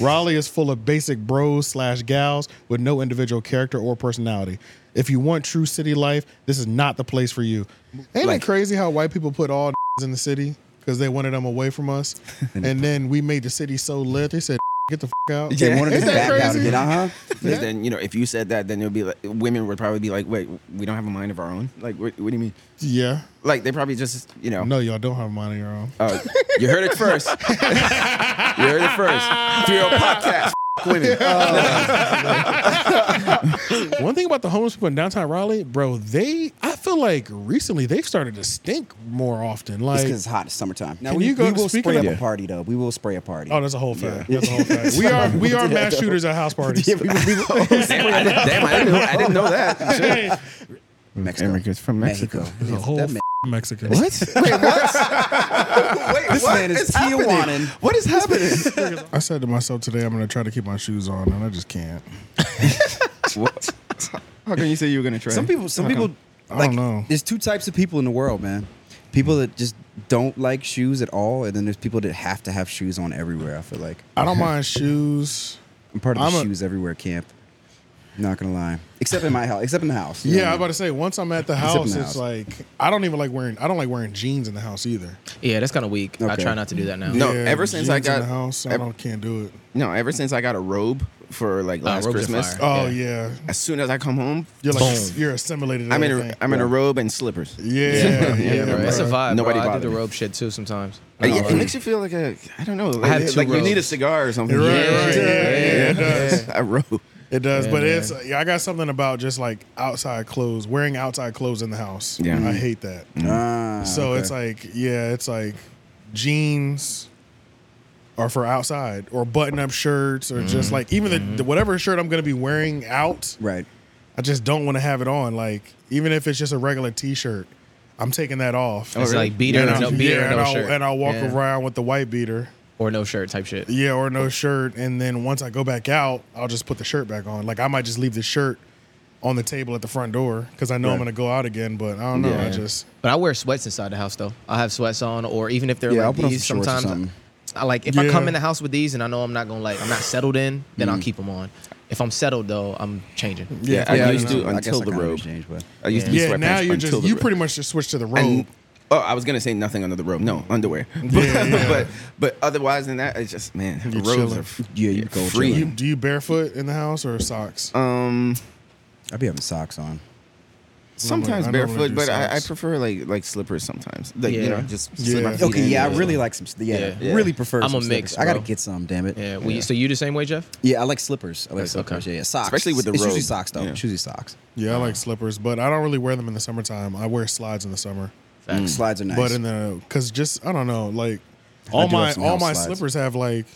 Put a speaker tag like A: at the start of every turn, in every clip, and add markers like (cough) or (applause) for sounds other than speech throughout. A: Raleigh is full of basic bros slash gals with no individual character or personality. If you want true city life, this is not the place for you. Ain't
B: Like-
A: it crazy how white people put all (laughs) in the city because they wanted them away from
B: (laughs)
A: us, and then we made the city so lit they said, (laughs) "Get the fuck out."
B: They wanted
A: Is
B: us
A: that
B: back out
A: crazy?
B: of it,
A: (laughs)
C: uh-huh.
B: uh huh.
A: Yeah.
D: Because then you know, if you said that, then it'll be like women would probably be like, "Wait, we don't have a mind of our own." Like, what, what do you mean?
A: Yeah.
D: Like, they probably just you know.
A: No, y'all don't have mine on your own.
D: Uh, you heard it first. you heard it first. Through your podcast, (laughs) f- women.
A: (laughs) One thing about the homeless people in downtown Raleigh, bro, they I feel like recently they've started to stink more often.
B: It's
A: Like,
B: because it's hot. It's summertime. Now
A: Can
B: we,
A: you go-
B: we will
A: speaking
B: spray up
A: of-
B: a party though. We will spray a party.
A: oh, that's a whole fact. That's a (laughs) whole
B: (laughs)
A: fact. We are we are mass shooters at house parties.
B: Yeah, we will-
A: (laughs)
B: we will-
D: Damn, I didn't, damn, I didn't know, I didn't know that. Shit.
A: Hey,
B: Mexico.
D: America's from Mexico.
A: the
B: Yes,
A: whole
B: that
A: f-
B: man-
A: Mexican. (laughs)
D: Wait,
B: This
D: what
B: man is
D: happening?
B: Tijuanan.
D: What is (laughs) happening?
A: I said to myself today, I'm gonna try to keep my shoes on, and I just can't.
D: (laughs) what? How can you say you were gonna try?
B: Some people, some people,
A: I
B: like,
A: don't know.
B: There's two types of people in the world, man. People that just don't like shoes at all, and then there's people that have to have shoes on everywhere. I feel like
A: I don't mind shoes.
B: I'm (laughs) part of the
A: I'm a-
B: shoes everywhere camp. Not gonna lie, except in my house, except in the house. you know
A: Yeah, I was
B: what
A: about to say once I'm at the
B: Except in
A: house,
B: the
A: it's
B: house.
A: like I don't even like wearing I don't like wearing jeans in the house either.
C: Yeah, that's kind of weak. I
B: Okay.
C: try not to do that now.
D: No, ever since I
A: jeans in
D: got-
A: the house, I
D: ev-
A: don't can't do it.
D: No, ever since I got a robe for like last
C: robes are
D: Christmas,
C: fire.
A: Oh
C: Yeah.
A: yeah,
D: as soon as I come home,
A: you're like
C: Boom.
A: you're assimilated.
D: I'm in
A: everything.
D: a, I'm in a robe and slippers.
A: yeah,
D: (laughs)
A: yeah,
D: Yeah,
A: bro.
D: right.
C: That's a vibe.
D: Nobody
C: bro. I do
D: bothered
C: the
D: me.
C: robe shit too sometimes.
D: Uh, yeah,
C: No,
D: it makes you feel like a I don't know. Like,
C: I have two
D: like you need a
C: robes.
D: cigar or something.
A: Right, right, yeah, yeah, it does.
D: a robe.
A: It does,
C: Yeah,
A: but
C: man.
A: it's yeah, I got something about just like outside clothes, wearing outside clothes in the house.
D: Yeah. Mm-hmm.
A: I hate that.
B: I mean? Ah,
A: So
B: okay.
A: it's like yeah, it's like jeans are for outside or button-up shirts or
D: Mm-hmm.
A: just like even the,
C: Mm-hmm.
A: the whatever shirt I'm gonna be wearing out,
B: right.
A: I just don't want to have it on. Like even if it's just a regular T-shirt, I'm taking that off.
C: It's
D: Oh, really?
C: like beater,
A: and
C: or
A: I'll,
C: no beater,
A: yeah,
C: or
A: and
C: no
A: I'll,
C: shirt,
A: and I'll walk
C: Yeah.
A: around with the white beater.
C: or no shirt type shit.
A: Yeah, or no shirt. And then once I go back out, I'll just put the shirt back on. Like I might just leave the shirt on the table at the front door because I know I'm
B: Right.
A: gonna go out again. But I don't know. I
D: Yeah.
A: just
C: But I wear sweats inside the house though. I have sweats on, or even if they're
B: Yeah, I'll
C: like
B: put on
C: these,
B: some shorts or
C: sometimes
B: something.
C: I like if I
A: Yeah.
C: come in the house with these and I know I'm not gonna like I'm not settled in, then I'll keep them on. If I'm settled though, I'm changing.
D: Yeah, I
A: yeah,
D: used
A: no,
D: to
A: no.
B: I guess
D: until
B: I
D: the
B: kinda
D: robe.
B: changed, but-
D: I used to be
A: yeah.
D: sweatpants
A: Now you're
D: until
A: just
D: the
A: you
D: robe.
A: pretty much just switched to the robe.
D: And- oh, I was gonna say nothing under the robe. No underwear.
A: Yeah,
D: (laughs)
A: yeah.
D: but but otherwise than that, it's just man,
A: You're
D: robes
A: chilling.
D: are f-
B: Yeah, you go
D: free.
A: you, do you barefoot in the house or socks?
D: Um,
B: I'd be having socks on.
D: sometimes
A: I normally
D: barefoot,
A: do
D: but I, I
A: socks.
D: prefer like like slippers sometimes. Like you
C: Yeah.
D: know, just
A: Yeah.
D: slip my feet
B: Okay,
D: in
B: yeah, I
D: and-
B: really like some. Yeah,
C: Yeah.
B: really prefer.
C: I'm
B: some
C: a mix,
B: slippers. I gotta
C: bro.
B: get some. Damn it.
C: Yeah. Well, you- so you the same way, Jeff?
B: Yeah, I like slippers. I like
C: Like,
B: slippers.
C: okay.
B: Yeah, yeah, socks.
D: Especially with the
B: it's usually
D: robe.
B: socks though.
D: Yeah.
B: It's usually socks.
A: yeah, I like slippers, but I don't really wear them in the summertime. I wear slides in the summer.
C: Facts.
B: Mm. Slides are nice.
A: But in the because just I don't know, like all
B: do have
A: my
B: some
A: all
B: house
A: my
B: slides.
A: slippers have like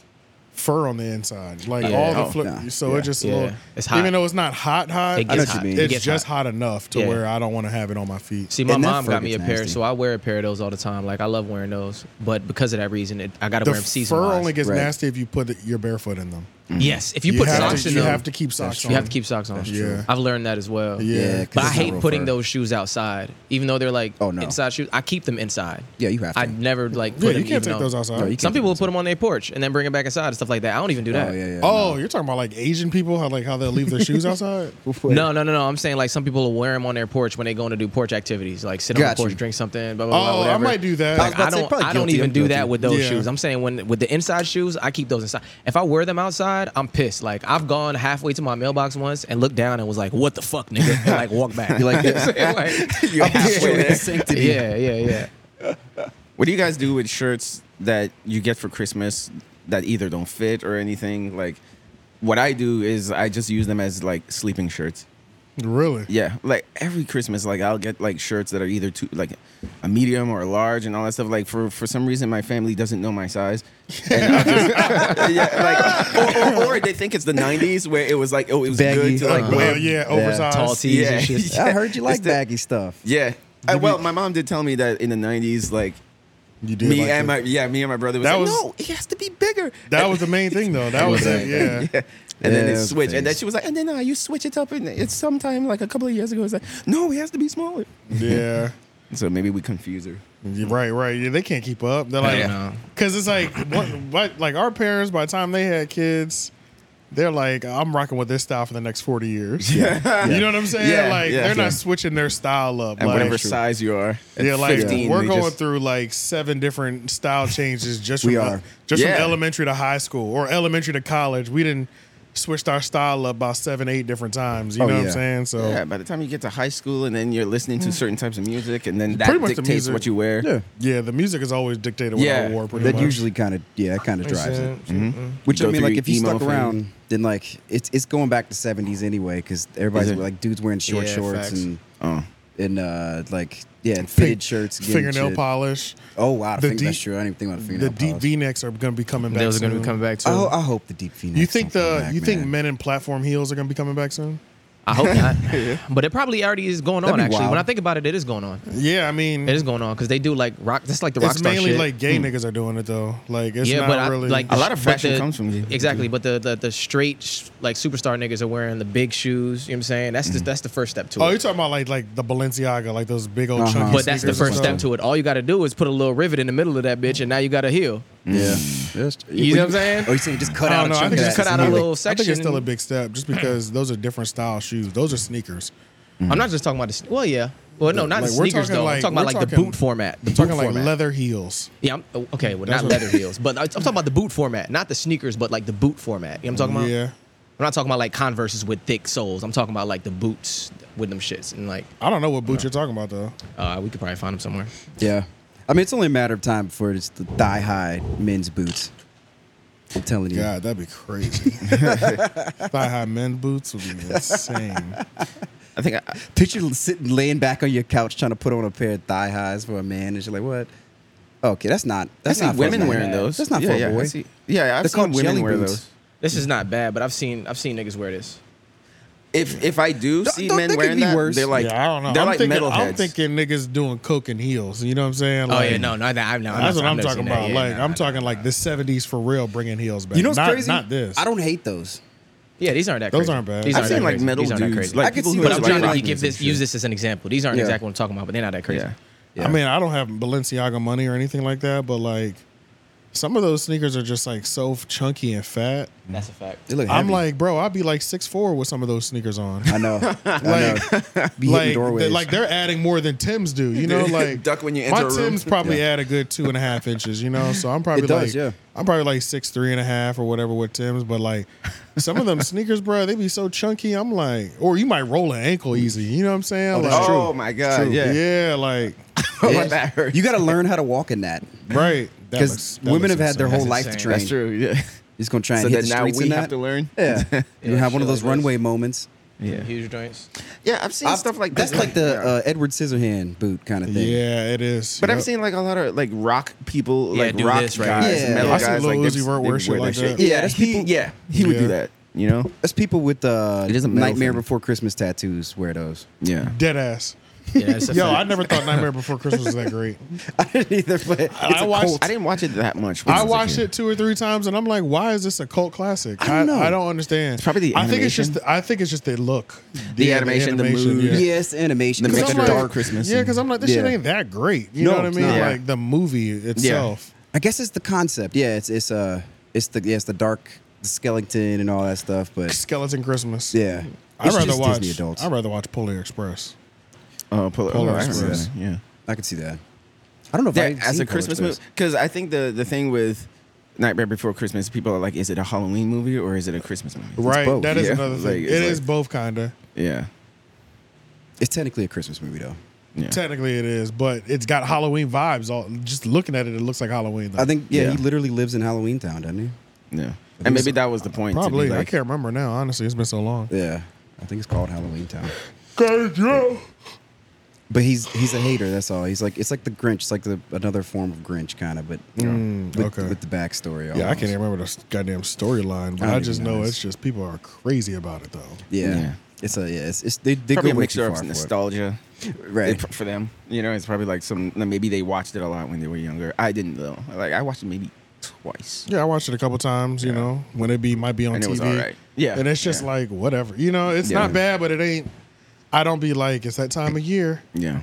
A: fur on the inside, like
C: Yeah.
A: all the
D: Oh,
A: flip.
B: nah.
A: So
B: Yeah.
A: it just a
C: Yeah.
A: little,
C: It's hot.
A: even though it's not hot hot.
C: It
B: I know
C: gets
B: what you
C: hot.
B: mean.
C: It
A: it's
C: gets
A: just
C: hot.
A: hot. enough to
C: Yeah.
A: where I don't want to have it on my feet.
C: See, my
B: And that
C: mom
B: fur
C: got me a
B: gets
C: pair,
B: nasty.
C: so I wear a pair of those all the time. Like I love wearing those, but because of that reason, it, I gotta
A: The
C: wear them season.
A: fur only gets
B: Right.
A: nasty if you put it- your barefoot in them.
C: yes. If you, put
A: have
C: socks
A: to,
C: in
A: you
C: them,
A: have to keep socks
C: Mm-hmm. you
A: on.
C: have to keep socks on.
A: true.
C: I've learned that as well.
A: Yeah.
B: Yeah,
C: But I
B: it's not
C: hate
B: real
C: putting
B: fur.
C: those shoes outside, even though they're like
B: Oh, no.
C: inside shoes. I keep them inside.
B: Yeah, you have to.
C: I never like put
A: Yeah,
C: them.
A: you can't
C: even
A: take
C: on-
A: those outside.
B: No, you
C: Some
B: can't
C: people will put them on their porch and then bring them back inside and stuff like that. I don't even do that.
B: Oh yeah, yeah.
A: Oh, you're talking about like Asian people, how like how they leave their shoes
B: (laughs)
A: outside.
C: No, no, no, no. I'm saying like some people will wear them on their porch when they go to do porch activities, like sit on
B: Got
C: the porch,
B: you.
C: drink something, blah blah blah.
A: Oh, I
C: whatever.
A: might do that.
B: I was
C: Like,
B: about
C: I
B: to say,
C: don't,
B: probably
C: I don't
B: guilty,
C: even
B: I'm
C: do
B: guilty.
C: that with those
A: Yeah.
C: shoes. I'm saying when with the inside shoes, I keep those inside. If I wear them outside, I'm pissed. Like I've gone halfway to my mailbox once and looked down and was like, "What the fuck, nigga?" And
B: (laughs)
C: like walk back.
B: You
C: (laughs)
B: like this?
C: Like, (laughs)
D: You're halfway there.
B: sanctity.
C: yeah, yeah, yeah.
D: What do you guys do with shirts that you get for Christmas that either don't fit or anything? Like, what I do is I just use them as like sleeping shirts.
A: Really?
D: Yeah, like every Christmas, like I'll get like shirts that are either too like a medium or a large and all that stuff. Like for for some reason, my family doesn't know my size. (laughs) And I'll just, yeah, like or, or, or they think it's the '90s where it was like oh it was good
B: Baggy.
D: to like
B: Uh-huh.
D: wear.
A: Well, yeah, oversized.
C: Tall tees
D: (laughs) Yeah.
C: and shit.
B: I heard you
D: It's
B: like
D: the-
B: baggy stuff.
D: Yeah. Uh, well, my mom did tell me that in the '90s, like
A: You did
D: me
A: like
D: and
A: the-
D: my yeah me and my brother was
A: That
D: like
A: was-
D: no it has to be bigger.
A: That was the main thing though.
D: (laughs)
A: That was it.
B: Right.
A: Yeah.
D: Yeah. And then
B: (laughs) Yeah,
D: they
B: that was
D: switch. And then
B: phase.
D: she was like, and then uh, you switch it up. And it's sometime like a couple of years ago. It's like, no, it has to be smaller.
A: (laughs) Yeah.
D: So maybe we confuse her.
A: Yeah, Right, right. Yeah, they can't keep up. They're like,
C: Yeah. No.
A: because it's like, what, what, like our parents, by the time they had kids, they're like, I'm rocking with this style for the next 40 years. Yeah. (laughs) You know what I'm saying?
D: Yeah,
A: like,
D: yeah,
A: they're
D: yeah.
A: not switching their style up.
D: And
A: like,
D: whatever size you are, at
A: yeah, like
D: 15,
A: we're
D: they
A: going
D: just-
A: through like seven different style changes just
B: We
A: from uh,
B: are.
A: just
D: Yeah.
A: from elementary to high school or elementary to college. We didn't switched our style up about seven, eight different times. You
B: Oh,
A: know what
B: yeah.
A: I'm saying? So Mm.
D: Yeah, by the time you get to high school and then you're listening to certain types of music and then that
A: Pretty much the
D: dictates
A: music.
D: what you wear.
B: Yeah.
A: Yeah, the music is always dictated what
D: Yeah.
A: I wore. Pretty
B: That
A: much. Mm-hmm.
B: usually kind of yeah, that kind of drives it. Which
D: Go
B: I mean,
D: through
B: like if you
D: emo
B: stuck
D: phase.
B: around, then like it's it's going back to seventies anyway, because everybody's
D: Is it?
B: like dudes wearing short
C: Yeah,
B: shorts
C: facts.
B: and
D: Oh.
B: and uh like yeah, and fitted shirts, getting
A: fingernail
B: shit.
A: polish.
B: Oh wow, the
A: The
B: think that's
A: deep-
B: true. I didn't even think about the
A: The
B: fingernail
A: deep
B: polish.
A: V necks are going to be coming back.
C: Those are going to
A: soon.
C: be coming back too.
B: I, ho- I hope the deep V.
A: You think the you think men in platform heels are going to be coming back soon?
C: I
B: (laughs)
C: hope
A: (laughs)
C: not. But it probably already is going
B: That'd
C: on.
B: be
C: Actually,
B: wild.
C: when I think about it, it is going on.
A: Yeah, I mean,
C: It is going on because they do like rock. That's like the rock
A: it's
C: star
A: mainly
C: shit. Hmm.
A: like gay niggas are doing it though. Like it's
C: yeah,
A: not
C: but I,
A: really
C: like
D: A lot of
C: but
D: fashion comes from you.
C: Exactly, but the, the the straight sh- like superstar niggas are wearing the big shoes. You know what I'm saying? That's
D: Mm.
C: just that's the first step to
A: Oh,
C: it.
A: you're talking about like like the Balenciaga, like those big old
B: Uh-huh.
A: chunky.
C: but that's the
A: sneakers
C: first
A: and
C: step
A: stuff.
C: to it. All you got to do is put a little rivet in the middle of that bitch, and now you got a heel.
A: Mm.
B: Yeah, That's-
C: You know what I'm saying?
B: Oh, you saying just cut
A: I
B: out?
A: don't know.
B: a
A: I
B: chunk
A: think
B: of
A: it's
C: cut
B: that.
C: out a
A: I think-
C: little Mm.
A: I think
C: section
A: it's still a
C: and-
A: big step, just because those are different style shoes. Those are sneakers.
C: I'm not just talking about the sne- well, yeah. Well, no, not
A: Like,
C: the
A: we're
C: sneakers
A: talking
C: though. I'm
A: like-
C: talking about
A: we're
C: like the
A: talking-
C: boot format. The
A: I'm talking
C: boot
A: like
C: format.
A: leather heels.
C: Yeah, I'm, oh, okay, well, not
A: what-
C: leather heels, but I- I'm talking about the boot format, not the sneakers, but like the boot format. You know what I'm talking about?
A: Yeah,
C: I'm not talking about like Converses with thick soles. I'm talking about like the boots with them shits, and like
A: I don't know what boot you're talking about though.
C: uh, we could probably find them somewhere.
B: Yeah, I mean it's only a matter of time before it's the thigh high men's boots. I'm telling you.
A: God, that'd be crazy.
C: (laughs)
A: Thigh high men boots would be (laughs)
B: (laughs)
A: insane.
D: I think I,
B: Picture sitting laying back on your couch trying to put on a pair of thigh highs for a man, and you're like, "What? Okay, that's not that's
D: I see
B: not for a
D: women
B: man.
D: wearing those.
B: That's not
D: yeah,
B: for
D: yeah,
B: a boy.
D: I see, yeah, I've
B: They're
D: seen
B: called
D: women
B: jelly
D: wear
B: boots.
D: those. (laughs)
C: This is not bad, but I've seen I've seen niggas wear this.
D: If if I do
B: Don't-
D: see
B: don't
D: men
B: think it'd
D: wearing
B: be
D: that,
B: worse.
D: they're like
A: yeah, I don't know.
D: They're
A: I'm
D: like
A: thinking,
D: metalheads.
A: I'm thinking niggas doing coke and heels. You know what I'm saying?
C: Oh
A: Like,
C: yeah, no, not that. I've no,
A: That's
C: I've
A: what I'm
C: never
A: talking
C: seen that.
A: about.
C: Yeah,
A: like
C: nah,
A: I'm
C: nah,
A: talking
C: nah.
A: like the '70s for real, bringing heels back.
B: You know what's
A: not,
B: crazy?
A: Not this.
B: I don't hate those.
C: Yeah, these aren't that.
A: Those
C: crazy.
A: aren't bad.
C: These
A: I've
C: aren't
D: seen,
C: that
D: like,
C: crazy.
D: metal
C: These aren't that
D: dudes,
C: crazy.
D: like,
B: I could
D: people
B: see
D: who
B: those
C: but I'm
B: like
C: trying to
B: rock
C: like, give
B: music
C: this
B: and
C: use
B: shit.
C: this as an example. These aren't
B: Yeah.
C: exactly what I'm talking about, but they're not that crazy.
D: Yeah.
A: I mean, I don't have Balenciaga money or anything like that, but like some of those sneakers are just like so chunky and fat.
C: That's a fact.
B: They look
A: I'm
B: heavy.
A: like, bro, I'd be like six four with some of those sneakers on.
B: I know.
A: (laughs)
B: I know. Be hitting
A: Like, they,
B: doorways.
A: like they're adding more than Tim's do. You know,
B: (laughs)
A: like
D: Duck when you
A: my
D: enter a room.
A: Tim's probably add a good two and a half inches. You know, so I'm probably
B: It
A: like,
B: does, yeah.
A: I'm probably like six three and a half or whatever with Tim's. But like some
B: (laughs)
A: of them sneakers, bro, they be so chunky. I'm like, or you might roll an ankle easy. You know what I'm saying?
B: that's
A: like,
B: true.
D: oh my god,
B: true.
D: yeah,
A: yeah, like
B: Yeah.
D: Oh, that hurts.
B: You got to learn how to walk in that
A: right. That looks-
B: Mm. because
A: that
B: women
A: looks
B: have had their
A: insane.
B: whole life to
C: insane.
B: train.
D: that's true. Yeah,
B: He's gonna try and
D: so that
B: hit the
D: now
B: streets
D: we
B: in that.
D: have to learn. (laughs)
B: Yeah, you
C: Yeah,
B: have one of
C: shit
B: those
C: like
B: runway moments.
D: yeah,
C: Huge joints.
D: yeah. I've seen (laughs)
B: I've-
D: stuff like
B: that's
D: this.
B: like the uh, Edward Scissorhand boot kind of thing.
A: Yeah, it is.
D: But I've
A: Yep.
D: seen like a lot of like rock people,
C: Yeah,
D: like
C: do
D: rock
C: this right
D: guys,
B: here. Yeah.
D: metal
B: I've
A: seen
D: guys, like
A: Lil
D: they-
A: Uzi
D: they
A: Vert wear shit like that.
D: Yeah,
B: Yeah,
D: that's
B: he-
D: people. Yeah, he would
A: Yeah.
D: do that. You know?
B: That's people with uh,
D: It is a metal
B: Nightmare
D: thing.
B: Before Christmas tattoos wear those.
D: Yeah.
A: dead ass.
C: Yeah, that's a
A: Yo,
C: fact.
A: I never thought Nightmare Before Christmas was that great.
B: I didn't either, but it's
A: I
B: a
A: watched-
B: cult.
D: I didn't watch it that much. when
A: I
D: was a
A: watched
D: kid.
A: it two or three times, and I'm like, why is this a cult classic?
B: I don't know.
A: I, don't understand.
D: probably the
A: I think it's just.
D: animation.
A: The, I think it's just the look,
D: The animation, the mood.
A: yeah.
B: Yes, the animation.
D: The
B: It's
D: mix
B: like
D: of
B: a
D: dark
B: dark
D: Christmas
A: Yeah,
D: and-
A: because I'm like, this
B: Yeah.
A: shit ain't that great. You
B: No,
A: know what I
B: it's
A: mean?
B: not.
A: Like the movie itself.
B: I guess it's the concept. Yeah, it's it's uh it's the yeah, it's the dark the skeleton and all that stuff. But
A: Skeleton Christmas.
B: yeah,
A: I'd
B: It's
A: rather
B: just
A: watch.
B: Disney adults.
A: I'd rather watch Polar Express.
D: Oh, Polar,
A: Polar
D: oh, I remember
A: Express.
D: that, Yeah.
B: I could see that. I don't know if
D: That-
B: I
D: as a Christmas movie, because I think the the thing with Nightmare Before Christmas, people are like, is it a Halloween movie or is it a Christmas movie?
A: right.
B: both,
A: That is
D: yeah.
A: another thing.
D: Like,
A: it
D: it's
A: is
D: like-
A: both kinda.
D: Yeah.
B: It's technically a Christmas movie though.
D: Yeah.
A: Technically, it is, but it's got Halloween vibes. All just looking at it, it looks like Halloween. Though.
B: I think yeah,
D: Yeah.
B: he literally lives in Halloween Town, doesn't
D: yeah. And maybe that was the point. to be
A: probably. I
D: like-
A: can't remember now. Honestly, it's been so long.
B: he? Yeah, I think it's called Halloween Town.
A: Guys, yo.
B: But he's he's a hater. That's all. He's like it's like the Grinch. It's like the, another form of Grinch kind of, but you know,
A: Mm,
B: with,
A: okay.
B: with the backstory.
A: Yeah, I
B: almost.
A: can't even remember the s- goddamn storyline, but
B: I
A: I,
B: don't even
A: just
B: know
A: know
B: this.
A: it's just people are crazy about it though.
B: Yeah.
D: Yeah.
B: It's a yeah. It's, it's they, they
D: Probably a
B: go way
D: mixture
B: too
D: of
B: far for it.
D: nostalgia.
B: Right.
D: it- for them. You know, it's probably like some maybe they watched it a lot when they were younger. I didn't though. Like I watched it maybe twice.
A: Yeah, I watched it a couple times. You know, when it be might be on
D: And it
A: TV.
D: was all right. Yeah,
A: and it's just
D: yeah.
A: like whatever. You know, it's
D: Yeah.
A: not bad, but it ain't. I don't be like it's that time of year.
D: Yeah.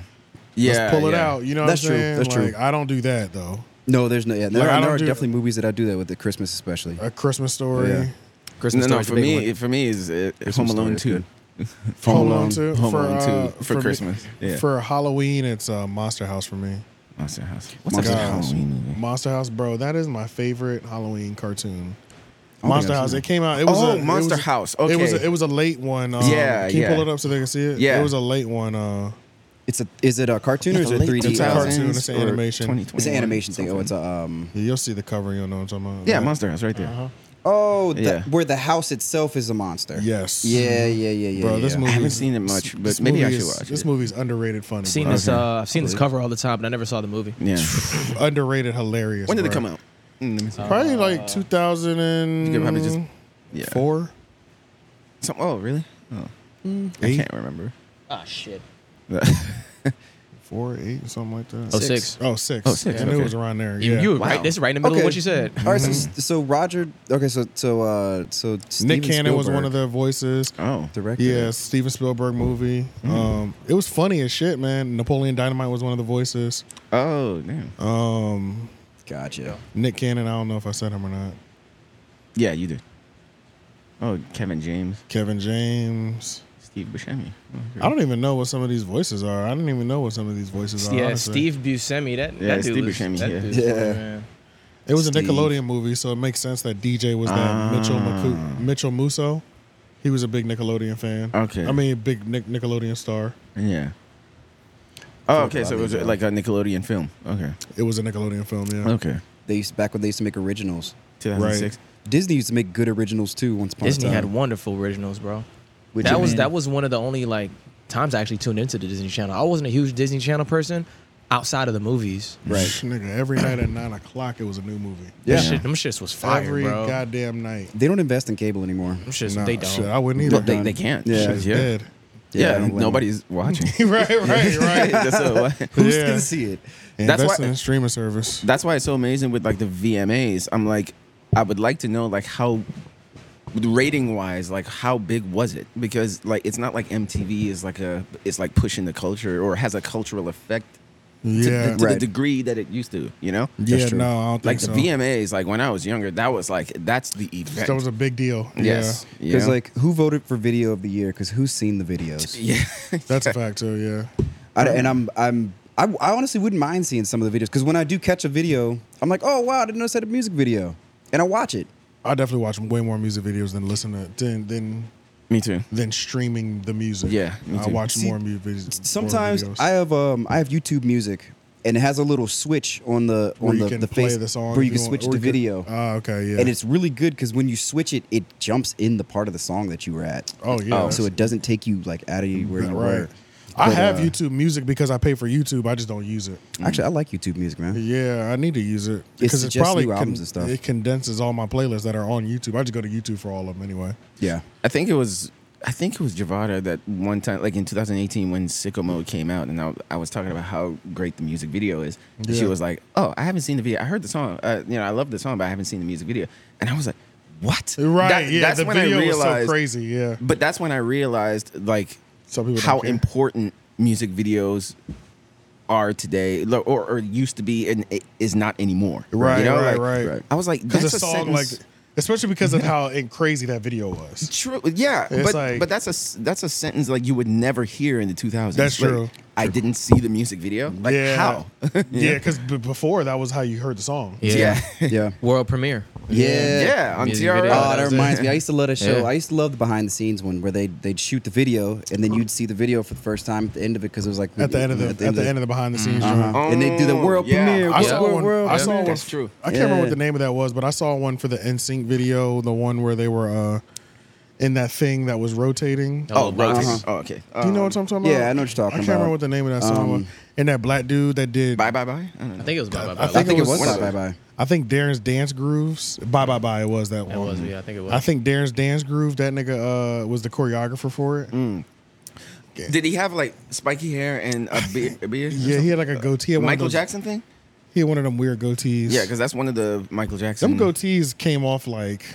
A: Let's pull it
D: yeah.
A: out. You know
B: That's
A: what
B: true,
A: I'm saying?
B: that's true.
A: Like, I don't do that though.
B: No, there's no. Yeah, there,
A: Like, I
B: are, there
A: don't
B: are
A: do-
B: definitely movies that I do that with at Christmas, especially.
A: A Christmas story.
B: Yeah.
C: Christmas
D: No, no,
C: Story's a
D: for
C: big
D: me,
C: one.
D: for me is uh,
B: Christmas
D: Home Alone
B: Story
D: (laughs) two.
B: is
A: Home Alone two.
D: Home
A: For,
D: Alone two
A: uh,
D: for,
A: for me-
D: Christmas. yeah.
A: For Halloween, it's uh, Monster House for me.
D: Monster House.
B: What's
D: Monster
B: a
A: Gosh.
D: Halloween movie?
A: Monster House, bro, that is my favorite Halloween cartoon.
B: I don't
A: Monster
B: think I've
A: House.
B: seen
A: It came out. It was
D: Oh,
A: a, it
D: Monster
A: was a-
D: House.
A: It was
D: Okay.
A: a, it was a late one. Um,
D: Yeah,
A: Can you
D: yeah.
A: pull it up so they can see it?
D: Yeah.
A: It was a late one. Uh,
B: It's a. Is it a cartoon or is it
D: Late
B: 3D?
A: a cartoon,
D: 2000s
A: it's an
D: or
A: animation.
D: 2021,
B: It's an animation thing.
D: something.
B: Oh, it's a. Um,
A: yeah, you'll see the cover. You'll know what I'm talking about.
D: yeah,
A: But-
D: Monster House right there.
A: Uh-huh.
B: oh, the,
D: Yeah.
B: where the house itself is a monster.
A: Yes.
B: Yeah, yeah, yeah, yeah.
A: Bro,
B: yeah.
A: this
D: I
A: movie-
D: haven't seen it much, but
A: This
D: maybe I
A: movie
D: should
A: is-
D: watch
A: This
D: it.
A: movie's underrated funny.
C: I've seen
A: bro.
C: this.
D: Okay.
C: Uh, I've seen this cover all the time, but I never saw the movie.
D: Yeah.
A: (laughs) underrated hilarious.
D: when did it
A: bro.
D: come out? Mm, let me
C: Uh,
D: see.
A: Probably like 2000 and
D: You could probably just- yeah.
A: four.
D: Some, oh, really? Oh. I
A: Eight?
D: can't remember.
C: Ah shit.
D: (laughs)
A: Four, eight, something like that.
C: Oh, six.
A: Oh, six.
D: Oh, six,
A: I knew
D: okay.
A: it was around there.
C: You,
A: yeah.
C: you were
D: Wow. Mm-hmm.
C: right. This is right in the middle
B: Okay.
C: of what you said.
B: All right, so, so Roger. Okay, so so uh, so Steven
A: Nick Cannon was
B: Spielberg
A: one of the voices.
D: Oh. Mm-hmm.
B: directed. it.
A: Yeah, Steven Spielberg movie. Um, it was funny as shit, man. Napoleon Dynamite was one of the voices.
D: Oh, damn.
A: Um,
B: Gotcha.
A: Nick Cannon. I don't know if I said him or not.
D: Yeah, you did. Oh, Kevin James,
A: Kevin James.
D: Steve Buscemi.
A: I don't even know what some of these voices are. I didn't even know what some of these voices are.
C: yeah,
A: honestly.
C: Steve Buscemi. That
D: Yeah,
C: that dude
D: Steve
C: was,
D: Buscemi,
C: That
D: yeah.
C: dude's
B: Yeah.
C: funny, man.
A: It was a
B: Steve.
A: Nickelodeon movie, so it makes sense that DJ was that Mitchell
D: Ah.
A: Macu- Mitchell Musso. He was a big Nickelodeon fan.
D: Okay.
A: I mean, big Nick- Nickelodeon star.
D: Yeah. Oh, okay. So it was
B: Probably, yeah.
D: like a Nickelodeon film. Okay.
A: It was a Nickelodeon film, yeah.
D: Okay.
B: They used back when they used to make originals.
D: 2006.
B: Disney used to make good originals too. Once upon
C: Disney
B: a time.
C: had wonderful originals, bro.
B: Which
C: that
B: I
C: was
B: mean-
C: that was one of the only like times I actually tuned into the Disney Channel. I wasn't a huge Disney Channel person outside of the movies.
B: right.
A: Nigga, every night at nine o'clock, it was a new movie.
C: Yeah.
B: Yeah.
C: Shit, them shits was fire,
A: every
C: bro.
A: goddamn night.
B: They don't invest in cable anymore.
C: them shits,
A: Nah,
C: they don't.
A: Shit, I wouldn't
D: No,
A: either.
D: they, they can't.
B: Yeah.
D: Shit,
A: It's
D: yeah.
A: dead.
B: I
D: Yeah,
B: don't blame them. uh,
D: nobody's watching.
A: (laughs) right,
B: (laughs)
A: right,
D: (laughs)
A: right.
D: that's,
A: (laughs)
D: a-
B: Who's
A: Yeah.
B: gonna see it?
D: That's
A: That's
D: why-
A: why in a streaming service.
D: that's why it's so amazing with like the VMAs. I'm like, I would like to know like how rating wise, like how big was it? Because like it's not like MTV is like a it's like pushing the culture or has a cultural effect to,
A: Yeah,
D: the, to the
B: Right.
D: degree that it used to. You know,
A: yeah.
B: true.
A: No, I don't think
D: like
A: so.
D: the VMAs. Like when I was younger, that was like that's the event.
A: That was a big deal.
D: yes, you
B: Because
D: know?
B: like, who voted for video of the year? Because who's seen the videos?
D: yeah,
A: Yeah, that's a fact too. Yeah,
B: I, and I'm I'm I, I honestly wouldn't mind seeing some of the videos because when I do catch a video, I'm like, oh wow, I didn't notice that a music video, and I watch it.
A: I definitely watch way more music videos than listen to than than
D: me too.
A: than streaming the music.
D: Yeah, me
A: I
D: too.
A: uh, watch
B: See,
A: more music videos.
B: Sometimes
A: more videos.
B: I have um I have YouTube Music, and it has a little switch on the
A: Where
B: on
A: you
B: the
A: can
B: the
A: play
B: face
A: the song
B: where
A: if
B: you can
A: want-
B: switch
A: or
B: the
A: could-
B: video,
A: Ah, okay, yeah.
B: and it's really good because when you switch it, it jumps in the part of the song that you were at.
A: oh yeah, Mm,
B: so it doesn't take you like out of where you
A: right.
B: were.
A: I
B: But,
A: have
B: uh, Mm.
A: YouTube Music because I pay for YouTube. I just don't use it.
B: Actually, I like YouTube Music, man.
A: Yeah, I need to use it because it's
B: suggests
A: probably
B: new albums and stuff.
A: it condenses all my playlists that are on YouTube. I just go to YouTube for all of them anyway.
B: Yeah,
D: I think it was I think it was Javada that one time like in 2018 when Sicko Mode came out and I, I was talking about how great the music video is. And she
A: Yeah.
D: was like, "Oh, I haven't seen the video. I heard the song. Uh, you know, I love the song, but I haven't seen the music video." And I was like, "What?"
A: Right?
D: That-
A: yeah, the video was so crazy. Yeah,
D: But that's when I realized like
A: Some people don't
D: how
A: care.
D: important music videos are today lo- or, or used to be and it is not anymore.
A: Right,
D: You know,
A: right,
D: like,
A: right.
D: I was like,
A: because
D: that's
A: the
D: a
A: song
D: sentence-
A: like, especially because of how and crazy that video was.
D: True. Yeah,
A: It's
D: but
A: like-
D: but that's a s- that's a sentence like you would never hear in the 2000s.
A: That's
D: Like,
A: true.
D: I didn't see the music video. Like
A: yeah,
D: how?
A: (laughs) yeah, because b- before that was how you heard the song.
D: Yeah.
B: yeah,
C: World premiere.
B: yeah.
D: Yeah, on
C: Music
D: TRL.
C: video.
B: Oh,
C: that
B: that
C: was
B: reminds me. I used to love that show.
C: Yeah.
B: I used to love the behind the scenes one where they they'd shoot the video and then you'd see the video for the first time at the end of it because it was like
A: At the end of the at the end of the, behind the scenes. joint.
B: uh-huh. and they do the
D: Oh,
B: world
D: yeah.
B: premiere.
A: I
B: World,
A: saw
B: world,
A: one.
B: world
A: I
B: premiere.
A: saw one.
D: That's true.
A: I can't remember what
B: Yeah.
A: the name of that was, but I saw one for the NSYNC video, the one where they were uh, in that thing that was rotating.
C: Oh,
D: (laughs) Oh,
C: wow.
D: rotating.
B: Uh-huh.
D: Oh, okay.
A: Do you know
D: Um,
A: what I'm talking about?
B: yeah, I know what you're talking
A: I can't
B: about.
A: remember what the name of that song was.
B: Um,
A: And that black dude that did.
D: Bye bye bye. I don't know.
C: I think it was Bye Bye Bye.
A: I
B: I think it was
D: one of
B: Bye Bye
D: those.
B: Bye.
A: I think Darren's dance grooves. Bye bye bye. It was that one.
C: was, yeah, I think it was.
A: I think Darren's dance groove. That nigga uh, was the choreographer for it.
B: Mm.
D: Uh, Did he have like spiky hair and a beard? A beard or
A: (laughs) Yeah, he
D: something?
A: had like a goatee. at one of
D: Michael
A: those-
D: Jackson thing.
A: He had one of them weird goatees.
D: Mm. Yeah, because that's one of the Michael Jackson.
A: them goatees came off like (laughs)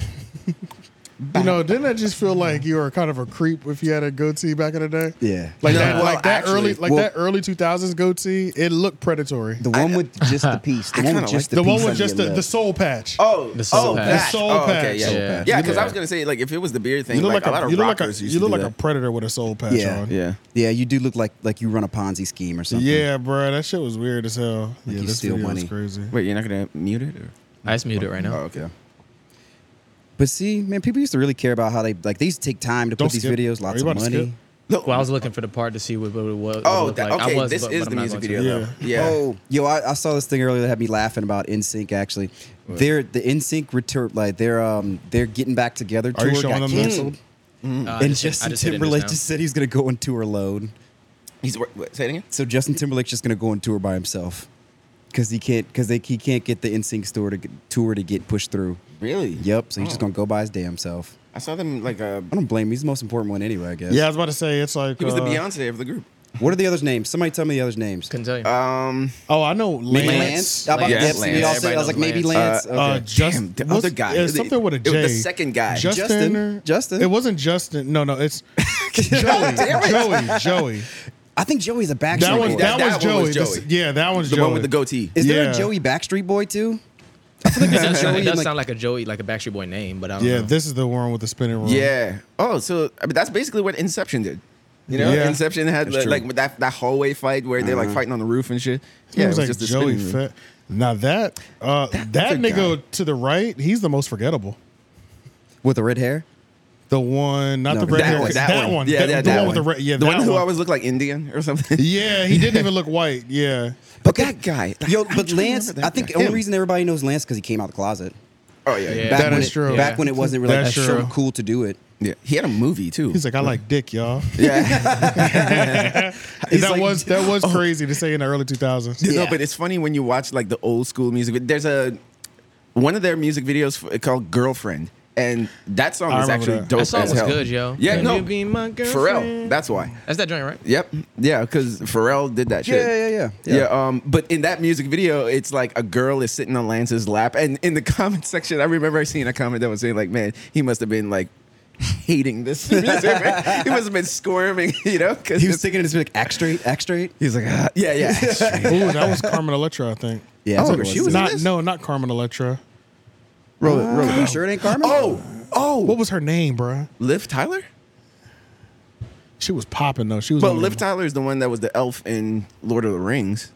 A: You know, didn't that just feel like you were kind of a creep if you had a goatee back in the day?
B: Yeah.
A: Like
D: No,
A: that,
D: well,
A: like that
D: actually,
A: early, like
B: well-
A: that early two thousands goatee. It looked predatory.
B: The one with just the piece. The
D: I
B: one
D: kinda
B: with just
D: like
B: the
A: The one
B: piece
A: with
B: under
A: just the,
B: your
A: the
B: lip.
A: soul patch.
D: Oh,
C: The soul
D: oh,
C: patch.
D: that.
A: The soul
D: oh, okay,
A: patch.
D: yeah,
A: Soul
D: yeah.
C: patch.
D: Because
A: Yeah.
D: I was gonna say, like, if it was the beard thing,
A: you look
D: like,
A: like,
D: a, lot
A: a,
D: of
A: you look like a
D: rockers used
A: you
D: to
A: look
D: do
A: like a predator with a soul patch
B: Yeah.
A: on.
D: that. yeah.
B: Yeah, you do look like like you run a Ponzi scheme or something.
A: Yeah, bro, that shit was weird as hell.
B: Like
A: yeah,
B: you
A: this
B: steal
A: video
B: money.
A: is crazy.
D: Wait, you're not gonna mute it or?
C: I just muted right
D: Oh,
C: now.
D: okay.
B: But see, man, people used to really care about how they like they used to take time to
A: Don't
B: put these
A: skip.
B: videos,
A: Are
B: lots
A: you
B: of
A: about to
B: money.
A: skip?
D: Look.
C: Well, I was looking for the part to see what, what it was. what it
D: oh,
C: looked
D: that,
C: like. I
D: okay.
C: was,
D: this
C: but-
D: is
C: but I'm
D: the
C: not
D: music
C: going to.
D: video, though. Yeah.
B: Oh, yo, I, I saw this thing earlier that had me laughing about NSYNC. Actually, they're the NSYNC return like they're um they're getting back together.
A: Are you
B: Tour
A: showing
B: got
A: them this?
B: canceled,
D: Mm-hmm.
C: Uh, I
B: and
C: just hit- I
B: Justin
C: just hit it
B: Timberlake
C: now.
B: just said he's gonna go on tour alone.
D: He's what, what, say it again.
B: So Justin Timberlake's just gonna go on tour by himself because he can't because they he can't get the NSYNC tour to get- tour to get pushed through.
D: Really?
B: Yep. So he's just
D: Oh.
B: gonna go by his damn self.
D: I saw them like uh,
B: I don't blame him. He's the most important one anyway, I guess.
A: Yeah, I was about to say it's like
D: he was the
A: uh,
D: Beyonce of the group.
B: What are the others' names? Somebody tell me the others' names.
C: Couldn't tell you.
D: Um,
A: Oh, I know
B: Maybe
A: Lance.
B: Lance. I'm about-
D: Lance.
B: yeah, see,
D: Lance.
B: y'all said- I was like,
C: Everybody
B: maybe
C: knows
B: Lance.
D: Lance.
A: Uh,
B: okay.
A: Justin,
D: Damn, the other guy.
A: It's
D: It-
A: something with a
D: it
A: J.
D: was the second guy.
A: Justin.
B: Justin.
A: or-
B: Justin.
A: It wasn't Justin. No, no,
D: (laughs)
A: it's uh, Joey. Joey. Joey.
B: I think Joey's a Backstreet
A: That
B: Boy.
A: was that,
D: That
A: was
D: one
A: Joey.
D: was
A: This-
D: Joey.
A: yeah, that one's
D: the
A: Joey.
D: one with the goatee.
B: Is there
A: yeah.
B: a Joey Backstreet Boy too?
C: It does, sound, it
B: Joey,
C: does
B: like-
A: (laughs)
C: sound like a Joey, like a Backstreet Boy name, but I don't
A: Yeah,
C: know.
A: this is the one with the spinning room.
D: Yeah. Oh, so I mean, that's basically what Inception did. You know,
A: Yeah.
D: Inception had
B: That's
D: like,
B: true.
D: like with that that hallway fight where they're like
B: Uh-huh.
D: fighting on the roof and shit.
A: Mm-hmm. He was, like
D: a
A: Joey
D: spinning room.
A: Fett. Now that uh, that
D: a
A: nigga
D: guy.
A: to the right, he's the most forgettable.
B: With the red hair?
A: The one, not
B: No,
A: the red
D: that
A: hair.
D: one, that one. Yeah,
A: that,
D: yeah,
A: the
D: that
A: one with the
D: one.
A: red. Yeah,
D: The
A: that
D: one who
A: one.
D: always looked like Indian or something.
A: (laughs) yeah, he didn't even look white. Yeah,
B: But
D: that guy.
B: Yo,
D: I'm trying
B: but
D: to
B: Lance,
D: remember that
B: I think
D: guy.
B: the only
D: Him.
B: reason everybody knows Lance because he came out of the closet.
D: Oh yeah.
C: Yeah.
D: Yeah.
B: Back
A: That
B: when
A: is
B: it,
A: true.
B: Back
C: Yeah.
B: when it wasn't really
A: That's
B: that's so
A: true.
B: cool to do it.
D: yeah. He had a movie too.
A: he's like, I like dick,
B: (laughs)
A: y'all.
D: (laughs) yeah.
A: And that
B: like-
A: was that was crazy to say in the early two thousands.
B: Yeah.
D: No, but oh, it's funny when you watch like the old school music. vid- There's a one of their music videos f- called "Girlfriend," and that song
A: I
D: is
A: remember
D: actually
A: that.
D: dope.
C: That song
D: as
C: was
D: hell.
C: good, yo.
D: Yeah,
C: Can
D: no,
C: you be my
D: Pharrell.
C: girlfriend?
D: That's why.
C: That's that joint, right?
D: Yep. Yeah, because Pharrell did that shit.
B: Yeah, yeah, yeah, yeah.
D: yeah. um, but in that music video, it's like a girl is sitting on Lance's lap, and in the (laughs) comment section, I remember seeing a comment that was saying like, "Man, he must have been like." Hating this, (laughs) music, man. he must have been squirming, (laughs) you know, because
B: He was thinking it's like act straight, act straight.
D: he's like, ah, (laughs) yeah, yeah,
A: (laughs)
D: (laughs)
A: Ooh, that was Carmen Electra, I think.
B: Yeah, that's
D: Oh,
B: what it
D: she was in
A: Not
D: this?
A: no, not Carmen Electra.
B: Roll it, roll it. You sure it ain't Carmen?
D: oh, oh,
A: What was her name, bruh?
D: Liv Tyler?
A: She was popping though. She was.
D: But
A: one of
D: Liv
A: them.
D: Tyler is the one that was the elf in Lord of the Rings.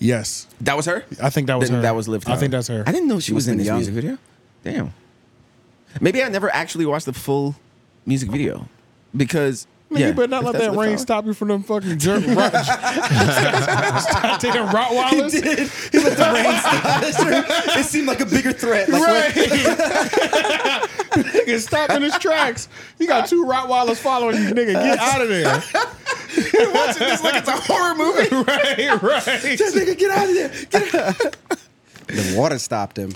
A: Yes,
D: That was her.
A: I think that was
D: Then
A: her.
D: That was Liv. Tyler.
A: I think that's her.
D: I didn't know she,
B: She
D: was
B: must've
D: in
B: been
D: this
B: young.
D: music video. Damn. Maybe I never actually watched the full music video because
A: Man,
D: yeah,
A: you better not
D: if
A: let
D: that's
A: that
D: Liv
A: rain
D: Tyler. (laughs)
A: stop you from them fucking jerk. Rot- (laughs) stop taking Rottweilers.
B: it seemed like a bigger threat. Like,
A: Right.
D: (laughs)
A: nigga, stop in his tracks. You got two Rottweilers following you, nigga. Get out of
D: (laughs)
A: there.
D: Watching this like it's a horror movie.
A: (laughs) right, right.
D: Nigga, get out of there.
A: (laughs)
B: The water stopped him.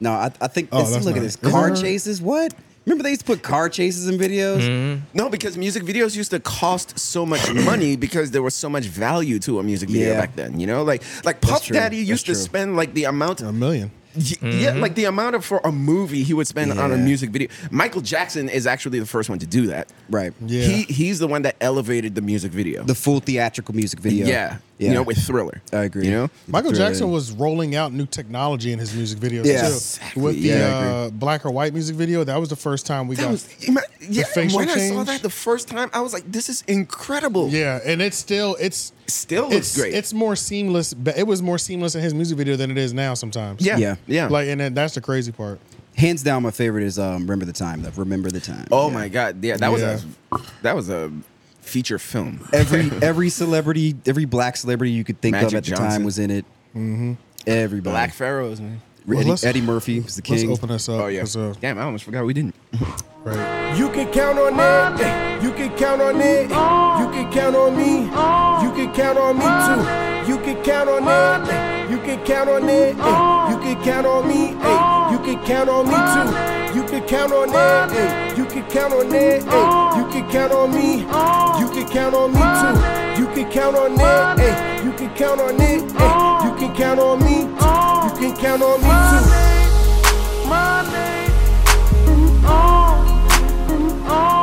B: No, I, I think.
A: (laughs) Oh,
B: this-
A: that's
B: look at
A: nice.
B: this. Car
A: Is it-
B: chases. What? Remember they used to put car chases in videos.
A: Mm-hmm.
D: No, because music videos used to cost so
A: (clears throat)
D: much money because there was so much value to a music video
B: Yeah.
D: back then. You know, like like Puff
B: true.
D: Daddy
B: That's
D: used to
B: true.
D: spend like the amount
A: A million.
D: Y- Yeah, like the amount of for a movie he would spend on a
B: Mm-hmm. Yeah.
D: music video. Michael Jackson is actually the first one to do that.
B: Right.
A: Yeah.
D: He he's the one that elevated the music video.
B: The full theatrical music video.
D: yeah. You know, with Thriller.
B: I agree.
D: You know?
A: Michael
B: Thrill.
A: Jackson was rolling out new technology in his music videos
B: Yeah.
A: too.
D: Exactly.
A: With the
D: Yeah, I
A: uh, black or white music video, that was the first time we
D: That
A: got.
D: was ima- yeah,
A: facial
D: when I saw
A: change.
D: that the first time, I was like, this is incredible.
A: yeah, and it's still it's
D: Still looks
A: it's
D: great.
A: It's more seamless, but it was more seamless in his music video than it is now sometimes.
D: Yeah.
B: Yeah.
D: Yeah.
A: like and then that's the crazy part.
B: Hands down, my favorite is um, "Remember the Time." Though. Remember the time.
D: oh
B: Yeah.
D: my (laughs) god. Yeah, that was a that was a feature film. (laughs)
B: Every every celebrity, every black celebrity you could think of
D: Magic
B: at the time
D: Johnson.
B: was in it. Mm-hmm. Everybody.
D: Black Pharaohs, man.
A: Well, let's-
B: Eddie, Eddie Murphy was the
A: Let's
B: king.
A: open this up.
D: Oh yeah.
A: 'cause, uh,
D: Damn, I almost forgot we didn't.
A: right.
E: You can count on it. eh. You can count on it. eh. You can count on me. You can count on me too. You can count on it. eh. You can count on it. eh. You can count on me. Hey, you can count on me too. You can count on it. Hey, you can count on it. Hey, you can count on me. You can count on me too. You can count on it. Hey, you can count on it. Hey, you can count on me. You can count on me too.
F: Money, money, oh,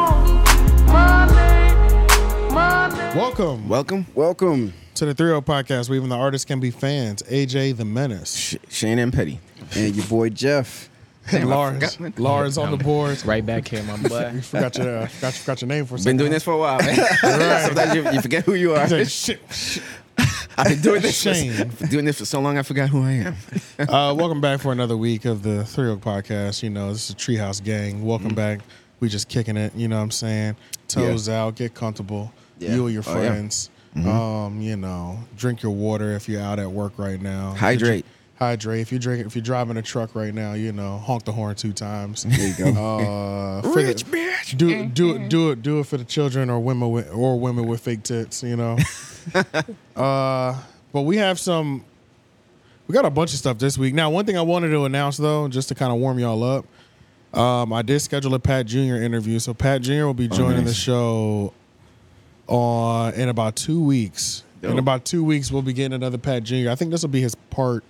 A: Welcome
D: Welcome,
B: Welcome.
A: to the 30 podcast where even the artists can be fans. AJ the Menace.
D: Sh- Shane and Petty.
B: And your
A: (laughs)
B: boy Jeff.
A: And
D: I
A: (laughs) Lars.
D: forgot
A: Lars
C: (laughs)
A: on the boards.
C: Right back here, my boy.
A: (laughs) You forgot your, uh, forgot, forgot your name for a
D: Been
A: (laughs) second.
D: doing this for a while. Man. (laughs) Sometimes you, you forget who you are.
A: Like, shit.
D: (laughs) I've been doing this.
A: Shame.
D: For, doing this for so long, I forgot who I am.
A: (laughs) Uh, welcome back for another week of the Three Oak Podcast. You know, this is a Treehouse Gang.
D: Mm-hmm.
A: Welcome back. We just kicking it. You know what I'm saying? Toes out, get comfortable.
B: Yeah.
A: You or your
D: Oh, yeah.
A: friends. Um, you know, drink your water if you're out at work right now.
D: Hydrate.
A: Hydrate. If you drink, if you're driving a truck right now, you know, honk the horn two times. There you go. (laughs) Uh, for
D: Rich
A: the-
D: bitch. Mm-hmm.
A: Do it, do it, do it, do it for the children or women with, or women with fake tits.
D: (laughs)
A: You know. uh, but we have some. We got a bunch of stuff this week. Now, one thing I wanted to announce though, just to kind of warm y'all up, um, I did schedule a Pat Jr. interview, so Pat Jr. will be
D: Oh,
A: joining the
D: nice.
A: show on in about two weeks. In
D: Dope.
A: about two weeks, we'll be getting another Pat Jr. I think this will be his part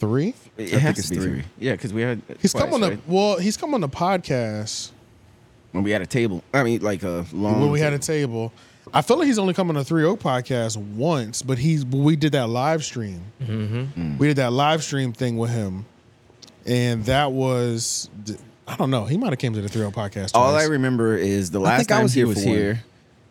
A: three.
D: It
B: I
D: has
B: think
D: to
B: it's
D: be
B: three.
D: three. Yeah, because we had
A: He's
D: twice,
A: come on the
D: right?
A: well. He's come on the podcast.
D: when we had a table. I mean, like a long.
A: when we had a table. I feel like he's only come on the Three Oak podcast once, but he's we did that live stream.
C: Mm-hmm.
D: Hmm.
A: We did that live stream thing with him, and that was I don't know. He might have came to the Three Oak podcast.
D: All I
A: twice.
D: remember is the
B: I
D: last
B: think I
D: time
B: was
D: he
B: here
D: was
B: for one.
D: here.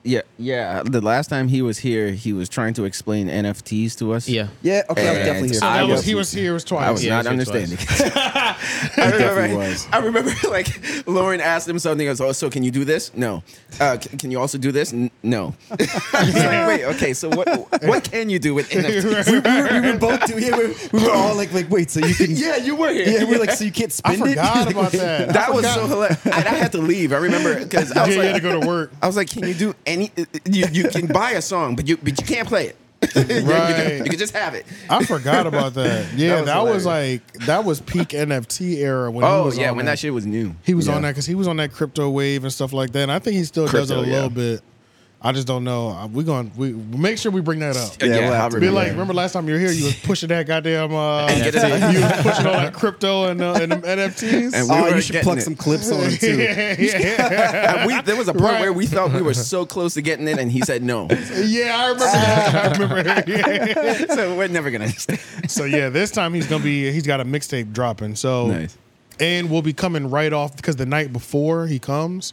D: Yeah, yeah. The last time he was here, he was trying to explain NFTs to us.
C: Yeah.
B: Yeah, okay, I was
D: And
B: definitely here.
A: so that
D: I
A: was
D: was-
A: he was here was twice.
D: I was
C: Yeah,
D: not
C: I was here
D: understanding. (laughs) I
B: definitely
D: remember,
B: was.
D: I remember, (laughs) like Lauren asked him something. I was, oh, so can you do this? No. Uh, c- can you also do this? N- no. (laughs) I was
A: (laughs)
D: like, wait, okay. So what? What can you do with NFTs?
B: we, were, we were both doing yeah, we, were- we were all like, like, wait, so you
A: (laughs)
B: can
D: yeah, you were here.
B: Yeah, we were like, so you can't
A: I
B: spend it?
A: forgot
D: (laughs)
B: Like,
A: about
B: wait.
A: that.
D: That
A: I
D: was
A: forgot.
D: so hilarious. And I had to leave. I
A: (laughs)
D: remember because I
A: Yeah,
D: was
A: you had to
D: like,
A: go to work.
D: I was like, can you do any? uh, You, you can buy a song, but you but you can't play it. (laughs) You- you,
A: Right.
D: can, you can just have it.
A: I forgot
D: (laughs)
A: about that. Yeah,
D: was
A: that was,
D: hilarious.
A: like that was peak (laughs) NFT era when. he
D: Oh
A: was
D: yeah,
A: on
D: when that shit was new.
A: He was
B: Yeah.
A: on that because he was on that crypto wave and stuff like that. And I think he still does it a
D: Crypto, yeah.
A: little bit. I just don't know. We're going to we make sure we bring that up.
B: Yeah, we'll
D: I
B: have to
A: Be
B: Yeah.
A: like, remember last time you were here, you was pushing that
D: (laughs)
A: goddamn. Uh,
D: Get it out.
A: (laughs) you was pushing all that crypto and, uh,
D: (laughs)
A: and them NFTs.
D: And we
B: Oh,
D: were
B: you should
D: getting
B: pluck
D: it.
B: some clips on
A: (laughs)
B: it too.
A: yeah, yeah.
D: (laughs) And we, there was a point
A: Right.
D: where we thought we were
A: (laughs)
D: so close to getting it, and he said no.
A: Yeah, I (laughs)
D: (laughs)
A: remember that. I remember. Yeah.
D: so we're never
A: (laughs)
D: gonna. Understand.
A: So yeah, this time he's gonna be. He's got a mixtape dropping. So
D: Nice.
A: and we'll be coming right off because the night before he comes,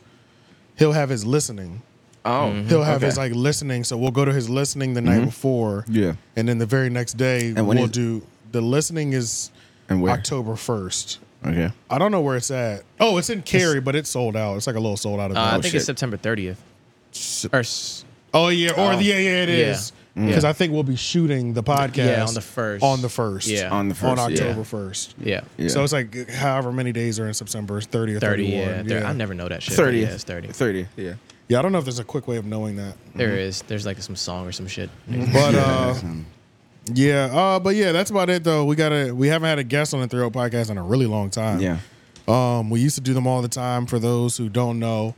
A: he'll have his listening.
D: Oh,
A: He'll have
D: okay.
A: his like listening. So we'll go to his listening the night before.
D: Yeah.
A: And then the very next day
D: And when
A: we'll
D: is-
A: do the listening is
D: And where?
A: October first.
D: Okay.
A: I don't know where it's at. Oh, it's in Cary, but it's sold out. It's like a little sold out event.
C: Uh, I
D: Oh,
C: think
D: shit.
C: it's September 30th. Or s-
A: oh yeah, or yeah, yeah, it
C: Yeah.
A: is.
D: Mm.
A: Because I think we'll be shooting the podcast.
C: Yeah, on the 1st.
A: On the first.
C: Yeah.
D: On the
A: on
D: first.
A: October first.
C: yeah.
D: Yeah.
A: So it's like however many days are in September, it's thirty or
C: 30,
A: thirty-one.
C: yeah. 30. I never know that shit.
D: yeah.
C: but
D: thirty.
C: Yeah, it's 30.
D: Thirty. Yeah.
A: yeah, I don't know if there's a quick way of knowing that.
C: There is. There's like some song or some shit.
A: But uh, yeah, uh, but yeah, that's about it though. We gotta we haven't had a guest on the Three O podcast in a really long time.
D: Yeah.
A: Um, we used to do them all the time for those who don't know.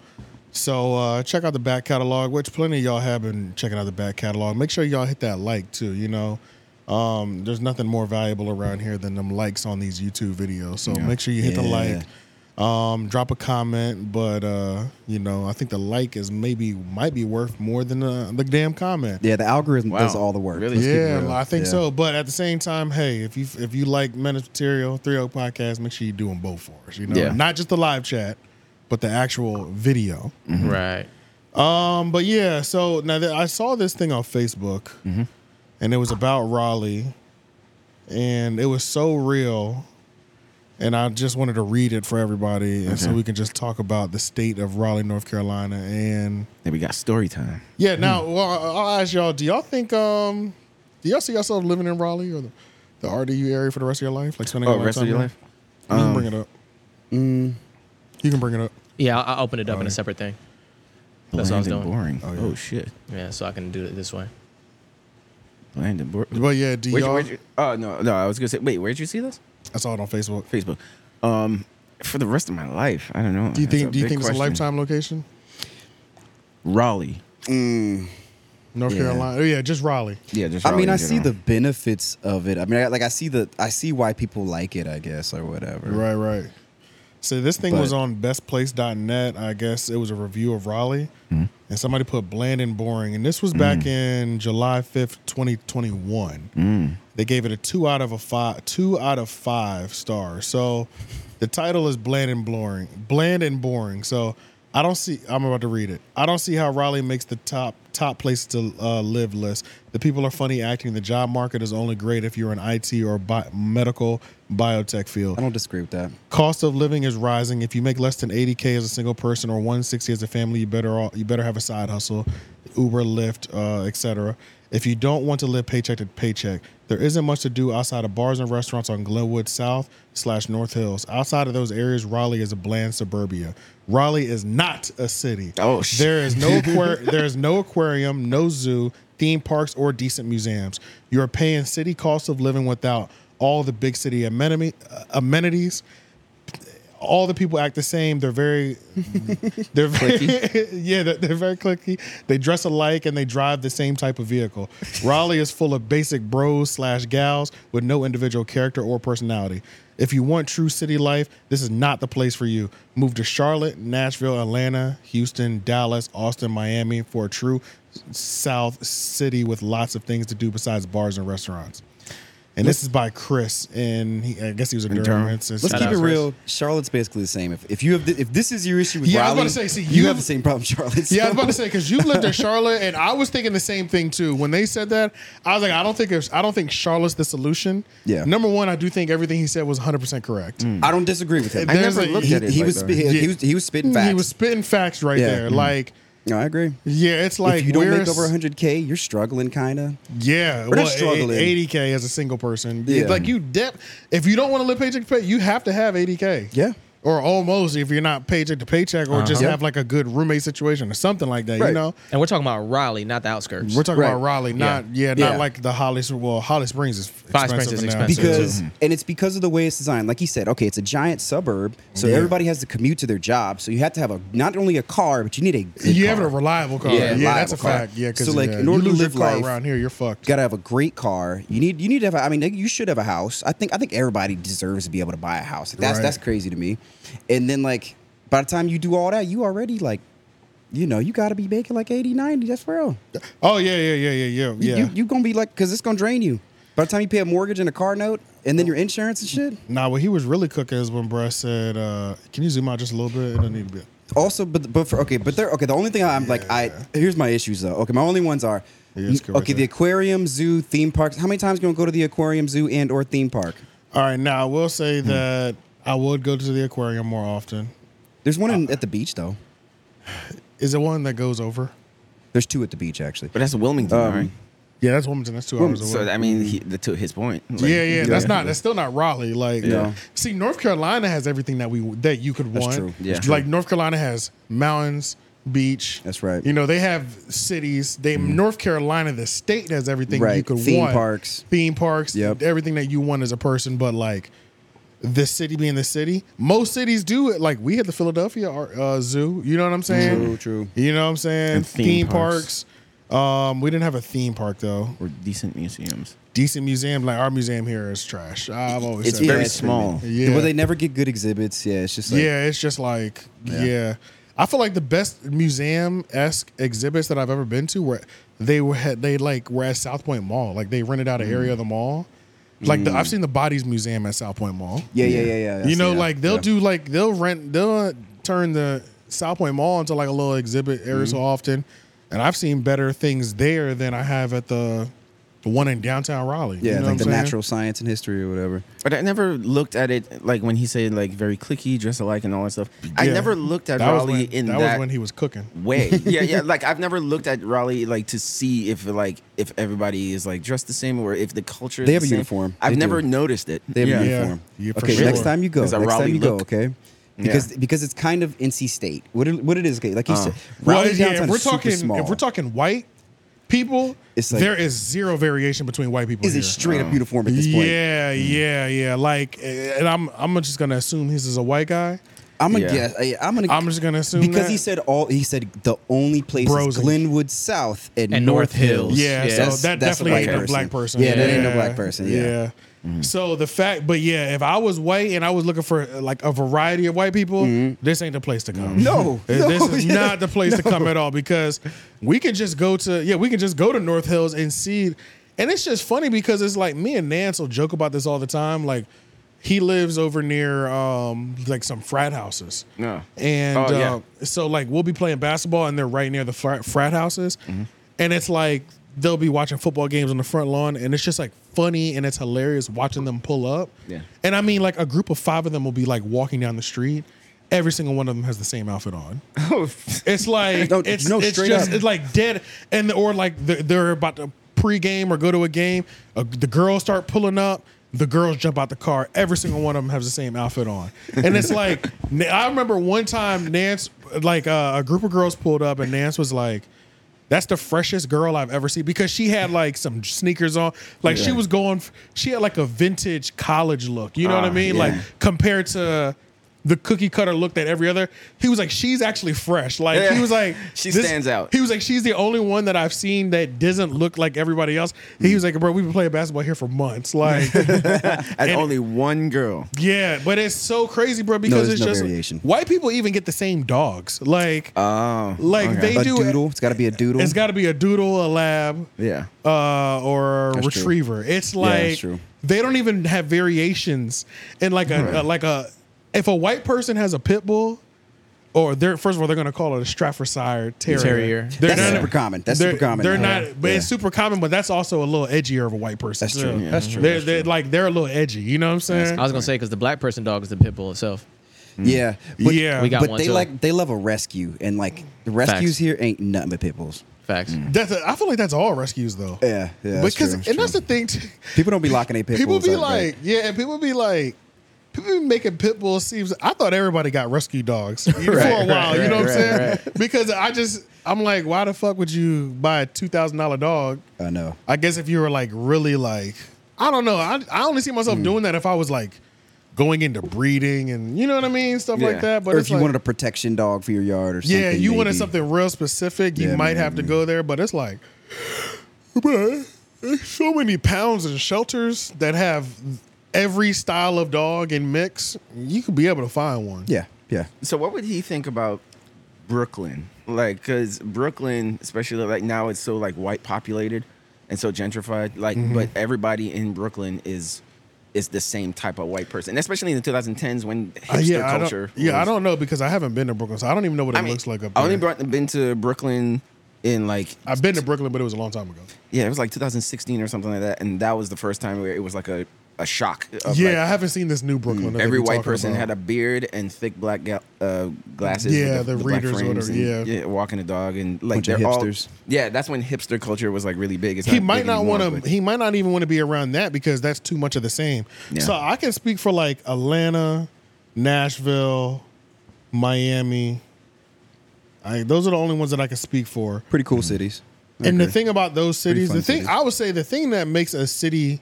A: So uh, check out the back catalog, which plenty of y'all have been checking out the back catalog. Make sure y'all hit that like too. You know, um, there's nothing more valuable around here than them likes on these YouTube videos. So make sure you hit the
B: Yeah.
A: like. Um, drop a comment, but uh, you know, I think the like is maybe might be worth more than uh, the, the damn comment.
B: Yeah, the algorithm
D: Wow.
B: does all the work.
D: Really?
B: Let's keep it
A: Yeah,
B: real.
A: I think
B: Yeah.
A: so. But at the same time, hey, if you if you like Menace material, Three Oak Podcast, make sure you do them both for us. You know,
D: Yeah.
A: not just the live chat, but the actual video.
B: Mm-hmm.
C: right.
A: Um, but yeah, so now that I saw this thing on Facebook,
B: Mm-hmm.
A: and it was about Raleigh, and it was so real, and I just wanted to read it for everybody, and so we can just talk about the state of Raleigh, North Carolina, and
D: Then we got story time.
A: yeah, now well, I- I'll ask y'all: Do y'all think um, do y'all see yourself living in Raleigh or the, the RDU area for the rest of your life, like spending
D: Oh,
A: a
D: rest of your life. Um, mm.
A: You can bring it up. You can bring it up.
C: Yeah, I'll, I'll open it up in a separate thing. That's what I was
D: Bland and boring.
C: doing.
A: Oh,
D: Oh,
A: yeah.
D: shit.
C: Yeah, so I can do it this way.
D: Bland and boring.
A: But yeah, do
D: Where'd you,
A: y'all?
D: where'd you, oh no, no. I was gonna say. Wait, where'd you see this?
A: I saw it on Facebook.
D: Facebook. Um, for the rest of my life, I don't know.
A: Do you
D: That's
A: think?
D: a
A: Do you
D: big
A: think it's a
D: question.
A: lifetime location?
D: Raleigh.
A: North
B: Mm. Yeah.
A: Carolina. Oh, yeah, just Raleigh.
D: Yeah, just.
B: I
D: Raleigh
B: mean,
D: in
B: I see the
D: general.
B: benefits of it. I mean, I, like I see the I see why people like it, I guess, or whatever.
A: Right, right. So this thing was
B: But-
D: Mm-hmm.
A: on bestplace.net. I guess it was a review of Raleigh. and somebody put bland and boring. And this was back in July 5th, 2021.
B: Mm.
A: They gave it a two out of a five, two out of five stars. So the title is bland and boring, bland and boring. So I don't see. I'm about to read it. I don't see how Raleigh makes the top top places to uh, live list. The people are funny acting. The job market is only great if you're in IT or bi- medical biotech field.
B: I don't disagree with that.
A: Cost of living is rising. If you make less than 80k as a single person or 160 as a family, you better all, you better have a side hustle, Uber, Lyft, uh, etc. If you don't want to live paycheck to paycheck, there isn't much to do outside of bars and restaurants on Glenwood South slash North Hills. Outside of those areas, Raleigh is a bland suburbia. Raleigh is not a city.
D: Oh, shit.
A: There is no aquar- there is no aquarium, no zoo, theme parks, or decent museums. You are paying city cost of living without all the big city amenity- uh, amenities. All the people act the same. They're very,
B: (laughs)
A: they're very, (laughs) yeah, they're, they're very clicky. They dress alike and they drive the same type of vehicle. Raleigh is full of basic bros slash gals with no individual character or personality. If you want true city life, this is not the place for you. Move to Charlotte, Nashville, Atlanta, Houston, Dallas, Austin, Miami for a true South city with lots of things to do besides bars and restaurants. And this is by Chris, and he, I guess he was a
D: Durham.
A: Durham. It's-
B: Let's
A: it's-
B: keep
C: out
B: it
C: to
B: real. Charlotte's basically the same. If, if you have the, if this is your issue with
A: Yeah, I was
B: Raleigh,
A: about to say, see,
B: you,
A: you-
B: have the same problem, Charlotte.
A: Yeah, I was
B: So-
A: about to say because you lived in (laughs) Charlotte, and I was thinking the same thing too. When they said that, I was like, I don't think it's, I don't think Charlotte's the solution.
B: Yeah.
A: Number one, I do think everything he said was 100 percent correct.
B: I don't disagree with him.
A: I There's never a- looked
B: he,
A: at
D: it
B: he
D: like
B: was
D: that.
B: spe- he,
A: Yeah.
B: was Mm, he was spitting facts.
A: He was spitting facts right
B: Yeah.
A: there.
B: Mhm.
A: Like,
B: no, I agree.
A: yeah, it's like
B: if you don't
A: we're
B: make
A: a
B: over
A: s-
B: 100k, you're struggling kind of.
A: Yeah,
B: We're not
A: well,
B: struggling.
A: eighty k as a single person.
B: Yeah.
A: Like you, dip, if you don't want to live paycheck to pay, you have to have eighty k.
B: Yeah.
A: or almost if you're not paycheck to paycheck, or just
B: Uh-huh.
A: have like a good roommate situation or something like that.
B: Right.
A: You know,
C: And we're talking about Raleigh, not the outskirts.
A: we're talking
B: Right.
A: about Raleigh, not yeah,
B: Yeah.
A: not like the Holly. Well, Holly Springs is expensive Mm-hmm.
C: Holly Springs is
A: now.
C: expensive.
B: because and it's because of the way it's designed. Like he said, okay, it's a giant suburb, so
A: Yeah.
B: everybody has to commute to their job. So you have to have a not only a car, but you need a good
A: you
B: car.
A: have a reliable car.
B: Yeah,
A: Yeah, that's
B: reliable
A: a
B: car.
A: fact. Yeah, because
B: So, like,
A: yeah,
B: in order
A: you
B: to
A: lose
B: live
A: your car
B: life-
A: around here, you're fucked.
B: Got to have a great car. You need you need to have. A, I mean, nigga, you should have a house. I think I think everybody deserves to be able to buy a house. That's
A: Right.
B: that's crazy to me. And then like by the time you do all that, you already like, you know, you got to be making like 80, 90. That's real.
A: oh yeah, yeah, yeah, yeah, yeah,
B: You,
A: yeah.
B: you, you gonna be like, cause it's gonna drain you. By the time you pay a mortgage and a car note, and then your insurance and shit.
A: nah, what he was really cooking is when Brad said, uh, "Can you zoom out just a little bit? It don't need to be."
B: Also, but but for okay, but they're okay. The only thing I'm like, I here's my issues though. Okay, my only ones are
A: Yeah, it's good right
B: okay. The
A: there.
B: aquarium, zoo, theme parks. How many times you gonna go to the aquarium, zoo, and or theme park?
A: All right, now I will say
B: Hmm.
A: that I would go to the aquarium more often.
B: There's one in, at the beach though.
A: Is it one that goes over?
B: There's two at the beach actually.
D: But that's Wilmington,
B: Um,
D: right?
A: Yeah, that's Wilmington. That's two hours away.
D: So I mean, he, the, to his point. like-
A: yeah, yeah, that's not. That's still not Raleigh. Like,
B: Yeah.
A: see, North Carolina has everything that we that you could
B: That's
A: want.
B: true.
D: Yeah. That's
A: like North Carolina has mountains, beach.
B: That's right. Mm-hmm.
A: You know, they have cities. They North Carolina, the state, has everything you
B: Right.
A: could
B: Theme
A: want.
B: parks.
A: theme parks,
B: Yep.
A: everything that you want as a person. But like, the city being the city, most cities do it. Like we had the Philadelphia uh, Zoo. You know what I'm saying?
B: True, true.
A: You know what I'm saying?
D: And theme parks.
A: parks. Um, we didn't have a theme park though
D: Or decent museums.
A: decent museum. Like our museum here is trash. I've always
D: It's
A: said
D: very
A: that.
D: small.
A: Yeah.
B: Well, they never get good exhibits. Yeah, it's just like,
A: yeah, it's just like yeah. I feel like the best museum esque exhibits that I've ever been to were they were had- they like were at South Point Mall. Like they rented out an area of the mall. Like the, I've seen the Bodies Museum at South Point Mall.
B: Mm. yeah, yeah, yeah, yeah.
A: you
B: I've
A: know,
B: seen that.
A: like they'll
B: Yeah.
A: do like they'll rent they'll uh, turn the South Point Mall into like a little exhibit area
B: Mm-hmm.
A: so often. And I've seen better things there than I have at the the one in downtown Raleigh.
B: Yeah,
A: you know
B: like
A: what
B: the
A: I'm saying?
B: natural science and history or whatever.
D: But I never looked at it like when he said like very clicky, dress alike, and all that stuff. I
A: Yeah.
D: never looked at
A: That was
D: Raleigh
A: when,
D: in
A: that,
D: that,
A: was when he was cooking. (laughs)
D: way. yeah, yeah. Like I've never looked at Raleigh like to see if like if everybody is like dressed the same or if the culture. is
B: They
D: the
B: have a
D: same.
B: uniform.
D: I've
B: They
D: never
B: do.
D: noticed it.
B: They have
D: yeah.
B: a
A: Yeah.
B: uniform.
A: Yeah, for
B: okay,
A: sure.
B: next time you go,
D: It's a
B: next time
D: Raleigh
B: you
D: look.
B: go, okay. Because because it's kind of NC State. What it, what it is, okay? Like
D: Uh.
B: he said,
A: Well,
B: Raleigh
A: yeah,
B: downtown
A: if we're
B: is super
A: talking
B: small.
A: if we're talking white people,
B: It's like-
A: there is zero variation between white people.
B: is
A: here.
B: it straight up uniform at this point?
A: Yeah, yeah, yeah. Like, eh, and I'm I'm just gonna assume this is a white guy.
B: I'm gonna
D: Yeah.
B: guess. I, I'm gonna.
A: I'm just gonna assume
B: because
A: that.
B: he said all. He said the only place is
A: Bros.
B: Glenwood South and,
C: And North Hills.
A: Yeah,
C: Yeah,
A: so
B: that's-
A: that
B: that's a
A: definitely
B: white
A: ain't no
B: person.
A: black person.
B: Yeah, that ain't no black person, yeah.
A: So the fact, but yeah, if I was white and I was looking for uh, like a variety of white people,
B: Mm-hmm.
A: this ain't the place to come.
B: No,
A: Um, (laughs) this
B: no,
A: is
B: (laughs) yeah,
A: not the place to come at all because we can just go to yeah, we can just go to North Hills and see. And it's just funny because it's like me and Nance will joke about this all the time. Like he lives over near um like some frat houses. (laughs)
D: No.
A: And
D: Oh, yeah.
A: uh, so like we'll be playing basketball and they're right near the frat, frat houses, and it's like they'll be watching football games on the front lawn, and it's just like funny and it's hilarious watching them pull up.
D: Yeah.
A: And I mean, like a group of five of them will be like walking down the street. Every single one of them has the same outfit on. (laughs) It's like
B: No,
A: it's
B: no,
A: it's
B: straight
A: just
B: up.
A: it's like dead, and or like they're, they're about to pregame or go to a game. Uh, the girls start pulling up. The girls jump out the car. Every single one of them has the same outfit on, and it's like
B: (laughs)
A: N- I remember one time Nance, like uh, a group of girls pulled up, and Nance was like. That's the freshest girl I've ever seen because she had like some sneakers on. Like she was going, f- she had like a vintage college look. You know what I
D: Ah,
A: mean?
D: yeah.
A: Like compared to the cookie cutter look that every other. He was like, she's actually fresh. Like he
D: Yeah.
A: was like,
D: (laughs) She stands out.
A: He was like, she's the only one that I've seen that doesn't look like everybody else. He was like, bro, we've been playing basketball here for
D: (laughs)
A: months. Like,
D: And only one girl.
A: yeah, but it's so crazy, bro, because
B: there's
A: it's
B: no
A: just
B: variation.
A: white people even get the same dogs. Like,
D: Oh,
A: like
D: okay.
A: they
B: a
A: do.
B: doodle. It's got to be a doodle.
A: It's got to be a doodle, a lab,
D: Yeah.
A: uh, or a
B: That's true.
A: retriever. It's
B: that's
A: like
B: true.
A: they don't even have variations. And like a, a- like a if a white person has a pit bull, or they're first of all they're gonna call it a Staffordshire Terrier.
C: Terrier.
A: They're
B: That's
A: not-
B: super common. That's
A: they're,
B: super common
A: They're
B: now.
A: not, but it's
B: Yeah.
A: super common. But that's also a little edgier of a white person.
B: That's true.
A: too.
B: Yeah. That's true.
A: They're,
B: That's
A: they're like they're a little edgy. You know what I'm saying?
C: I was gonna say because the black person dog is the pit bull itself.
B: yeah,
A: Mm. Yeah. We
C: Mm. got
B: but
C: one
B: they
C: too.
B: like they love a rescue and like the rescues here ain't nothing but pit bulls. Mm.
C: Facts.
A: That's a, I feel like that's all rescues though.
B: Yeah, yeah, that's
A: because
B: true, that's
A: and that's
B: true.
A: the thing. Too.
B: People don't be locking their pit
A: people
B: bulls.
A: be
B: up, right?
A: like, yeah, and people be like, people be making pit bulls seem. I thought everybody got rescue dogs
B: (laughs)
A: for a while. you know what I'm saying? Because I just, I'm like, why the fuck would you buy a two thousand dollar dog?
B: I know.
A: I guess if you were like really like, I don't know. I I only see
B: Hmm.
A: myself doing that if I was like going into breeding and you know what I mean, stuff like
D: Yeah.
A: that. But
B: Or
A: it's
B: if you
A: like,
B: wanted a protection dog for your yard or something.
A: yeah, you wanted
B: maybe.
A: something real specific, you
B: Yeah,
A: might
B: maybe,
A: have to go there, but it's like, bruh, there's so many pounds and shelters that have every style of dog and mix. You could be able to find one.
B: Yeah, yeah.
D: So what would he think about Brooklyn? Like, cause Brooklyn, especially like now, it's so like white populated and so gentrified. Like,
A: Mm-hmm.
D: but everybody in Brooklyn is is the same type of white person, and especially in the 2010s when hipster
A: Uh, yeah, I
D: culture.
A: don't, yeah, I
D: was-
A: don't know because I haven't been to Brooklyn, so I don't even know what it
D: I mean,
A: looks like up
D: I only
A: there.
D: brought, been to Brooklyn in like
A: I've been to Brooklyn, but it was a long time ago.
D: yeah, it was like 2016 or something like that, and that was the first time where it was like a a shock. Of
A: yeah,
D: like,
A: I haven't seen this new Brooklyn. that they
D: Mm. Mm-hmm. Every
A: be
D: white
A: talking
D: person
A: about.
D: had a beard and thick black ga- uh, glasses.
A: Yeah,
D: with
A: the
D: black
A: readers or
D: frames
A: whatever,
D: and,
A: yeah.
D: walking a dog and like
B: Bunch of
D: they're all.
B: hipsters.
D: Yeah, that's when hipster culture was like really big. It's
A: he
D: not
A: might
D: big
A: not
D: anymore,
A: want to.
D: but-
A: He might not even want to be around that because that's too much of the same.
D: Yeah.
A: So I can speak for like Atlanta, Nashville, Miami. I, those are the only ones that I can speak for.
B: Pretty cool cities.
A: And the
B: Okay.
A: thing about those cities,
B: fun
A: the thing
B: cities.
A: I would say, the thing that makes a city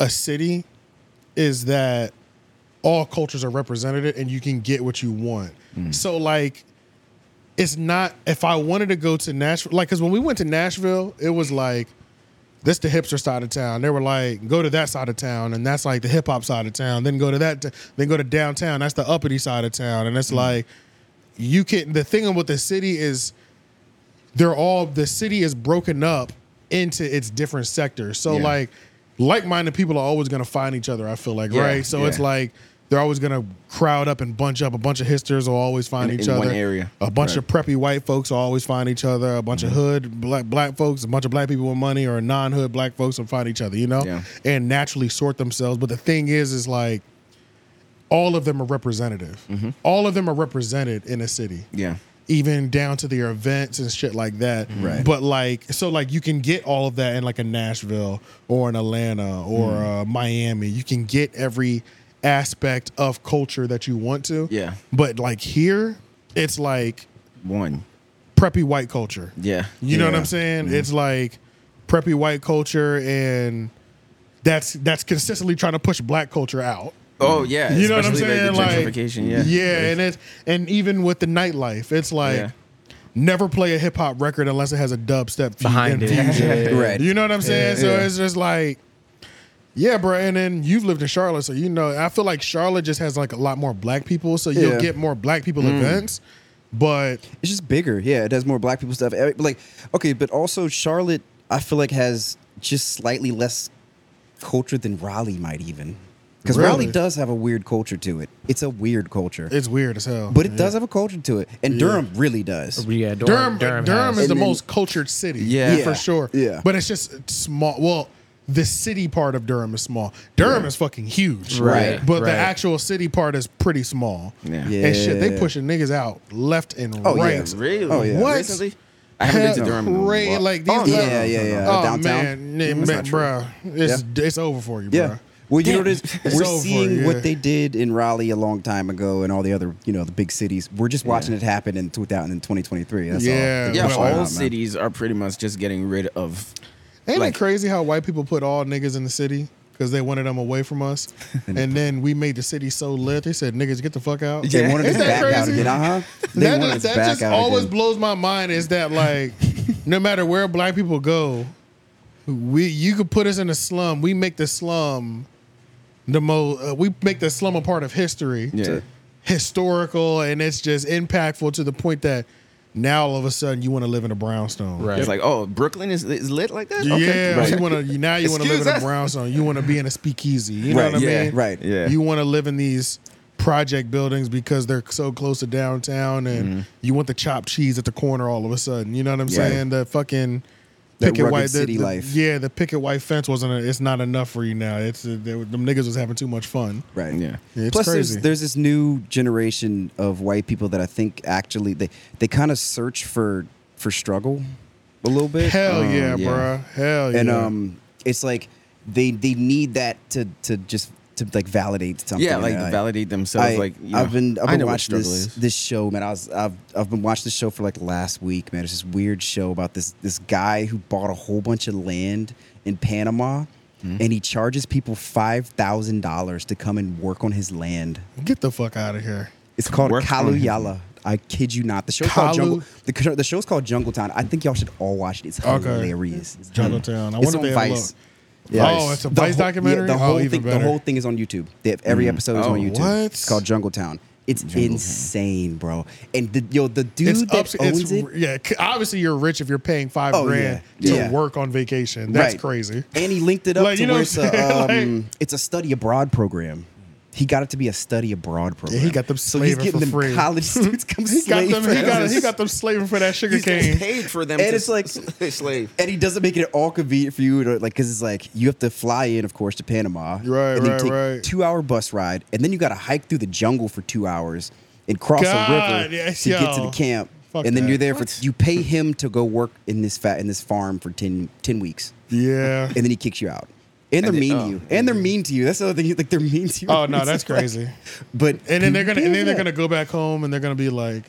A: a city is that all cultures are represented and you can get what you want.
B: Mm.
A: So like it's not if I wanted to go to Nashville, like because when we went to Nashville, it was like this the hipster side of town. They were like, go to that side of town, and that's like the hip hop side of town. Then go to that, t- then go to downtown. That's the uppity side of town, and it's
D: Mm-hmm.
A: like you can. The thing with the city is they're all the city is broken up into its different sectors. So
D: Yeah.
A: like like-minded people are always going to find each other. I feel like
D: Yeah,
A: right. So it's
D: yeah.
A: like they're always going to crowd up and bunch up. A bunch of hipsters will always find
D: In-
A: each
D: in
A: other.
D: one area. Mm-hmm.
A: A bunch of preppy white folks will always find each other. A bunch of hood black black folks, a bunch of black people with money, or non-hood black folks will find each other. You know,
D: Yeah.
A: and naturally sort themselves. But the thing is, is like all of them are representative. All of them are represented in a city
D: Mm-hmm. Yeah,
A: even down to their events and shit like that.
D: Mm-hmm.
B: Right.
A: But like, so like you can get all of that in like a Nashville or an Atlanta or
D: Mm-hmm.
A: uh, Miami. You can get every aspect of culture that you want to.
D: Yeah.
A: But like here, it's like
D: one.
A: preppy white culture.
D: Yeah,
A: You know what
B: Yeah.
A: I'm saying? It's like preppy white culture and that's that's consistently trying to push black culture out.
D: Oh yeah,
A: You know what I'm
D: especially,
A: saying?
D: Like, the
A: Like,
D: gentrification, yeah,
A: and it's and even with the nightlife, it's like
D: Yeah.
A: never play a hip hop record unless it has a dubstep fu-
C: Behind it.
A: infusion.
B: (laughs) Right.
A: You know what I'm saying?
B: Yeah,
A: so
B: yeah.
A: it's just like, yeah, bro. And then you've lived in Charlotte, so you know. I feel like Charlotte just has like a lot more black people, so you'll
B: Yeah.
A: get more black people
C: Mm.
D: Mm.
A: events. But
B: It's just bigger. Yeah, it has more black people stuff. Eh, Like, okay, but also Charlotte, I feel like has just slightly less culture than Raleigh might even. Because
A: Really?
B: Raleigh does have a weird culture to it. It's a weird culture.
A: it's weird as hell.
B: but it
A: Oh, Yeah.
B: does have a culture to it. And Durham really does.
C: Oh, Yeah,
A: Durham,
C: Durham.
A: Durham,
C: has-
A: is
B: And
A: the
B: then-
A: most cultured city.
D: Yeah.
A: for
B: Yeah.
A: sure.
B: Yeah.
A: but it's just small. Well, the city part of Durham is small. Durham is fucking huge,
C: Right,
A: But
C: right.
A: the actual city part is pretty small.
D: Yeah.
A: and shit, they
B: Yeah.
A: pushing niggas out left and
B: Oh, yeah.
A: right.
D: Really?
B: Oh, yeah.
A: What?
D: Recently? I haven't been to Durham. in a
A: Great,
D: while.
A: like, these
D: Oh, no,
A: levels-
D: no, no,
B: Yeah, yeah,
D: no,
B: yeah.
D: no.
A: Oh
B: downtown? Mm,
A: man, man
D: not true.
A: bro, it's it's over for you,
B: Yeah.
A: bro.
B: Well, you know
D: Damn.
B: what it
A: (laughs) It's
B: is? We're
A: over for
B: seeing
A: you, yeah.
B: what they did in Raleigh a long time ago and all the other, you know, the big cities. We're just watching it happen in 2000 and 2023. That's
A: Yeah.
B: all.
D: Yeah,
A: Well,
D: all
A: wow, man.
D: cities are pretty much just getting rid of.
A: Ain't
D: Like-
A: it crazy how white people put all niggas in the city because they wanted them away from
B: (laughs)
A: us, and then we made the city so lit. They said, "Niggas, get the fuck out."
B: They wanted
A: Isn't
B: us back
A: that
B: out
A: crazy?
B: again. Uh huh. They
A: that
B: wanted
A: just,
B: us
A: that
B: back
A: just
B: out
A: always
B: again.
A: blows my mind is that
B: (laughs)
A: like no matter where black people go we you could put us in a slum we make the slum the mo uh, we make the slum a part of history
D: Yeah.
A: historical and it's just impactful to the point that now all of a sudden you want to live in a brownstone
C: Right.
D: It's like, oh, Brooklyn is, is lit like that.
A: yeah,
D: Okay.
A: you want to. You, now you want to live
D: Excuse
A: in a
D: us.
A: brownstone. You want to be in a speakeasy. You know
B: Right,
A: what I
D: yeah,
A: mean?
B: right,
D: yeah.
A: You want to live in these project buildings because they're so close to downtown, and
B: Mm-hmm.
A: you want the chopped cheese at the corner all of a sudden. You know what I'm saying? The fucking
B: That
A: picket
B: rugged
A: white the-
B: city
A: the-
B: life.
A: Yeah, the picket white fence wasn't. A, it's not enough for you now. It's uh, they, were- them niggas was having too much fun.
B: Right.
D: Yeah.
A: Yeah, it's
B: Plus,
A: crazy.
B: there's there's this new generation of white people that I think actually they they kind of search for for struggle a little bit.
A: Hell
D: Um,
A: yeah,
D: yeah.
A: bruh. Hell yeah.
B: and um, it's like they they need that to to just to like validate something.
D: Yeah, like
B: And I-
D: validate themselves.
B: I,
D: like you know,
B: I've been I've
D: I know
B: been
D: what
B: watching
D: struggle
B: this
D: is.
B: this show, man. I was I've I've been watching this show for like the last week, man. It's this weird show about this this guy who bought a whole bunch of land in Panama,
D: Hmm?
B: and he charges people five thousand dollars to come and work on his land.
A: get the fuck out of here.
B: It's called
D: Work on his-
B: Kaluyala. I kid you not. The show's called
A: Kalu-
B: Jungle. The, co- the show's called Jungle Town. I think y'all should all watch it. It's
A: Okay.
B: hilarious. It's
A: Jungle Town. I
B: it's
A: wonder if
B: on
A: they have a
B: Vice.
A: look. Oh, it's a Vice
B: whole-
A: documentary?
B: the
A: Oh,
B: whole
A: even
B: thing, the
A: better. Mm.
B: whole thing is on YouTube. They have every episode is
D: Oh,
B: on YouTube.
A: what?
B: It's called Jungle Town. It's insane, bro. And the, yo, the dude
A: It's
B: that
A: up.
B: owns
A: It's
B: it,
A: yeah. c- Obviously, you're rich if you're paying five
B: Oh,
A: grand
B: yeah.
A: to
B: Yeah.
A: work on vacation. That's
B: right.
A: crazy.
B: And he linked it
A: (laughs)
B: up
A: Like,
B: to
A: you know
B: where
A: what
B: it's
A: I'm
B: a,
A: saying?
B: um, it's a study abroad program. He got it to be a study abroad program.
A: he got them
B: so he's
A: slaving
B: getting
A: for
B: them
A: free. (laughs)
B: college students come
A: He got
B: slave
A: them.
B: for
A: He got,
B: him.
A: he got them slaving for that sugar
D: He's
A: cane.
D: paid for them.
B: And
D: to
B: it's
D: (laughs)
B: like- (laughs)
D: slave.
B: and he doesn't make it at all convenient for you to like because it's like you have to fly in of course to panama
A: Right,
B: and then
A: right,
B: take
A: right.
B: two hour bus ride and then you got to hike through the jungle for two hours and cross
A: God,
B: a river
A: yes,
B: to get to
A: yo.
B: the camp
A: Fuck
B: and then
A: that.
B: you're there
D: What?
B: for you pay him to go work in this fat in this farm for 10, 10 weeks
A: Yeah.
B: and then he kicks you out and they're
D: And they-
B: mean
D: oh.
B: to you and they're mean to you that's the other thing like they're mean to you
A: Oh no,
B: (laughs) It's
A: that's
B: just like-
A: crazy.
B: but
A: And then they're gonna. And then they're
B: Yeah.
A: gonna go back home and they're gonna be like,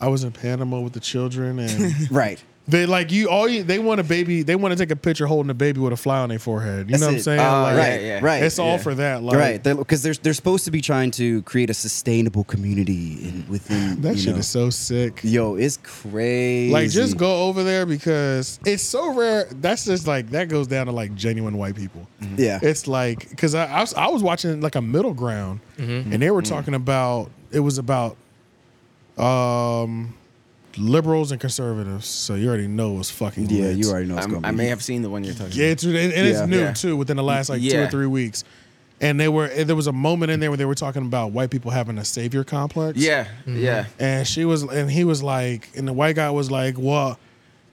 A: I was in Panama with the children and.
B: (laughs) right
A: They like you. All you, they want a baby. They want to take a picture holding a baby with a fly on their forehead. You
B: That's
A: know what I'm
B: it.
A: saying?
D: Oh,
A: like,
B: right
D: yeah.
B: right
A: It's all for that. Like,
B: right, because they're, they're supposed to be trying to create a sustainable community in, (sighs) within
A: That
B: you
A: shit
B: know.
A: is so sick.
B: Yo, it's crazy.
A: Like just go over there because it's so rare. That's just like that goes down to like genuine white people.
D: Mm-hmm.
B: Yeah.
A: It's like because I, I was I was watching like a middle ground, and they were
D: Mm-hmm.
A: talking about it was about um liberals and conservatives. So you already know it was fucking
B: yeah,
A: lit.
B: you already know it's
D: I'm-
B: gonna
D: I
B: be.
D: may have seen the one you're talking.
A: Yeah, it's, and, and
B: Yeah.
A: it's new
D: Yeah.
A: too. Within the last like two
D: Yeah.
A: or three weeks, and they were there was a moment in there where they were talking about white people having a savior complex.
D: Yeah,
A: Mm-hmm.
B: Mm-hmm.
D: yeah.
A: And she was, and he was like, and the white guy was like, well,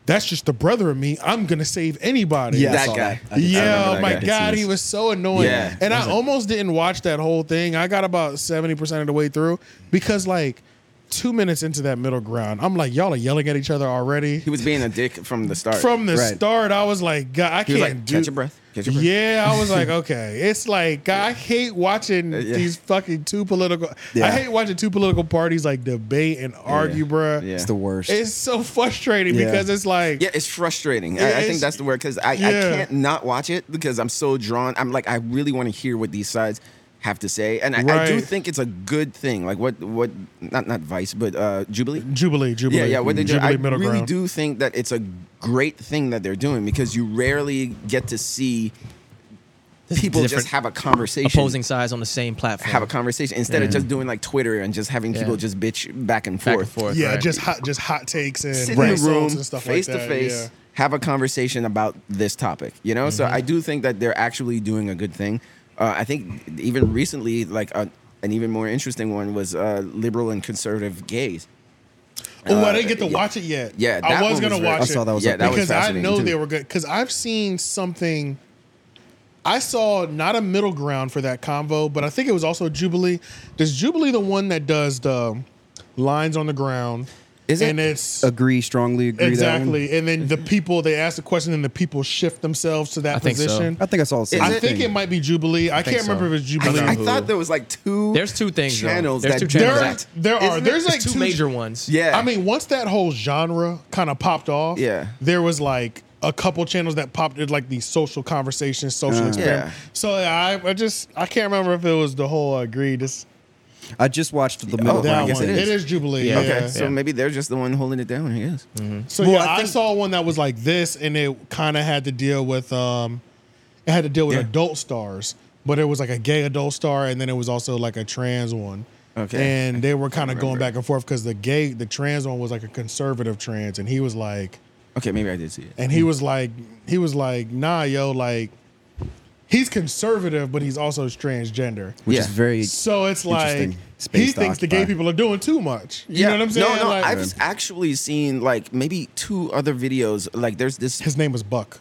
A: that's just the brother of me. I'm gonna save anybody.
B: yeah, I
D: That
B: saw
D: guy.
B: I did- I
A: Yeah,
B: remember
A: oh
D: that
A: my
D: guy.
A: God, he was so annoying.
D: Yeah.
A: And
B: Mm-hmm.
A: I almost didn't watch that whole thing. I got about 70% of the way through because, like, two minutes into that middle ground, I'm like, y'all are yelling at each other already.
D: He was being a dick from the start.
A: From the
B: Right.
A: start, I was like, God, I
D: he
A: can't
D: was like,
A: do
D: catch your breath, catch your breath.
A: yeah, I was like, okay. It's like God, I hate watching
D: yeah.
A: these fucking two political. I
B: Yeah.
A: hate watching two political parties like debate and argue, bruh.
D: Yeah.
B: It's the worst.
A: It's so frustrating
B: Yeah.
A: because it's like,
D: Yeah, it's frustrating. I, I
A: It's-
D: think that's the word because I, I
A: Yeah.
D: can't not watch it because I'm so drawn. I'm like, I really want to hear what these sides have to say. And I, I do
A: Right.
D: think it's a good thing. Like what what not not Vice, but uh, Jubilee.
A: Jubilee, Jubilee.
D: Yeah, yeah. What they do,
A: Jubilee
D: I
A: middle
D: really
A: ground.
D: do think that it's a great thing that they're doing because you rarely get to see people
C: different
D: just have a conversation,
C: Opposing sides on the same platform.
D: have a conversation instead of just doing like Twitter and just having people
C: Yeah.
D: just bitch back and
C: back
D: forth.
C: and forth.
A: Yeah,
C: right.
A: just hot, just hot takes and
D: Sit in
A: insults
D: the room,
A: and stuff
D: face
A: like
D: to
A: that,
D: face,
A: yeah.
D: have a conversation about this topic. You know,
C: Mm-hmm.
D: so I do think that they're actually doing a good thing. Uh, I think even recently, like uh, an even more interesting one was uh, liberal and conservative gays.
A: Oh,
D: Uh,
A: I didn't get to
D: yeah.
A: watch it yet.
D: Yeah, that
A: I was
D: one
A: gonna
D: was very-
A: watch
B: I
A: it.
B: saw that was
D: yeah,
B: up
D: that
B: there.
A: because
D: was
A: I
D: fascinating
A: know
D: too.
A: they were good. Because I've seen something. I saw not a middle ground for that convo, but I think it was also Jubilee. Does Jubilee the one that does the lines on the ground?
D: Is
A: And
D: it?
A: it's
B: Agree, strongly agree. That one.
A: exactly. And then the people they ask the question, and the people shift themselves to that
C: I think so.
A: position.
B: I think I saw the same
A: I
D: Is it-
A: think
B: (laughs) thing.
A: it might be Jubilee. I,
C: think
A: can't
C: so.
A: remember if it's Jubilee.
D: I thought there was like two.
C: There's two things, though.
D: Channels
C: There's
D: that
C: two
D: do
C: channels
D: that.
A: there, there are.
D: Isn't
A: There's
D: there-
A: like
C: two, major ones.
D: Yeah.
A: I mean, once that whole genre kind of popped off,
D: Yeah.
A: there was like a couple channels that popped in like these social conversations, social experiment.
D: Yeah.
A: So I, I just I can't remember if it was the whole agree this
B: I just watched the middle
D: Oh,
A: that
D: I
B: ground.
D: guess
A: one.
D: it is.
A: It is Jubilee. Yeah.
C: Yeah. Mm-hmm.
D: okay, so
C: Yeah.
D: maybe they're just the one holding it down. I guess.
A: So
B: Well,
A: yeah,
B: I
A: I,
B: think-
A: saw one that was like this, and it kind of had to deal with um, it had to deal with
D: Yeah.
A: adult stars, but it was like a gay adult star, and then it was also like a trans one.
D: Okay.
A: And they were kind of going
D: remember.
A: back and forth because the gay, the trans one was like a conservative trans, and he was like,
D: Okay, maybe I did see it.
A: and he was like, he was like, nah, yo, like, he's conservative, but he's also transgender.
B: Which
D: Yeah.
B: is very
A: So it's like
B: Interesting space
A: he
B: to
A: thinks the gay
B: occupy.
A: people are doing too much. You know what I'm saying?
D: No, no,
A: Like-
D: I've actually seen like maybe two other videos. Like there's this.
A: his name was Buck.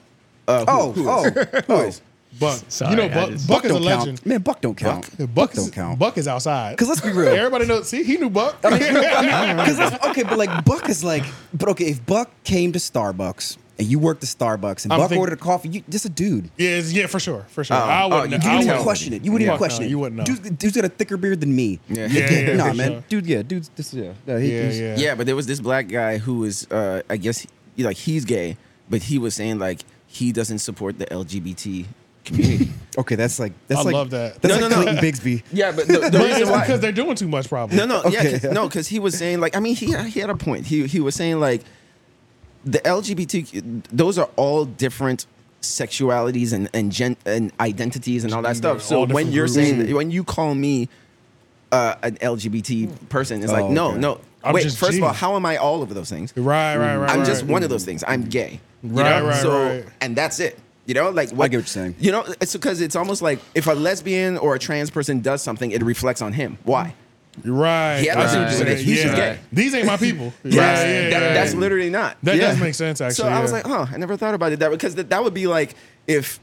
D: Uh, who- (laughs)
B: Oh,
D: who
B: oh,
D: is-
B: oh.
A: Buck.
C: Sorry,
A: you know,
C: I
A: Buck,
C: just-
A: Buck, is a
B: don't
A: legend.
B: count. Man, Buck don't count.
A: Yeah,
B: Buck,
A: Buck, is,
B: don't count.
A: Buck is outside.
B: Because let's be
A: (laughs)
B: real.
A: Everybody knows. See, he knew Buck. (laughs)
B: (laughs) Because that's okay, but like Buck is like, but okay, if Buck came to Starbucks and you worked at Starbucks and
A: I'm
B: Buck
A: think-
B: ordered a coffee, you just a dude.
A: yeah, it's- yeah, for sure, for sure.
D: Oh,
A: I
D: oh,
A: wouldn't.
D: you
A: I
B: You
D: wouldn't
B: wouldn't even
A: wouldn't.
B: question it. You wouldn't
A: Fuck
B: even
A: no,
B: question it.
A: you wouldn't know.
B: Dude, dude's got a thicker beard than me. (laughs)
D: Yeah.
A: Yeah, yeah,
B: nah,
A: for
B: man.
A: sure.
B: Dude, yeah, dude's this, yeah. yeah, he-
A: Yeah,
B: he's-
A: yeah.
D: Yeah, but there was this black guy who was, uh, I guess, he, like he's gay, but he was saying like he doesn't support the LGBT community.
B: (laughs) Okay, that's like that's
A: I
B: like
A: love that.
B: That's
D: No,
B: like
D: no, no.
B: Clinton Bigsby.
D: yeah, but the,
A: (laughs)
D: the
A: But it's
D: reason why
A: because they're doing too much, probably.
D: No, no, yeah,
B: Okay.
D: 'cause- no, because he was saying like I mean he he had a point. He he was saying like the LGBT those are all different sexualities and and gen, and identities and all that stuff. So
A: All
D: when
A: different
D: you're
A: groups. Mm-hmm.
D: saying when you call me uh, an LGBT person, it's
B: Oh,
D: like no,
B: okay.
D: no.
A: I'm
D: Wait,
A: just
D: first of all,
A: G.
D: how am I all of those things? Mm.
A: Right, right, right.
D: I'm
A: right.
D: just one of those things. I'm gay. You
A: Right,
D: know?
A: right,
D: so,
A: right.
D: And that's it. You know, like what,
B: get what you're saying.
D: You know, it's because it's almost like if a lesbian or a trans person does something, it reflects on him. Why?
A: Right.
D: Yeah,
A: I see
D: right.
A: what you're saying.
D: He's just
A: Yeah.
D: gay.
A: These ain't my people.
D: (laughs)
A: yeah,
D: Yes.
A: yeah, yeah,
D: That-
A: yeah.
D: That's literally not.
A: That
D: Yeah.
A: does make sense,
D: So
A: actually,
D: I was
A: yeah.
D: like, oh, I never thought about it that way because that, that would be like if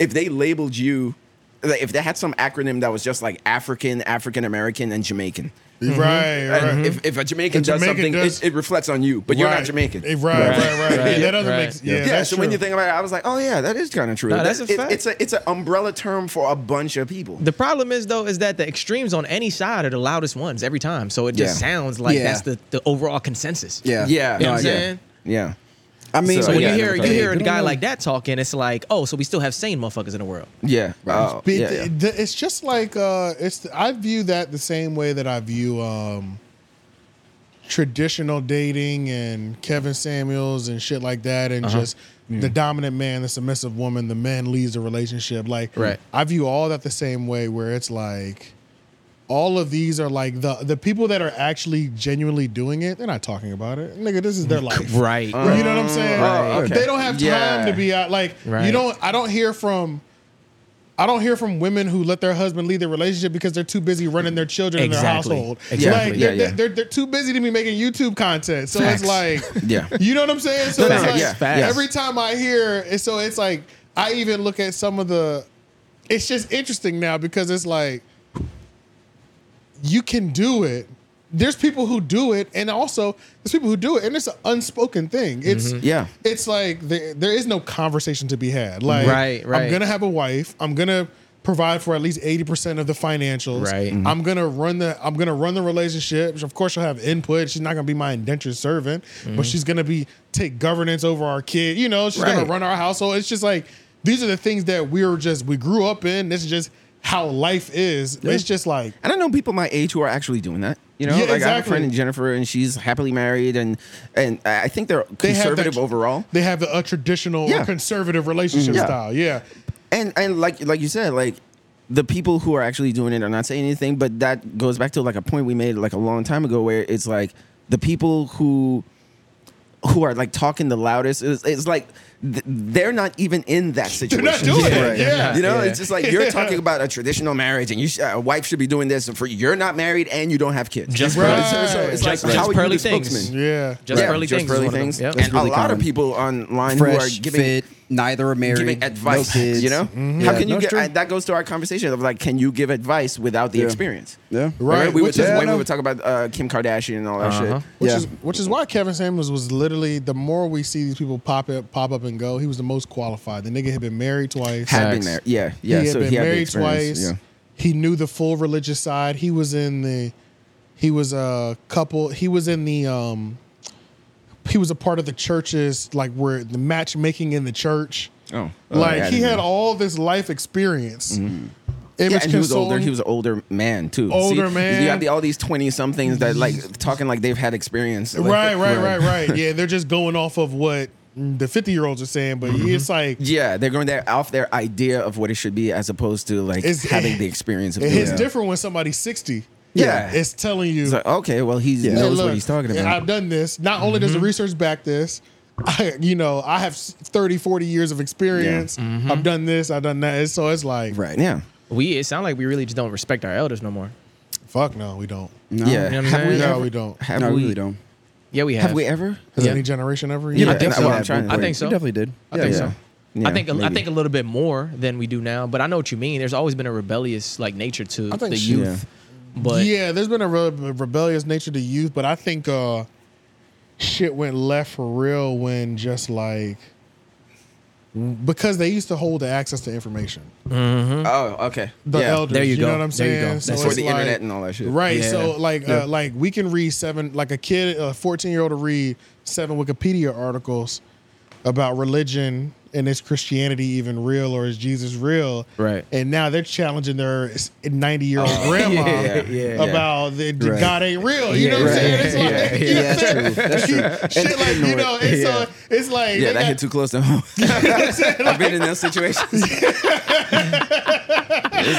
D: if they labeled you, like, if they had some acronym that was just like African, African American, and Jamaican. Mm-hmm.
A: Right, right.
D: And if, if a Jamaican
A: The
D: does
A: Jamaican
D: something,
A: does-
D: it, it reflects on you, but you're
A: right.
D: not Jamaican.
A: Eh, Right, right, right. Yeah, that doesn't
C: Right.
A: make sense. Yeah,
D: yeah,
A: that's
D: so
A: true.
D: when you think about it, I was like, oh yeah, that is kind of true.
C: No, that's
D: That-
C: a
D: it-
C: fact.
D: It's a it's an umbrella term for a bunch of people.
C: The problem is though is that the extremes on any side are the loudest ones every time. So it just
D: Yeah.
C: sounds like
B: Yeah.
C: that's the, the overall consensus.
B: Yeah.
D: yeah,
C: You know what I'm
D: yeah,
C: saying?
D: yeah.
B: I mean,
D: So,
C: So when
D: yeah,
C: you hear
D: no,
C: you
D: okay.
C: hear a
B: Good
C: guy
B: on
C: like that talking, it's like, oh, so we still have sane motherfuckers in the world.
D: Yeah. Oh,
A: But
D: yeah,
A: the-
D: yeah.
A: the- it's just like uh, it's. I view that the same way that I view um, traditional dating and Kevin Samuels and shit like that,
D: Uh-huh.
A: and just the dominant man, the submissive woman, the man leads the relationship. Like,
C: Right.
A: I view all that the same way, where it's like. All of these are like the the people that are actually genuinely doing it. They're not talking about it, nigga. This is their life,
C: Right.
A: you know what I'm saying?
D: Right. okay.
A: They don't have time
D: Yeah.
A: to be out. Like you
C: Right.
A: don't. I don't hear from. I don't hear from women who let their husband lead their relationship because they're too busy running their children
C: Exactly.
A: in their household.
C: Exactly.
A: Like,
D: Yeah,
A: they're,
D: yeah.
A: They're, they're, they're too busy to be making YouTube content. So
C: Facts.
D: (laughs)
A: it's like,
D: Yeah.
A: you know what I'm saying? So
D: Facts,
A: it's like
D: yeah, facts.
A: every time I hear, it's- so it's like I even look at some of the. It's just interesting now because it's like you can do it. There's people who do it, and also there's people who do it, and it's an unspoken thing. It's
D: Yeah.
A: It's like there, there is no conversation to be had. Like
C: Right,
A: I'm
C: right.
A: gonna have a wife. I'm gonna provide for at least eighty percent of the financials. Mm-hmm.
C: Right. Mhm.
A: I'm gonna run the I'm gonna run the relationship. Of course, she'll have input. She's not gonna be my indentured servant, but she's gonna be take governance over our kid. You know, she's gonna
C: Right.
A: run our household. It's just like these are the things that we were just we grew up in. This is just how life is. It's just like
D: And I know people my age who are actually doing that. You know,
A: Yeah,
D: like I have a
A: exactly.
D: friend in Jennifer, and she's happily married, and and I I think they're
A: they have
D: conservative
A: that-
D: overall.
A: They have a traditional
D: Yeah.
A: or conservative relationship
D: Mm-hmm. Yeah.
A: style. Yeah.
D: and and like like you said, like the people who are actually doing it are not saying anything, but that goes back to like a point we made like a long time ago where it's like the people who who are like talking the loudest it's, it's like th- they're not even in that situation.
A: not doing it. Yeah.
D: You know,
C: Yeah.
D: it's just like you're
A: Yeah. (laughs)
D: talking about a traditional marriage and you sh- a wife should be doing this and for you're not married and you don't have kids.
C: Just
D: So-
A: Right.
D: so, so it's
C: Just-
D: like how
C: just
D: are you
C: pearly
D: the
C: things.
D: spokesman?
A: Yeah.
C: Just
D: Right.
C: early
D: Just
C: things.
D: pearly
C: is one of them.
D: things.
C: Yep.
B: That's
D: And
B: really
D: a lot
B: common.
D: of people online who
B: Fresh,
D: are giving
B: fit, neither are married,
D: giving advice.
B: no kids.
D: You know,
A: Mm-hmm.
B: Mhm.
D: how
B: Yeah,
D: can you
B: no,
D: get
B: it's true.
D: I- that? Goes to our conversation of like, can you give advice without the
B: Yeah.
D: experience?
B: yeah,
A: Right.
D: Remember, we
A: which
D: would
A: is-
D: just, when
B: yeah,
D: we
B: no.
D: would talk about uh, Kim Kardashian and all that
C: Uh-huh.
D: shit.
A: Which
B: Yeah.
A: is which is why Kevin Samuels was literally the more we see these people pop up pop up and go, he was the most qualified. The nigga had been married twice.
D: Had been
C: Facts.
D: there, yeah, yeah.
A: he had
D: so
A: been
D: he had the
A: married
D: experience.
A: twice.
D: Yeah.
A: He knew the full religious side. He was in the he was a couple he was in the um he was a part of the churches like where the matchmaking in the church.
D: Oh,
A: like
D: yeah, I
A: he
D: didn't
A: had
D: know. Mm-hmm.
A: all this life experience. Image
D: Yeah, and he was older.
A: consultant.
D: He was an older man too.
A: Older
D: See,
A: man.
D: You got the, all these twenty somethings that like talking like they've had experience. Like,
A: right, right, right, right, Yeah, they're just going off of what the fifty year olds are saying, but
D: Mm-hmm.
A: it's like
D: (laughs) Yeah, they're going there off their idea of what it should be, as opposed to like
A: It's-
D: having the experience of
A: it
D: doing
A: hits
D: it.
A: different when somebody's sixty.
D: Yeah.
A: it's telling you
D: It's like, okay, well he
A: Hey,
D: knows
A: look,
D: what he's talking about.
A: I've done this. Not only does the
C: Mm-hmm.
A: research back this, I, you know, I have s- 30, 40 years of experience.
C: Mm-hmm.
A: I've done this, I've done that. And so it's like,
B: right.
D: yeah.
C: We it sounds like we really just don't respect our elders no more.
A: fuck no, we don't.
B: No.
D: Yeah.
C: You know what
D: have
C: I'm
D: we
C: saying?
A: No,
D: ever,
A: we don't.
D: Have
B: no,
D: we,
B: we really don't.
C: Yeah, we have.
D: Have we ever?
A: Has
C: Yeah.
A: any generation ever?
D: Yeah,
A: Yeah.
D: I think
B: that's
D: so.
B: what
D: I'm trying to-
B: but
C: I think so.
B: We definitely did.
C: I think
D: Yeah.
C: so.
D: Yeah,
C: I think I
D: maybe.
C: think a little bit more than we do now, but I know what you mean. There's always been a rebellious like nature to
A: I think
C: the
A: so.
C: youth, but
A: yeah, there's been a re- rebellious nature to youth, but I think uh, shit went left for real when just like, because they used to hold the access to information.
D: Oh, okay.
A: The
D: yeah.
A: elders,
C: There you
A: know
C: go.
A: what I'm
C: There you
A: saying?
C: go.
A: So
C: That's
D: Before
A: it's
D: the
A: like-
D: internet and all that shit.
A: Right.
C: Yeah.
A: So like
C: Yeah.
A: uh, like we can read seven like a kid a 14 year old to read seven Wikipedia articles about religion and is Christianity even real or is Jesus real?
C: Right. Oh,
A: And now they're challenging their 90 year old
C: (laughs)
A: grandma
C: yeah, yeah.
A: about the, the
B: Right.
A: God ain't real. You
C: Yeah,
A: know what I'm
C: right.
A: saying? It's like, (laughs) you know what
C: Yeah,
B: yeah,
A: I'm
B: that's
A: saying? (laughs) Shit like you know it's
C: Yeah.
A: uh, it's like
D: Yeah,
A: they
D: that
A: got- (laughs)
D: hit too close to home. I've been in those situations. it's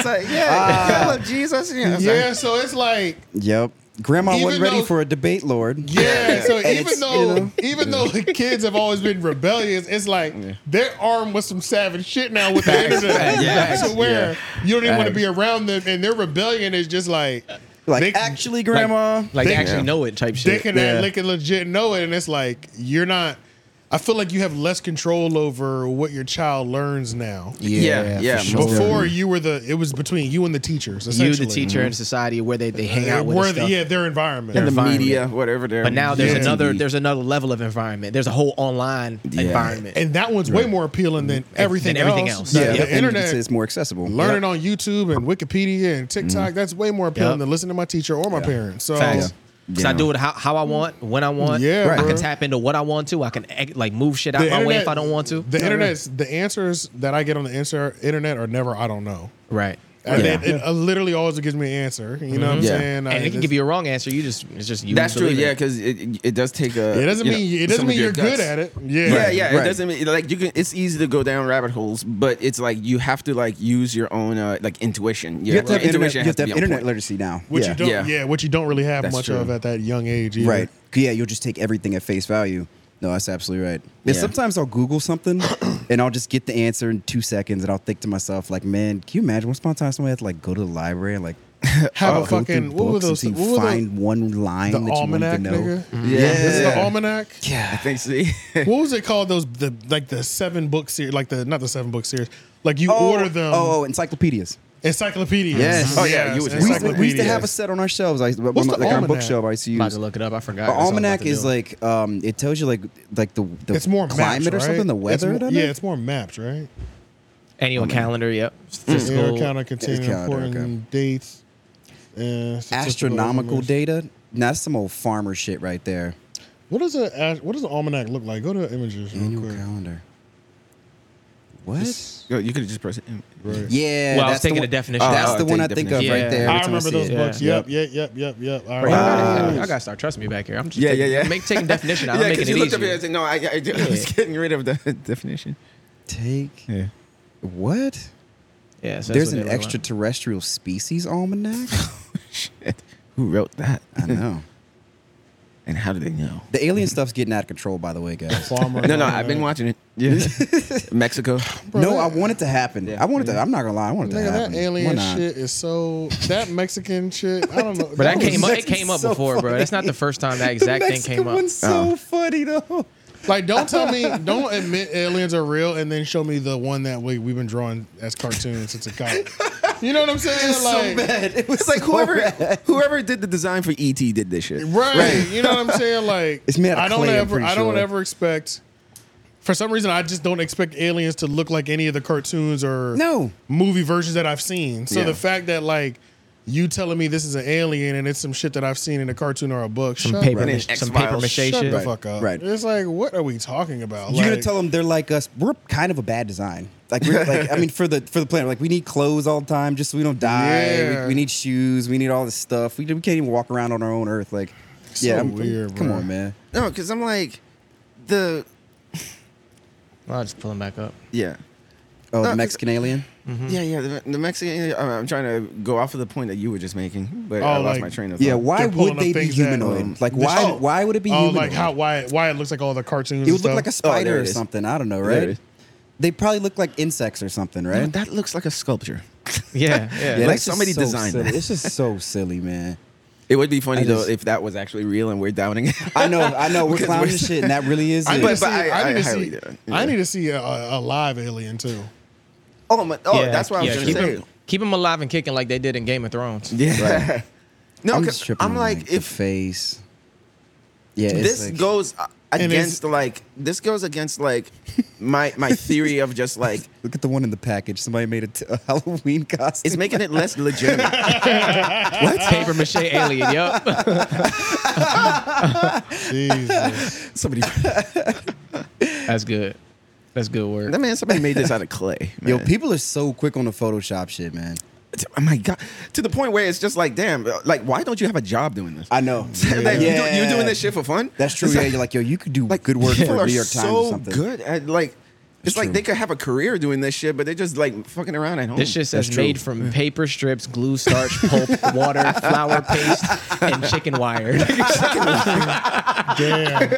D: like,
C: Ah.
D: yeah, I love Jesus. Yeah, it's like-
A: yeah. So it's like
B: Yep. Grandma
A: Even
B: wasn't ready
A: though-
B: for a debate, Lord. (laughs)
A: Yeah, so
B: And
A: even
B: it's,
A: though
B: you know-
A: even though the kids have always been rebellious, it's like they're armed with some savage shit now with the internet.
D: yeah,
A: To where you don't even want to
D: Facts.
A: be around them, and their rebellion is just like
B: like
A: they-
B: actually, Grandma.
C: like they
A: They-
C: actually know it type
A: they
C: shit.
A: can act- they can legit know it, and it's like you're not. I feel like you have less control over what your child learns now.
D: yeah, yeah.
B: for sure.
A: Before you were the, it was between you and the teachers.
C: you, the
A: essentially.
C: teacher, and society where they, they hang out with
A: Uh, Where
C: and
A: the-
C: stuff.
A: yeah, their environment.
D: The
C: environment.
D: media, whatever. they're-
C: But now there's
A: Yeah.
C: another there's another level of environment. There's a whole online
D: Yeah.
C: environment.
A: and that one's way more appealing than everything,
C: everything else.
A: The-
C: Yeah.
B: But
A: the
B: then
A: internet
B: it's, it's more accessible.
A: learning on YouTube and Wikipedia and TikTok,
D: Mm-hmm.
A: that's way more appealing
C: Yep.
A: than listening to my teacher or my parents. So
C: Facts.
D: Yeah.
C: Cause I do it how, how I want, when I want.
A: Yeah,
C: I can
A: bruh.
C: tap into what I want to. I can act- like move shit out my way if I don't want to.
A: The internet's the answers that I get on the inter- internet are never I don't know.
C: right.
A: And
D: Yeah. Mm-hmm.
A: it, it, uh, literally always gives me an answer. You know what I'm
D: Yeah.
A: saying? I-
C: And it can
A: it's-
C: give you a wrong answer. You just it's just you.
D: That's true,
C: believe it.
D: yeah, because it, it does take a.
A: It doesn't
D: you know,
A: mean it doesn't
D: some of
A: mean
D: your
A: you're good
D: guts.
A: at it. Yeah,
D: Yeah, yeah.
B: right.
D: It doesn't mean like you can. It's easy to go down rabbit holes, but it's like you have to like use your own uh, like intuition. Yeah,
B: You have to have
D: your
B: internet,
D: intuition has
B: you have to
D: be
B: have
D: on
B: internet
D: point.
B: literacy now.
A: Which
B: yeah.
A: you don't.
D: Yeah.
A: Yeah. which you don't really have
D: That's
A: much
D: true.
A: of at that young age. Either.
B: Right. Yeah, you'll just take everything at face value. No, that's absolutely right. And
D: Yeah.
B: sometimes I'll Google
A: (clears throat)
B: something and I'll just get the answer in two seconds and I'll think to myself, like, man, can you imagine once upon a time somebody had to like go to the library and like
A: (laughs) Have a
B: go through
A: fucking what were
B: books
A: those?
B: until
A: What
B: you
A: were
B: find
A: the,
B: one line
A: the
B: that you wanted
A: almanac,
B: to know. Mm-hmm.
A: nigga?
D: Yeah,
A: This is
D: yeah.
A: the almanac.
D: I think see.
A: (laughs) what was it called? Those the like the seven book series, like the not the seven book series. Like you
B: Oh,
A: order them
B: Oh, oh, encyclopedias.
A: encyclopedias.
B: Yes.
D: Oh, yeah, you would-
B: We used, to, we used to
A: encyclopedias.
B: have a set on our shelves. I, like
A: What's the
B: on our
A: almanac?
B: bookshelf, I used to
C: I'm about
B: use.
C: to look it up. I forgot.
B: An
C: That's all I'm about
B: almanac
C: to
B: is
C: do.
B: like um, it tells you like like the, the
A: It's more
B: climate
A: maps,
B: or something,
A: right?
B: the
A: It's
B: weather.
A: more-
B: and all
A: yeah,
B: that?
A: it's more maps, right?
B: Um,
C: annual calendar. Yep. Statistical-
A: Air counter containing
B: calendar,
A: important
B: okay.
A: dates. And statistical
B: astronomical
A: information.
B: data. Now, that's some old farmer shit right there.
A: What does a what does an almanac look like? Go to images real
B: Annual
A: quick.
B: calendar. What?
D: Yo, you could have just pressed it.
B: Yeah.
C: Well, I was
B: that's the
C: taking
B: one-
C: the definition.
B: That's
D: Oh,
B: the
D: I
B: one I
D: take
B: think of
D: definition.
B: right
C: Yeah.
B: there.
C: I
A: I
B: every time
A: remember
B: see
A: those
B: it.
A: books. Yep, yep, yep, yep, yep. I remember
C: I
A: those.
C: gotta start trusting me back here. I'm just
D: Yeah,
C: taking,
D: yeah, yeah.
C: Make, taking definition. I'm making
D: you
C: it
D: looked up
C: easy.
D: here and said, no, I, (laughs) I, I was getting rid of the definition.
B: Take
D: Yeah.
B: what?
C: Yeah, so that's
B: There's
C: what
B: an
C: they look like.
B: extraterrestrial species almanac.
D: Shit. (laughs) Who wrote that?
B: I know.
D: And how do they know?
B: The alien stuff's getting out of control, by the way,
A: (laughs)
B: guys.
A: Farmer
D: No, no,
A: Lawyer.
D: I've been watching it. Yeah. (laughs) Mexico.
B: no, I want it to happen. I want it to. I'm not gonna lie. I want it to
A: Nigga,
B: happen.
A: that alien
B: Why not?
A: shit is so. That Mexican shit. I don't know.
C: But that came
A: was-
C: up. It came up
B: so
C: before, bro. That's not the first time that exact thing
B: Mexican
C: came up.
B: one's so funny though.
A: Like, don't tell me, don't admit aliens are real, and then show me the one that we we've been drawing as cartoons since a cop. You know what I'm saying? like,
B: bad.
D: (laughs)
B: It was
D: It's like
B: so
D: whoever
B: bad.
D: whoever did the design for
B: E
D: ET did this shit.
A: Right. You know what I'm
B: (laughs)
A: saying? Like
B: It's made out of
A: I don't
B: clay, I'm
A: ever
B: pretty
A: I don't
B: sure.
A: ever expect for some reason I just don't expect aliens to look like any of the cartoons or
B: No.
A: movie versions that I've seen. So
D: Yeah.
A: the fact that like you telling me this is an alien and it's some shit that I've seen in a cartoon or a book, shut,
C: Paper,
D: Right.
C: ma-
D: X-Files.
C: some paper mache
A: shut
C: shit.
A: the fuck up.
B: Right.
A: It's like, what are we talking about?
B: You're gonna
A: Like,
B: tell them they're like us. We're kind of a bad design. Like, we're, like I mean, for the for the planet, like we need clothes all the time just so we don't die.
A: Yeah.
B: We, we need shoes. We need all this stuff. We, we can't even walk around on our own Earth. Like, yeah, I'm-
A: weird,
B: Come
A: bro.
B: on, man.
D: No, because I'm like the
C: Well, I'll just pull him back up.
D: yeah.
B: Oh,
D: Uh,
B: the Mexican alien.
D: Yeah, yeah. The, the Mexican. I'm, I'm trying to go off of the point that you were just making, but I
A: Oh,
D: lost
A: like-
D: my train of thought.
B: Yeah, why
A: They're pulling
B: would
A: up
B: they be
A: things that,
B: humanoid?
A: um,
B: like,
A: this-
B: why
A: oh.
B: why would it be
A: Oh,
B: humanoid?
A: like how why why it looks like all the cartoons.
B: it
A: and
B: would look
A: stuff.
B: like a
D: Oh, there
B: spider
D: it
B: or
D: is.
B: something. I don't know,
D: There it
B: right?
D: is.
B: They probably look like insects or something,
D: No,
B: right?
D: that looks like a (laughs) sculpture.
C: Yeah, yeah.
B: that's
D: like
B: just
D: somebody
B: so
D: designed
B: silly.
D: that.
B: It's just so silly, man.
D: It would be funny
B: I just-
D: though if that was actually real and we're doubting it.
B: I know, I
D: (laughs)
A: (laughs)
B: know. We're
D: Because
B: clowning
D: we're-
B: shit, and that really is.
A: I
B: it.
A: need,
D: But-
A: to see,
D: but I-
A: I, need
D: I
A: to
D: highly
A: see,
D: doubt it.
A: I
D: Yeah.
A: need to see a, a, a live alien too.
D: oh my! Oh,
C: Yeah,
D: that's what I was
C: yeah,
D: gonna
C: keep
D: say.
C: Him, keep him alive and kicking like they did in Game of Thrones.
D: (laughs) Yeah. No,
B: I'm,
D: 'cause
B: just tripping
D: I'm
B: on,
D: like,
B: the
D: if
B: face. Yeah, it's
D: this
B: like-
D: goes uh,
A: And it's-
D: against like this goes against like my my theory of just like (laughs)
B: Look at the one in the package. Somebody made a, t- a Halloween costume.
D: it's making it less legitimate. (laughs)
B: (laughs)
C: Paper mache alien. Yup.
B: (laughs)
D: (laughs)
A: Jesus.
D: somebody,
C: That's good. That's good work.
D: that man, somebody made this out of clay.
B: Yo,
D: man.
B: people are so quick on the Photoshop shit, man.
D: Oh my god! To the point where it's just like, damn, like why don't you have a job doing this? (laughs)
B: I know.
D: like, you do-
B: Yeah.
D: you, doing this shit for fun?
B: That's true.
D: It's
B: Yeah,
D: like-
B: you're like, yo, you could do
D: like,
B: good work
D: people
B: for
D: are
B: New York Times
D: so
B: or something.
D: good at like. It's like
B: true.
D: they could have a career doing this shit, but they're just like fucking around at home.
C: This shit says
B: That's true.
C: made from paper strips, glue, starch, pulp,
D: (laughs)
C: water, (laughs) flour paste, and chicken (laughs) wire.
A: Damn.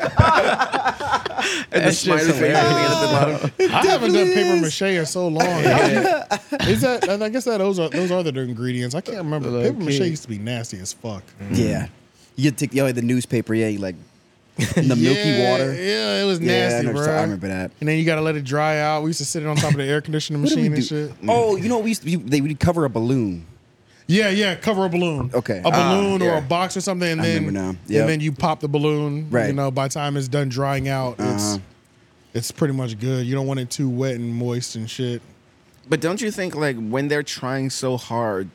C: That's just
D: smiley face at
C: hilarious.
D: the bottom.
A: (laughs) I haven't done
B: definitely
A: paper
B: is.
A: mache in so long. Is that? and I guess that those are those are the ingredients. I can't remember.
C: Low
A: paper mache
C: key.
A: used to be nasty as fuck.
B: Mm.
D: Mm.
B: Yeah. You could take yo the newspaper. Yeah, you like (laughs) the milky
A: Yeah,
B: water.
A: Yeah, it was
B: Yeah, I
A: nasty,
B: know what
A: bro.
B: you're talking- I remember that.
A: And then you gotta let it dry out. We used to sit it on top of the air conditioning
B: What do we
A: machine and
B: do?
A: shit.
B: Oh, you know what we used to? We, they would cover a balloon.
A: Yeah, yeah. Cover a balloon.
B: Okay.
A: A
B: Ah,
A: balloon or
D: yeah.
A: a box or something, and
B: I
A: then
B: remember now. Yep.
A: and then you pop the balloon. You
B: Right.
A: know, by the time it's done drying out, it's
B: Uh-huh.
A: it's pretty much good. You don't want it too wet and moist and shit.
D: But don't you think like when they're trying so hard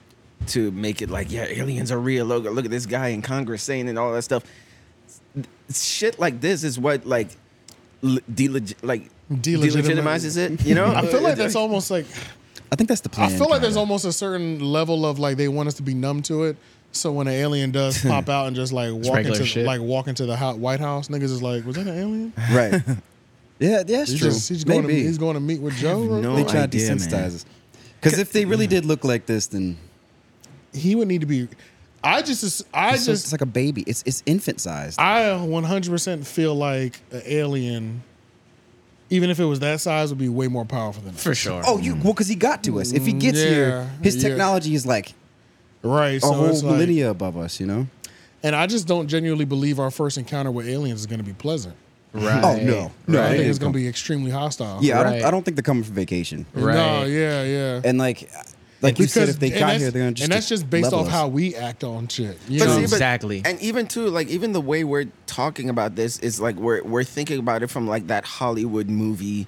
D: to make it like, yeah, aliens are real. Look, look at this guy in Congress saying and all that stuff. Shit like this is what like l- deleg- like
A: Delegitimi-
D: delegitimizes it. (laughs) You know,
A: I feel
B: (laughs)
A: like that's almost like
B: I think that's the
A: I
B: plan.
A: feel like there's
B: kinda.
A: almost a certain level of like they want us to be numb to it. So when an alien
B: (laughs)
A: does pop out and just like walk
C: regular
A: into
C: shit.
A: like walk into the hot White House, niggas is like, was that an alien?
B: (laughs)
A: (laughs)
B: right. Yeah, yeah, that's
A: He's
B: true.
A: just he's going, to,
B: Maybe
A: he's going to meet with Joe. real
D: no
A: quick?
B: they try to
D: idea, man.
B: desensitize us. Because if they really did look like this, then
A: He would need to be. I just ass- I
B: it's, just,
A: just
B: like a baby. It's it's infant sized.
A: I 100 percent feel like an alien, even if it was that size, would be way more powerful than us.
C: For sure. Mm-hmm.
B: Oh, you well because he got to us. If he gets here,
A: Mm, Yeah,
B: his
A: yeah.
B: technology is like
A: Right.
B: a
A: So
B: whole
A: it's like,
B: millennia above us. You know?
A: and I just don't genuinely believe our first encounter with aliens is going to be pleasant.
C: right.
B: Oh no, no.
A: I
B: they
A: think it's
B: didn't
A: going
B: come-
A: to be extremely hostile.
B: Yeah, I
C: Right.
B: don't. I don't think they're coming for vacation.
C: Right.
A: Uh, No, yeah, yeah.
B: And like, like you said,
A: Because-
B: if they
A: and
B: got
A: that's-
B: here, they're gonna just
A: and that's just based
B: level
A: off
B: us.
A: how we act on shit. You
D: But
A: know?
D: see, but-
C: Exactly.
D: and even too, like even the way we're talking about this is like we're we're thinking about it from like that Hollywood movie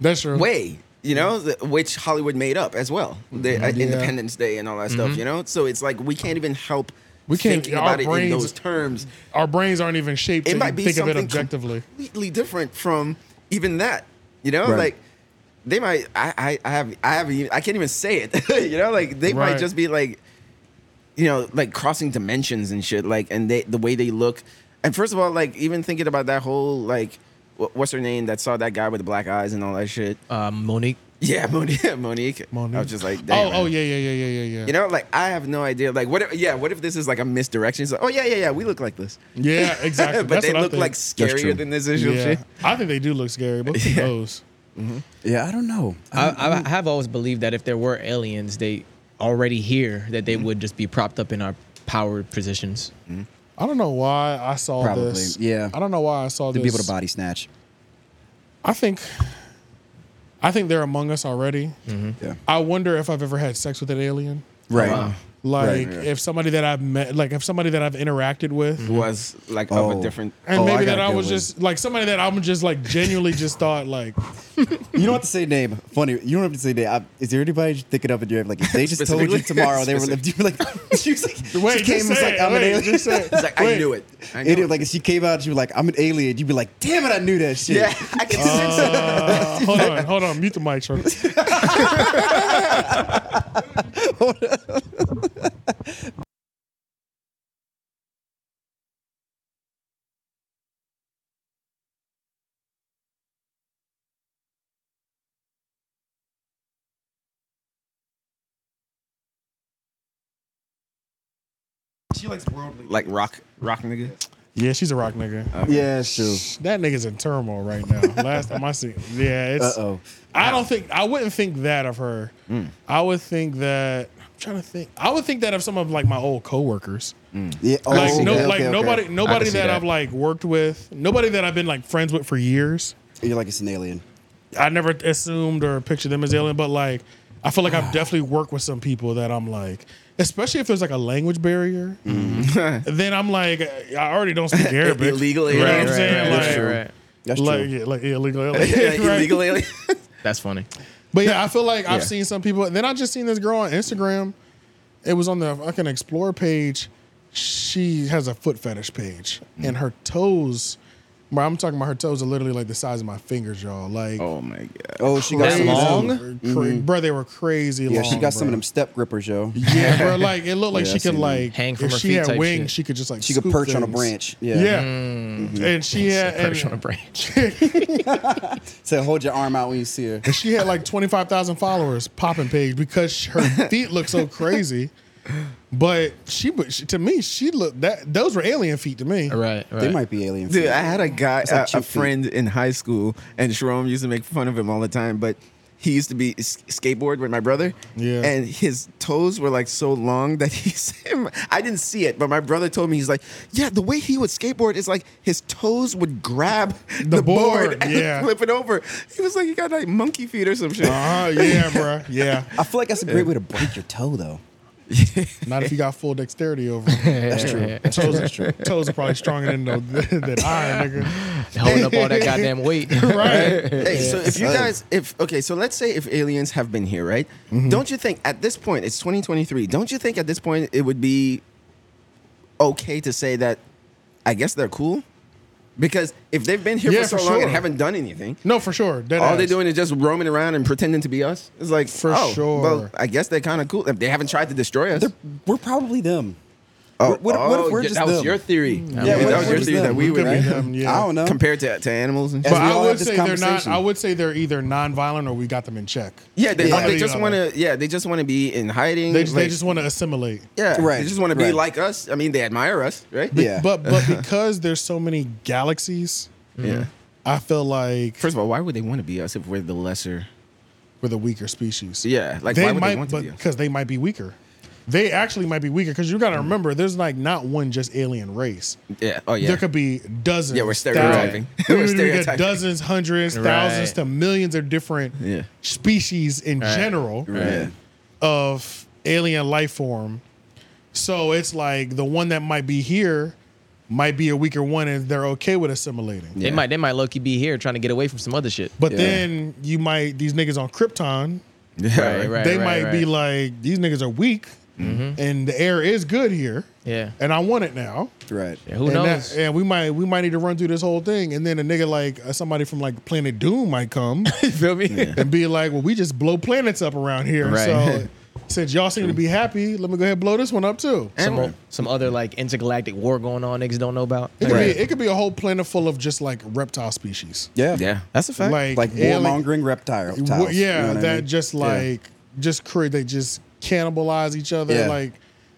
A: that's true.
D: way, you know, th- which Hollywood made up as well, the uh,
A: Mm-hmm. Yeah. Mm-hmm.
D: Independence Day and all that stuff, you know. So it's like we can't even help
A: We can't-
D: thinking
A: our
D: about it in
A: brains-
D: those terms.
A: our brains aren't even shaped
D: It
A: to
D: might be
A: think of
D: something
A: it objectively.
D: completely different from even that, you know,
B: Right.
D: like. they might. I, I, I have. I have. I can't even say it. (laughs) you know, like they
A: Right.
D: might just be like, you know, like crossing dimensions and shit. Like, and they the way they look. And first of all, like even thinking about that whole like, wh- what's her name that saw that guy with the black eyes and all that shit.
C: Uh, Monique.
D: Yeah, (laughs) Monique. Monique. I
A: Monique.
D: was just like, damn,
A: Oh, oh yeah, yeah, yeah, yeah, yeah, yeah.
D: You know, like I have no idea. Like, what? If, yeah, what if this is like a misdirection? It's like, oh yeah, yeah, yeah, we look like this, (laughs)
A: yeah, exactly.
D: but
A: That's
D: they
A: what
D: look
A: I think.
D: like
B: true.
D: scarier than this usual
A: yeah.
D: shit. Mm-hmm.
A: I think they do look scary,
D: (laughs)
A: but who knows?
B: Yeah, I don't know.
C: I, I, I have always believed that if there were aliens, they already here,
A: Mm-hmm.
C: that they would just be propped up in our power positions.
A: I don't know why I saw
B: Probably,
A: this.
B: yeah.
A: I don't know why I saw
B: to
A: this.
B: be able to body snatch.
A: I think, I think they're among us already.
D: Mm-hmm.
B: Yeah.
A: I wonder if I've ever had sex with an alien.
B: Right.
A: Like
B: Right,
D: yeah.
A: if somebody that I've met, like if somebody that I've interacted with,
D: Mm-hmm. Was like of
B: Oh.
D: a different.
A: and
B: Oh, I
A: maybe that
B: gotta
A: I
B: go
A: was
B: with-
A: just like somebody that I'm just like genuinely just thought like,
B: You don't have to say name. Funny. You don't have to say name. I, is there anybody you think of in your head, like if they just told you
D: Specifically?
B: tomorrow
D: (laughs)
B: they were lived? You were like, (laughs) she was like,
A: wait,
B: she came
A: just
B: and was
A: say
B: like,
A: it,
B: I'm an
A: wait,
B: alien.
A: just say it.
D: It's like I
A: Wait.
D: knew it. I knew
B: It,
D: it.
B: like if she came out, she was like, "I'm an alien." You'd be like, "Damn it, I knew that shit."
D: yeah, I can sense it.
A: Uh,
D: (laughs)
A: (laughs) hold on, hold on, mute the mic, Trump.
B: She likes worldly.
D: like rock, rock nigga.
A: Yeah, she's a rock nigga.
B: Yeah, it's true.
A: That nigga's in turmoil right now. Last time I see, yeah,
B: Uh
A: it's.
B: oh.
A: I don't think I wouldn't think that of her.
B: Mm.
A: I would think that I'm trying to think. I would think that of some of like my old coworkers.
B: Yeah. Oh,
A: Like no,
B: okay,
A: like
B: okay, okay.
A: nobody, nobody
D: see
A: that,
D: that.
A: I've like worked with, nobody that I've been like friends with for years.
B: You're like it's an alien.
A: I never assumed or pictured them as alien, but like I feel like I've definitely worked with some people that I'm like, especially if there's like a language barrier, then I'm like, I already
D: (laughs)
A: don't speak Arabic.
D: Mm-hmm. Illegal
A: you know what
D: alien.
A: I'm
D: Right,
A: saying?
D: right,
A: like,
D: right, right.
B: That's true.
A: like, yeah, like illegal
D: Yeah,
A: alien. (laughs) right?
D: Illegal alien.
C: That's funny.
A: But yeah, I feel like I've
D: Yeah.
A: seen some people. Then I just seen this girl on Instagram. It was on the fucking explore page. She has a foot fetish page,
B: Hmm.
A: and her toes. bro, I'm talking about her toes are literally like the size of my fingers, y'all. Like
D: oh my god.
B: oh, she got
C: That's
B: some
A: crazy.
C: long?
A: Cra- bro. They were crazy
B: Yeah,
A: long.
B: she got some of
A: bro.
B: them step grippers, yo.
A: Yeah,
B: (laughs)
A: bro. Like it looked like
B: Yeah,
A: she
B: I've seen
A: could
B: them.
A: like
C: Hang from
A: if
C: her
A: she
C: feet
A: had
C: type
A: wings,
C: shit. Mm.
A: she could just like
B: She could
A: scoop
B: perch on a
A: things.
B: branch.
A: Yeah,
B: Yeah.
A: and she had
C: Perch on Mm-hmm. a
A: and,
C: branch.
B: So hold your arm out when you see her.
A: and she had like twenty five thousand followers popping page because her
B: (laughs)
A: feet look so crazy. But she, but she, to me, she looked that those were alien feet to me.
C: right, right.
B: They might be aliens.
D: Dude, I had a guy,
B: like
D: a,
B: chick
D: a friend in high school, and Jerome used to make fun of him all the time. But he used to be s- skateboard with my brother,
A: Yeah.
D: and his toes were like so long that he. (laughs) said- I didn't see it, but my brother told me he's like, yeah, the way he would skateboard is like his toes would grab the, board,
A: board,
D: (laughs) and
A: yeah.
D: flip it over. He was like, he got like monkey feet or some shit.
A: Uh-huh, yeah, bro.
D: (laughs)
A: Yeah.
B: (laughs) I feel like that's a great way to break your toe, though.
A: Not if you got full dexterity over.
C: (laughs)
A: 'em.
C: That's
B: true.
A: Toes, toes are probably stronger than, the, (laughs) than iron, nigga.
C: Holding
A: (laughs)
C: up all that goddamn weight. (laughs)
A: Right.
D: Hey, so if you
B: Right.
D: guys, if okay, so let's say if aliens have been here, right?
A: Mm-hmm.
D: Don't you think at this point it's 2023? Don't you think at this point it would be okay to say that? I guess they're cool (laughs) (laughs) because if they've been here
A: Yeah,
D: for so
A: for
D: long
A: sure.
D: and haven't done anything,
A: No, for sure. Dead
D: all they're
A: ass.
D: doing is just roaming around and pretending to be us. It's like
A: For
D: oh,
A: sure.
D: Well, I guess they're kind of cool if they haven't tried to destroy us.
B: They're, we're probably them.
D: Oh,
B: what, what, what if
D: oh,
B: we're
D: yeah,
B: just
D: that was
B: them?
D: your theory.
C: Yeah,
D: that was
C: what if
D: your
C: we're
D: theory
B: just
D: that
B: them?
D: we
A: We
D: were
A: could be
D: right?
A: them, yeah.
B: I don't know.
D: compared to, to animals and
B: As
D: shit.
A: But
B: we
A: I
B: all
A: would
B: have this
A: say they're not.
B: conversation.
A: I would say they're either non-violent or we got them in check.
D: Yeah, they,
A: One or
D: they
A: the
D: just
A: other.
D: want to. Yeah, they just want to be in hiding.
A: They, just they
D: like-
A: just want to assimilate.
D: Yeah,
B: Right,
D: They just want to be
B: right.
D: like us. I mean, they admire us, right?
B: Be- Yeah.
D: (laughs)
A: But but because there's so many galaxies,
D: yeah.
A: I feel like
D: First of all, why would they want to be us if we're the lesser?
A: we're the weaker species.
D: Yeah, like why
A: they
D: would
A: might,
D: they want to be us?
A: because they might be weaker. They actually might be weaker because you got
D: Mm.
A: to remember, there's like not one just alien race.
D: Yeah. Oh yeah.
A: There could be dozens.
D: Yeah, we're
A: thou-
D: stereotyping.
A: (laughs)
D: We're
A: we could get
D: stereotyping.
A: dozens, hundreds, thousands
C: Right.
A: to millions of different
D: Yeah.
A: species in general
D: Right.
A: of alien life form. So it's like the one that might be here might be a weaker one, and they're okay with assimilating.
C: They might they might low key be here trying to get away from some other shit.
A: But
B: Yeah.
A: then you might these niggas on Krypton,
D: Yeah.
C: Right, right.
A: they might be
C: right. Mm-hmm.
A: like these niggas are weak. and the air is good here.
C: Yeah.
A: and I want it now.
B: (laughs) Right.
C: Yeah, who
A: and that-
C: knows?
A: and we might we might need to run through this whole thing, and then a nigga like uh, somebody from like Planet Doom might come
C: (laughs) you feel me?
A: and be like, "Well, we just blow planets up around here."
D: Right.
C: (laughs)
A: So since y'all seem to be happy, let me go ahead and blow this one up too.
C: Some, o- some other like intergalactic war going on niggas don't know about.
A: It could,
B: Right.
A: be, it could be a whole planet full of just like reptile species.
B: Yeah.
D: Yeah.
C: That's a fact.
A: Like,
B: Like
A: alien-
B: warmongering reptiles.
A: Wha- yeah,
B: you know what I
A: that
B: mean?
A: just
B: Yeah.
A: like just create they just cannibalize each other.
B: Yeah.
A: Like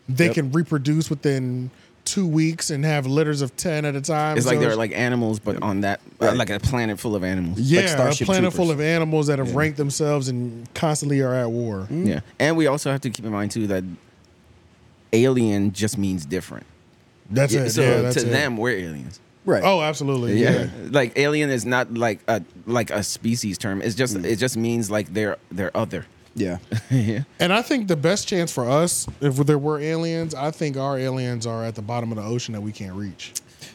A: they
B: Yep.
A: can reproduce within two weeks and have litters of ten at a time.
D: It's like
A: So
D: they're like animals, but on that uh, like a planet full of animals.
A: yeah, a
B: Starship
A: planet full of
B: Troopers.
A: animals that have ranked themselves and constantly are at war.
B: Mm-hmm.
D: Yeah, and we also have to keep in mind too that alien just means different.
A: That's
D: Yeah,
A: it.
D: so
A: yeah, that's
D: to
A: it.
D: them, we're aliens.
B: Right.
A: Oh, absolutely. Yeah.
D: like alien is not like a like a species term. It's
A: Mm.
D: just it just means like they're they're other.
B: Yeah.
D: (laughs) yeah,
A: And I think the best chance for us, if there were aliens, I think our aliens are at the bottom of the ocean that we can't reach.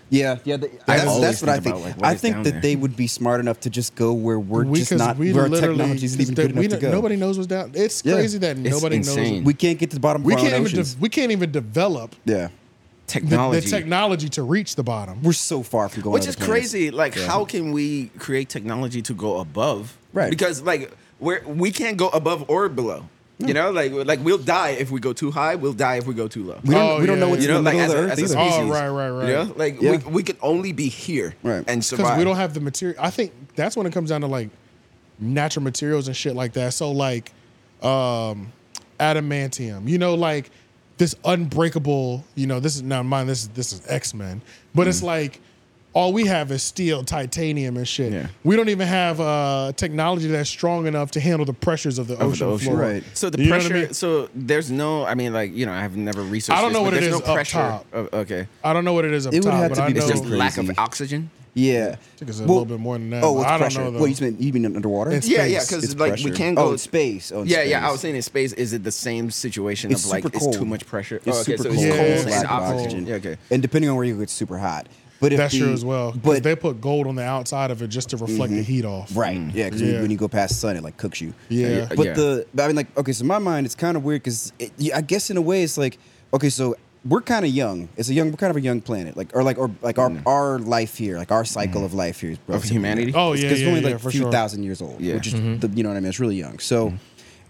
B: Yeah, yeah. They, that's,
D: always
B: that's what I
D: think
B: think.
D: about, like, what
B: I
D: is
B: think
D: down
B: that
D: there.
B: they would be smart enough to just go where we're just
A: 'cause
B: not. Where our technology isn't even
A: that-
B: good enough
A: we
B: to
A: don't-
B: go.
A: Nobody knows what's down. It's
B: Yeah.
A: crazy that
D: It's
A: nobody
D: insane.
A: knows.
B: we can't get to the bottom.
A: We
B: of our
A: can't
B: own
A: even
B: oceans.
A: de- we can't even develop
B: yeah,
A: the, the
D: technology,
A: technology to reach the bottom.
B: we're so far from going.
D: which
B: to
D: is
B: the planets.
D: crazy. Like, how can we create technology to go above?
B: Right.
D: because like we're we can't go above or below. You know, like like we'll die if we go too high. We'll die if we go too low.
B: We don't.
A: Oh,
B: we don't know
A: yeah,
B: what's
D: you know,
B: in the
D: like as
B: middle
D: a,
B: of
D: as
B: the
D: a
B: earth
D: species.
B: either.
A: Oh, right, right, right.
D: You know, like
B: Yeah.
D: we, we could only be here
B: Right.
D: and
A: because
D: survive.
A: we don't have the material. I think that's when it comes down to like natural materials and shit like that. So like um adamantium, you know, like this unbreakable. You know, this is now mind. This is this is X Men, but
B: Mm.
A: it's like all we have is steel, titanium, and shit.
D: Yeah.
A: We don't even have uh technology that's strong enough to handle the pressures of the
D: of
A: ocean,
D: the ocean.
A: floor.
B: Right.
D: So the
A: You know what I
D: pressure.
A: mean?
D: So there's no. I mean, like you know, I have never researched.
A: I don't
D: this,
A: know
D: but
A: what it
D: there's
A: is
D: no
A: up
D: pressure.
A: top.
D: Of, okay,
A: I don't know what it is up
B: It would
A: top,
B: have
A: but
B: to
A: I
B: be
A: know
D: it's just
B: crazy.
D: lack of oxygen.
B: Yeah.
A: think it's a little bit more than that,
B: Oh,
A: but
B: it's
A: I don't
B: pressure.
A: know, though.
B: Well, you mean, you mean underwater?
A: It's-
D: Yeah, yeah,
A: space.
D: because
B: It's
D: like we
B: pressure.
D: can
B: Oh,
D: go
B: in space. Oh, in
D: yeah, yeah.
B: space.
D: I was saying in space, is it the same situation
B: It's
D: of like
B: super
D: it's too
B: cold.
D: much pressure? Oh,
B: It's
D: okay,
B: super
D: so
B: cold.
A: Yeah,
D: it's cold
A: it's
D: and
A: lack of
D: oxygen.
A: oxygen.
D: Yeah, okay.
B: And depending on where you go, it's super hot. But if
A: That's
B: the,
A: true as well. But
B: But Mm-hmm.
A: they put gold on the outside of it just to reflect the heat off.
B: Right. Yeah, because
A: Yeah.
B: when you go past the sun, it like cooks you.
A: Mm. Yeah.
B: But
D: Yeah.
B: the but I mean, like, okay, so my mind it's kind of weird because I guess in a way it's like, okay, so we're kind of young. It's a young. We're kind of a young planet, like or like or like our our life here, like our cycle of life here is relatively
D: humanity?
B: young.
A: Oh,
B: It's-
A: yeah,
B: it's
A: yeah,
B: only
A: yeah,
B: like
A: for
B: a few
A: sure.
B: thousand years old,
D: Yeah.
B: which is the, you know what I mean. It's really young. So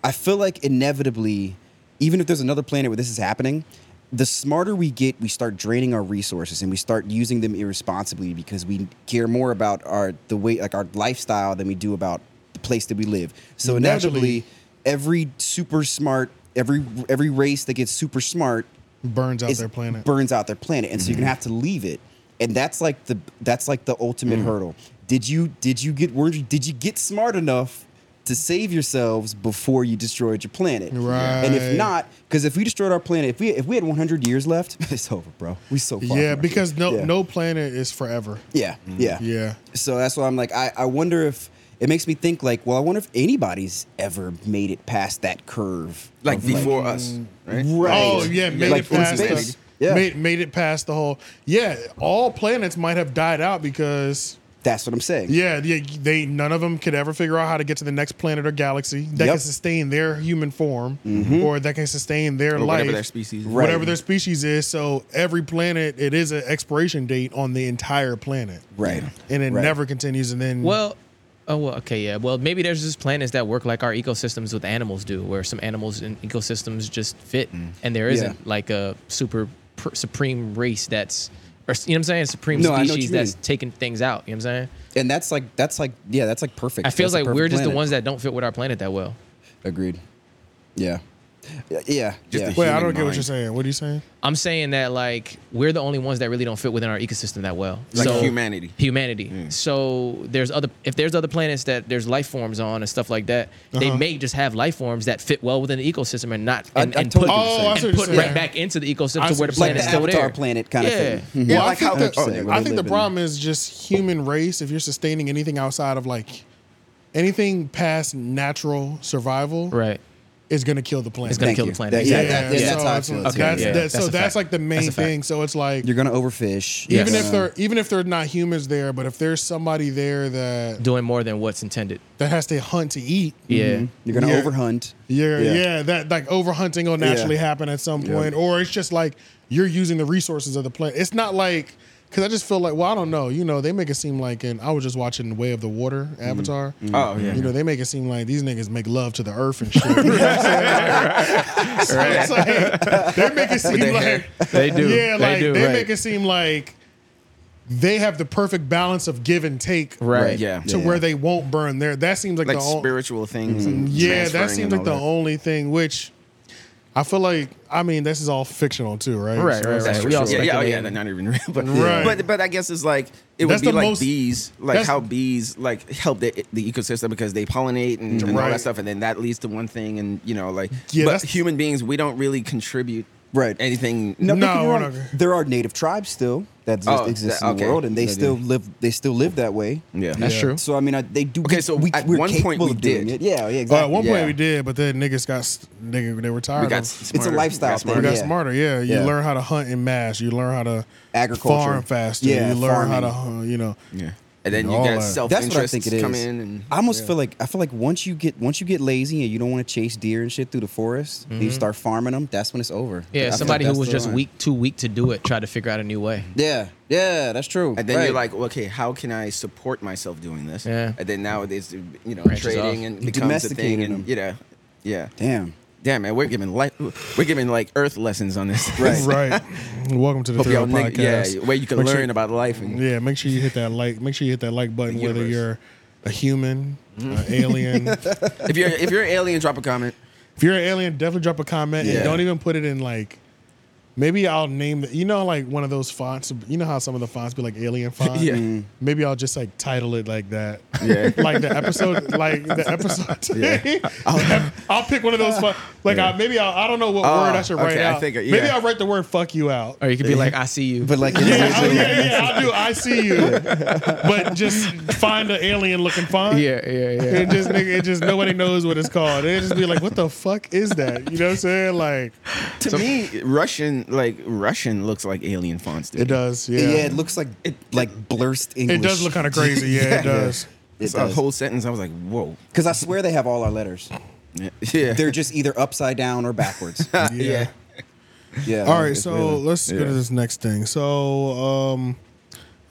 B: I feel like inevitably, even if there's another planet where this is happening. The smarter we get, we start draining our resources and we start using them irresponsibly because we care more about our the way like our lifestyle than we do about the place that we live. So
A: Naturally.
B: inevitably, every super smart, every every race that gets super smart
A: Burns out
B: is-
A: their planet.
B: burns out their planet, and so
A: Mm-hmm.
B: you're gonna have to leave it. And that's like the that's like the ultimate
A: Mm.
B: hurdle. Did you did you get were you- did you get smart enough to save yourselves before you destroyed your planet? And if
A: Right.
B: not, because if we destroyed our planet, if we if we had 100 years left, (laughs) it's over, bro. We so far. from
A: yeah,
B: our
A: because no
B: planet. Yeah.
A: no planet is forever.
B: Yeah, yeah,
A: Yeah.
B: So that's why I'm like, I, I wonder if it makes me think like, well, I wonder if anybody's ever made it past that curve,
D: Like
B: of,
D: before us, right?
B: Right.
A: Mm. Oh yeah, made
B: Like
A: it
B: in
A: past
B: space.
A: the,
B: Yeah.
A: made made it past the whole. Yeah, all planets might have died out because
B: that's what I'm saying.
A: yeah, they, they none of them could ever figure out how to get to the next planet or galaxy that
B: Yep. Mm-hmm.
A: can sustain their human form or that can sustain their
D: Or
A: life,
D: whatever their species.
B: Right.
A: whatever their species is. So every planet, it is an expiration date on the entire planet,
B: Right.
A: And it
B: Right.
A: never continues. And
B: Mm.
A: then
C: Well, oh well, okay, yeah. Well, maybe there's just planets that work like our ecosystems with animals do, where some animals and ecosystems just fit, and there isn't
B: Mm. Yeah.
C: like a super pr- supreme race that's, or you know what I'm saying, supreme
B: No, I know what
C: species
B: you
C: that's
B: mean.
C: taking things out. You know what I'm saying?
B: And that's like that's like yeah, that's like perfect.
C: I feels
B: That's
C: like
B: a
C: we're
B: perfect
C: just the
B: planet.
C: ones that don't fit with our planet that well.
B: agreed. Yeah, yeah, yeah.
D: Just
B: yeah.
D: the
A: wait, I
D: human
A: don't get what
D: mind.
A: you're saying. What are you saying?
C: I'm saying that like we're the only ones that really don't fit within our ecosystem that well.
D: Like humanity.
C: Humanity. So there's other if there's other planets that there's life forms on and stuff like that, they
A: Uh-huh.
C: may just have life forms that fit well within the ecosystem and not
B: I-
C: and,
B: I
C: and
B: totally
C: put,
B: get what you're
A: Oh,
B: saying.
A: I see what
C: and
A: you're
C: put right
A: saying.
C: back into the
A: I
C: ecosystem
A: see
C: to where
A: what
C: the
B: like
A: you're
C: planet's
B: the
C: still
B: Avatar
C: there.
B: planet kind
C: Yeah.
B: of thing. Mhm.
A: Well,
D: Yeah,
A: I
D: like
A: think,
D: how-
A: the,
D: like,
B: saying,
A: I
B: we're
A: think the
B: living-
A: problem is just human race. If you're sustaining anything outside of like anything past natural survival,
C: Right.
A: is going to kill the planet.
C: It's gonna
B: Thank
C: kill
B: you.
C: the planet.
B: That- yeah,
C: Exactly.
B: that-
C: Yeah.
B: That's how I
A: so
B: feel.
A: it's-
B: too.
C: Okay.
A: that's-
C: Yeah.
A: that's- so
C: That's a
A: that's
C: fact.
A: like the main
C: That's a fact.
A: thing. So it's like
B: You're gonna overfish.
C: Yes.
A: even if
B: Uh,
A: they're even if they're not humans there, but if there's somebody there that
C: Doing more than what's intended.
A: that has to hunt to eat,
C: Yeah.
B: Mm-hmm. you're gonna
A: Yeah.
B: overhunt.
A: Yeah,
B: Yeah.
A: yeah, that like overhunting will naturally happen at some
B: Yeah.
A: point, or it's just like you're using the resources of the planet. It's not like because I just feel like well, I don't know. You know, they make it seem like, and I was just watching Way of the Water
B: Mm.
A: Avatar.
D: Oh, yeah.
A: You know, they make it seem like these niggas make love to the earth and shit. (laughs) You know what I'm saying? So it's like, they make it seem
D: their
A: like
D: hair.
C: They do.
A: Yeah,
C: They
A: like
C: do,
A: they
C: right.
A: make it seem like they have the perfect balance of give and take,
C: Right.
D: Yeah.
A: To
B: Yeah.
A: where they won't burn their. That seems like,
D: Like
A: the only.
D: spiritual things. And
A: Yeah, that
D: transferring
A: seems
D: and
A: like
D: all
A: the
D: that.
A: only thing. Which I feel like, I mean, this is all fictional too, right?
C: Right,
A: So
C: right,
A: it's
C: right.
A: like-
C: We all
D: yeah, yeah, oh, yeah,
C: speculate.
D: they're not even real. (laughs) But,
A: Right.
D: but but I guess it's like it
A: That's
D: would be
A: the
D: like
A: most-
D: bees, like
A: that's-
D: how bees like help the, the ecosystem because they pollinate and, and all
A: Right.
D: that stuff, and then that leads to one thing, and you know, like
A: Yeah,
D: but
A: that's-
D: human beings, we don't really contribute
B: Right.
D: anything.
B: No,
A: No,
B: don't get me
A: we're
B: wrong,
A: not-
B: there are native tribes still that exist,
D: Oh,
B: exist
D: that-
B: in the
D: okay.
B: world, and they
D: They do.
B: still live. They still live that way.
D: Yeah,
C: That's
A: Yeah.
C: true.
B: So I mean, I, they do.
D: Okay, so at
B: we're
D: one point
B: capable
D: we
B: of doing
D: did.
B: it. Yeah, yeah,
A: Well,
B: exactly.
A: Uh, at one
D: Yeah.
A: point we did, but then niggas got s- nigga they were tired.
D: we got
A: of-
D: smarter.
B: It's a lifestyle
D: We got
B: thing,
A: we
D: smarter.
A: got
B: yeah.
A: smarter. Yeah, you
B: Yeah.
A: learn how to hunt in mass. You learn how to
B: Agriculture.
A: farm faster.
B: Yeah,
A: you learn how
B: farming.
A: to, hun- you know.
D: Yeah. And then you
A: All
D: got
A: that.
D: self
B: That's what I think
D: interest
B: it is.
D: come in and
B: I almost feel like I feel like once you get once you get lazy and you don't want to chase deer and shit through the forest, and you start farming them. That's when it's over. I
C: Mm-hmm. Yeah,
B: feel like
C: somebody who
B: that's
C: was
B: the
C: just
B: line.
C: weak, too weak to do it, tried to figure out a new way.
B: Yeah, yeah, that's true.
D: And then
B: Right.
D: you're like, okay, how can I support myself doing this?
C: Yeah.
D: And then nowadays, you know,
C: Branches
D: trading
C: off.
D: and becomes a
B: You
D: thing,
B: domesticated
D: and
B: them.
D: you know, yeah.
B: damn.
D: Damn, man, we're giving life, we're giving like Earth lessons on this. (laughs)
A: (laughs)
B: Right.
A: Right. (laughs) Welcome to the
D: Hope y'all
A: Thrill
D: nigg- yeah,
A: Podcast.
D: where you can
A: Make sure-
D: learn about life and
A: Yeah, make sure you hit that like. Make sure you hit that like button,
D: The
A: whether
D: universe. Mm-hmm.
A: you're a human, an alien.
D: (laughs)
A: if
D: if you're if you're an alien, drop a comment.
A: you're an alien, definitely drop a comment
D: Yeah.
A: and don't even put it in like. Maybe I'll name the, you know like one of those fonts. You know how some of the fonts be like
D: (laughs)
A: alien font.
D: Yeah. Mm.
A: Maybe I'll just like title it like that.
D: Yeah.
A: (laughs) like the episode, like
D: (laughs)
A: the
B: (laughs)
A: episode. I'll, (laughs) I'll pick one of those. Fun, like I, maybe I'll, I don't know what
D: Oh,
A: word I should write
D: okay, I
A: out.
D: think, yeah.
A: Maybe I'll write the word "fuck you" out.
C: Or you could be like, I see you.
A: (laughs)
B: But like,
A: Yeah, oh, yeah, yeah, I'll do. I see you, but just find an alien looking font.
C: yeah, yeah, yeah.
A: And just nigga, it just nobody knows what it's called. They just be like, "What the fuck is that?" You know what I'm saying? Like
D: To me, Russian like Russian looks like alien fonts. Dude.
A: it does. Yeah,
B: yeah, it looks like it like blurst English.
A: It does look kind of crazy.
B: (laughs)
A: Yeah, it does.
B: It
D: It's a whole sentence. I was like, whoa.
B: Because I swear they have all our letters.
D: (laughs) Yeah.
B: They're just either upside down or
D: (laughs)
B: backwards.
A: Yeah.
B: Yeah.
A: All right,
B: it's
A: so
B: really-
A: let's go
D: yeah.
A: to this next thing. So, um,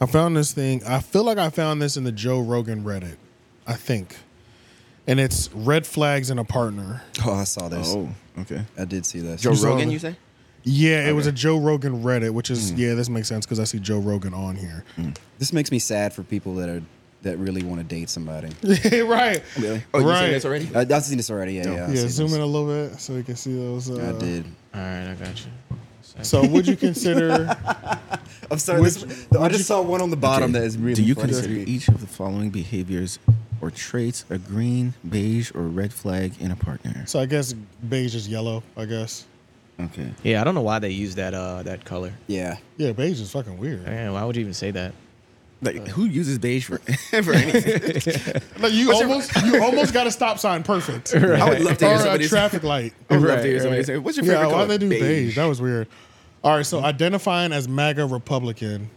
A: I found this thing. I feel like I found this in the Joe Rogan Reddit, I think, and it's red flags in a partner.
B: oh, I saw this.
D: Oh, okay.
B: I did see this.
D: Joe
A: saw
D: Rogan,
A: the-
D: you say?
A: Yeah, it was a Joe Rogan Reddit, which
B: Mm.
A: is yeah, this makes sense because I see Joe Rogan on here.
B: This makes me sad for people that are that really want to date somebody.
A: (laughs) right.
B: Really?
D: Oh, you
A: Right.
D: said this already?
B: I, I've seen this already. Yeah, yeah. I've
A: yeah,
B: seen
A: zoom
B: this.
A: in a little bit so we can see those. Uh,
B: I did.
C: All right, I got you.
A: (laughs) So, would you consider?
B: (laughs) I'm sorry.
A: Which-
B: this- I just saw one on the bottom that is really.
D: Do you
B: funny to
D: consider
B: me.
D: each of the following behaviors or traits a green, beige, or red flag in a partner?
A: so, I guess beige is yellow. I guess.
D: Okay.
C: Yeah, I don't know why they use that uh that color.
B: Yeah.
A: Yeah, beige is fucking weird.
C: Man, why would you even say that?
D: Like, who uses beige for, (laughs)
A: (laughs)
D: for anything?
A: Like you
D: (laughs)
A: almost, you almost got a stop sign.
C: (laughs)
A: Perfect.
D: I would love to hear
A: Or a
D: somebody say-
A: traffic light.
D: I would love
C: Right,
D: to hear somebody
C: right.
D: say, what's your favorite
A: Yeah, why
D: color?
A: they do beige. That was weird. All right, so identifying as MAGA Republican,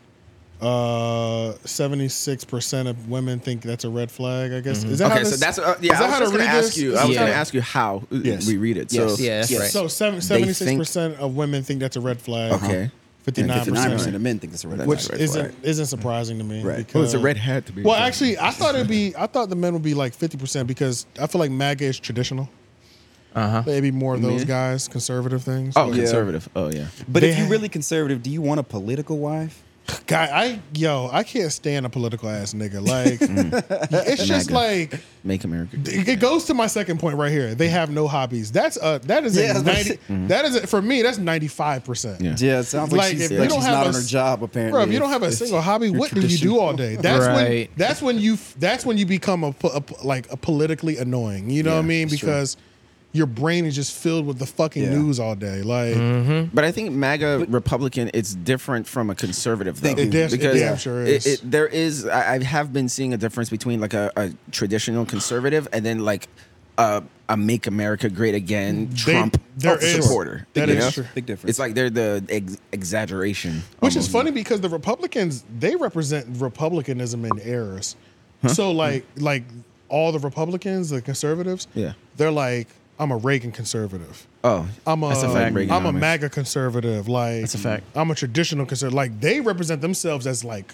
A: uh, seventy-six percent of women think that's a red flag. I guess is that how
D: Mm. Mm-hmm. Okay,
A: this,
D: so that's uh,
A: is
D: yeah.
A: that
D: I was
A: how
D: just
A: to
D: gonna
A: read
D: ask
A: this?
D: you. I was
C: Yeah.
D: gonna ask you how uh,
B: Yes.
D: we read it.
B: Yes.
D: So
C: Yeah, that's right.
A: So seven,
D: They
A: 76% of women think that's a red flag.
D: Okay.
A: Fifty nine
B: Fifty-nine percent
A: percent,
B: of men think it's a red flag.
A: which
D: red
A: isn't
D: flag.
A: isn't surprising to me.
B: Right.
A: because-
D: Well, it's a red hat to be.
A: Well, actually, I thought it'd be. I thought the men would be like fifty percent because I feel like MAGA is traditional.
C: Uh huh.
A: They'd be more of those
D: Yeah.
A: guys, conservative things.
D: Oh,
A: But-
B: yeah.
D: conservative. Oh, yeah.
B: But if
A: They-
B: you're really conservative, do you want a political wife?
A: God, I yo, I can't stand a political ass nigga.
B: (laughs)
A: Like,
B: Mm.
A: it's just like.
D: Make America. great.
A: It it goes to my second point right here. They have no hobbies. That's uh that is
B: Yeah, I
A: a
B: was about to
A: ninety. That is a, for me. That's ninety five percent.
D: (laughs) Yeah.
B: Yeah, it sounds like,
A: Like,
B: she's,
A: if
B: like
A: you don't
B: she's
A: have
B: not
A: a
B: on her
A: s-
B: job apparently.
A: Bro, if you don't have a single hobby, what do you do all day? That's when
C: Right.
A: that's when you that's when you become a, po- a po- like a politically annoying. You know
D: Yeah,
A: what I mean?
D: that's true.
A: Because your brain is just filled with the fucking
B: Yeah.
A: news all day. Like
C: Mm-hmm.
D: But I think MAGA Republican it's different from a conservative though.
B: Thank you. It
A: damn- it
D: because
A: damn sure is.
D: It, it, there is I, I have been seeing a difference between like a, a traditional conservative and then like a, a Make America Great Again Trump
A: there is-
D: supporter.
A: that
D: you
A: is
D: know?
A: true.
B: Big difference.
D: It's like they're the ex- exaggeration.
A: Which is
D: almost.
A: funny because the Republicans they represent Republicanism in errors. So
D: Hmm.
A: like like all the Republicans, the conservatives,
D: Yeah.
A: they're like, I'm a Reagan conservative.
D: Oh,
A: I'm a,
D: that's a fact.
A: am a
D: Reaganomics.
A: MAGA conservative. Like
C: That's a fact.
A: I'm a traditional conservative. Like they represent themselves as like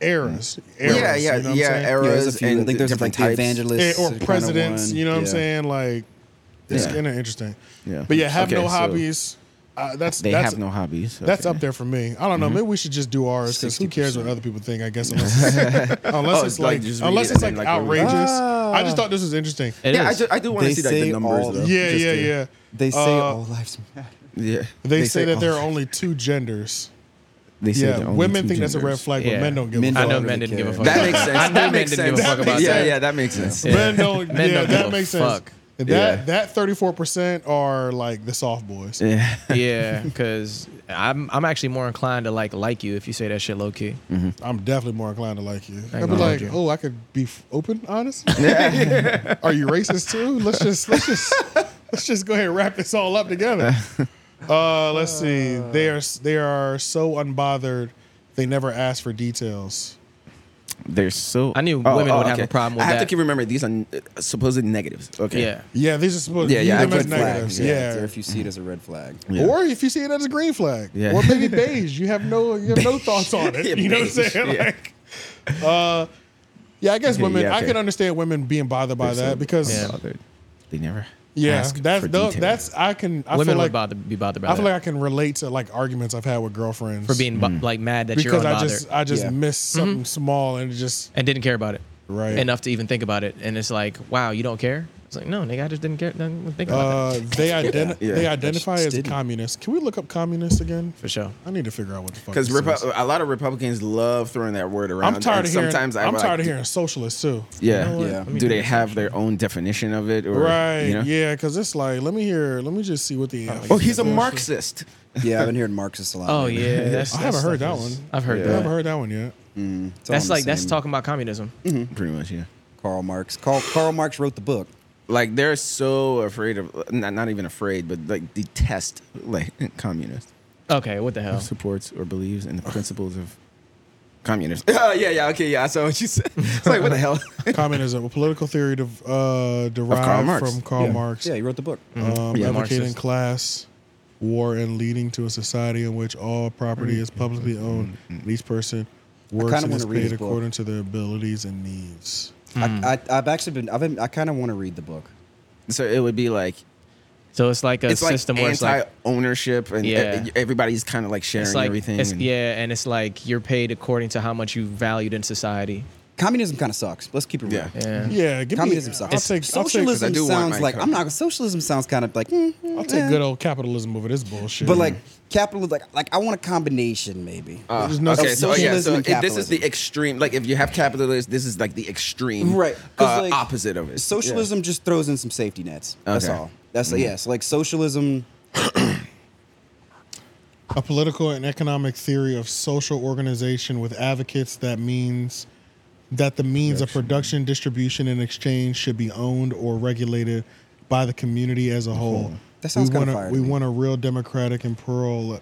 A: eras. eras
D: Yeah, yeah,
A: you know what I'm
D: Hmm. yeah.
A: saying?
D: Era-
B: Yeah, there's a
D: Eras
B: few. I
D: and
B: think there's like
D: different
B: the
D: types.
B: evangelists
A: Eh,
B: are
A: or
B: kinda
A: presidents.
B: one.
A: You know what I'm
B: Yeah.
A: saying? Like it's
D: Yeah.
A: kind of interesting.
D: Yeah.
A: But yeah, have
D: Okay,
A: no
D: so
A: hobbies. Uh, that's
D: They
A: that's
D: have no hobbies.
A: That's
D: Okay. Mm-hmm.
A: up there for me. I don't know. Maybe we should just do ours because who cares what other people think? I guess
D: (laughs)
A: unless, unless
D: Oh,
A: it's
D: like,
A: like,
D: just read
A: unless
D: it
A: it's like
D: and then, like, read it.
A: outrageous. I just thought this was interesting.
C: Ah. It
D: yeah, I
C: is.
D: do, I do want
B: They
D: to see like,
B: say
D: the numbers
B: all-
D: though.
A: yeah,
D: just
A: yeah,
D: to-
A: yeah.
B: They say
A: Uh,
B: all lives matter.
D: yeah.
A: They,
B: they
A: say,
B: say
A: that there
B: all-
A: are only two genders.
D: They say
A: yeah,
D: they're only
A: women
D: two
A: think that's a red
D: genders.
A: flag,
C: Yeah.
A: but men don't give
B: Men
A: a
C: I
A: fuck.
C: know
B: don't
C: men
B: really
C: didn't give a fuck.
B: care.
D: That
C: about
D: makes sense.
C: (laughs) I know
D: That
C: men
D: makes
C: didn't give a
D: sense.
C: fuck about
D: yeah,
C: that.
D: yeah, that makes sense.
C: Yeah.
A: Men don't.
C: Men
A: yeah,
C: don't give
A: that
C: a
A: makes
C: fuck.
A: sense. And
D: Yeah.
A: that that thirty four percent are like the soft boys.
D: Yeah.
C: Yeah, because I'm I'm actually more inclined to like like you if you say that shit low key.
D: Mm-hmm.
A: I'm definitely more inclined to like you. I'd be
C: gonna
A: like,
C: hold you.
A: oh, I could be f- open,
D: (laughs)
A: honest. (laughs) Are you racist too? Let's just let's just let's just go ahead and wrap this all
D: (laughs)
A: up together. Uh, let's see. They are s- they are so unbothered. They never ask for details.
D: They're so.
C: I knew women would have a problem with
D: Oh, I have
C: that.
D: to keep remember these are uh, supposed negatives. Okay.
C: Yeah.
A: Yeah, these are supposed.
D: Yeah,
A: Yeah,
D: yeah,
A: yeah.
D: I
A: Them
D: put
A: as
D: flags,
A: negatives.
B: it's-
A: Yeah.
B: Or if you see it as a red flag.
D: Yeah. (laughs)
A: Or if you see it as a green flag,
D: Yeah.
A: or maybe beige, you have no you have no thoughts on
D: (laughs)
A: it.
D: Yeah,
A: you know what I'm
D: beige,
A: saying?
D: yeah.
A: Like, uh, yeah, I guess
D: Okay, (laughs)
A: women.
D: yeah,
A: I
D: okay.
A: can understand women being bothered by
D: They're so
A: that because
D: unbothered. they never.
A: Yeah,
D: ask
A: that's
D: for
A: tho-
D: detail.
A: that's I can. I
C: Women
A: feel
C: would
A: like
C: bother, be bothered by
A: I feel
C: that.
A: like I can relate to like arguments I've had with girlfriends
C: for being bu-
D: Mm.
C: like mad that you're
A: because
C: unbothered Mm-hmm.
A: I just I just
B: Yeah.
A: missed something small and it just
C: and didn't care about it
A: oh, Right.
C: enough to even think about it. And it's like, wow, you don't care. It's like, no, nigga, I just didn't care. Didn't think about
A: uh, they identi-
D: (laughs) Yeah.
A: they
D: Yeah.
A: identify
B: Just
A: as
B: didn't.
A: communists. Can we look up communists again?
C: it for sure.
A: I need to figure out what the fuck.
D: Because
A: this is.
D: Repu- a lot of Republicans love throwing that word around.
A: I'm tired
D: and
A: of hearing.
D: Sometimes I
A: I'm
D: like,
A: tired of hearing socialists too.
D: Yeah.
A: You know what?
B: Yeah.
A: Let me
D: Do
A: do
D: they
A: this.
D: have their own definition of it? Or,
A: Right.
D: You know?
A: Yeah. Because it's like, let me hear. Let me just see what the.
D: Oh, he's a Marxist. (laughs)
B: Yeah, I've been hearing Marxist a lot.
C: Oh
B: lately.
C: yeah, that's,
A: I
C: that's-
A: haven't heard that one.
C: I've
A: I
C: heard
D: Yeah.
A: haven't
C: that.
A: heard that one yet.
B: Mm,
D: Mm,
B: It's all
C: That's
B: the
C: like that's
B: same. Mm-hmm.
C: talking about communism.
D: (laughs) Pretty much, yeah.
B: Karl Marx. Karl, Karl Marx wrote the book.
D: Like they're so afraid of not not even afraid, but like detest like (laughs) communists.
C: Okay, what the hell?
D: supports or believes in the principles of communism. (laughs) Oh, yeah, yeah, okay, yeah. I saw what you said. It's like, what the hell?
A: (laughs) Communism, a political theory to, uh, derived
D: Marx.
A: from Karl
B: yeah.
A: Marx.
B: Yeah, he wrote the book.
A: um,
C: Yeah,
A: advocating
C: Marxist.
A: class war and leading to a society in which all property is publicly owned and each person works
B: kinda
A: and is
B: wanna read
A: paid
B: his book.
A: according to their abilities and needs
C: Hmm.
B: I, I, I've actually been. I've been I kind of want to read the book.
D: So it would be like
C: So it's like a
D: it's like
C: system where it's like
D: anti-ownership, and
C: Yeah.
D: e- everybody's kind of like sharing
C: it's like
D: everything.
C: it's- e,
D: and-
C: yeah, and it's like you're paid according to how much you valued in society.
B: Communism kind of sucks. Let's keep it real.
D: Yeah.
C: Yeah.
A: yeah give
B: Communism
A: me,
B: sucks.
A: I'll take, I'll, take,
B: socialism
D: I do want
B: sounds
D: my
B: like I'm
D: copy.
B: not. Socialism sounds kind of like. mm, mm,
A: I'll take
B: eh.
A: good old capitalism over this bullshit
B: But like capitalism, like like I want a combination maybe.
D: Uh,
A: There's no
D: okay, so yeah,
B: socialism
D: so
B: and
D: it- this is the
B: capitalism.
D: extreme. Like, if you have capitalism, this is like the extreme,
B: Right, 'cause,
D: Uh,
B: like,
D: opposite of it.
B: Socialism just throws in some safety nets. That's
D: Okay. Mm-hmm.
B: all. That's yes. Yeah, so like socialism.
A: a political and economic theory of social organization with advocates that means that the means of production, distribution, and exchange should be owned or regulated by the community as a whole.
B: That sounds
A: we
B: kinda
A: want a-
B: fire to
A: We
B: me.
A: want a real democratic and plural. uh,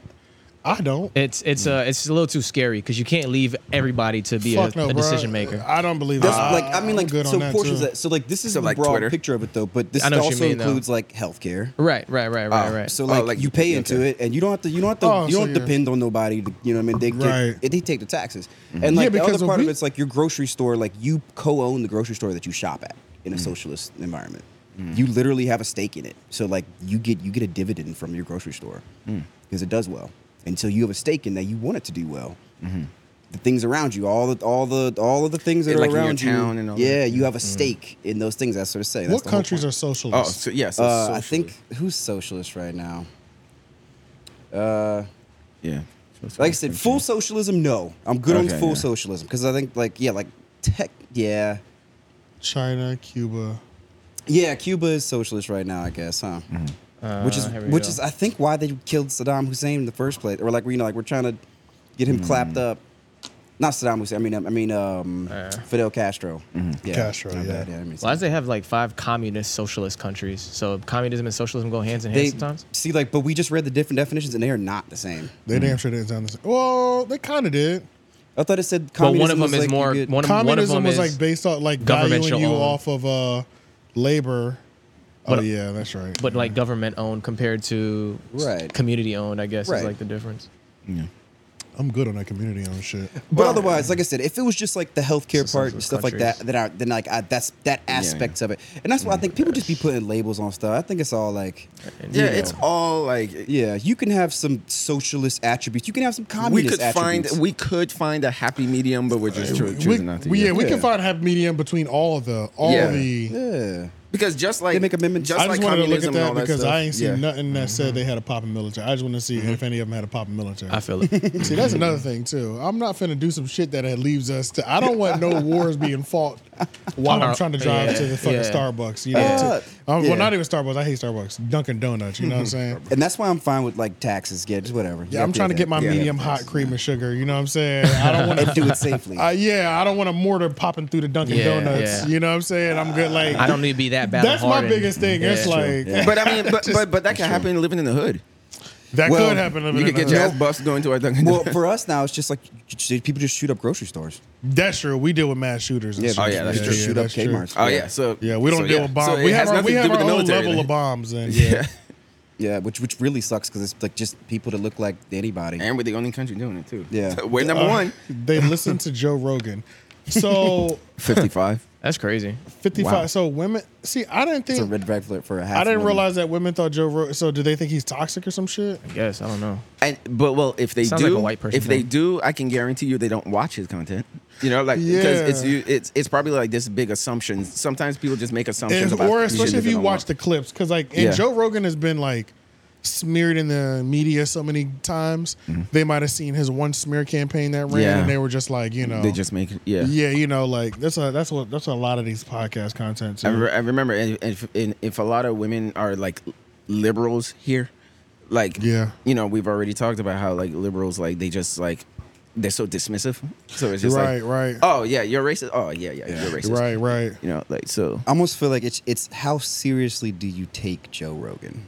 A: I don't.
C: It's it's uh it's a little too scary because you can't leave everybody to be a,
A: Fuck no, bro.
C: a decision maker.
A: I don't believe
B: That's
A: that.
B: like I mean
A: I'm
B: like
A: good
B: so
A: on that
B: portions
A: too.
B: of that. So like this is
D: So,
B: the
D: like,
B: broad
D: Twitter.
B: picture of it though. But this
C: I know what you
B: also
C: mean, though.
B: includes like healthcare.
C: Right, right, right, right,
D: Oh,
C: right.
B: So
D: Oh,
B: like,
D: like,
B: you pay
D: okay.
B: into it, and you don't have to. You don't have to.
A: Oh,
B: you
A: so
B: don't have to
A: you're-
B: depend on nobody. To, you know what I mean? They get,
A: Right.
B: it- they take the taxes,
D: Mm-hmm.
B: and like
A: Yeah,
B: the
A: because
B: other part
A: we-
B: of it's like your grocery store. Like you co-own the grocery store that you shop at in a
D: Mm-hmm.
B: socialist environment. You literally have a stake in it. So like you get you get a dividend from your grocery store
D: Mm.
B: because it does well, and so you have a stake in that. You want it to do well. The things around you, all the all the all of the things that
D: Yeah,
B: are
D: like in your
B: around you.
D: town and all
B: yeah,
D: that. Mm-hmm.
B: you have a stake in those things. That's what I say. That's
A: What
B: the whole
A: countries
B: point.
A: are
D: Oh,
A: socialists?
D: so, yes.
B: Uh, I think who's socialist right now? Uh,
D: yeah.
B: Like I said, full socialism. No, I'm good
D: Okay,
B: on full
D: yeah.
B: socialism because I think like yeah, like tech. Yeah,
A: China, Cuba.
B: yeah. Cuba is socialist right now, I guess, huh? which is
C: Uh, here we
B: which
C: go.
B: is I think why they killed Saddam Hussein in the first place, or like you know like we're trying to get him clapped up. Not Saddam Hussein. I mean, um, I mean um,
C: Uh.
B: Fidel Castro. Yeah,
A: Castro,
B: my
A: yeah.
B: bad, I mean,
C: Why does they have like five communist socialist countries? So communism and socialism go hands in hand
B: they
C: sometimes.
B: see like, but we just read the different definitions and they are not the same.
A: They damn sure didn't sound the same. Well, they kind of did.
B: I thought it said
C: But one of
B: communism
C: them
B: was,
C: is
B: like, you
C: more.
B: get-
C: One of, one of
A: Communism
C: them
A: was
C: is
A: like based on like
C: government
A: valuing you
C: shall own.
A: off of uh, labor. oh
C: But-
A: yeah, that's right.
C: but like government owned compared to
B: Right.
C: community owned. I guess
B: Right.
C: is like the difference.
A: I'm good on that community on shit.
B: But otherwise, like I said, if it was just like the healthcare
C: Systems
B: part
C: of
B: and stuff like
C: countries.
B: that, then I, then like I, that's that aspects of it, and that's why I think people just be putting labels on stuff. I think it's all like,
C: And,
D: Yeah,
C: you know,
D: it's all like
B: yeah, you can have some socialist attributes, you can have some
D: we
B: communist
D: could find
B: attributes.
D: we could find a happy medium, but we're just cho-
A: We-
D: choosing not to.
A: we, yeah, we
B: Yeah.
A: can find a happy medium between all of the all
D: Yeah.
A: the.
B: yeah,
D: because just like
B: They make amendments.
D: just
A: I
D: like
A: just wanted to look
D: communism and
A: at that
D: all that
A: because
D: stuff.
A: I ain't seen
D: yeah. Mm-hmm.
A: nothing that said they had a popping military. I just want to see if any (laughs) of them had a popping military. (laughs)
C: I feel it.
A: See, that's another thing too. I'm not finna do some shit that it leaves us to. I don't
D: (laughs)
A: want no wars being fought while
D: Uh-huh.
A: I'm trying to drive
C: Yeah,
A: to the fucking
C: yeah.
A: Starbucks. You know,
B: Yeah.
A: to- um,
B: Yeah.
A: well, not even Starbucks. I hate Starbucks. Dunkin' Donuts. You know
B: (laughs)
A: what I'm saying?
B: and that's why I'm fine with like taxes. Yeah, just whatever.
A: Yeah, I'm trying to get my
D: Yeah.
A: medium hot cream and sugar. You know what I'm saying? I don't want
B: (laughs) and do
A: to.
B: it safely.
A: Uh, yeah, (laughs) I don't want a mortar popping through the Dunkin'
C: Yeah,
A: Donuts.
C: yeah.
A: You know what I'm saying? I'm good. Like
C: I don't need to be that bad.
A: That's my biggest thing. it's like
B: Yeah.
D: But
A: (laughs)
D: I mean, but but, but that could happen living in the hood.
A: that
B: Well,
A: could happen.
D: You could get your ass
A: your
D: bust going to a Dunkin'
B: well,
D: Donuts.
B: for us now, it's just like people just shoot up grocery stores.
A: That's true. We deal with mass shooters. And
B: Yeah,
A: stuff.
D: oh, yeah, that's
B: just
D: true.
B: shoot up
A: that's true.
B: Kmart's.
D: Oh yeah, so
A: Yeah, we don't
D: so,
A: deal
D: yeah.
A: with bombs.
D: So
A: we
D: it
A: have
D: has
A: our,
D: nothing
A: we
D: to
A: have
D: do with
A: our
D: the
A: own
D: military.
A: level of bombs, and yeah.
D: Yeah,
B: (laughs) Yeah, which which really sucks because it's like just people that look like anybody.
D: and we're the only country doing it too.
B: Yeah. Uh,
D: So we're number (laughs) one.
A: they listen to Joe Rogan.
D: (laughs)
C: (laughs)
A: So
D: Fifty-five.
C: That's crazy.
A: 55.
B: Wow.
A: So women, see, I didn't
B: It's a
A: think
B: red flag for, for a half.
A: I didn't
B: woman.
A: realize that women thought Joe Rogan. So do they think he's toxic or some shit?
C: Yes, I don't know.
D: And but well, if they
C: Sounds
D: do,
C: like a white person
D: if they
C: thing.
D: do, I can guarantee you they don't watch his content. You know, like
A: Yeah.
D: because it's you, it's it's probably like this big assumption. Sometimes people just make assumptions
A: If-
D: about
A: or
D: shit
A: especially if
D: that
A: you
D: don't
A: watch the clips, because like, and
D: Yeah.
A: Joe Rogan has been like smeared in the media so many times, they might have seen his one smear campaign that ran,
D: Mm-hmm. Yeah.
A: and they were just like, you know,
D: They just make yeah.
A: yeah, you know, like that's a that's what that's a lot of these podcast content.
D: I,
A: Too.
D: re- I remember and if and if a lot of women are like liberals here, like
A: Yeah.
D: you know, we've already talked about how like liberals like they just like they're so dismissive. So it's just like,
A: right, right,
D: oh yeah, you're racist. Oh yeah, yeah, you're racist.
A: right, right.
D: You know, like so.
B: I almost feel like it's it's how seriously do you take Joe Rogan?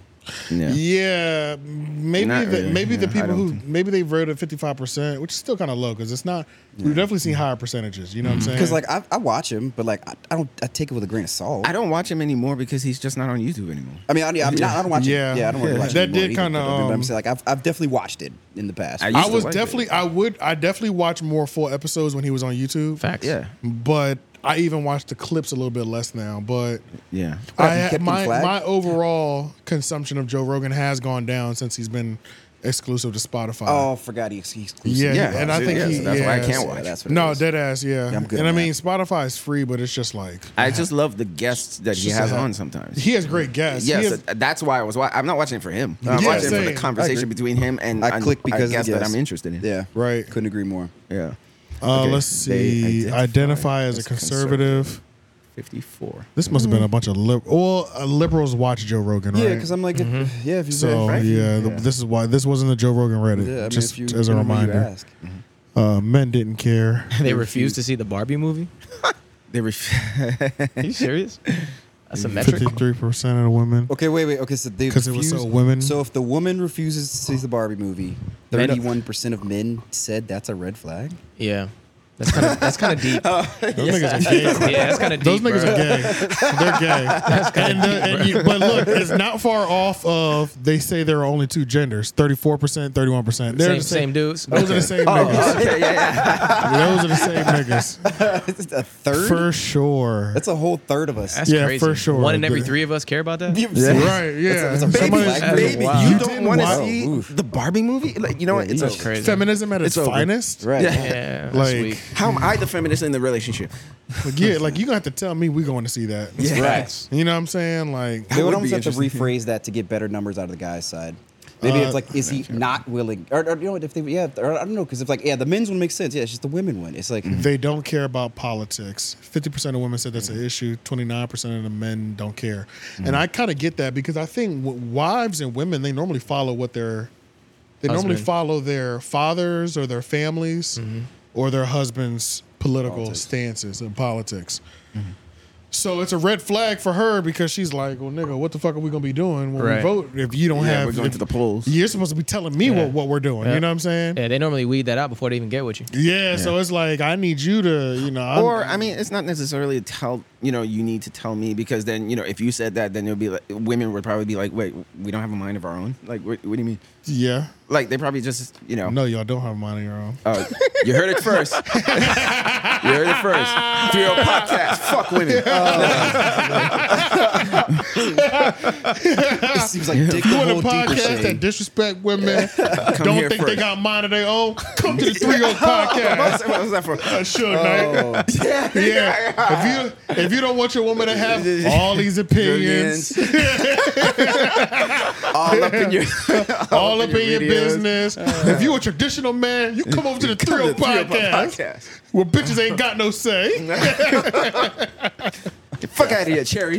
D: Yeah.
A: Yeah, maybe
D: Not
A: the,
D: really,
A: maybe the
D: yeah, I
A: people
D: don't
A: who
D: think-
A: maybe they voted fifty five percent, which is still kind of low because it's not. We've definitely seen
D: Mm-hmm.
A: higher percentages. You know what I'm saying?
B: Because like I, I watch him, but like I, I don't I take it with a grain of salt.
D: I don't watch him anymore because he's just not on YouTube anymore.
B: I mean, I, I, mean, I don't watch
A: Yeah.
B: it. Yeah, I don't
A: Yeah.
B: watch it.
A: That
B: anymore
A: did
B: either,
A: kinda,
B: but I'm-
A: um,
B: I'm saying, like I've, I've definitely watched it in the past.
D: I
A: I
D: used to
A: was
D: like it.
A: definitely, I would, I definitely watched more full episodes when he was on YouTube.
C: Facts.
D: Yeah,
A: But I even watch the clips a little bit less now. But
D: yeah.
B: What,
A: I
B: you
A: had-
B: kept him
A: my
B: flagged?
A: my overall consumption of Joe Rogan has gone down since he's been exclusive to Spotify.
B: oh, forgot he's, he's exclusive.
A: Yeah,
D: Yeah,
A: and I
D: so-
A: think
D: yeah,
A: he,
D: so that's
A: yeah,
D: why I can't
B: Yeah,
D: watch.
B: that's what it
A: No,
B: is.
A: dead ass, yeah.
B: I'm good
A: and I
B: on
A: mean,
B: that.
A: Spotify is free, but it's just like
D: I just love the guests that he
A: just
D: has
A: a-
D: on sometimes.
A: he has great guests.
D: yes, uh,
A: he has,
D: that's why I was. Wa- I'm not watching it for him. I'm
A: Yeah,
D: watching it for
A: same.
D: the
B: I
D: conversation
B: agree.
D: between him and
B: I click because
D: I
B: of
D: guess
B: the
D: that
B: guest.
D: I'm interested in.
B: Yeah,
A: Right.
B: Couldn't agree more.
D: yeah.
A: Uh,
D: Okay,
A: Let's
D: they
A: see. Identify, as a conservative.
D: Fifty-four.
A: This must have been a bunch of liberal. Well, uh, liberals watch Joe Rogan, right?
B: Yeah, because I'm like, if-
D: Mm-hmm.
B: yeah, if you
A: so
B: right?
A: yeah, th-
D: Yeah.
A: (laughs) This is why this wasn't a Joe Rogan Reddit.
B: Yeah, I mean,
A: just
B: if you,
A: as a
B: you know what you
A: reminder,
B: ask.
A: uh, men didn't care.
C: (laughs) (laughs) They refuse to see the Barbie movie.
D: They
C: (laughs)
D: ref-
C: Are you serious? That's a metric.
A: Fifty-three percent of the women.
B: Okay, wait, wait. Okay, so they
A: 'Cause it was
B: refuse-
A: so women.
B: So if the woman refuses to see the Barbie movie,
C: Men-
B: thirty-one percent of men said that's a red flag. Oh,
C: Yeah. That's kind of that's kind of
B: (laughs)
C: deep.
A: Those niggas are gay. bro.
C: yeah, that's kind of deep.
A: Those niggas
C: bro.
A: are gay. They're
C: (laughs)
A: gay. and the, and you, but look, it's not far off of they say there are only two genders: thirty-four percent, thirty-one percent. They're
C: Same,
A: the
C: same
A: same.
C: dudes.
A: Those are the same niggas.
D: yeah, yeah,
A: (laughs) Those are the same niggas
B: (laughs) a third.
A: for sure.
B: (laughs) that's a whole third of us.
C: That's
A: Yeah,
C: crazy.
A: for sure.
C: One in every
A: The-
C: three of us care about
B: (laughs)
C: that.
A: Right, yeah.
B: That's a- that's a baby
A: Somebody's-
B: flag.
D: Baby,
B: Wow.
D: you
A: You
D: don't
A: didn't
D: want to
A: watch-
D: see
B: Ooh.
D: the Barbie movie? Like, you know what?
B: Yeah,
D: It's
B: you
D: a,
B: know.
C: That's crazy.
A: Feminism at its,
D: It's over.
A: finest.
B: right.
D: Yeah.
C: Yeah, that's
A: Like-
C: weak.
D: How am I the feminist in the relationship?
A: Like, yeah, like you're gonna have to tell me we're going to see that.
B: Right.
A: You know what I'm saying? Like
B: They would
D: would
B: almost
D: be
B: have to
D: interesting.
B: rephrase that to get better numbers out of the guy's side.
A: Uh,
B: Maybe it's like, is he not willing? Or, or you know what? If they, yeah, or, I don't know, because if like, yeah, the men's one makes sense. Yeah, it's just the women one. It's like,
A: they don't care about politics. Fifty percent of women said that's
D: Mm-hmm.
A: an issue. Twenty nine percent of the men don't care, and I kind of get that because I think w- wives and women they normally follow what their they normally
C: Husband.
D: Mm-hmm.
A: follow their fathers or their families. or their husband's political stances and politics.
D: Mm-hmm.
A: So it's a red flag for her because she's like, "Well, nigga, what the fuck are we gonna be doing when we
C: (laughs) Right.
A: vote if you don't
D: Yeah,
A: have
D: we're going
A: if-
D: to the polls.
A: You're supposed to be telling me
C: Yeah.
A: what, what we're doing. You
C: Yeah.
A: know what I'm saying? Yeah.
C: Yeah, they normally weed that out before they even get with you.
A: So it's like I need you to, you know, I'm-
D: Or I mean, it's not necessarily tell you know you need to tell me because then you know if you said that then you'll be like women would probably be like wait we don't have a mind of our own like what, what do you mean
A: yeah.
D: like they probably just you know
A: No, oh, y'all don't have mine on your own.
D: uh, you heard it
A: (laughs)
D: first you heard it first through your podcast fuck women
A: Uh,
D: (laughs)
B: it seems like dick the
A: You want
B: whole
A: a podcast that
B: deeper
A: disrespect
B: (laughs)
A: women? don't
D: here
A: think they
D: first.
A: got mine of their own? Come to the three
B: (laughs)
A: O
D: (laughs)
A: podcast.
D: what was that for Oh.
A: Uh, Suge
D: (laughs)
A: Knight. Yeah. If you if you don't want your woman to have
D: (laughs)
A: all these opinions,
D: all up in your
A: (laughs) all up in your
D: videos.
A: business, if you a traditional man, you come over
D: (laughs)
A: to the three O
D: to the 3O
A: podcast.
D: podcast.
A: Where bitches ain't got no say.
D: (laughs) Get fuck out of here
A: (laughs)
D: cherry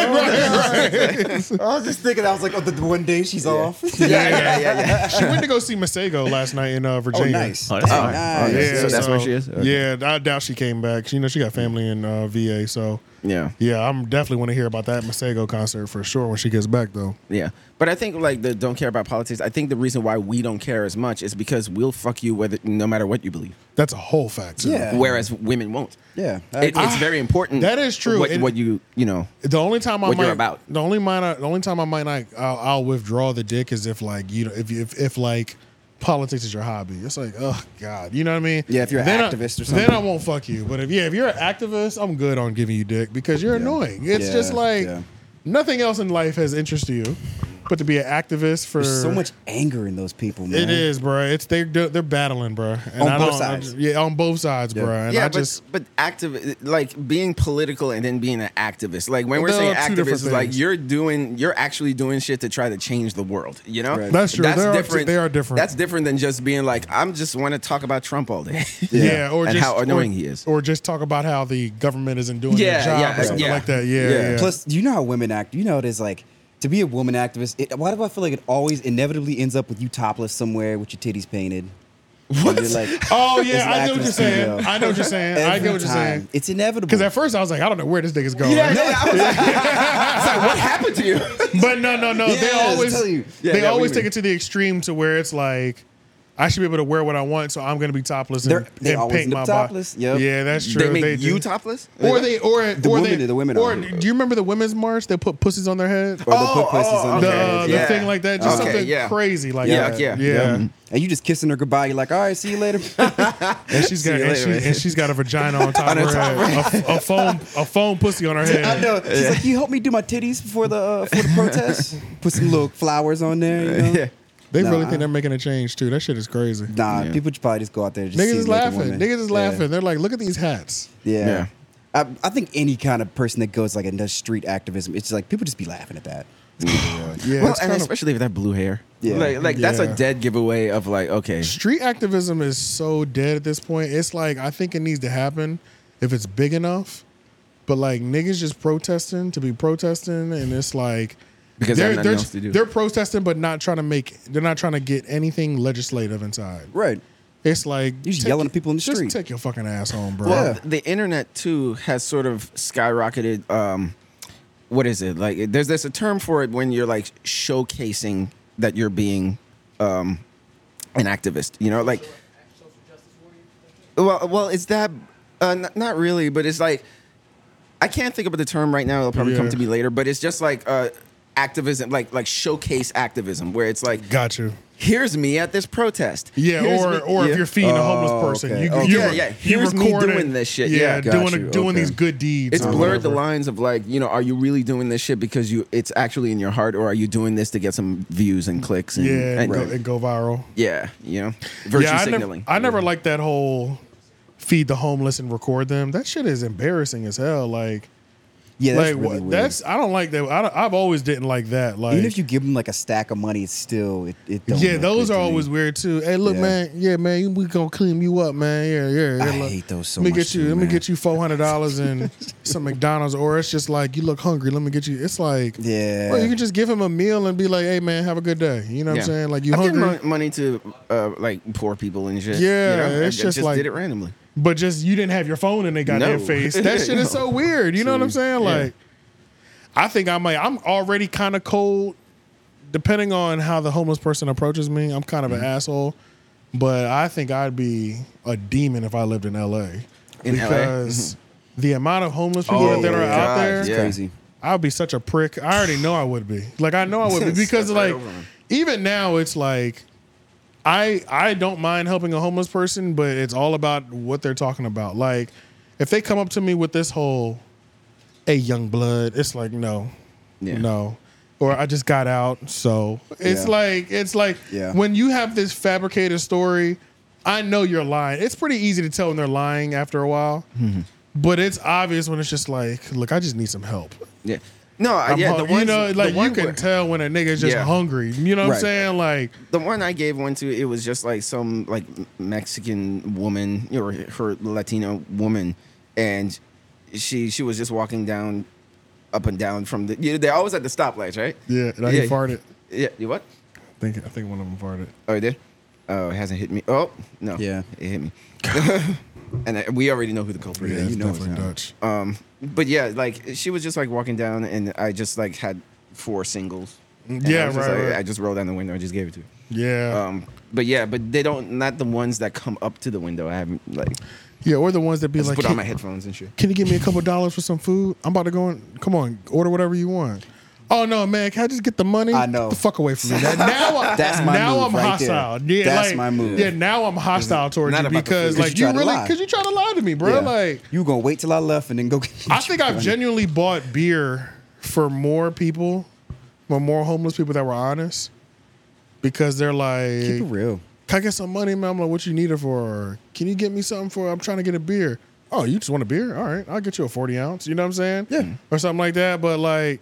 D: (laughs)
B: (laughs) I was just thinking, I was like, oh, the, the one day she's off.
D: yeah
B: (laughs)
D: yeah yeah, yeah.
A: She went to go see Masego last night in uh,
B: Oh,
A: Virginia.
B: nice.
C: Oh, that's
B: Hey,
C: fine.
B: nice.
D: Oh, yeah. So that's where she is? Okay.
A: Yeah, I doubt she came back. She, you know, she got family in uh, VA, so
D: Yeah.
A: yeah, I'm definitely want to hear about that Masego concert for sure when she gets back, though.
D: Yeah, but I think like the don't care about politics. I think the reason why we don't care as much is because we'll fuck you whether no matter what you believe.
A: That's a whole fact. too.
B: Yeah.
D: Whereas women won't.
B: Yeah, I
D: it,
B: agree.
D: it's very important.
A: That is true.
D: What,
A: And-
D: what you you know?
A: The only time I
D: What
A: might,
D: you're about.
A: the only mine, I- the only time I might not, I'll, I'll withdraw the dick is if like you know, if if, if like. Politics is your hobby. It's like, oh God, you know what I mean?
B: Yeah, if you're an
A: Then I-
B: activist or
A: then
B: something.
A: I won't fuck you. But if yeah, if you're an activist, I'm good on giving you dick because you're annoying. It's
B: Yeah,
A: just like
B: yeah.
A: nothing else in life has interest to you, but to be an activist for
B: There's so much anger in those people, man.
A: It is, bro. It's they they're battling, bro. And
B: On
A: I
B: both
A: don't- I
B: sides.
A: ju- yeah, on both sides, bro. And
D: yeah,
A: I
D: but
A: just
D: but active like being political and then being an activist. Like when we're
A: There
D: saying
A: are two
D: activist,
A: different
D: it's like
A: things.
D: you're doing, you're actually doing shit to try to change the world. You know,
B: Right.
A: That's true. There are two- they are different.
D: That's different than just being like, I'm just want to talk about Trump all
A: (laughs)
D: day.
A: yeah, or
D: and
A: just
D: how annoying
A: or,
D: he is.
A: or just talk about how the government isn't doing their
D: Yeah,
A: job
D: yeah,
A: or something
D: yeah.
A: like that. Yeah, yeah.
D: Yeah.
B: Plus, you know how women act. You know it is like to be a woman activist. It, why do I feel like it always inevitably ends up with you topless somewhere with your titties painted? What? You're like,
A: oh
B: It's
A: yeah,
B: an
A: I know what you're
B: activist
A: saying.
B: studio.
A: I know what you're saying. I
B: every
A: get what you're
B: time.
A: saying.
B: It's inevitable.
A: Because at first I was like, I don't know where this nigga's going.
D: yeah, yeah, I was like, I was like, what happened to you?
A: (laughs) But no, no, no. they
B: Yeah, I
A: always
B: tell you.
D: Yeah,
A: they
D: yeah,
A: always
D: we-
A: take it to the extreme to where it's like. I should be able to wear what I want, so I'm going to be topless and,
B: They're- they
A: and
B: always
A: paint
B: end
A: my
B: up
A: body.
B: topless. Yep.
A: Yeah, that's
D: They
A: true.
D: make
A: do.
D: you topless,
A: Or they, or
B: The
A: or
B: women-
A: they,
B: the women
A: Or
B: are-
A: do you remember the women's march? They put pussies on their head.
B: Or they'll put pussies
D: oh,
B: on
A: the,
B: their
D: okay.
A: the
B: heads.
D: yeah.
A: thing like that, just
D: Okay,
A: something
D: yeah.
A: crazy like
D: Yeah,
A: that.
D: yeah,
A: yeah.
B: And you just kissing her goodbye. You're like, all right, see you later. (laughs)
A: And (laughs) she's got
D: you
A: and,
D: later, man.
A: she, and she's got a vagina (laughs) on top of her head, a, a foam a foam pussy (laughs) on her head.
B: I know. She's like, you help me do my titties before the uh, for the
D: (laughs)
B: protest. Put some little flowers on there. You know?
D: Yeah.
A: They
B: Nah.
A: really think they're making a change too. That shit is crazy.
B: Nah,
D: Yeah.
B: people should probably just go out there. And just
A: Niggas
B: see
A: is
B: naked
A: laughing.
B: women.
A: Niggas is
B: Yeah.
A: laughing. They're like, look at these hats.
B: Yeah.
D: Yeah.
B: I, I think any kind of person that goes like and does street activism, it's like people just be laughing at that.
A: Yeah,
D: well, and
A: it's kinda-
D: especially with that blue hair.
B: Yeah.
D: Like, like that's
A: Yeah.
D: a dead giveaway of like, okay.
A: street activism is so dead at this point. It's like I think it needs to happen if it's big enough. But like niggas just protesting to be protesting, and it's like
D: Because they have nothing
A: they're,
D: else to do.
A: they're protesting, but not trying to make they're not trying to get anything legislative inside.
B: Right.
A: It's like
B: You're just
A: take
B: yelling
A: your-
B: at people in the
A: just
B: street.
A: Take your fucking ass home, bro.
D: Well,
B: Yeah.
D: the internet too has sort of skyrocketed. Um, what is it like? There's there's a term for it when you're like showcasing that you're being um, an activist. You know, like well, well, it's that uh, n- not really, but it's like I can't think about the term right now. It'll probably come
A: Yeah.
D: to me later, but it's just like uh, activism, like like showcase activism, where it's like
A: Got you.
D: here's me at this protest.
A: Yeah,
D: Here's
A: or
D: me-
A: or if
D: yeah.
A: you're feeding a homeless
B: Oh,
A: person,
B: okay.
A: you,
B: Okay.
A: you
D: Yeah,
A: re-
D: yeah.
A: you
D: Here's me
A: record
D: doing
A: it.
D: this shit.
A: Yeah,
D: Yeah,
B: got
A: doing
B: you.
A: doing
B: Okay.
A: these good deeds.
D: It's
A: or
D: blurred the
A: whatever.
D: lines of like, you know, are you really doing this shit because you it's actually in your heart, or are you doing this to get some views and
B: Mm-hmm.
D: clicks? And,
A: Yeah,
D: and-
A: and, go, and go viral.
D: yeah, you know, virtue
A: yeah, I
D: signaling.
A: Never, I never liked that whole feed the homeless and record them. That shit is embarrassing as hell. Like
B: Yeah, that's
A: like
B: really
A: what-
B: weird.
A: that's I don't like that. I don't, I've always didn't like that. Like
B: even if you give them like a stack of money, it's still it. it don't
A: yeah,
B: look
A: those
B: good
A: are
B: to me.
A: always weird too. Hey, look,
B: Yeah.
A: man. Yeah, man. you- We gonna clean you up, man. Yeah, yeah. yeah
B: I
A: look.
B: hate those so
A: Let me
B: much
A: get you.
B: too,
A: let
B: man.
A: me get you four hundred dollars
B: (laughs)
A: and some McDonald's, or it's just like you look hungry. Let me get you. It's like
B: Yeah.
A: Well, you can just give him a meal and be like, hey, man, have a good day. You know what I'm saying? Like you
D: I've given
A: hungry,
D: mon- money to uh, like poor people and shit.
A: Yeah,
D: you know? I-
A: it's
D: I
A: just like-
D: did it randomly.
A: but just you didn't have your phone in they got
D: No. (laughs)
A: their face. That shit is so weird. You know what I'm saying?
D: Yeah.
A: Like, I think I might. I'm already kind of cold. Depending on how the homeless person approaches me, I'm kind of
D: Mm-hmm.
A: an asshole. But I think I'd be a demon if I lived in LA
D: In LA?
A: because the amount of homeless people
D: Oh,
A: that are
D: yeah.
A: out there.
B: It's
D: Yeah.
B: crazy.
A: I'd be such a prick. I already know I would be. Like I know I would be because
D: (laughs) Step right
A: like
D: over him.
A: even now it's like I I don't mind helping a homeless person, but it's all about what they're talking about. Like if they come up to me with this whole "Hey, young blood," it's like no,
D: Yeah.
A: no. Or I just got out, so it's
B: Yeah.
A: like it's like
B: Yeah.
A: when you have this fabricated story. I know you're lying. It's pretty easy to tell when they're lying after a while, but it's obvious when it's just like, look, I just need some help.
D: Yeah. No, I
A: I'm
D: yeah,
A: hung-
D: the ones,
A: you know, like
D: the one
A: you can
D: where-
A: tell when a nigga's just
D: Yeah.
A: hungry. You know what
B: Right.
A: I'm saying? Like,
D: the one I gave one to, it was just like some like M- Mexican woman or her Latino woman, and she she was just walking down, up and down from the. You know, they're always at the stoplights, right?
A: yeah, and I yeah. farted.
D: Yeah. You what?
A: I think I think one of them farted.
D: Oh, you did. Oh, it hasn't hit me. Oh no.
B: Yeah.
D: it hit me. (laughs) and I, we already know who the culprit
A: Yeah,
D: is.
A: it's
B: you know it's
A: definitely
B: not.
A: Dutch.
D: Um, but yeah, like she was just like walking down, and I just like had four singles. And
A: Mm, Yeah,
D: I was just,
A: right,
D: like-
A: right.
D: I just rolled down the window. I just gave it to her.
A: yeah,
D: Um, but yeah, but they don't. Not the ones that come up to the window. I haven't like
A: yeah, or the ones that be
D: just
A: like,
D: put on
A: can,
D: my headphones and shit.
A: can you give me a couple dollars for some food? I'm about to go in. Come on, order whatever you want. Oh no, man! Can I just get the money?
B: I know.
A: Get the fuck away from me. That-
B: (laughs)
A: now, I,
B: That's my
A: now I'm
B: move right there.
A: hostile. Yeah,
B: That's
A: like,
B: my move.
A: Yeah, now I'm hostile towards
D: not
A: you
D: about the
A: because
D: food.
B: 'Cause
A: like
B: you
A: you
B: tried to
A: really
B: lie.
A: because you trying to lie to me, bro.
B: Yeah.
A: Like
B: you gonna wait till I left and then go. Get
A: I think I've genuinely bought beer for more people, for more homeless people that were honest, because they're like,
B: keep it real.
A: "Can I get some money, man?" I'm like, "What you need it for? Or, Can you get me something for? I'm trying to get a beer." Oh, you just want a beer? All right, I'll get you a 40 ounce. You know what I'm saying? Yeah, or something like that. But like,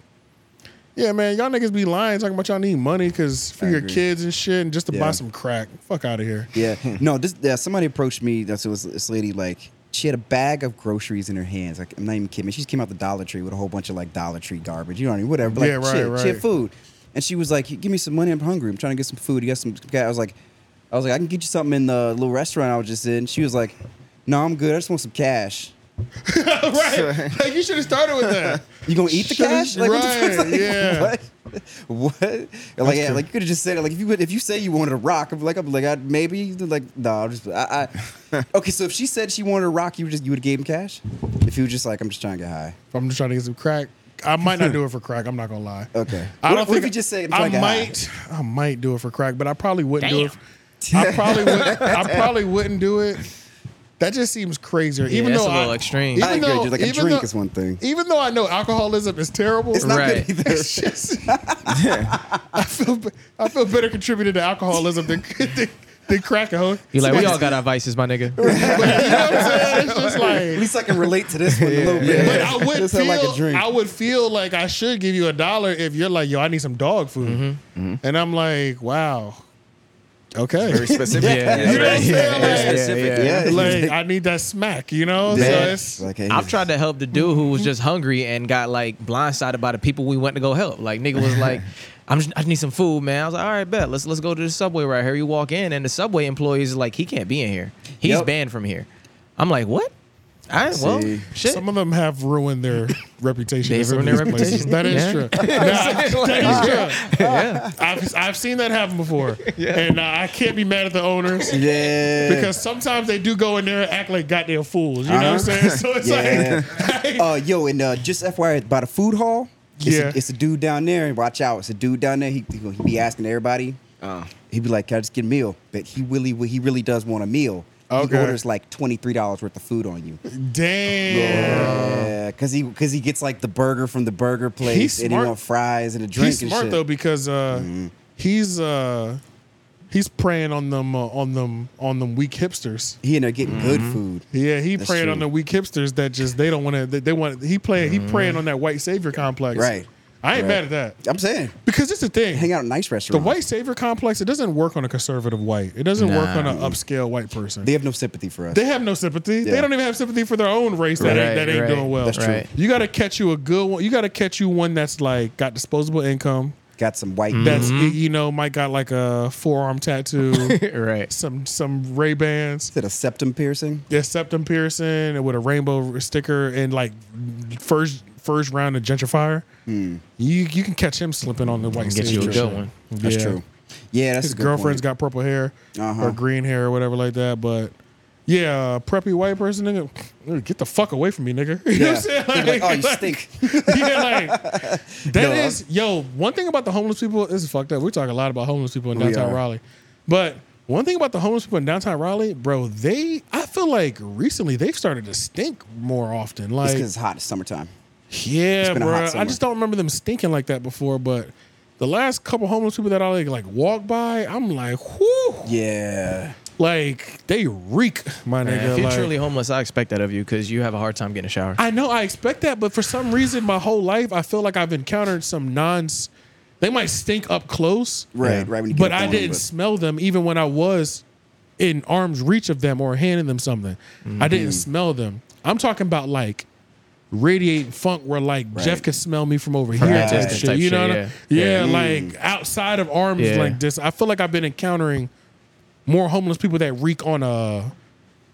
A: yeah, man, y'all niggas be lying talking about y'all need money because for
B: I
A: your
B: agree.
A: kids and shit, and just to
B: Yeah.
A: buy some crack. Fuck out of here. (laughs)
B: Yeah. (laughs) No, this yeah, somebody approached me. That's it was this lady like she had a bag of groceries in her hands. Like I'm not even kidding. She just came out the Dollar Tree with a whole bunch of like Dollar Tree garbage. You know what I mean? Whatever. Like,
A: Yeah, right,
B: shit, She had
A: right.
B: food, and she was like, "Give me some money. I'm hungry. I'm trying to get some food. You got some?" guy?" I was like, "I was like, I can get you something in the little restaurant I was just in." She was like, "No, I'm good. I just want some cash." (laughs)
A: right? Like you should have started with that.
B: You gonna eat the
A: Should've-
B: cash? Like, what the
A: right,
B: fuck's- like, (laughs)
A: yeah.
B: What? what? Like, yeah, like you could have just said it. Like, if you would, if you say you wanted a rock, I'm like, I'm like, I'd maybe like, no, nah, I'm just, I,
A: (laughs)
B: I. Okay, so if she said she wanted a rock, you would just you would have gave him cash. If you were just like, I'm just trying to get high.
A: If I'm just trying to get some crack. I might not do it for crack. I'm not gonna lie.
B: Okay.
A: I don't
B: What- what
A: think
B: if you just say it's
A: I
B: like a high?
A: might. I might do it for crack, but I probably wouldn't do it. f- I probably would. I probably wouldn't do it. That just seems crazier.
C: Yeah,
A: even
C: that's
A: though
C: a little
A: I,
C: extreme.
A: Even
B: I agree,
A: Though,
B: dude. Like, a
A: even
B: drink
A: though-
B: is one thing.
A: Even though I know alcoholism is terrible,
B: It's not
C: Right.
B: good either.
A: (laughs) it's
B: (laughs)
A: just- I feel b- I feel better contributing to alcoholism than (laughs) than, than crack. huh?
C: You're like, we all
A: But
C: got our vices, my nigga.
A: you know what I'm saying? It's just
B: At
A: like
B: least I can relate to this one a little bit.
A: but I would
B: (laughs) This
A: feel
B: sound
A: like
B: like a drink.
A: I would feel like I should give you a dollar if you're like, yo, I need some dog food,
B: Mm-hmm.
A: and I'm like, wow, okay,
D: Very
A: (laughs)
D: specific.
C: Yeah.
A: You know what I'm saying?
D: Very
A: Like-
D: specific.
B: yeah, yeah.
A: like I need that smack, you know.
B: Yeah.
A: Oh, So it's
B: Like, hey,
C: I've tried to help the dude who was just hungry and got like blindsided by the people we went to go help. Like nigga was
D: (laughs)
C: like, I'm just, I just need some food, man. I was like, all right, bet. Let's let's go to the subway right here. You walk in and the subway employees are like, he can't be in here. He's
B: Yep.
C: banned from here. I'm like, what? I well,
B: See.
C: shit.
A: some of them have ruined
C: (laughs)
A: their reputation.
C: They've
A: in some
C: ruined
A: of
C: their
A: these places.
C: reputation.
A: That is
C: Yeah. (laughs)
A: true. Nah, that is true.
C: yeah.
A: I've, I've seen that happen
C: (laughs)
A: before, and uh, I can't be mad at the owners.
B: Yeah.
A: Because sometimes they do go in there and act like goddamn fools. You know what I'm saying? So it's
B: Uh-huh. (laughs) Yeah.
A: like, like,
B: uh, yo, and uh, just FYI, by the food hall, it's,
A: Yeah.
B: a, it's a dude down there. And watch out, it's a dude down there. He he, he be asking everybody.
D: Oh.
B: He'd be like, "Can I just get a meal?" But he really he really does want a meal.
A: Okay.
B: He orders like twenty three dollars worth of food on you.
A: damn.
B: Yeah, because he because he gets like the burger from the burger place, and he
A: smart.
B: want fries and a drink.
A: he's smart
B: and shit.
A: though because uh, he's uh, He's preying on them uh, on them on them weak hipsters.
B: He ended up getting good food.
A: Yeah, he
B: That's
A: preying
B: true.
A: on the weak hipsters that just they don't want to. They, they want he playing
B: Mm-hmm.
A: he preying on that white savior complex.
B: Right.
A: I ain't
B: Right.
A: mad at that
B: I'm saying,
A: because it's the thing.
B: hang out at nice
A: the
B: restaurants.
A: white savior complex it doesn't work on a conservative white. It doesn't work on
C: Nah.
A: an upscale white person.
B: They
A: They,
B: have no sympathy for us.
A: have no sympathy. They
B: Yeah.
A: don't even have sympathy for their own race that ain't that ain't doing well.
B: That's true.
A: You got to catch you a good one. You got to catch you one that's like got disposable income.
B: Got some white.
C: Mm-hmm.
A: That's you know might got like a forearm tattoo,
C: (laughs) right.
A: some some Ray Bans,
B: Is it a septum piercing?
A: their septum piercing, and with a rainbow sticker, and like first first round of gentrifier.
B: Hmm.
A: You you can catch him slipping on the white.
C: Get you
A: savior
C: a
A: shit.
C: good one.
B: That's
A: Yeah.
B: true. Yeah, that's
A: His
B: a good
A: girlfriend's got
B: point.
A: purple hair
B: Uh-huh.
A: or green hair or whatever like that, but. Yeah, uh, preppy white person, nigga, get the fuck away from me, nigga. (laughs) You know what I'm saying?
B: They're like, oh, you
A: like-
B: stink.
A: yeah, like that
B: No,
A: is- yo. One thing about the homeless people this is fucked up. We talk a lot about homeless people in
B: We
A: downtown
B: are.
A: Raleigh, but one thing about the homeless people in downtown Raleigh, bro, they I feel like recently they've started to stink more often.
B: It's
A: Like,
B: because it's hot. It's summertime.
A: yeah,
B: been a hot
A: bro, I
B: summer.
A: just don't remember them stinking like that before. But the last couple homeless people that I like, like walk by, I'm like, whoo,
B: Yeah.
A: like they reek, my
C: Man,
A: nigga.
C: if you're
A: like-
C: truly homeless, I expect that of you because you have a hard time getting a shower.
A: I know I expect that, but for some reason, my whole life, I feel like I've encountered some nons. They might stink up close,
B: Right,
C: Yeah.
B: right. When you get
A: but
B: up
A: I
B: on
A: didn't
B: them,
A: smell them even when I was in arm's reach of them or handing them something. I didn't smell them. I'm talking about like radiating funk where like Jeff could smell me from over here.
C: a
A: type
C: distance
A: shit,
C: type
A: you
C: shit,
A: know what I- yeah,
C: yeah.
A: like outside of arms
C: Yeah.
A: like this. I feel like I've been encountering more homeless people that reek on a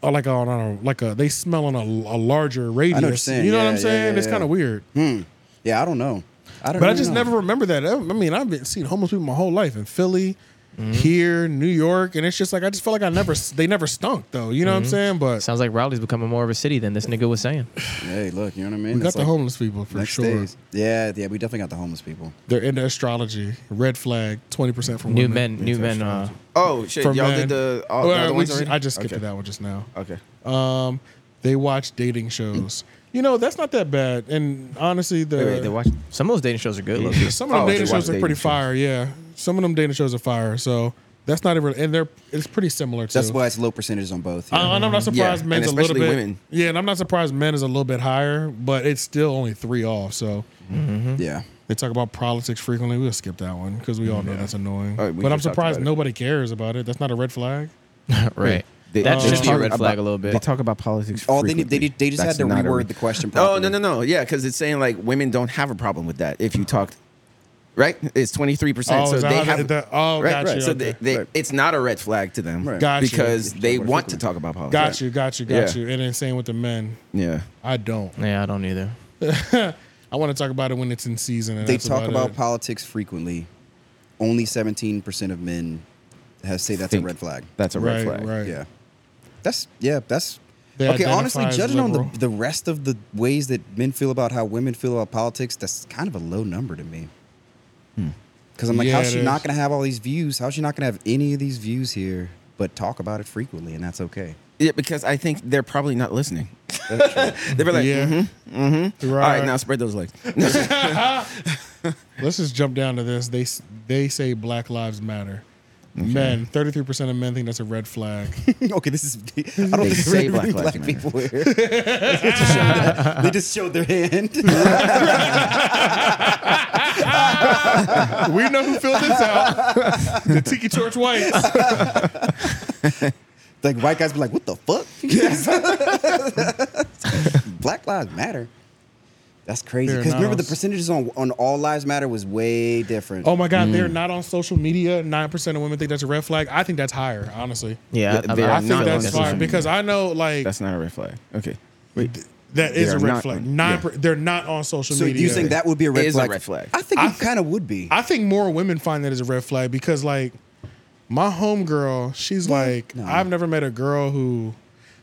A: or like on a like a they smell on a, a larger
B: what you're
A: radius.
B: saying.
A: You know what
B: Yeah,
A: I'm
B: yeah,
A: saying?
B: yeah,
A: it's
B: yeah.
A: kind of weird.
B: but- Yeah, I don't know. I don't
A: But I
B: really
A: just
B: know.
A: never remember that. I I mean, I've been seeing homeless people my whole life in Philly,
C: Mm-hmm.
A: here, New York, and it's just like I just feel like I never they never stunk though. You know what I'm saying? But
C: Mm-hmm. Sounds like Raleigh's becoming more of a city than this nigga was saying.
B: Hey, look, you know what I mean?
A: we got
B: It's
A: the
B: like
A: homeless people for
B: next
A: sure.
B: days. Yeah, yeah, we definitely got the homeless people.
A: They're into astrology. Red flag, twenty percent from
C: New
A: women.
C: men, new men. Uh,
D: Oh shit!
A: From
D: y'all
A: men.
D: did the. All,
A: Well,
D: the other
A: we
D: ones
A: just-
D: already?
A: I just skipped
D: okay.
A: to that one just now.
D: Okay.
A: Um, they watch dating shows. You know, that's not that bad. And honestly, the
D: Wait, wait, they watch.
C: some of those dating shows are good. low-key.
A: some of them
D: Oh, they
A: dating shows
D: watch
A: are
D: dating
A: pretty
D: shows.
A: fire. Yeah, some of them dating shows are fire. So that's not even, and they're it's pretty similar to.
B: That's why it's low percentage on both. yeah.
A: I, and I'm not surprised
D: Yeah,
A: men's
D: and
A: a little
D: especially
A: bit.
D: women.
A: Yeah, and I'm not surprised men is a little bit higher, but it's still only three off. So
D: Mm-hmm.
B: yeah.
A: they talk about politics frequently. We'll skip that one because we all know that's annoying.
D: Oh, we
A: but I'm
D: just talked
A: surprised
D: about it.
A: nobody cares about it. That's not a red flag.
C: (laughs)
D: They-
C: right. that
D: Oh.
C: should be a
D: Talk
C: red
D: about-
C: flag a little bit.
D: They talk about politics.
B: Oh, they, they,
D: frequently.
B: they just
D: That's
B: had to
D: not a-
B: reword the question
D: Oh
B: properly.
D: no no no yeah because it's saying like women don't have a problem with that if you talked right it's 23 percent
A: Oh,
D: so
A: is that
D: they
A: how they-
D: have
A: that- oh,
D: right,
A: got
D: right.
A: you,
D: so
A: okay.
D: they, they,
B: Right.
D: it's not a red flag to them
B: Right.
A: Got you.
D: because
B: Yeah,
D: they
B: talk about it
D: want to
B: frequently.
D: talk about politics
A: Got you, got you, got
D: Yeah.
A: you. And then same with the men.
D: yeah
A: I don't.
C: yeah, I don't either.
A: (laughs) I want to talk about it when it's in season. And
B: They
A: that's
B: talk about
A: it.
B: politics frequently. Only 17% of men have say that's
D: Think.
B: a red flag.
D: that's a red
A: Right,
D: flag
A: right.
B: Yeah. That's yeah, that's
A: They
B: okay.
A: identify
B: Honestly,
A: as
B: judging on
A: liberal.
B: the, the rest of the ways that men feel about how women feel about politics, that's kind of a low number to me.
D: Hmm.
B: Because I'm like,
A: Yeah,
B: how's
A: it
B: she
A: is.
B: not going to have all these views? How's she not going to have any of these views here? But talk about it frequently, and that's okay.
D: yeah because I think they're probably not listening (laughs) they'd be like
A: yeah.
D: mhm, all
A: Right.
D: right now spread those legs
A: (laughs) Let's just jump down to this. They s- they say Black Lives Matter. Men, thirty three percent of men think that's a red
D: (laughs)
A: flag.
B: okay, this is. I don't (laughs)
D: They say
B: think say black,
D: Black Lives
B: black
D: Matter.
B: people here. they, just showed their, they just showed their hand.
A: we know who filled this out. The Tiki Torch Whites.
B: (laughs) like white guys be like, "What the
D: (laughs)
B: fuck?" (laughs) black lives matter. That's crazy.
A: Fair
B: Because remember, the
A: enough.
B: percentages on on all lives matter was way different.
A: Oh my God, they're
C: Mm.
D: Mm.
A: not on social media. Nine percent of women think that's a red flag. I think that's higher, honestly.
C: Yeah,
D: They are
A: I think
D: not
A: that's
D: on
A: fire
D: social
A: because I know like
D: that's not a red flag okay
A: that is
D: They
A: a
D: are
A: red
D: not
A: flag.
D: on-
A: Nine,
D: yeah.
A: per, they're not on social
B: so
A: media.
B: you think that would be a red
D: It is a
B: flag?
D: red flag.
B: I think
A: I
B: it
A: th-
B: kind of would be.
A: I think more women find that as a red flag because like my homegirl, she's like,
B: No.
A: I've never met a girl who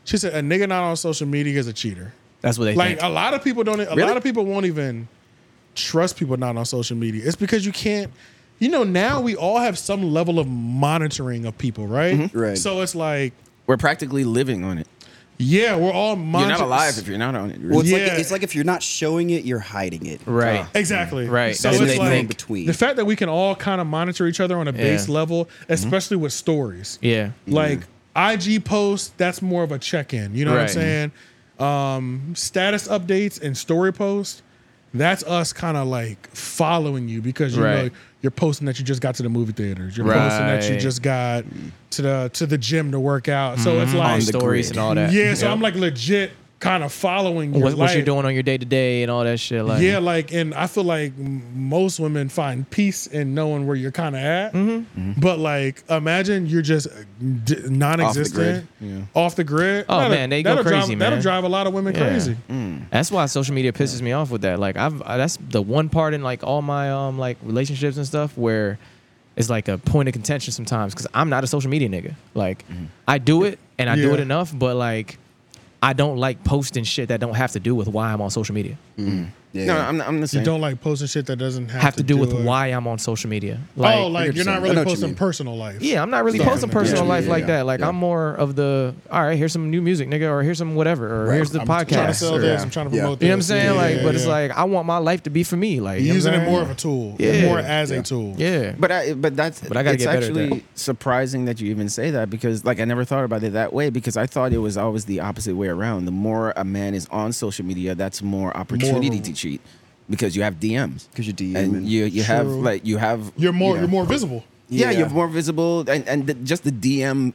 A: she said a nigga not on social media is a cheater.
C: That's what they
A: Like
C: think.
A: a lot of people don't a lot
D: Really?
A: of people won't even trust people not on social media. It's because you can't you know, now we all have some level of monitoring of people, right?
B: Mm-hmm. Right.
A: So it's like
D: we're practically living on it
A: Yeah, we're all mindful.
D: You're not alive if you're not on it.
B: Well, it's,
A: Yeah.
B: like, it's like if you're not showing it, you're hiding it.
C: Right. Mm.
A: Exactly.
C: Right.
A: So it's
C: That's what they
A: like
C: think.
B: Between.
A: the fact that we can all kind of monitor each other on a base
C: Yeah. Mm-hmm.
A: level, especially with stories.
C: Yeah.
A: Like IG posts, that's more of a check-in. You know what I'm
C: Right.
A: saying? Um, status updates and story posts, that's us kind of like following you because you know
C: Right.
A: you're posting that you just got to the movie theaters. You're posting that you
C: Right.
A: just got to the to the gym to work out. So it's
C: Mm-hmm. On
A: like
C: stories and all that.
A: Yeah, so
C: Yep.
A: I'm like legit kind of following your
C: what, what
A: life.
C: you're doing on your day to day and all that shit. Like,
A: yeah, like, and I feel like m- most women find peace in knowing where you're kind of at.
C: Mm-hmm.
A: But like, imagine you're just uh, d- non-existent, off the
D: Yeah.
A: grid.
C: Oh,
A: That'll-
C: man, they go
A: that'll drive-
C: crazy, man.
A: That'll drive a lot of women
C: Yeah.
A: crazy.
B: Mm.
C: That's why social media pisses me off with that. Like I've I, that's the one part in like all my um like relationships and stuff where it's like a point of contention sometimes because I'm not a social media nigga. Like
B: Mm-hmm.
C: I do it and I do
A: Yeah.
C: it enough, but like I don't like posting shit that don't have to do with why I'm on social media.
B: Yeah.
D: No, I'm, I'm the
A: You
D: same.
A: don't like posting shit that doesn't have,
C: Have to do with
A: it.
C: why I'm on social media.
A: oh, like you're not
B: I know
A: really
B: what you
A: posting
B: mean.
A: personal life.
C: Yeah, I'm not really
A: Yeah.
C: posting personal
D: Yeah,
C: life
D: yeah,
C: like
D: yeah,
C: that. Like
D: yeah.
C: I'm more of the all right. Here's some new music, nigga, or here's some whatever, or
B: Right.
C: here's the
B: I'm
A: I'm trying to
C: podcast.
A: sell
C: or-
A: this.
D: Yeah.
A: I'm trying to
B: Yeah.
A: promote.
C: you know what I'm
A: this.
C: saying?
A: Yeah,
C: like,
A: yeah,
C: but it's
A: yeah.
C: like I want my life to be for me. Like you
A: You're
C: know what
A: using
C: I'm
A: it
C: saying?
A: more of a tool,
C: Yeah.
A: more as a tool.
C: Yeah.
D: But I, but that's
C: But I gotta
D: it's
C: get better at
D: actually
C: that.
D: surprising that you even say that because like I never thought about it that way because I thought it was always the opposite way around. The more a man is on social media, that's more opportunity
A: More-
D: to cheat because you have DMs
B: 'Cause you're DMing.
D: and you you have
A: True.
D: like you have
A: You're
D: you
A: more. You're
D: know,
A: more visible.
D: yeah,
B: Yeah.
D: you're more visible and and the, just the DM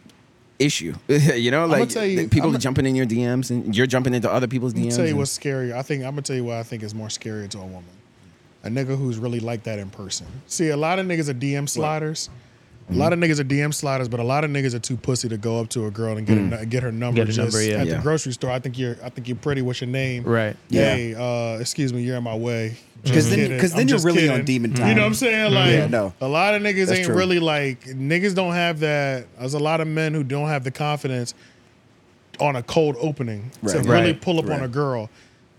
D: issue (laughs) you know like
A: tell you-
D: the people
A: I'ma-
D: jumping in your DMs and you're jumping into other people's
A: Let me
D: DMs.
A: tell you
D: and-
A: what's scary. I think I'm gonna tell you what I think is more scary to a woman. A nigga who's really like that in person. See, a lot of niggas are DM sliders. A lot of
B: Mm-hmm.
A: niggas are DM sliders, but a lot of niggas are too pussy to go up to a girl and get
B: Mm.
A: her, nu- get her number
C: Get her
A: just
C: number, yeah.
A: at the
D: Yeah.
A: grocery store. I think you're I think you're pretty. What's your name?
C: Right.
B: Yeah. Mm-hmm.
A: Hey, uh, excuse me, you're in my way.
B: 'Cause
A: Just
B: then-
A: kidding.
B: 'cause then
A: I'm
B: you're
A: just
B: really on
A: kidding.
B: demon
A: You
B: time. Mm-hmm.
A: know what I'm saying? Like,
B: Yeah, no.
A: a lot of niggas
B: That's
A: ain't
B: true.
A: really like niggas don't have that. There's a lot of men who don't have the confidence on a cold opening to
B: Right.
A: really
C: Right.
A: pull up on
B: Right.
A: a girl.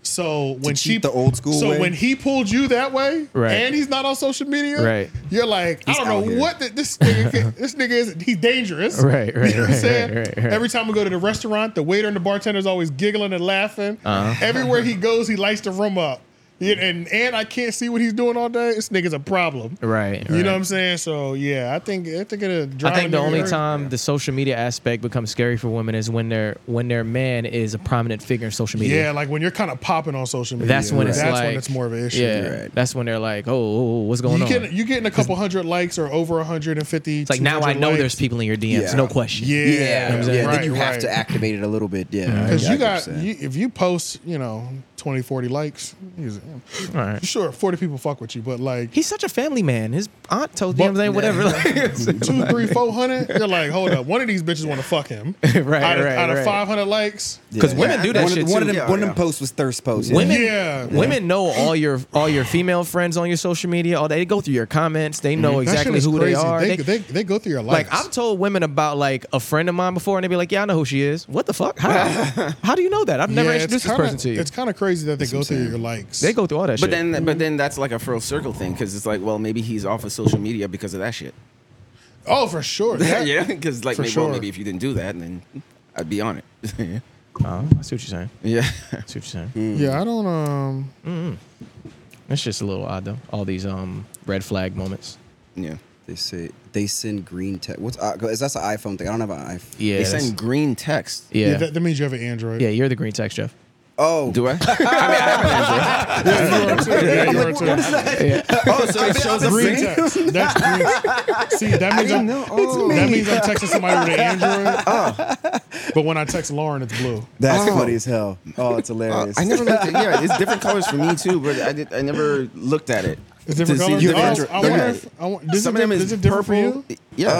A: So when she
B: cheat the old school
A: so
B: way?
A: when he pulled you that way,
C: Right.
A: and he's not on social media,
C: Right.
A: You're like, I don't
B: out
A: know
B: here.
A: what the, this nigga
B: (laughs)
A: can, this nigga is. He's dangerous,
C: Right,
A: (laughs)
C: right,
A: You know what I'm
C: right,
A: saying?
C: right, right, right.
A: Every time we go to the restaurant, the waiter and the bartender is always giggling and laughing.
C: Uh-huh.
A: Everywhere
C: (laughs)
A: he goes, he lights the room up. Yeah, And and I can't see what he's doing all day. This nigga's a problem.
C: Right.
A: You
C: right.
A: know what I'm saying? So yeah, I think I think it'll drive
C: I think the
A: a nigga
C: only
A: crazy.
C: time the social media aspect becomes scary for women is when their when their man is a prominent figure in social media.
A: Yeah, like when you're kind of popping on social media.
C: that's when it's
A: that's
C: like
A: when it's more of an issue.
C: Yeah,
B: Right.
C: that's when they're like, oh, oh, oh, what's going
A: You
C: on?
A: get you getting a couple hundred likes or over 150.
C: it's like now I know there's
A: likes.
C: people in your DMs,
B: Yeah.
C: no question.
A: Yeah,
B: Yeah, yeah.
A: Right,
B: then you have
A: right.
B: to activate it a little bit. Yeah, I-
A: Because
B: I
A: you
B: get what
A: got
B: you're saying.
A: you, if you post, you know, 20, 40 likes, he's-
C: All right.
A: sure, 40 people fuck with you, but like
C: He's such a family man. His aunt told
A: But-
C: him they whatever. Like,
A: (laughs) two, three, four hundred, you're like, hold up, one of these bitches want to fuck him.
C: (laughs) Right,
A: out of,
C: right,
A: out of
C: right.
A: 500 likes,
C: Because women do that
B: one
C: shit
B: Of, one
C: too.
B: of them,
D: Yeah,
B: one of
D: yeah.
B: them posts was thirst posts. yeah.
C: Women,
A: Yeah.
C: women know all your all your female friends on your social media. All that. they go through your comments. They know
A: Mm-hmm. That shit
C: exactly
A: is
C: who
A: crazy.
C: they are.
A: They,
C: They-
A: they, they go through your likes.
C: Like I've told women about like a friend of mine before, and they'd be like, "Yeah, I know who she is. What the
D: (laughs)
C: fuck? How? How do you know that? I've never
A: Yeah, it's
C: introduced
A: kinda-
C: this person to you.
A: It's kind of crazy that they go through your likes.
C: They go through all that
D: but
C: shit.
D: then
A: Mm-hmm.
D: but then that's like a full circle thing because it's like well maybe he's off of social media because of that shit.
A: oh
D: (laughs)
A: for sure. That-
D: yeah, because like
A: For
D: maybe,
A: sure.
D: well, maybe if you didn't do that, then I'd be
A: (laughs)
D: on it.
C: oh, I see what you're saying.
D: yeah, Hmm.
C: I see what you're saying.
A: yeah. I don't um.
C: That's just a little odd though. All these um red flag moments.
D: yeah.
B: They say they send green text. What's uh, is that's an iPhone thing? I don't have an iPhone.
C: Yeah.
D: They
C: that's-
D: send green text.
C: yeah.
A: Yeah.
C: Yeah,
A: that, that means you have an Android.
C: You're the green text, Jeff.
B: Oh,
C: (laughs)
D: Do I? (laughs)
A: You are too. Yeah, you are too.
D: oh,
B: (laughs)
D: so it shows up
A: Green
D: green
A: text. That's green. See, that
B: (laughs)
A: means I'm, oh, that means I'm texting somebody with an Android. But when I text Lauren, it's blue.
B: that's
D: Oh.
B: funny as hell. Oh, it's
D: Uh,
B: hilarious.
D: I never looked at Yeah, it's different colors for me too, but I, did, I never looked at it.
A: It's different
D: To see
A: colors.
D: if
A: Oh,
D: they're-
A: I wonder
D: yeah.
A: if I want, does
D: Some
A: it,
D: of them
A: di-
D: is,
A: does it differ for
D: purple.
A: you?
D: Yeah.
B: Uh, on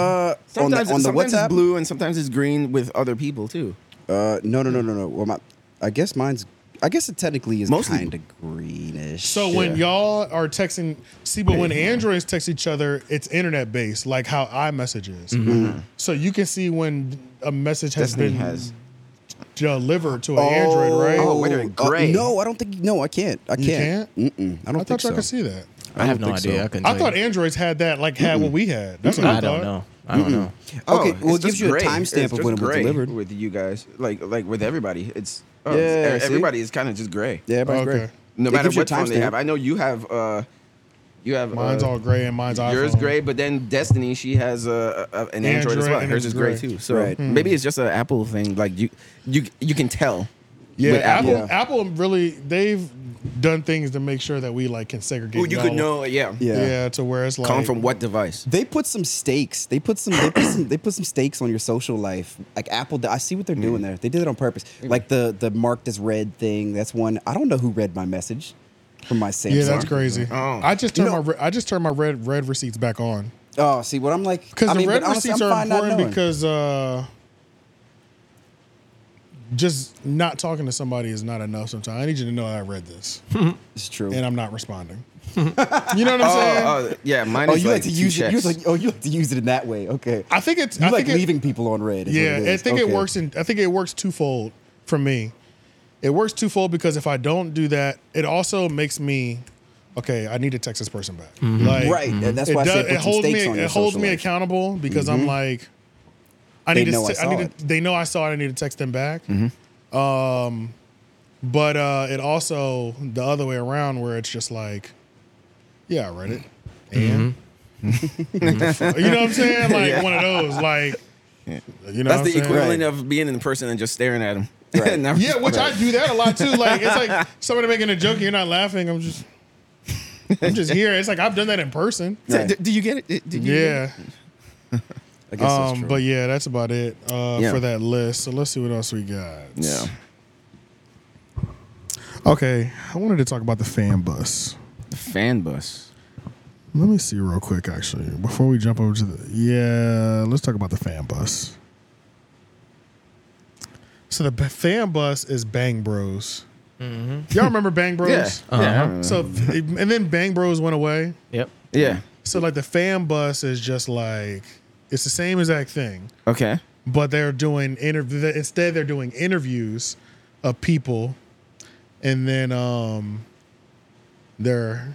B: the-
D: sometimes
B: on the
D: sometimes
B: WhatsApp?
D: it's blue and sometimes it's green with other people too.
B: Uh, no, no, no, no, no. Well, my, I guess mine's. I guess it technically is
D: Mostly-
B: kind of greenish.
A: So when y'all are texting, see, but when androids text each other, it's internet based, like how iMessage is.
C: Mm-hmm.
A: So you can see when a message has
D: Mm-hmm. Destiny
A: been
D: has.
A: delivered to an android, right?
D: oh, wait a minute,
B: uh,
D: gray.
B: no, I don't think. No, I can't. I can't.
A: You can't?
B: Mm-mm, I don't
A: I
B: think
A: thought
B: so.
A: y'all could see that.
C: I, have
D: don't
C: no
D: think so.
C: idea. I couldn't.
A: I
C: tell
A: thought
C: you.
A: Androids had that, like had what we had. That's what I,
C: I
A: thought.
C: don't know. I don't know.
B: Okay, well, it
D: Oh, it's
B: gives
D: just
B: you a
D: gray.
B: timestamp
D: It's
B: of when
D: just
B: it was
D: gray
B: delivered.
D: with you guys, like like with everybody. It's oh,
B: Yeah,
D: it's-
B: see?
D: everybody is kind of just gray.
B: Yeah,
A: Oh,
B: everybody's
A: okay.
B: great.
D: no
B: It
D: matter
B: gives you a
D: what time they
B: timestamp.
D: have. I know you have uh, you have
A: Mine's
D: uh,
A: all gray and mine's iPhone.
D: Yours gray, but then Destiny she has a, a, a- an Android, as
A: Android
D: well.
A: and
D: Hers is
A: it's
D: gray,
A: gray. Hmm.
D: too. So
B: Right.
D: maybe it's just an Apple thing. Like you you you can tell.
A: Yeah,
D: with
A: Apple.
B: Apple.
A: Apple really they've done things to make sure that we like can segregate.
D: Ooh, you could
A: y'all.
D: know. Yeah,
A: Yeah.
B: Yeah.
A: to where it's like
D: Come from what device?
B: They put some stakes. They put some. They put some. They put some stakes on your social life. Like Apple. I see what they're doing there. They did it on purpose. Like the the marked as red thing. That's one. I don't know who read my message from my Samsung.
A: Yeah, that's crazy.
D: Oh.
A: I just turned
B: You know-
A: my re- I just turned my red red receipts back on
B: Oh, see what I'm like.
A: because
B: I
A: the
B: mean,
A: red
B: but honestly,
A: receipts
B: I'm
A: are
B: fine not
A: important
B: knowing.
A: because uh, just not talking to somebody is not enough. Sometimes I need you to know I read this
B: (laughs) it's true.
A: and I'm not responding. you know what I'm
D: Oh,
A: saying?
D: oh, yeah, mine
B: Oh,
D: is
B: you like
D: like
B: to
D: two
B: use it. You
D: checks.
B: like. Oh, you like to use it in that way. Okay.
A: I think it's
B: You
A: I
B: like
A: think it-
B: leaving people on red. is what
A: Yeah,
B: it
A: I
B: is.
A: think it
B: Okay.
A: works. In, I think it works twofold for me. It works twofold because if I don't do that, it also makes me okay. I need to text this person back. Like,
B: Right, and that's why I
A: does-
B: said put some stakes
A: me.
B: on
A: it
B: your
A: holds
B: social
A: me
B: life. Mm-hmm.
A: accountable because I'm like, I
B: They
A: need to.
B: know I
A: se- I,
B: saw Mm-hmm.
A: need to. They know I saw it. I need to text them back. Um, but uh, it also the other way around where it's just like, yeah, I read it, and. you know what I'm saying? Like one of those, like you
D: That's
A: know, what
D: the
A: I'm saying?
D: equivalent of being in person and just staring at him. (laughs)
B: Right.
A: Yeah, which I do that a lot too. Like it's like somebody making a joke and you're not laughing. I'm just I'm just here. It's like I've done that in person.
B: Right.
D: do you get it? Did you get it? (laughs)
A: Yeah.
B: I guess that's
A: Um,
B: true.
A: but yeah, that's about it uh,
D: Yeah.
A: for that list. So let's see what else we got.
D: Yeah.
A: Okay. I wanted to talk about the fan bus.
D: The fan bus.
A: Let me see real quick, actually, before we jump over to the. Yeah, let's talk about the fan bus. So the b- fan bus is Bang Bros.
C: Mm-hmm.
A: Y'all remember Bang Bros?
D: Yeah. Yeah.
A: So and then Bang Bros went away.
C: Yep.
D: Yeah.
A: So like the fan bus is just like it's the same exact thing,
D: Okay.
A: but they're doing interview. Instead, they're doing interviews of people, and then um, they're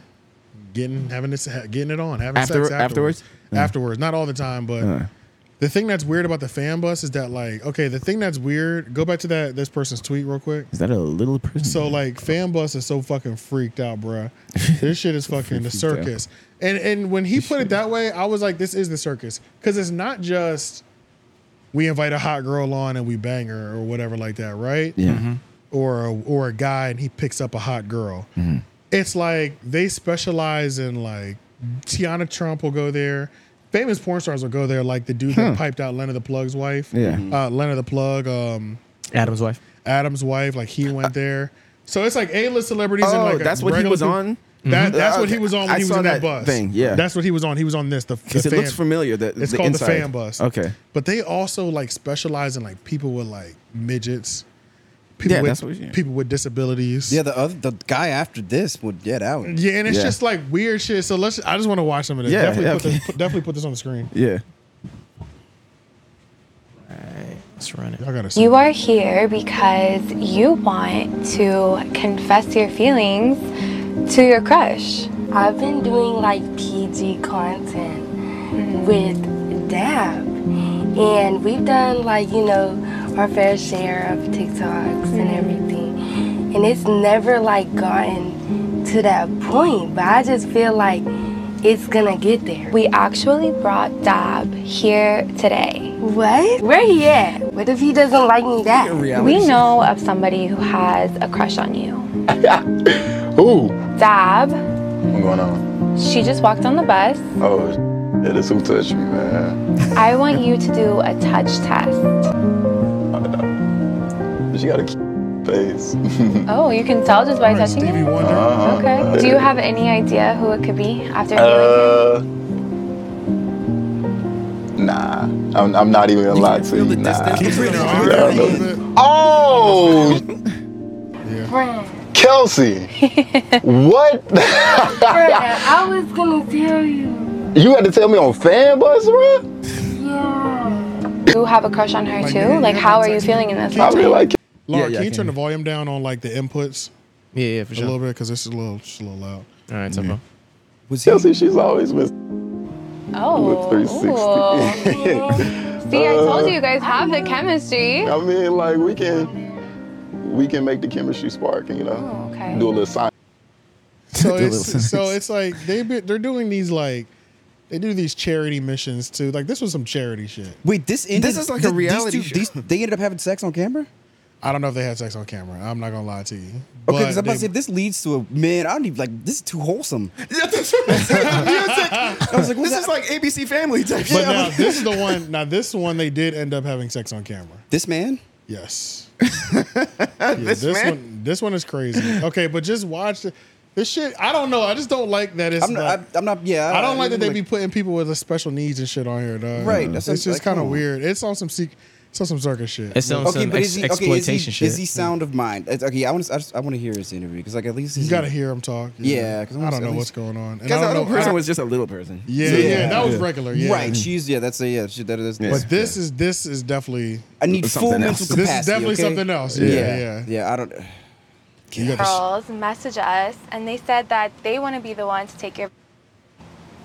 A: getting having this getting it on having
D: After-
A: sex afterwards. Mm.
D: afterwards? Yeah.
A: Afterwards, not all the time, but.
D: Uh.
A: The thing that's weird about the fan bus is that, like, okay, the thing that's weird. Go back to that this person's tweet real quick.
D: Is that a little person?
A: So like fan bus is so fucking freaked out, bruh.
D: (laughs)
A: This shit is fucking the
D: freaked out.
A: circus. And and when he put it that way, I was like, this is the circus. Cause it's not just we invite a hot girl on and we bang her or whatever like that, right?
D: yeah.
A: Mm-hmm. Or a, or a guy and he picks up a hot girl.
C: Mm-hmm.
A: It's like they specialize in like Tiana Trump will go there. Famous porn stars will go there, like the dude that piped out Lena the Plug's wife.
D: Hmm. Yeah.
A: Uh, Lena the Plug. Um,
C: Mm-hmm. Adam's wife.
A: Adam's wife, like he went there. So it's like A-list celebrities. and
D: Oh,
A: like a
D: that's what he
A: regular
D: was
A: peop-
D: on?
A: That, that's what
D: Okay,
A: he was on when
D: I
A: he was
D: saw
A: in that,
D: that
A: bus.
D: thing, yeah.
A: that's what he was on. He was on this. The, the
D: Because it
A: fan-
D: looks familiar. The,
A: It's
D: the
A: called
D: inside.
A: the fan bus.
D: Okay.
A: but they also like specialize in like people with like midgets, people
D: Yeah,
A: with
D: that's what- yeah.
A: people with disabilities.
B: yeah, the other the guy after this would get out.
A: yeah, and it's
D: Yeah.
A: just like weird shit. So let's. I just want to watch some of this.
D: Yeah,
A: definitely,
D: yeah,
A: put
D: okay.
A: this, put, definitely put this on
D: (laughs)
A: the screen.
D: Yeah.
C: Let's run it.
A: Y'all gotta see.
F: You are here because you want to confess your feelings to your crush.
G: I've been doing like PG content with Dab, and we've done like you know our fair share of TikToks and
F: Mm-hmm.
G: everything, and it's never like gotten to that point. But I just feel like it's gonna get there.
F: We actually brought Dab here today.
G: What? Where he at? What if he doesn't like me that?
F: We know of somebody who has a crush
A: (laughs)
F: on you.
H: Ooh,
F: Dab,
H: what's going on?
F: she just walked on
A: (laughs)
F: the bus.
H: Oh, yeah, this who touched me, man.
F: I want you to do a touch test.
H: She got a cute face.
F: Oh, you can tell just by touching
A: Stevie
F: it?
A: Wonder.
F: Okay. Do you have any idea who it could be after viewing
H: uh, nah, I'm, I'm not even gonna lie to you. Nah.
A: Keep it in her arm
H: Yeah,
A: a
H: I know.
A: little bit.
H: Oh,
G: Friend,
H: Kelsey, what?
G: friend, I was gonna tell you.
H: you had to tell me on fan bus, bro?
G: Yeah.
F: it? You have a crush on her too? Like, how are you feeling in this
A: I
H: I
F: moment?
H: really like.
A: Laura,
D: Yeah, yeah,
A: can
D: I
A: you
D: can
A: turn the volume down on like the inputs
C: Yeah, yeah, for
A: a little
C: sure.
A: bit because this is a little, just a little loud.
C: All right, so bro.
B: Was he?
H: Chelsea, she's always missed.
F: Oh.
H: With 360. (laughs)
F: ooh. See, I told you, you guys have the chemistry.
H: I mean, like we can, we can make the chemistry spark, and you know,
F: Oh, okay.
H: do a little
A: (laughs)
H: science.
B: (laughs)
A: So
B: The
A: it's
B: little
A: so
B: signs.
A: it's like they be, they're doing these like they do these charity missions too. Like this was some charity shit.
B: Wait, this ended,
D: is like a
B: th- these
D: reality
B: two-
D: show.
B: These, they ended up having sex on camera.
A: I don't know if they had sex on camera. I'm not gonna lie to you.
B: Okay, because
A: But
B: I'm about to
A: they-
B: say this leads to a man. I don't even like this is too wholesome.
D: Yeah, that's what I'm saying. Music.
B: I was like,
D: This
B: what's
D: is like ABC Family type
A: But
D: shit.
A: now this is the (laughs) one. Now this one they did end up having sex on camera.
B: this man.
A: Yes. Yeah, this
D: man?
A: one. This one is crazy. Okay, but just watch the, this shit. I don't know. I just don't like that. It's
B: I'm not.
A: like-
B: I, I'm not. Yeah,
A: I don't like that they be putting people with uh, special needs and shit on here, dog.
B: Right,
A: It's
B: that's
A: just
B: like,
A: kind of
B: come on.
A: weird. It's on some sec- it's on some circus shit.
C: It's on
B: Okay,
C: some
B: but
C: ex-
B: is he okay, is he,
C: exploitation shit.
B: Is he sound of mind? It's- Okay, I want to. I, just- I want to hear his interview because like at least
A: you
B: he's-
A: got to hear him talk.
B: Yeah, 'cause I'm
A: I
B: gonna
A: don't
B: say
A: know
B: at
A: what's
B: least-
A: going on. And
D: Because the
A: I
D: other
A: don't know.
D: person
A: I-
D: was just a little person.
A: yeah, yeah,
B: Yeah.
A: that was regular. Yeah,
B: Right, she's yeah. That's a yeah. She, that is.
A: But this is this is definitely
B: I need full
D: Something
B: mental
D: else.
B: capacity.
A: This is definitely
B: okay?
A: something else. Yeah, yeah.
B: yeah. I don't.
A: you got the
F: Girls message us and they said that they want to be the one to take your.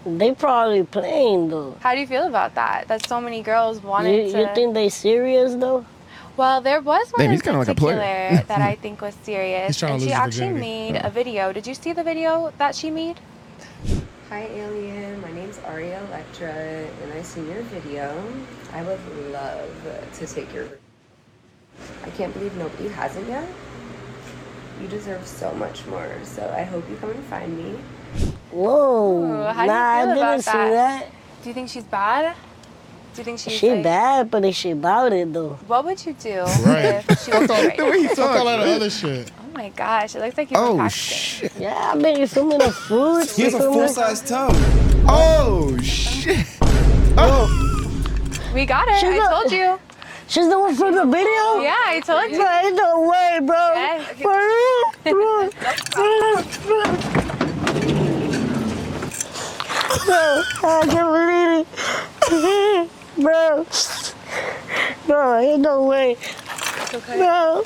I: They probably playing though.
F: How do you feel about that? That so many girls
I: You,
F: wanted to.
I: you think they serious though?
F: Well, there was one
D: Damn,
F: in
D: he's kinda
F: particular
D: like a player.
F: that I think was serious.
A: He's trying to
F: and
A: lose
F: she
A: his
F: actually
A: virginity.
F: made a video. Did you see the video that she made?
J: Hi, Alien. My name's Aria Electra, and I see your video. I would love to take your. I can't believe nobody has it yet. You deserve so much more, so I hope you come and find me.
I: Whoa.
F: Ooh, how do
I: nah,
F: you feel
I: I
F: about
I: didn't see that.
F: Do you think she's bad? Do you think she's
I: She
F: like-
I: bad, but she about it though.
F: What would you do
A: Right.
F: if she
I: (laughs)
F: was
A: Fuck
F: straight?
A: all, fuck all that other shit.
F: Oh my gosh, it looks like you're
D: Oh,
F: practicing.
D: shit.
I: Yeah, I mean, you feel me? The food.
B: He has a full size tub.
D: Oh, shit. Oh,
F: We got it.
I: She's
F: I
I: not-
F: told you.
I: She's the one from the video?
F: Yeah, I told you.
I: Bro, ain't no way, bro.
F: Yeah, okay.
I: For real?
F: (laughs)
I: Bro. bro, Bro, I can't believe it. (laughs) bro. Bro, ain't no way.
F: It's okay.
I: Bro.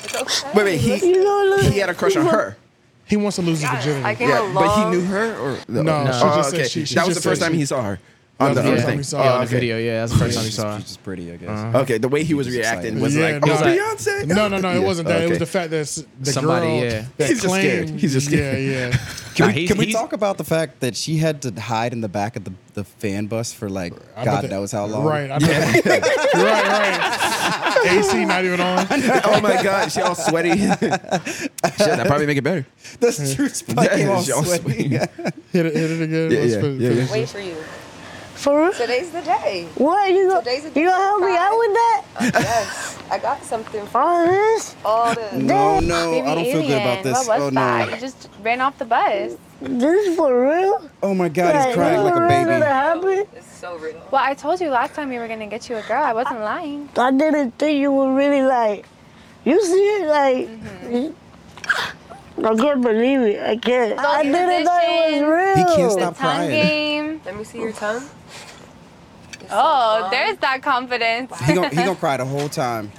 D: wait, wait. He,
I: You know, look.
D: he had a crush on her.
A: He wants to lose his
F: I
A: virginity.
F: came
D: Yeah,
F: along.
D: but he knew her or
A: No, she
D: Oh,
A: just said
D: okay.
A: she- she
D: that was
A: just
D: the first
A: said
D: time
A: she-
D: he saw her on the
A: That was the
D: other
A: first time
D: thing.
A: he saw
D: Oh,
A: her.
C: yeah, on the
D: okay.
C: video. Yeah, that's the first time you
B: She's,
C: saw Uh-huh. her.
B: she's pretty, I guess.
D: Okay, the way he was
B: He's
D: reacting
B: excited.
D: was
A: Yeah,
D: like,
A: no.
D: "Oh,
A: He's like-
D: Beyonce!"
A: No, no, no.
D: Yeah,
A: It wasn't that. It was
D: okay.
A: the fact that s- the
C: Somebody,
A: girl
C: yeah.
A: that
D: He's just
A: claimed-
D: scared. He's just scared. (laughs)
A: Yeah, yeah.
B: Can,
C: Nah,
B: we,
C: he's-
B: can we
C: he's-
B: talk about the fact that she had to hide in the back of the, the fan bus for like
A: I bet
B: God
A: that-
B: knows how long? (laughs)
A: Right. I bet that- right.
D: (laughs)
A: Right. AC not even
B: (laughs)
A: on.
D: oh my god, she all sweaty. Shit, that probably make it better.
B: That's true. (laughs) It's probably
D: Yeah,
B: all
D: she all
B: sweaty.
D: sweaty.
A: Hit it. Hit it again.
D: Yeah,
A: Let's
D: yeah,
A: fin-
D: yeah,
A: finish
D: yeah.
A: this.
J: Wait for you.
I: For real?
J: Today's the day.
I: What? You gonna,
J: Today's
I: you
J: the
I: gonna help me out with that?
J: Yes, I got something for
I: All this?
J: all the.
B: No, no,
F: Baby
B: I don't feel good
F: alien,
B: about
F: What
B: this.
F: was
B: oh
F: that?
B: no.
F: You just ran off the bus.
I: This for real?
B: Oh my God,
I: Like,
B: he's crying
I: this
B: like a
I: for real That
B: baby.
I: happened?
J: It's so real.
F: Well, I told you last time we were gonna get you a girl. I wasn't lying.
I: I didn't think you were really like, you see it like,
J: Mm-hmm.
I: I can't believe it. I can't. I
F: these
I: didn't know it was
B: He
I: real.
B: can't
F: The
B: stop
F: tongue
B: crying.
F: game.
J: Let me see your tongue. It's so
F: Oh,
J: long.
F: there's that confidence.
B: He gonna, he gonna cry the
D: (laughs)
B: whole time.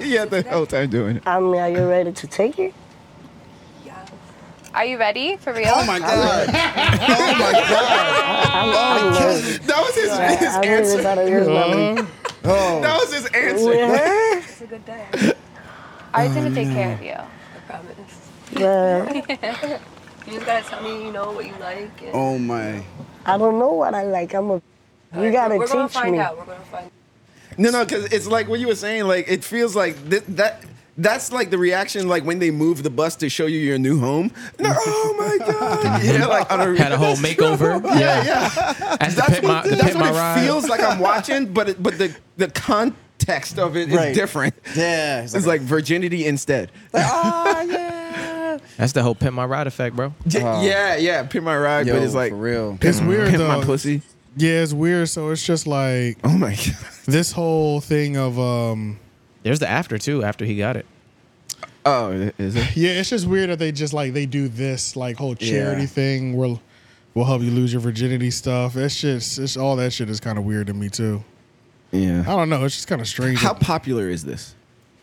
D: Yeah, the whole time doing it.
I: I mean, are you ready to take it?
J: Yeah.
F: (laughs) Are you ready for real?
B: Oh my God. oh my God.
I: I'm, I'm
D: Oh,
I: ready.
D: That was his, his
I: I really
D: answer.
I: thought it was my
A: Uh,
D: (laughs)
B: Oh.
D: That was his
I: with
D: answer.
I: her,
J: It's a good day.
F: I was gonna take care of you.
J: I promise.
I: but
J: (laughs) You just gotta tell me, you know, what you like. And
B: Oh my.
I: I don't know what I like. I'm a. You gotta
J: We're gonna
I: teach
J: find
I: me.
J: out. We're gonna find.
D: No, no, because it's like what you were saying. Like it feels like thi- that. That's like the reaction, like when they move the bus to show you your new home. No, oh my
B: (laughs)
D: god! (laughs) Yeah, like on a,
C: Had
D: (laughs)
C: a whole makeover.
D: Yeah, yeah.
C: As the
D: That's
C: pit my,
D: what,
C: the
D: that's
C: pit
D: what
C: my
D: it
C: ride.
D: feels like
C: (laughs)
D: I'm watching, but it, but the the context of it is
B: Right.
D: different.
B: Yeah.
D: It's like virginity instead.
B: oh yeah.
C: That's the whole pit my ride effect, bro.
D: J- yeah, yeah. Pin my ride,
B: Yo,
D: but it's like
B: for real.
A: it's weird
D: Pin my
A: though.
D: pussy.
A: Yeah, it's weird. So it's just like
D: Oh my (laughs) god.
A: this whole thing of um.
C: There's the after too. After he got it.
D: Oh, is it?
A: Yeah, it's just weird that they just like they do this like whole charity
B: Yeah.
A: thing where we'll help you lose your virginity stuff. It's just it's all that shit is kind of weird to me too. I
D: Yeah.
A: don't know. It's just kind of strange.
D: How popular is this?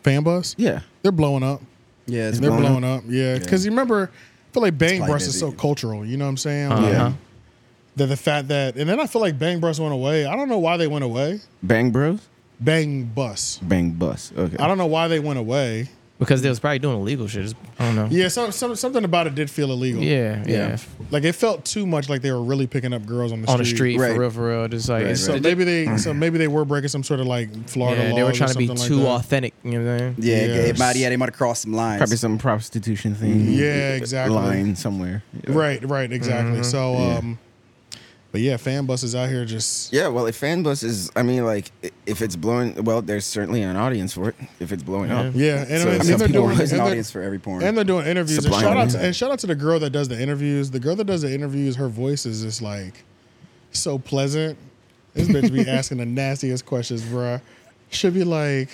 A: fan bus?
D: Yeah.
A: they're blowing up.
B: Yeah, it's
A: They're
B: blown up.
A: blowing up. Yeah, because you remember feel like bang
B: probably
A: brush is so
B: busy.
A: cultural. You know what I'm saying?
C: Uh-huh.
A: Like, That the fact that, and then I feel like bang brush went away. I don't know why they went away.
D: Bang Bros?
A: Bang bus.
D: Bang Bus. Okay.
A: I don't know why they went away.
C: because they was probably doing illegal shit. I don't know.
A: Yeah, some, some, something about it did feel illegal.
C: yeah, yeah.
A: Like it felt too much like they were really picking up girls on the
C: On the
A: street.
C: street,
B: Right.
C: for real, for real. Just like
B: Right,
C: it's-
A: So maybe they, so maybe they were breaking some sort of like Florida
C: yeah,
A: laws.
C: they were
A: or
C: trying to be
A: something
C: too
A: like that.
C: authentic. You know what I'm saying?
B: Yeah, it-
A: Yes.
B: it might, yeah, they might have crossed some lines.
D: Probably some prostitution thing.
A: Yeah, exactly.
D: Line somewhere. Yeah.
A: Right, right,
C: Mm-hmm.
A: exactly. So, um, but yeah, fan buses out here just
D: Yeah, well, if fan bus is, I mean, like, i- if it's blowing, well, there's certainly an audience for it. If it's blowing up,
A: yeah, and I mean,
B: I
A: and
B: mean,
A: they're
D: (laughs)
B: people-
A: doing
B: there's an
A: and they're-
B: audience for every porn.
A: And they're doing interviews. And
D: Sublime.
A: shout out to, and shout out to the girl that does the interviews. The girl that does the interviews, her voice is just like so pleasant. This bitch
D: (laughs)
A: be asking the nastiest questions, bruh. Should be like,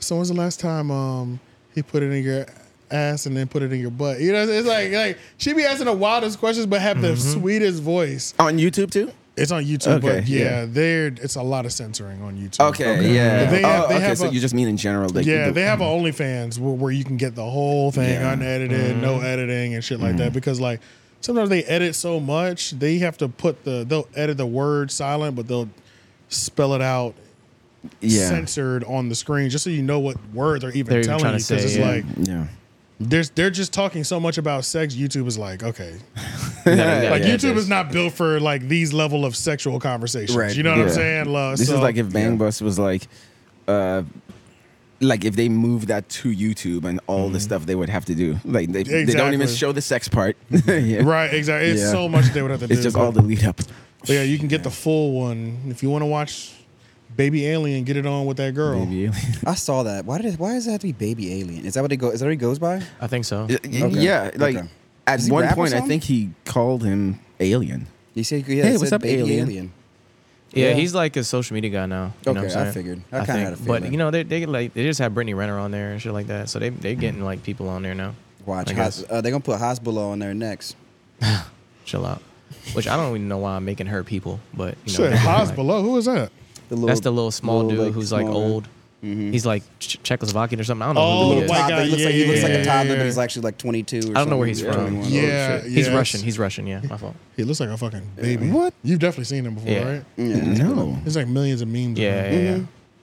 A: so when's the last time um he put it in your ass and then put it in your butt? You know, it's like like she be asking the wildest questions, but have the sweetest voice.
D: on YouTube too.
A: It's on YouTube, but
D: Okay,
A: yeah,
D: yeah.
A: there it's a lot of censoring on YouTube.
D: Okay, yeah.
A: They have-
D: oh,
A: they
D: okay,
A: have
D: so
A: a-
D: you just mean in general, like,
A: yeah,
D: the-
A: they have a OnlyFans where, where you can get the whole thing
D: Yeah. Mm-hmm.
A: unedited, no editing and shit like that. Because like sometimes they edit so much, they have to put the they'll edit the word silent, but they'll spell it out
D: yeah,
A: censored on the screen just so you know what words are even
C: They're even
A: telling
C: trying
A: you.
C: to
A: Because it's
C: say, yeah.
A: like
D: yeah.
A: there's they're just talking so much about sex. YouTube is
D: (laughs)
A: like okay,
C: Yeah,
A: like
C: yeah,
A: YouTube
C: just-
A: is not built for like these level of sexual conversations.
B: Right.
A: You know what I'm
D: Yeah.
A: saying? Love.
D: This
A: so,
D: is like if Bang Bus was like, uh, like if they moved that to YouTube and all the stuff they would have to do. Like they, they don't
A: Mm-hmm. Exactly.
D: even show the sex part. (laughs) Yeah.
A: right, exactly. It's
D: Yeah.
A: so much they would have to do.
D: It's just
A: but-
D: all the lead up.
A: But yeah, you can get the full one if you want to watch Baby Alien. Get it on with that girl.
D: Baby alien.
B: I saw that. Uh, Why did it, why does it have to be baby alien? Is that what it go? Is that what he goes by?
C: I think so.
D: Y- y- Yeah, like
B: Okay.
D: at
B: Does he
D: one
B: rap or
D: point, I
B: something?
D: think he called him Alien.
B: He said, yeah,
D: Hey,
B: it
D: what's
B: said
D: up,
B: baby
D: alien?
C: Yeah,
B: Yeah.
C: he's like a social media guy now. You know
B: Okay,
C: what I'm
B: I
C: saying?
B: figured. I kinda
C: think.
B: had a
C: But
B: feeling.
C: you know, they they like they just have Brittany Renner on there and shit like that. So they they getting like people on there now.
B: Hmm. Watch,
C: I
B: Hos-
C: guess.
B: uh, they're gonna put Hasbullah on there next.
C: Chill out. Which I don't even know why I'm making her people, but you know,
A: Shit,
C: they're
A: Haas
C: like-
A: below. Who is that?
B: The little,
C: that's the little small
B: little, Mm-hmm.
C: dude who's like
B: small-
C: old. He's like Ch- Czechoslovakian or something. I don't know.
A: Oh,
C: who
B: Little
C: he is.
A: white
B: toddler.
A: guy.
B: He looks like
A: Yeah,
B: he looks
A: yeah,
B: like a toddler,
A: yeah.
B: but he's actually like 22 or something.
C: I don't know where he's from.
B: 21.
A: Yeah, yeah,
C: He's
A: it's-
C: Russian. He's Russian. Yeah, my fault.
A: He looks like a fucking baby. What? You've definitely seen him before,
C: Yeah.
A: right?
B: Yeah. Mm-hmm.
D: No,
A: There's like millions of memes. of
C: Yeah,
A: him.
C: yeah, yeah.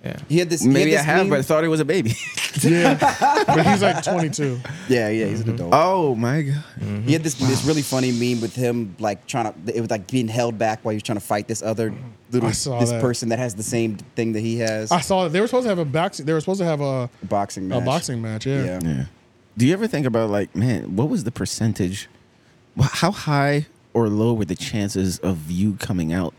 C: yeah.
B: He had this. he had
D: maybe I
B: this
D: have,
B: meme-
D: but I
B: (laughs)
D: thought it was a baby. (laughs)
A: yeah. (laughs) But he's like 22.
B: yeah, yeah, he's an adult.
D: oh my god!
B: Mm-hmm. He had this this really funny meme with him like trying to. It was like being held back while he was trying to fight this other little
A: I saw
B: this
A: that.
B: person that has the same thing that he has.
A: I saw that they were supposed to have a boxing. They were supposed to have a,
B: boxing
A: a
B: match.
A: boxing match. Yeah.
B: Yeah.
D: Yeah. Do you ever think about like, man, what was the percentage? Wh- How high or low were the chances of you coming out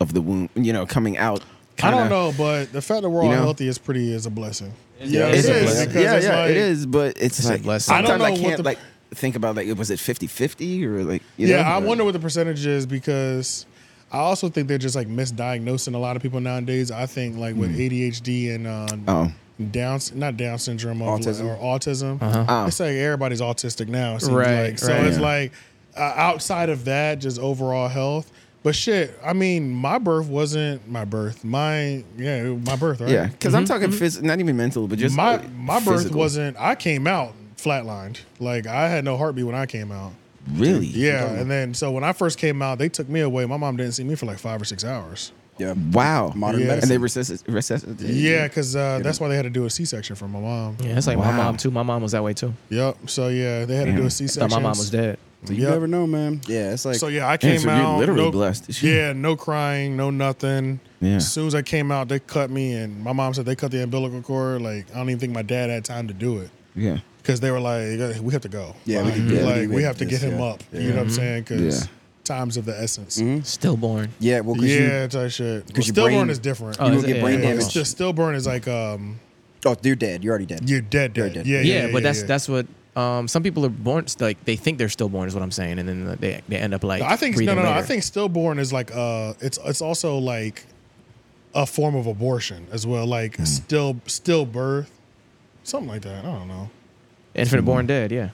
D: of the womb? You know, coming out.
A: I don't
D: kinda-
A: know, but the fact that we're all
D: You know?
A: healthy is pretty is a blessing.
B: Yeah,
A: it
D: It
A: is.
D: is.
B: a
D: Yeah,
B: blessing.
A: because
D: yeah,
A: it's like-
D: it is. But it's,
C: It's a
D: like
C: blessing.
A: I don't
D: sometimes I,
A: know what
D: can't
A: the-
D: like think about like was it 50-50 or like you know,
A: yeah, I
D: or-
A: wonder what the percentage is because I also think they're just like misdiagnosing a lot of people nowadays. I think like with
D: Hmm.
A: ADHD and uh,
D: Oh,
A: Down, not Down syndrome, of,
B: Autism.
A: or autism.
D: Oh.
A: It's like everybody's autistic now. It seems
C: Uh-huh. Right,
A: like. So
C: right.
A: it's
D: Yeah.
A: like uh, outside of that, just overall health. But shit, I mean, my birth wasn't my birth. My yeah, my birth, right? Mm-hmm,
D: yeah, because
C: Mm-hmm.
D: I'm talking phys- not even mental, but just
A: my
D: uh,
A: my birth
D: physical.
A: wasn't. I came out flatlined. Like I had no heartbeat when I came out.
D: really
A: Yeah, and then so when I first came out, they took me away. My mom didn't see me for like five or six hours.
B: Yeah.
D: Wow,
B: Modern
A: Yeah.
D: and
B: medicine.
D: they resuscit- resuscitated.
A: Yeah, because uh, that's why they had to do a C section for my mom.
C: Yeah, it's like my
D: Wow.
C: mom too. My mom was that way too.
A: Yep. So yeah, they had to
D: Damn.
A: do
D: I
A: a
D: thought
A: C
C: I thought
A: section.
C: my mom was dead.
B: So you
A: Yep.
B: never know, man. Yeah, it's like
A: So yeah, I came
D: so you're
A: out.
D: literally
A: no,
D: blessed. Shit.
A: Yeah, no crying, no nothing.
D: Yeah.
A: As soon as I came out, they cut me, and my mom said they cut the umbilical cord. Like I don't even think my dad had time to do it
D: yeah,
A: because they were like, "We have to go.
B: Yeah, we
A: like,
B: can do it.
A: like,
B: We
A: we
B: can
A: have to
B: do
A: get
B: this,
A: him
B: yeah.
A: up." You know what I'm saying? Because
D: Yeah.
A: time's of the essence.
C: Stillborn.
B: Mm-hmm. yeah, well, 'cause
A: Yeah, type shit. Well,
B: your brain-
A: stillborn is different.
C: Oh,
B: you
C: is
B: don't
C: it-
B: get
C: yeah,
B: brain
C: yeah, yeah.
B: damage.
A: It's just stillborn is like um
B: oh, you're dead. You're already dead.
A: you're dead
B: You're
A: dead.
B: dead.
A: Yeah,
C: Yeah,
A: yeah, yeah,
C: but that's
A: yeah.
C: that's what um, some people are born like they think they're stillborn is what I'm saying, and then they they end up like.
A: I think no
C: breathing
A: no no. I
C: later.
A: think stillborn is like uh it's it's also like a form of abortion as well, like
B: Hmm.
A: still stillbirth, something like that. I don't know.
C: infant born dead. Yeah.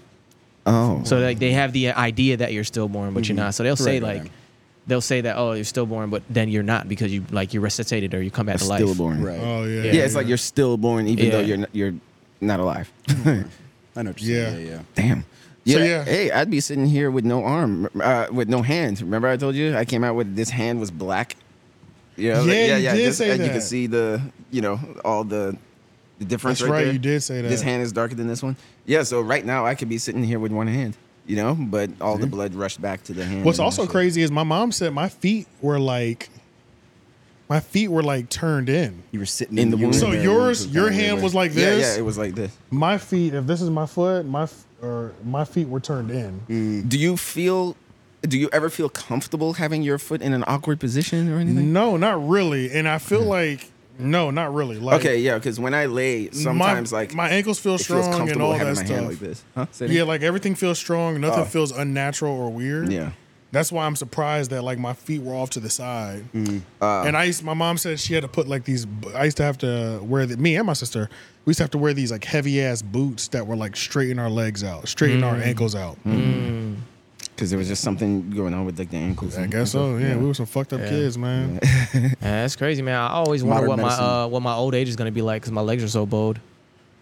D: oh,
C: So like they have the idea that you're stillborn, but
A: Mm-hmm.
C: you're not. So they'll say
B: Right, right,
C: like,
B: right.
C: they'll say that oh you're stillborn, but then you're not because you like you resuscitated or you come back to life.
D: stillborn.
B: Right.
A: Oh yeah.
D: Yeah, it's like you're stillborn even though
C: Yeah.
D: you're n- you're not alive.
B: I know what you're saying.
A: Yeah.
B: Yeah, yeah.
D: Damn. Yeah.
A: So, yeah.
D: Hey, I'd be sitting here with no arm, uh, with no hand. Remember I told you I came out with this hand was black. You know, like,
A: Yeah, you did
D: just-
A: say
D: and You
A: that.
D: can see the, you know, all the, the difference
A: That's
D: right,
A: right,
D: there.
A: you did say that.
D: This hand is darker than this one. Yeah. So right now I could be sitting here with one hand. You know, but all the blood rushed back to the hand.
A: What's
D: and all
A: also
D: that shit.
A: crazy is my mom said my feet were like, my feet were like turned in.
B: You were sitting
D: in the
B: you
D: womb.
B: were
A: So
B: in there.
A: yours-
B: It was
A: your
B: kinda
A: hand
B: weird.
A: was like
D: Yeah,
A: this?
D: yeah, it was like this.
A: My feet, if this is my foot, my f- or my feet were turned in.
D: Do you feel? Do you ever feel comfortable having your foot in an awkward position or anything?
A: No, not really. And I
D: Hmm.
A: feel like no, not really. Like,
D: okay, yeah, because when I lay, sometimes
A: my,
D: like
A: my ankles feel
D: it feels
A: strong and
D: comfortable
A: all
D: having
A: that
D: my
A: stuff.
D: hand like this. Huh? Say it
A: yeah,
D: again.
A: like everything feels strong. Nothing
D: Oh.
A: feels unnatural or weird.
D: Yeah.
A: That's why I'm surprised that like my feet were off to the side.
D: Mm.
A: and I used, my mom said she had to put like these. I used to have to wear the, me and my sister. We used to have to wear these like heavy ass boots that were like straighten our legs out, straighten our
D: Mm.
C: Mm.
A: ankles out.
D: because Mm. there was just something going on with like the ankles.
A: I
D: and
A: guess so.
D: stuff.
A: Yeah, we were some fucked up kids, man.
C: Yeah, that's crazy, man. I always wonder what
B: Modern medicine.
C: my uh, what my old age is gonna be like because my legs are so bowed.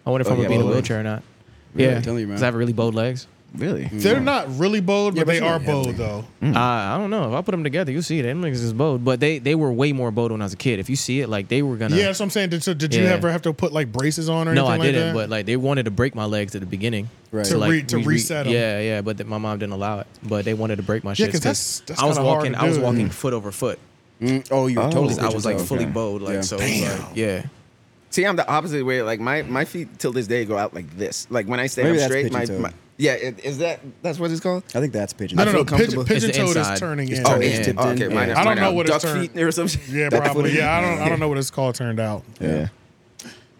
C: I wonder if
D: Oh,
C: I'm
D: yeah,
C: gonna be in a
D: both legs.
C: wheelchair or not.
B: Really?
C: Yeah,
B: Tell you, man.
C: 'cause I have really bowed legs.
D: really.
A: (laughs) They're not really bold, but,
B: but
A: they
B: you're
A: are
B: not
A: bold
B: heavy.
A: though.
C: Uh, I don't know. If I put them together, you see it. Them niggas is bowed, but they they were way more bowed when I was a kid. If you see it, like they were gonna.
A: Yeah, that's what I'm saying. Did, so did you
C: Yeah.
A: ever have to put like braces on or
C: no, I
A: anything
C: didn't.
A: like
C: but
A: that?
C: like they wanted to break my legs at the beginning.
B: Right.
A: To
C: like,
A: re- to reset 'em.
C: Yeah, yeah, but th- my mom didn't allow it. But they wanted to break my shit.
A: 'cause that's- that's
C: I was
A: kinda hard
C: walking.
A: to
C: I was
A: do.
C: walking
A: Mm.
C: foot over foot.
B: Mm, oh, you were
D: Oh.
B: totally.
C: I was like
D: Okay.
C: fully bowed, like
B: Yeah.
C: so. it was, like, yeah.
D: See, I'm the opposite way. Like my my feet till this day go out like this. Like when I stand
B: Maybe
D: up
B: that's
D: straight, my,
B: pigeon-toed.
D: my yeah, it, is that that's what it's called?
B: I think that's pigeon. Oh,
A: I don't know.
D: feel
A: Pigeon,
D: comfortable.
A: pigeon
C: It's the
A: toad is
C: inside.
A: turning
B: It's
A: in.
B: turning
A: right?
B: in.
D: it-
B: tipped
D: okay,
B: in.
D: mine
B: Yeah.
D: mine
A: I don't know
D: out.
A: what
D: duck
A: it's turned-
D: feet or something.
A: (laughs)
D: (laughs)
A: Yeah,
B: Duck
A: probably.
B: footed.
A: Yeah, I don't. I don't know what it's called. Turned out.
D: yeah.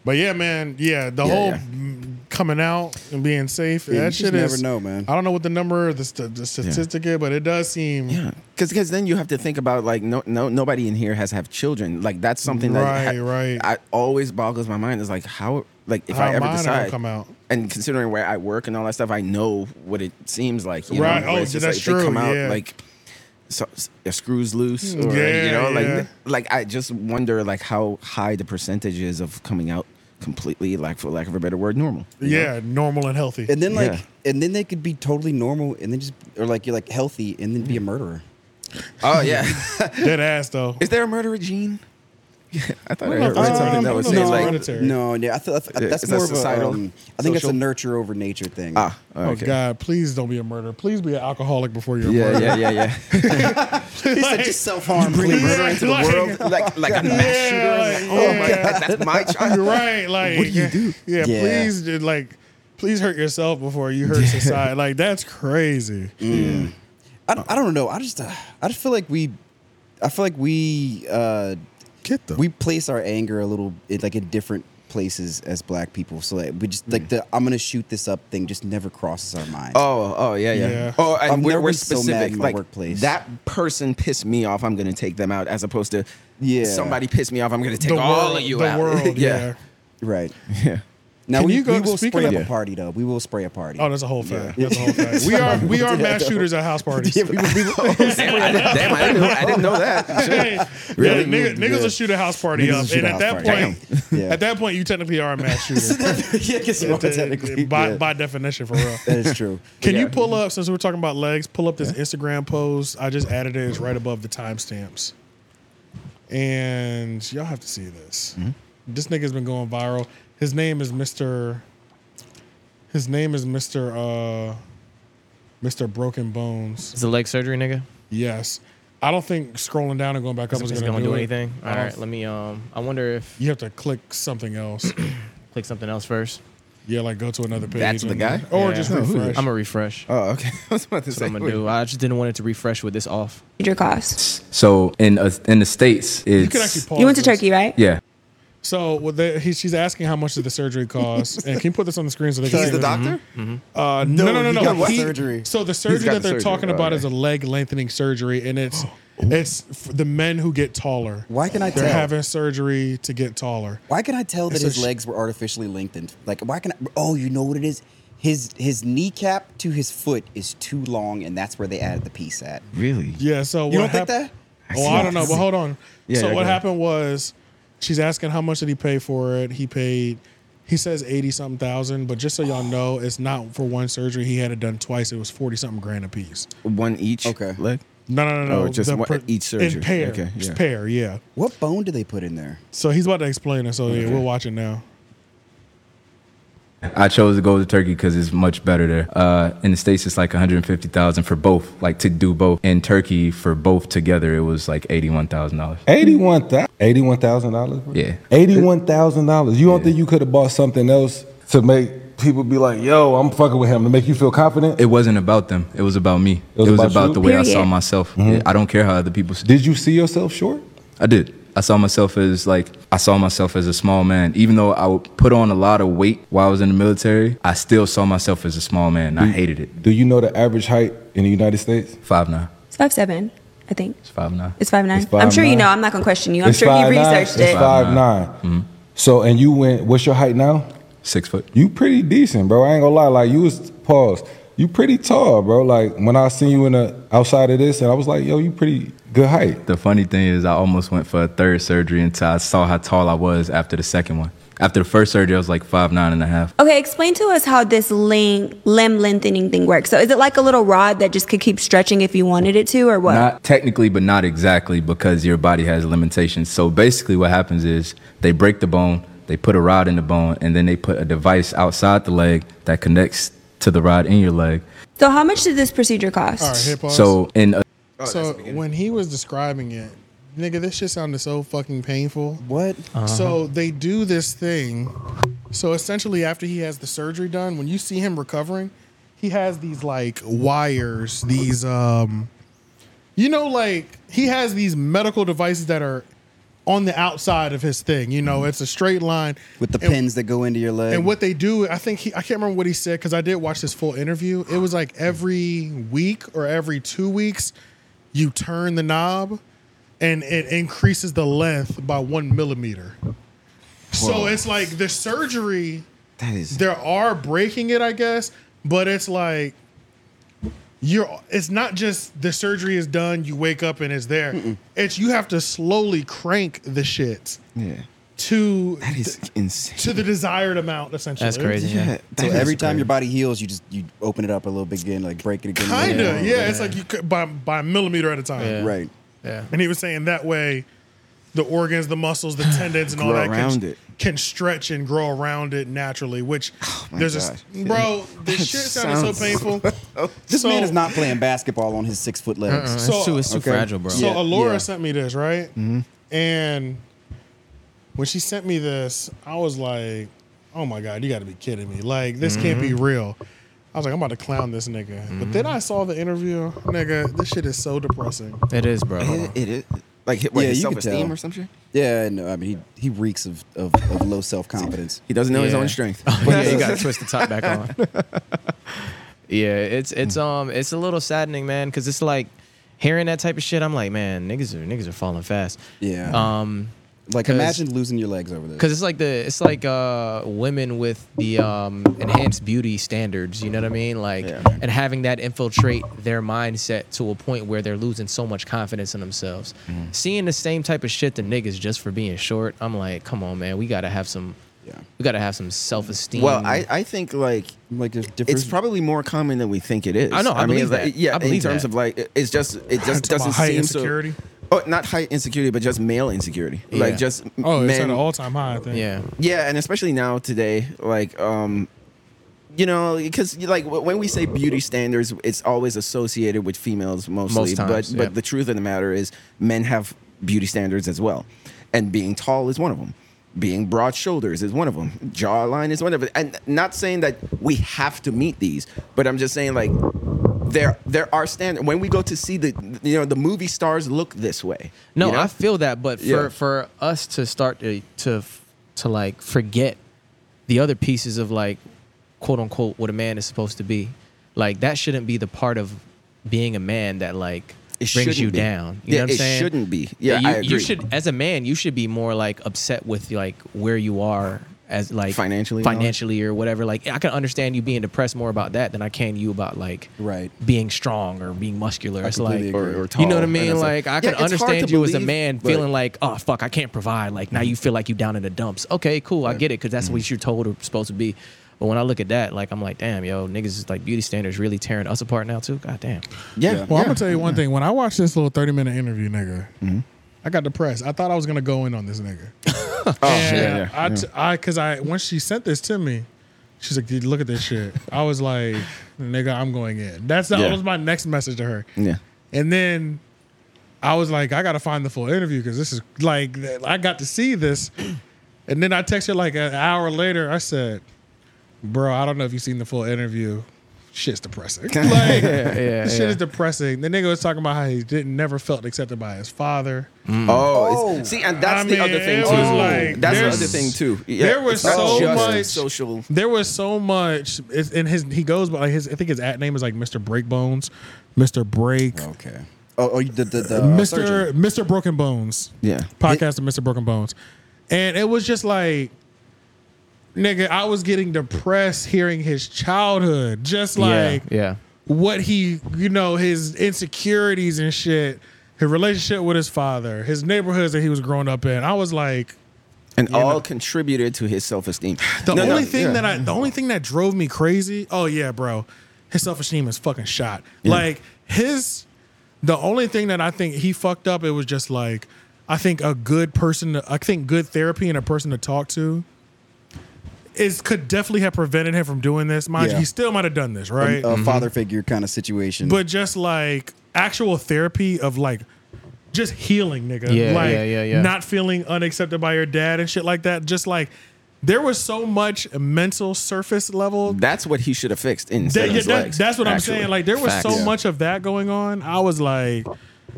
A: But yeah, man. Yeah, the
D: Yeah,
A: whole
D: yeah.
A: mm, coming out and being safe.
B: Yeah, you
A: that
B: just
A: shit
B: never
A: is.
B: know, man.
A: I don't know what the number, the, st- the statistic is, but it does seem.
D: Yeah, because then you have to think about like no no nobody in here has have children like that's something that
A: Right, right.
D: I always boggles my mind is like how like if
A: How
D: I ever
A: mine ever
D: decide
A: come out.
D: and considering where I work and all that stuff I know what it seems like you
A: Right,
D: know, where
A: oh,
D: it's
A: that's
D: like,
A: true,
D: they come out
A: yeah.
D: like so, s- their screws loose or
A: Yeah,
D: you know like
A: yeah.
D: like I just wonder like how high the percentage is of coming out completely like for lack of a better word normal you know?
A: Yeah, normal and healthy.
B: And then like,
D: Yeah.
B: and then they could be totally normal, and then just or like you're like healthy, and then be a murderer.
D: oh yeah
A: (laughs) Dead ass though.
D: is there a murderer gene (laughs) yeah I thought I,
A: don't know
D: heard
A: if it's-
D: something
A: um, I
D: that was
A: don't know
D: saying
A: if
D: like
A: it's hereditary.
B: No, yeah, I th- I th-
D: Yeah,
B: that's
D: is that
B: more
D: societal,
B: of a, um, I think it's a
D: social?
B: nurture over nature thing.
D: ah
A: Oh
D: okay.
A: God! Please don't be a murderer. Please be an alcoholic before you're a
D: Yeah,
A: murderer.
D: yeah, yeah,
B: (laughs)
D: yeah.
B: he said just self harm.
A: a murderer (laughs) Yeah, into the like- world?
D: like, like a mass
A: Yeah,
D: shooter.
A: like,
D: Like, oh my
A: yeah.
D: god, that's my child.
A: (laughs) You're right. Like, what do you do? Yeah,
B: Yeah.
A: please, dude, like, please hurt yourself before you hurt society. Like, that's crazy.
B: Mm. I, don't- I don't know. I just uh, I just feel like we, I feel like we uh,
A: Get them.
B: we place our anger a little it, like in different places as black people. So like, we just like the I'm gonna shoot this up thing just never crosses our mind.
D: Mm. Oh, oh, yeah, yeah.
A: Yeah.
D: Oh, and
B: I've
D: we're,
B: never
D: we're
B: been so mad
D: specific.
B: in my
D: like
B: workplace.
D: that person pissed me off. I'm gonna take them out, as opposed to
B: Yeah.
D: somebody pissed me off. I'm gonna take
A: the
D: all
A: world,
D: of you
A: the
D: out. (laughs)
A: world. yeah.
B: Right.
D: yeah.
B: Now
A: Can
B: we,
A: you go
B: we
A: to-
B: will
A: speaking
B: spray up
A: of-
B: a party though. We will spray a party.
A: Oh, that's a whole fact. That's a
D: (laughs)
A: whole fact. We are we
B: (laughs)
A: are mass shooters at house parties.
B: Yeah, we will-
A: (laughs)
B: we will-
D: Damn, I didn't, damn, I didn't know, I didn't know that. Shit.
A: Hey,
D: Really?
A: yeah, nigga, niggas
B: Yeah.
A: will shoot a house party
B: Niggas will
A: up,
B: shoot
A: and
B: a
A: at
B: house
A: that
B: party.
A: point,
B: Damn. Yeah.
A: at that point, you technically are a mass shooter.
B: yeah, I guess you are technically.
A: by,
B: yeah.
A: by definition, for real.
B: that is true.
A: (laughs) Can you
D: Yeah.
A: pull up since we're talking about legs? Pull up this Instagram post. I just added it. It's right above the timestamps, and y'all have to see this.
D: Mm-hmm.
A: This nigga's been going viral. His name is Mister. His name is Mister. Uh, Mister Broken Bones.
C: It's a leg surgery, nigga.
A: Yes, I don't think scrolling down and going back up is
C: It's
A: going to
C: gonna
A: do,
C: do
A: it.
C: anything.
A: I
C: All
A: don't-
C: right, let me. Um, I wonder if
A: You have to click something else.
C: (clears throat) click something else first.
A: yeah, like go to another page.
D: That's the
A: and-
D: guy?
A: or
C: Yeah.
A: just refresh.
C: I'm gonna refresh.
D: Oh, okay. (laughs) I was about to
C: That's
D: say.
C: what I'm gonna do. I just didn't want it to refresh with this off.
K: Your costs.
L: So in uh, in the states, it's
A: you can actually pause.
K: You went to
A: this.
K: Turkey, right?
L: yeah.
A: So well, they, he, she's asking how much did the surgery cost, and can you put this on the screen so they can
D: He's the
A: see this?
D: doctor.
A: Uh, no, no, no,
B: he
A: no.
B: got what
A: He-
B: surgery?
A: So the surgery
D: Mm-hmm. got
A: that
D: the
A: they're
D: surgery,
A: talking about
D: okay.
A: is a leg lengthening surgery, and it's it's f- the men who get taller.
B: Oh. Why can I
A: They're
B: tell?
A: having surgery to get taller.
B: Why can I tell that
A: It's a
B: his
A: sh-
B: legs were artificially lengthened? Like, why can I? Oh, you know what it is. His his kneecap to his foot is too long, and that's where they added the piece at.
D: Really?
A: Yeah. So
B: You
A: what
B: don't think
A: hap-
B: that?
A: Well, I don't know, but hold on.
D: Yeah,
A: so
D: yeah,
A: what
D: go ahead.
A: happened was, she's asking how much did he pay for it. He paid He says eighty something thousand, but just so
D: Oh.
A: y'all know, it's not for one surgery. He had it done twice. It was forty something grand a piece.
D: One each. Okay. Leg.
A: No, no, no, no.
D: Oh, just
A: The
D: one-
A: per-
D: each surgery.
A: In pair.
D: Okay,
A: Just
D: yeah.
A: pair, yeah.
B: What bone do they put in there?
A: So he's about to explain it. So yeah,
B: Okay.
A: we're watching now.
L: I chose to go to Turkey because it's much better there. Uh, in the States, it's like 150,000 for both, like to do both. In Turkey, for both together, it was like $81,000.
K: (laughs) Eighty-one thousand. Eighty-one thousand dollars.
L: Yeah.
K: Eighty-one thousand dollars. You don't think you could have bought something else to make people be like, "Yo, I'm fucking with him," to make you feel confident?
L: It wasn't about them. It was about me. It was, about,
K: you?
L: the way I saw
K: Period.
L: myself.
K: Mhm.
L: Yeah, I don't care how other people. See.
K: Did you see yourself short?
L: I did. I saw myself as like I saw myself as a small man. Even though I would put on a lot of weight while I was in the military, I still saw myself as a small man. and I
K: Do-
L: hated it.
K: Do you know the average height in the United States?
L: Five nine.
M: It's five seven, I think.
L: It's five nine.
M: It's five nine.
K: It's five
M: I'm sure you
K: nine.
M: know. I'm not gonna question you. I'm
K: It's
M: sure you
K: five nine?
M: researched
K: It's
M: it.
K: five nine. So and you went. What's your height now?
L: Six foot.
K: You pretty decent, bro. I ain't gonna lie. Like you was pause. You pretty tall, bro. Like when I seen you in the outside of this, and I was like, yo, you pretty good height.
L: The funny thing is, I almost went for a third surgery until I saw how tall I was after the second one. After the first surgery, I was like five nine and a half.
M: Okay, explain to us how this ling- limb lengthening thing works. So, is it like a little rod that just could keep stretching if you wanted it to, or what?
L: Not technically, but not exactly because your body has limitations. So basically, what happens is they break the bone, they put a rod in the bone, and then they put a device outside the leg that connects to the rod in your leg.
M: so, how much did this procedure cost?
A: All right, hit pause.
L: So in a,
B: Oh,
A: so when he was describing it, nigga, this shit sounded so fucking painful.
B: What?
L: Uh-huh.
A: So they do this thing. So essentially, after he has the surgery done, when you see him recovering, he has these like wires, these um, you know, like he has these medical devices that are on the outside of his thing. You know, it's a straight line
B: Mm-hmm. With the
A: And-
B: pins that go into your leg.
A: and what they do, I think he, I can't remember what he said because I did watch this full interview. It was like every week or every two weeks, you turn the knob, and it increases the length by one millimeter. So
E: Whoa.
A: it's like the surgery.
D: That is.
A: There are breaking it, I guess, but it's like you're. It's not just the surgery is done. You wake up and it's there. It's you have to slowly crank the shit
D: Yeah.
A: to
D: That is insane.
A: to the desired amount. Essentially,
B: So every time your body heals, you just you open it up a little bit again, like break it again.
A: Kinda, yeah. It's like you could by by a millimeter at a time.
B: Yeah. Right.
A: Yeah. And he was saying that way, the organs, the muscles,
B: (sighs)
A: the tendons, and all
D: Grow
A: that can,
D: around it.
A: can stretch and grow around it naturally. Which
B: Oh my
A: there's
B: gosh.
A: a bro. This
B: That
A: shit sounded
B: sounds-
A: so painful.
B: (laughs) This
A: So-
B: man is not playing basketball on his six foot legs.
A: Uh-uh, it's So- too- it's too
C: fragile, bro.
A: So
C: Yeah,
A: Alora
C: yeah.
A: sent me this, right?
D: Mm-hmm.
A: And when she sent me this, I was like, "Oh my god, you got to be kidding me! Like this can't be
E: Mhm.
A: real." I was like, "I'm about to clown this nigga," but then I saw the interview, nigga. This shit is so depressing.
C: It is, bro.
D: It, it is. Like hit
B: Yeah,
D: what,
B: you
D: his
B: could
D: self esteem
B: tell.
D: or some shit?
B: Yeah, no, I mean he, he reeks of, of, of low self confidence.
D: He doesn't know his
C: Yeah.
D: own strength.
C: (laughs) yeah, you
D: (laughs)
C: gotta twist the top back on. (laughs) yeah, it's it's um it's a little saddening, man, because it's like hearing that type of shit. I'm like, man, niggas are niggas are falling fast.
B: Yeah.
C: Um,
B: Like
C: 'cause-
B: imagine losing your legs over this.
C: Cause it's like the it's like uh women with the um enhanced beauty standards, you know what I mean? Like and having that infiltrate their mindset to a point where they're losing so much confidence in themselves.
B: Mm-hmm.
C: Seeing the same type of shit the niggas just for being short, I'm like, come on man, we gotta have some yeah. we gotta have some self esteem.
D: Well, I, I think like
B: like there's different.
D: it's probably more common than we think it is.
C: I know, I believe
D: like,
C: that.
D: yeah,
C: I believe
D: in terms
C: that.
D: of like it- it's just it just
A: Talking about
D: doesn't
A: height
D: seem so-
A: insecurity?
D: Oh, not height insecurity, but just male insecurity. Like just
A: oh,
D: men.
A: it's at an all time high. I think.
C: Yeah.
D: Yeah, and especially now today, like, um, you know, because like wh- when we say beauty standards, it's always associated with females mostly.
C: Most times,
D: but
C: yeah.
D: but the truth of the matter is, men have beauty standards as well, and being tall is one of them. Being broad shoulders is one of them. Jawline is one of it. And not saying that we have to meet these, but I'm just saying like there there are standards. When we go to see the you know the movie stars look this way.
C: No,
D: you know?
C: I feel that, but for
D: Yeah.
C: for us to start to to to like forget the other pieces of like quote unquote what a man is supposed to be, like that shouldn't be the part of being a man that like
D: It
C: brings you
D: shouldn't be.
C: down. You
D: Yeah,
C: know what I'm
D: it
C: saying?
D: shouldn't be. Yeah,
C: you,
D: I
C: you
D: agree.
C: should as a man, you should be more like upset with like where you are as like
D: Financially and all that?
C: financially or whatever. Like I can understand you being depressed more about that than I can you about like
B: right
C: being strong or being muscular.
D: I
C: It's like
D: completely agree. Or- or
C: you know
D: tall.
C: what I
D: And
C: mean?
D: it's
C: Like
D: like-
C: I
D: Yeah,
C: can
D: it's hard to
C: understand you as a
D: believe,
C: man
D: but-
C: feeling like oh fuck I can't provide. Like now you feel like you down in the dumps. Okay, cool, I get it because that's what
D: Mm-hmm.
C: you're told are supposed to be. But when I look at that, like I'm like, damn, yo, niggas is like beauty standards really tearing us apart now too. God damn.
A: Well, I'm gonna tell you one thing. When I watched this little 30 minute interview, nigga,
D: Mm-hmm.
A: I got depressed. I thought I was gonna go in on
D: (laughs)
A: this nigga. oh
D: yeah, yeah,
A: I, t-
D: yeah.
A: I, cause I when she sent this to me, she's like, "Dude, look at this shit." I was like, "Nigga, I'm going in." That's the,
D: Yeah.
A: that was my next message to her.
D: Yeah.
A: And then I was like, I gotta find the full interview because this is like th- I got to see this. (clears throat) And then I texted her like an hour later. I said, "Bro, I don't know if you've seen the full interview. Shit's
C: (laughs)
A: depressing. like,
C: Yeah, yeah,
A: this shit
C: yeah.
A: is depressing." The nigga was talking about how he didn't never felt accepted by his father.
D: Oh, it's- see, and that's
A: I
D: the other
A: mean,
D: thing
A: it
D: too.
A: was like,
D: that's the
A: there's-
D: other thing too. Yeah,
A: there was
D: it's not
A: so
D: just
A: much
D: social
A: There was so much. It's, and his he goes by like his. I think his at name is like Mr. Breakbones, Mr. Break.
B: Okay. Oh, oh you- the the, the uh,
A: Mr.
B: surgeon.
A: Mr. Broken Bones.
D: Yeah.
A: Podcast of Mr. Broken Bones. And it was just like, nigga, I was getting depressed hearing his childhood. Just like
C: yeah, yeah.
A: what he, you know, his insecurities and shit, his relationship with his father, his neighborhoods that he was growing up in. I was like,
D: and all contributed to his self esteem.
A: the only thing that I, the only thing that drove me crazy, oh yeah, bro, his self esteem is fucking shot.
D: Yeah.
A: Like his, the only thing that I think he fucked up, it was just like, I think a good person, to, I think good therapy and a person to talk to, is could definitely have prevented him from doing this. Mind
B: Yeah.
A: you, he still might have done this, right?
B: a,
C: Mm-hmm.
B: a father figure kind of situation.
A: But just like actual therapy of like just healing, nigga.
B: Yeah,
A: like,
B: yeah, yeah, yeah.
A: Not feeling unaccepted by your dad and shit like that. Just like there was so much mental surface level.
D: that's what he should have fixed in
A: That, yeah,
D: Seven's
A: that-
D: legs,
A: that's what
D: actually.
A: I'm saying. Like there was
D: Facts.
A: so
D: Yeah.
A: much of that going on. I was like,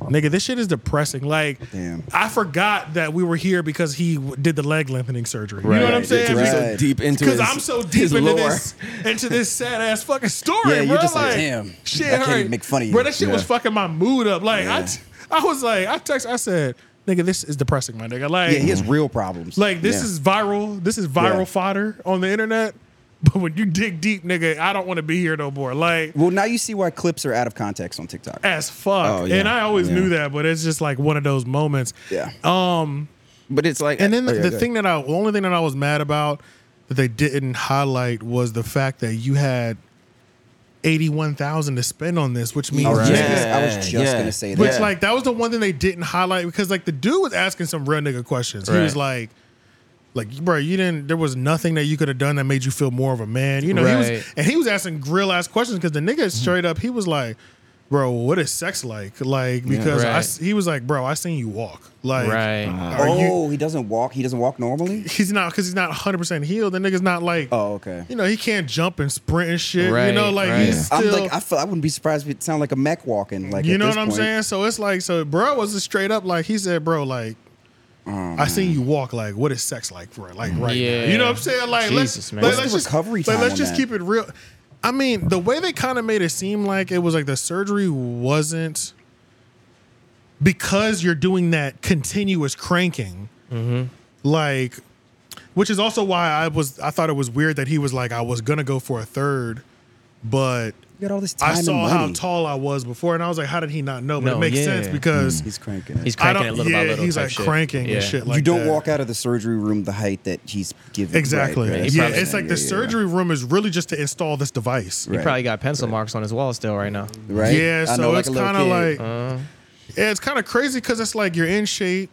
A: nigga, this shit is depressing. Like I forgot that we were here because he w- did the leg lengthening surgery. You
D: Right.
A: know what I'm saying?
D: Because you're so deep into
A: because
D: his-
A: I'm so deep
D: his
A: into
D: lore.
A: this into this sad ass fucking story,
B: Yeah,
A: bro.
B: you're just like, damn,
A: shit
B: I can't
A: hurt.
B: even make fun of you.
A: Bro, that shit was
B: Yeah.
A: fucking my mood up. Like I, t- I was like, I text, I said, nigga, this is depressing, my nigga. Like,
B: yeah, he has real problems.
A: like this
B: Yeah.
A: is viral. This is viral
B: Yeah.
A: fodder on the internet. (laughs) But when you dig deep, nigga, I don't want to be here no more. Like
B: Well, now you see why clips are out of context on TikTok.
A: as fuck.
B: Oh, yeah.
A: And I always
B: Yeah.
A: knew that, but it's just like one of those moments.
B: Yeah.
A: Um
D: But it's like
A: And then
D: Oh, yeah,
A: the
D: go
A: thing that I the only thing that I was mad about that they didn't highlight was the fact that you had 81,000 to spend on this, which means
B: I was
A: niggas-
B: just- I was just Yeah. gonna say
A: Which
B: that.
A: like that was the one thing they didn't highlight because like the dude was asking some real nigga questions. He was
B: Right.
A: like like bro, you didn't. There was nothing that you could have done that made you feel more of a man. You know, he
C: Right.
A: was and he was asking grill ass questions because the
B: Mm-hmm.
A: nigga straight up he was like, "Bro, what is sex like?" Like
B: Yeah.
A: because I
B: Right.
A: s he was like, "Bro, I seen you walk." Like, are you?
B: oh, he doesn't walk. He doesn't walk normally.
A: (laughs) He's not because he's not 100 percent healed. The nigga's not like,
B: oh okay.
A: You know, he can't jump and sprint and shit. you know, like he's
B: I'm
A: still.
B: like I, feel, I wouldn't be surprised if it sounded like a mech walking. Like
A: you
B: at
A: know
B: this
A: what I'm
B: point.
A: saying? So it's like, so bro was just straight up like he said, bro, like I
B: Oh,
A: seen you walk. Like, what is sex like for
B: Mm-hmm.
A: like right now? You know what I'm saying? Like, let's
B: Jesus, man.
A: Like,
B: What's
A: let's
B: the
A: just,
B: recovery
A: like,
B: time
A: let's
B: on
A: just
B: that?
A: keep it real. I mean, the way they kind of made it seem like it was like the surgery wasn't because you're doing that continuous cranking,
B: Mm-hmm.
A: like, which is also why I was I thought it was weird that he was like I was gonna go for a third, but
B: You got all this time
A: I
B: and
A: saw how
B: money.
A: tall I was before, and I was like, how did he not know? But
B: No,
A: it makes
B: yeah.
A: sense because
B: Mm. He's cranking it. He's
A: I don't-
B: cranking it little
A: yeah,
B: by little
A: He's
B: type
A: like
B: shit.
A: cranking and shit like
B: you don't
A: that.
B: walk out of the surgery room the height that he's giving.
A: Exactly.
B: Right, right.
A: Yeah,
B: That's
A: it's
B: what I'm
A: like the
B: saying. Yeah, yeah, yeah.
A: surgery room is really just to install this device.
C: He probably got pencil marks on his wall still right now. Uh-huh.
B: Right?
A: Yeah,
C: I
A: so
C: know, like
A: it's
C: a little
A: kind of
C: kid.
A: like, yeah, it's kind of crazy because it's like you're in shape,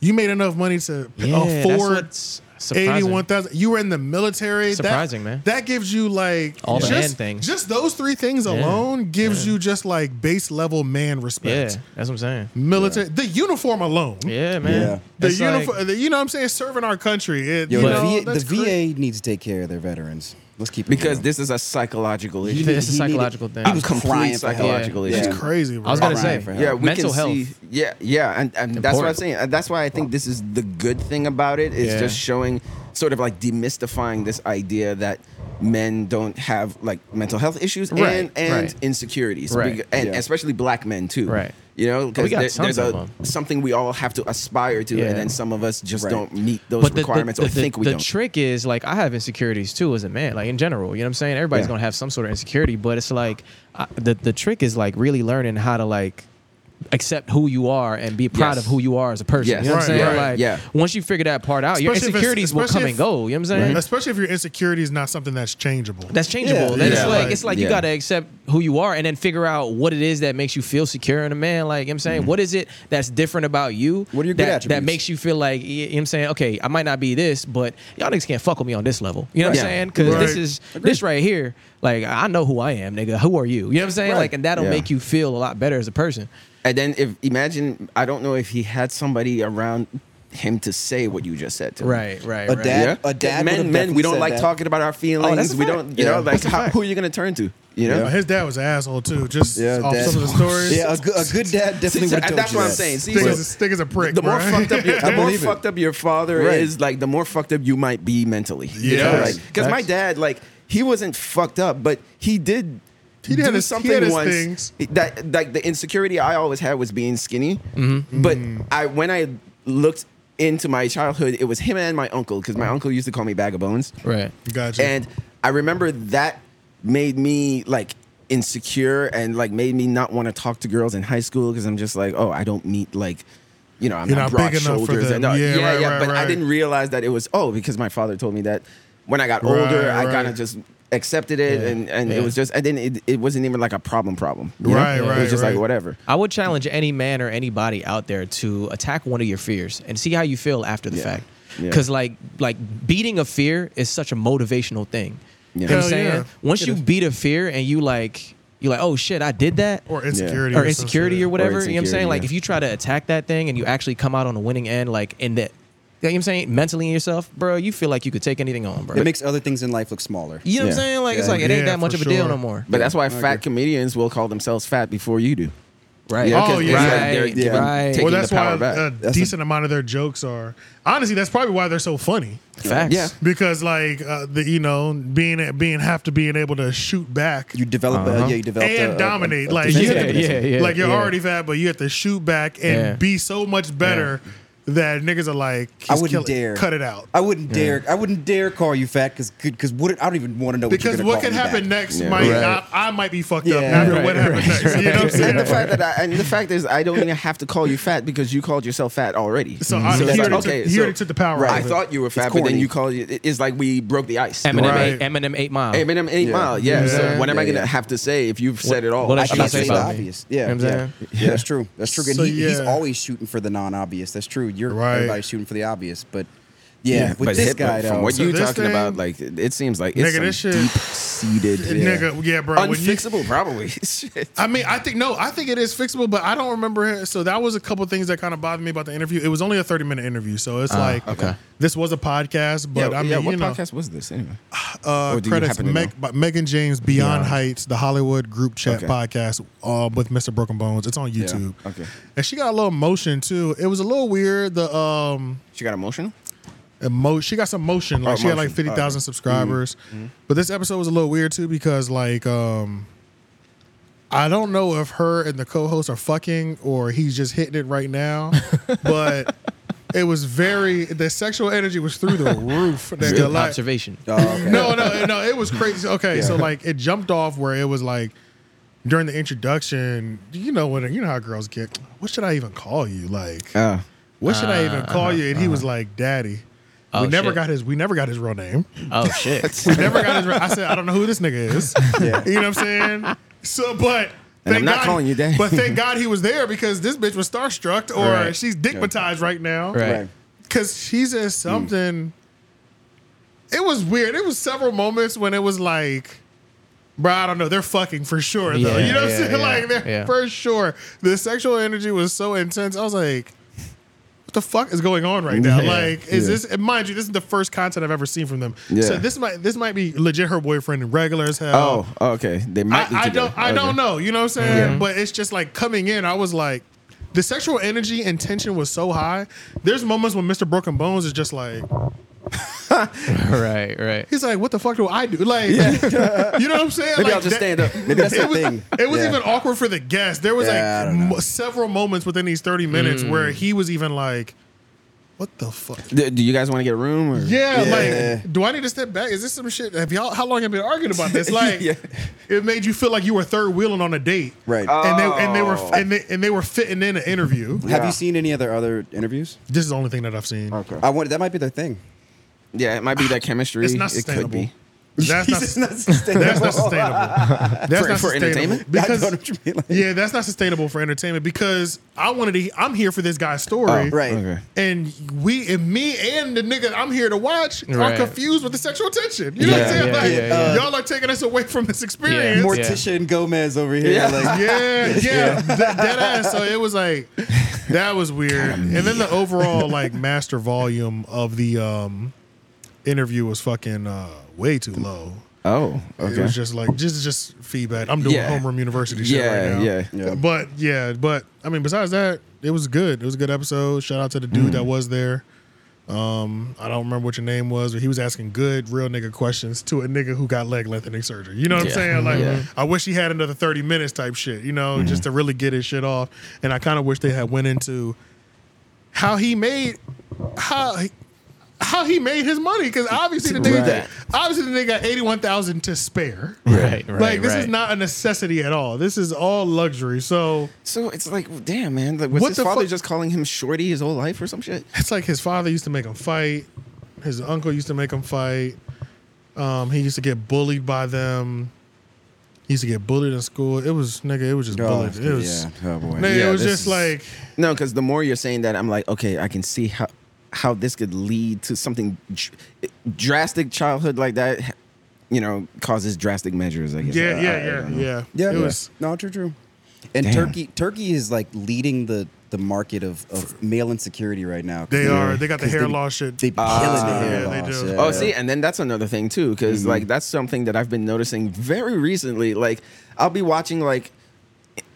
A: you made enough money to p-
C: Yeah, that's
A: afford
C: what's surprising.
A: eighty-one thousand. You were in the military. That-
C: Surprising, man.
A: That gives you like
C: All the
A: just,
C: man things.
A: Just those three things
C: Yeah,
A: alone gives you just like base level man
C: Yeah,
A: respect.
C: that's what I'm saying.
A: Military, the uniform alone.
C: Yeah, man. Yeah.
A: The
C: It's like-
A: uniform, you know what I'm saying? Serving our country. It,
B: Yo,
A: you
B: the,
A: know,
B: VA,
A: that's
B: the
A: cra-
B: VA needs to take care of their veterans. Let's keep it
D: because
B: real.
D: this is a psychological
B: He
D: issue.
B: did- It's a he needed- psychological thing. he was
D: A complete
B: crying for help.
D: psychological
B: Yeah.
D: issue.
B: That's crazy, bro. I was
C: gonna Crying say, for help.
D: yeah, we can
C: mental health.
D: see- yeah, yeah, and, and that's what I'm
C: Important.
D: saying. And that's why I think this is the good thing about it is
C: Yeah.
D: just showing, sort of like demystifying this idea that men don't have like mental health issues
C: Right,
D: and and
C: right.
D: insecurities,
C: Right.
D: Beg- and
C: Yeah.
D: especially black men too. Right. You know,
C: Oh, we
D: because
C: got
D: there's
C: tons of
D: a, something we all have to aspire to,
C: Yeah.
D: and then some of us just
C: Right.
D: don't meet those
C: But the- the-
D: requirements
C: the,
D: or think we
C: the
D: don't.
C: trick is like I have insecurities too as a man, like in general. You know what I'm saying? Everybody's
D: Yeah.
C: gonna have some sort of insecurity, but it's like I, the the trick is like really learning how to like accept who you are and be proud
D: Yes.
C: of who you are as a person.
D: Yes.
C: You know what I'm
D: Right,
C: saying?
D: right,
C: Like
D: yeah.
C: once you figure that part out, Oh, your
A: Especially if it's-
C: insecurities will
A: especially
C: come
A: if-
C: and go. You know what I'm saying?
D: Mm-hmm.
A: Especially if your insecurity is not something that's changeable.
C: That's changeable.
A: Yeah.
C: Then
A: Yeah.
C: It's like
A: Right.
C: it's like
A: Yeah.
C: you gotta accept who you are and then figure out what it is that makes you feel secure in a man. Like you know what I'm saying, What is it that's different about you? What are your that,
B: good
C: that
B: attributes?
C: makes you feel like you know what I'm saying, okay, I might not be this, but y'all niggas can't fuck with me on this level. You know what I'm
B: Right.
C: saying? Because
B: Right.
C: this is this right here. Like I know who I am, nigga. Who are you? You know what I'm saying?
D: Right.
C: Like and that'll
D: Yeah.
C: make you feel a lot better as a person.
D: And then if imagine, I don't know if he had somebody around him to say what you just said to him.
C: Right, right, A right. dad- a dad
D: Yeah.
C: would have
D: Men, men, we
C: definitely
D: don't
C: said
D: like
C: that.
D: talking about our feelings.
A: Oh, that's a
D: we
A: fact.
D: don't, you
A: Yeah.
D: know, like
A: That's a
D: how,
A: fact.
D: who are you going to turn to? You know,
A: But his dad was an asshole too. Just off
B: dad-
A: some of the stories.
B: Yeah, a good- a good dad definitely
D: See,
B: would've told
D: That's
B: you
D: what I'm
B: that.
D: saying. See,
A: Stick
D: so
A: as a- stick as a
D: (laughs)
A: prick.
D: the more
A: bruh.
D: fucked
A: (laughs)
D: up, your, the more fucked up your father
A: Right.
D: is, like the more fucked up you might be mentally. You know,
A: Yes.
D: like because my
A: Facts.
D: dad, like he wasn't fucked up, but he did.
A: He had
D: do
A: his- he
D: something
A: had his
D: once
A: things.
D: that like the insecurity I always had was being skinny.
C: Mhm.
A: Mm-hmm.
D: But I when I looked into my childhood, it was him and my uncle because my uncle used to call me bag of bones.
C: Right.
A: Gotcha.
D: And I remember that made me like insecure and like made me not want to talk to girls in high school because I'm just like, oh, I don't meet like, you know, I'm
A: You're
D: not,
A: not
D: broad
A: big enough for
D: shoulders.
A: them.
D: And, uh,
A: Yeah,
D: yeah, yeah.
A: right, right,
D: but
A: right.
D: I didn't realize that it was oh because my father told me that when I got
A: Right,
D: older, I
A: right.
D: kind of just accepted it
C: Yeah,
D: and and
C: yeah.
D: it was just and then it, it wasn't even like a problem problem. you know?
A: Right,
D: It
A: right,
D: was just
A: right.
D: like whatever.
C: I would challenge any man or anybody out there to attack one of your fears and see how you feel after the fact.
D: Yeah.
C: Because like like beating a fear is such a motivational thing. You know what I'm
A: Hell
C: saying?
A: yeah.
C: Once
A: It
C: you
A: is.
C: beat a fear and you like you like, oh shit, I did that.
A: Or insecurity
C: Or
A: or some
C: insecurity
A: shit.
C: or whatever.
A: Or
C: you know what I'm saying?
A: insecurity,
C: Like
A: yeah.
C: if you try to attack that thing and you actually come out on the winning end, like in that you know what I'm saying? Mentally in yourself, bro, you feel like you could take anything on, bro.
B: It makes other things in life look smaller.
C: You know what I'm
D: Yeah.
C: saying? Like it's like it ain't that much of a deal no more.
D: But that's why
B: I
D: fat comedians will call themselves fat before you do.
C: Right.
D: Yeah,
A: oh
D: 'cause it's
A: yeah,
D: like they're giving- taking
A: Well, that's
D: the power
A: why uh,
D: back.
A: a decent amount of their jokes are. Honestly, that's probably why they're so funny.
C: Facts. Yeah.
A: Because like uh, the you know being being have to being able to shoot back. You
B: develop, uh, Uh-huh. yeah, you develop
A: and
B: a- a-
A: dominate.
B: a- a
A: like
B: defense
A: you have to-
B: mechanism. Yeah, yeah,
A: like you're
B: yeah.
A: already fat, but you have to shoot back and
B: Yeah.
A: be so much better that niggas are like
B: I
A: just
B: wouldn't
A: kill it,
B: dare
A: cut it out.
B: I wouldn't
A: Yeah.
B: dare. I wouldn't dare call you fat because because what I don't even want to know.
A: Because
B: what,
A: what could happen next might I, I might be fucked up
B: Yeah.
A: after
B: Right,
A: what happened
B: right,
A: next. You know what I'm saying?
D: and the fact that I, and the fact is, I don't even have to call you fat because you called yourself fat already.
A: So I- he
D: it's
A: already took- he already took the power
D: Right.
A: out
D: I
A: of it.
D: thought you were fat,
A: It's
D: but then
A: corny.
D: you called it. It's like we broke the ice.
C: Eminem eight Eminem eight mile.
D: Eminem eight
C: Yeah.
D: mile. Yeah.
C: Yeah.
D: So what am I
C: Yeah,
D: gonna
C: yeah.
D: have to say if you've said it all?
C: what
B: I
C: else you
B: can't
C: gonna say
B: say the
C: about me?
B: obvious. Yeah,
C: You know what I'm
B: yeah.
C: saying?
B: Yeah, that's true. That's true. And
C: So,
B: he, he's
C: yeah.
B: always shooting for the non-obvious. That's true. You're
D: Right.
B: everybody's shooting for the obvious, but yeah,
D: Yeah,
B: with
D: but
B: this
D: hip-
B: guy
D: from
B: though,
D: what you talking about, like it it seems like
A: Nigga,
D: it's
A: this
D: some
A: shit-
D: deep seated,
A: Nigga, yeah, bro. when you-
D: unfixable probably. (laughs) Shit.
A: I mean, I think no, I think it is fixable, but I don't remember. So that was a couple things that kind of bothered me about the interview. It was only a thirty-minute interview, so it's
D: Ah,
A: like
D: okay.
A: this was a podcast, but
D: yeah,
A: I mean,
D: yeah,
A: you
D: what
A: know,
D: podcast was this anyway?
A: uh,
D: Or do you
A: credits
D: happen to
A: Meg, by Megan James Beyond
D: Beyond.
A: Heights, the Hollywood group chat
D: Okay.
A: podcast uh, with Mr. Broken Bones. It's on
D: Yeah,
A: YouTube,
D: Okay.
A: and she got a little emotion too. It was a little weird. The um,
D: she got emotional.
A: Emo- she got some motion. Like
D: Oh,
A: she had like
D: motion.
A: fifty thousand
D: Okay.
A: subscribers,
D: Mhm. Mhm.
A: but this episode was a little weird too because like um, I don't know if her and the co-host are fucking or he's just hitting it right
D: (laughs)
A: now, but it was very the sexual energy was through the roof.
C: It's
A: nigga,
C: good
A: like-
C: observation.
A: (laughs) no, no, no. It was crazy. Okay,
C: Oh, Yeah.
A: so like it jumped off where it was like during the introduction. You know what? You know how girls get. What should I even call you? Like,
D: Uh,
A: what should I even
C: Uh,
A: call
C: uh-huh,
A: you? And he was
C: uh-huh.
A: like, "Daddy."
C: Oh,
A: we never
C: shit.
A: got his. We never got his real name.
C: Oh shit.
A: (laughs) we never got his. Real, I said, I don't know who this nigga
C: (laughs)
A: is. You know what I'm saying? (laughs) So, but.
D: And I'm not
A: God,
D: calling you daddy.
A: But
D: (laughs)
A: thank God he was there because this bitch was starstruck or
D: Right.
A: she's digmatized right now.
D: Right. Mm. Right.
A: Because she says something. It was weird. It was several moments when it was like, bro, I don't know. They're fucking for sure, though.
C: Yeah,
A: you know what
C: yeah,
A: I'm saying? (laughs)
C: yeah,
A: like, they're
C: yeah.
A: for sure. The sexual energy was so intense. I was like, what the fuck is going on right
D: (laughs)
A: now?
C: Yeah.
A: Like, is
C: Yeah.
A: this? And mind you, this is the first content I've ever seen from them.
D: Yeah.
A: So this might this might be legit her boyfriend and regular as hell.
D: Oh, okay. They might. be
A: Uh, I, I
D: together.
A: don't I
D: Okay.
A: don't know. You know what I'm saying?
D: Yeah.
A: But it's just like coming in. I was like, the sexual energy and tension was so high. There's moments when Mr. Broken Bones is just like.
C: (laughs) right, right.
A: He's like, what the fuck do I do? Like, (laughs) you know what I'm saying?
D: Maybe
A: like,
D: I'll just
A: that- (laughs)
D: stand up. Maybe that's
A: it
D: the
A: was,
D: thing.
A: It was
D: Yeah.
A: even awkward for the guest. There was
D: Yeah, I
A: like m- several moments within these 30 minutes
D: Mm.
A: where he was even like, what the fuck?
D: D- do you guys want to get a room? Or?
A: Yeah, like, do I need to step back? Is this some shit? Have y'all? How long have you been arguing about this?
D: (laughs)
A: Like,
D: Yeah.
A: it made you feel like you were third wheeling on a date,
B: Right.
A: And they and they were
B: Oh.
A: and they, and they were fitting in an interview.
B: Have you seen any other other interviews?
A: This is the only thing that I've seen.
B: Okay. I wanted that might be their thing.
D: Yeah, it might be that chemistry.
A: It's not
D: It could be.
A: That's not, sustainable. That's
D: (laughs)
A: not sustainable. That's
D: For-
A: not
D: for
A: sustainable.
D: entertainment?
A: Because,
D: I know what you mean, like-
A: yeah, that's not sustainable for entertainment because I wanted to. I'm here for this guy's story,
D: Oh, right. Okay.
A: And we and me and the nigga I'm here to watch
D: Right.
A: are confused with the sexual tension. You know what I'm
B: Yeah,
A: saying?
B: yeah,
A: like
B: yeah, yeah.
A: y'all are taking us away from this experience.
B: Morticia and Gomez over here.
A: Yeah,
B: (laughs) Like,
A: yeah, yeah. That, that ass. So it was like that was weird. And then the overall like master volume of the um interview was fucking uh way too low.
D: Oh,
A: It
D: okay.
A: was just like just just feedback. I'm doing
D: Yeah.
A: homeroom university shit
D: Yeah,
A: right now.
D: yeah. Yeah.
A: But yeah, but I mean, besides that, it was good. It was a good episode. Shout out to the
D: Mm.
A: dude that was there. Um, I don't remember what your name was, but he was asking good real nigga questions to a nigga who got leg lengthening surgery. You know what
D: Yeah.
A: I'm saying? Like,
D: Yeah. Mm-hmm.
A: I wish he had another 30 minutes type shit, you know, just to really get his shit off. And I kind of wish they had went into how he made how he- how he made his money because obviously the nigga
D: Right.
A: obviously the nigga got 81,000 to spare.
D: Right, right,
A: Like this is
D: right.
A: not a necessity at all. This is all luxury. So
D: So it's like, damn, man. Like, was
A: What
D: his
A: the
D: father
A: fuck-
D: just calling him shorty his whole life or some shit?
A: it's like his father used to make him fight. His uncle used to make him fight. Um, he used to get bullied by them. He used to get bullied in school. It was nigga. It was just
D: Oh,
A: bullied. It was
B: yeah. Oh, boy.
A: nigga,
D: Yeah,
A: it was
D: this
A: just
D: is-
A: like
D: No, because the more you're saying that, I'm like, okay, I can see how how this could lead to something dr- drastic. Childhood like that, you know, causes drastic measures. I guess.
A: Yeah,
D: I-
A: yeah,
D: I- I
A: yeah,
D: don't know.
A: yeah.
B: Yeah,
A: It
B: yeah.
A: was-
B: no true, true. And
D: Damn.
B: Turkey, Turkey is like leading the the market of, of male insecurity right now.
A: They are. They got the
B: 'Cause
A: hair loss shit.
B: They killing
A: Ah,
B: the hair
A: yeah, they
B: loss.
A: do.
B: yeah. Mm-hmm.
D: Oh, see, and then that's another thing too, because like that's something that I've been noticing very recently. Like I'll be watching like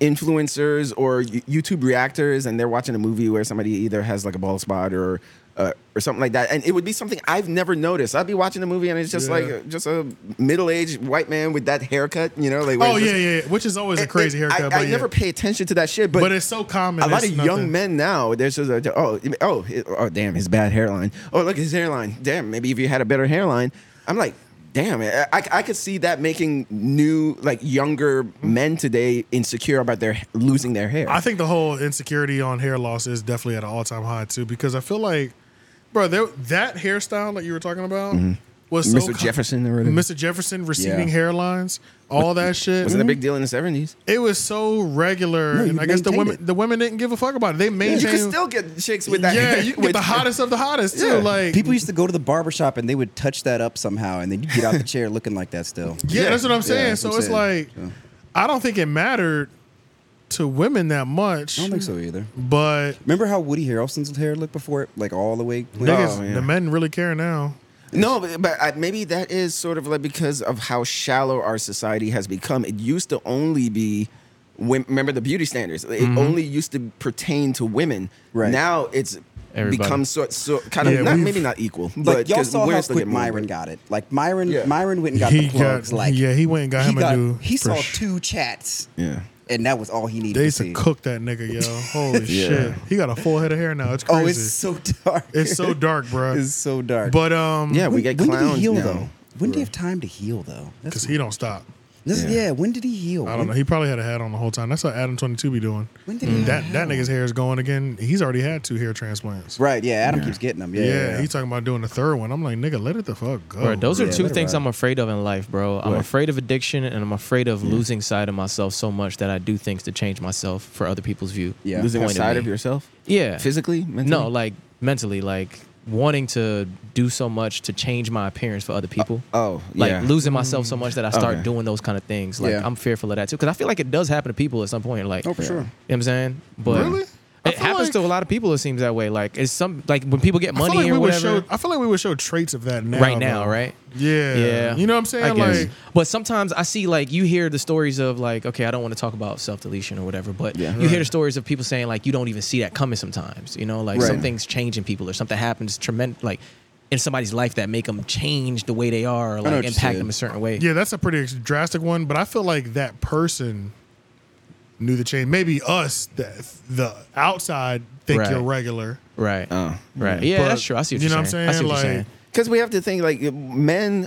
D: influencers or y- YouTube reactors, and they're watching a movie where somebody either has like a bald spot or uh, or something like that, and it would be something I've never noticed. I'd be watching the movie, and it's just
A: Yeah.
D: like uh, just a middle aged white man with that haircut, you know? Like where
A: Oh
D: it's
A: yeah,
D: just-
A: yeah, yeah. Which is always a crazy
D: I-
A: haircut.
D: I,
A: but yeah.
D: never pay attention to that shit, but,
A: But it's so common,
D: A lot
A: it's
D: of young
A: nothing.
D: men now, there's just a, oh oh it- oh damn his bad hairline. Oh look his hairline. Damn, maybe if you had a better hairline, I'm like. Damn it! I, I could see that making new, like younger
A: Mm-hmm.
D: men today insecure about their losing their hair.
A: I think the whole insecurity on hair loss is definitely at an all time high too, because I feel like, bro, there, that hairstyle that you were talking about was so
D: Mr. Mm-hmm. Jefferson or whatever.
A: Mr. Jefferson receding
D: Yeah.
A: hairlines, all that shit. Mm-hmm.
D: Wasn't a big deal in the seventies.
A: It was so regular,
D: No, you
A: and I guess the
D: maintained
A: women
D: it.
A: the women didn't give a fuck about it. They maintained.
D: You could still get chicks with that.
A: yeah,
D: hair,
A: you can
D: with-
A: get the hottest of the hottest too. Like
B: people used to go to the barber shop and they would touch that up somehow, and then you get
A: (laughs)
B: out the chair looking like that still.
A: Yeah, that's what I'm
B: Yeah,
A: saying.
B: that's
A: so
B: what I'm
A: it's
B: saying.
A: like, I don't think it mattered to women that much.
B: I don't think so either.
A: But
B: remember how Woody Harrelson's hair looked before, it? like all the way. Oh,
A: Niggas, The men really care now.
D: No, but, but I, maybe that is sort of like because of how shallow our society has become. It used to only be, wom- remember the beauty standards. It
A: Mhm.
D: only used to pertain to women.
B: Mm-hmm. Right.
D: Now it's
B: Everybody.
D: become so, so kind of
B: Yeah,
D: not,
B: we've-
D: maybe not equal,
B: Like,
D: but
B: y'all
D: 'cause
B: saw
D: we're
B: how
D: still
B: quick
D: getting more,
B: Myron
D: but-
B: got it. Like Myron,
D: Yeah.
B: Myron went and got
A: He
B: the plugs.
A: got-
B: like
A: yeah, he went and got him a
B: got-
A: new
B: He saw
A: fresh-
B: two chats.
D: Yeah.
B: and that was (laughs) all he needed.
A: They
B: to
A: used to
B: see.
A: cook that nigga, yo. Holy
B: (laughs) Yeah.
A: shit. He got a full head of hair now. It's crazy.
B: Oh, it's so dark.
A: It's so dark, bruh.
B: It's so dark.
A: But um
B: When- when did he heal though? When do you have time to heal though?
A: Because he don't stop.
B: This- yeah. when did he heal?
A: I don't know. He probably had a hat on the whole time. That's how Adam 22 be doing. Mm.
B: When did he
A: that that nigga's hair is going again. He's already had two hair transplants.
B: Right, yeah. Adam keeps getting them. Yeah, yeah, yeah.
A: he's talking about doing the third one. I'm like, nigga, let it the fuck go.
C: Bro, those are two things
A: I'm.
C: I'm afraid of in life, bro. I'm
A: What?
C: afraid of addiction and I'm afraid of losing sight of myself so much that I do things to change myself for other people's view.
D: Yeah. Losing
C: point
D: sight
C: me.
D: of yourself?
C: Yeah.
D: Physically? Mentally?
C: No, like mentally, like wanting to do so much to change my appearance for other people.
D: oh,
C: Like
D: yeah.
C: losing myself so much that I start
D: Okay.
C: doing those kind of things. Like
D: Yeah.
C: I'm fearful of that too. Cause I feel like it does happen to people at some point. Like
D: Oh, for sure.
C: You know what I'm saying? But
A: Really?
C: it happens to a lot of people, it seems that way. Like it's some like when people get
A: I feel
C: money
A: like
C: or
A: we would
C: whatever
A: show. I feel like we would show traits of that now.
C: right now,
A: though.
C: right?
A: Yeah.
C: yeah.
A: You know what I'm saying?
C: I guess.
A: Like,
C: but sometimes I see like you hear the stories of like, okay, I don't want to talk about self deletion or whatever, but
D: Yeah.
C: you hear the stories of people saying like you don't even see that coming sometimes. You know, like
D: Right.
C: something's changing people or something happens tremendous, like in somebody's life that make them change the way they are, or
A: know
C: like
A: what you're
C: impact
A: saying.
C: them a certain way.
A: Yeah, that's a pretty ex- drastic one, but I feel like that person knew the change. Maybe us, the, the outside, think
C: Right.
A: you're regular.
C: Right.
D: Oh,
C: right.
A: Mm.
C: Yeah,
A: But-
C: that's true. I see what
A: you
C: you're
A: know
C: saying.
A: what
C: I
A: I'm
C: see what
A: saying?
C: you're
A: Like-
C: saying.
D: Because we have to think like men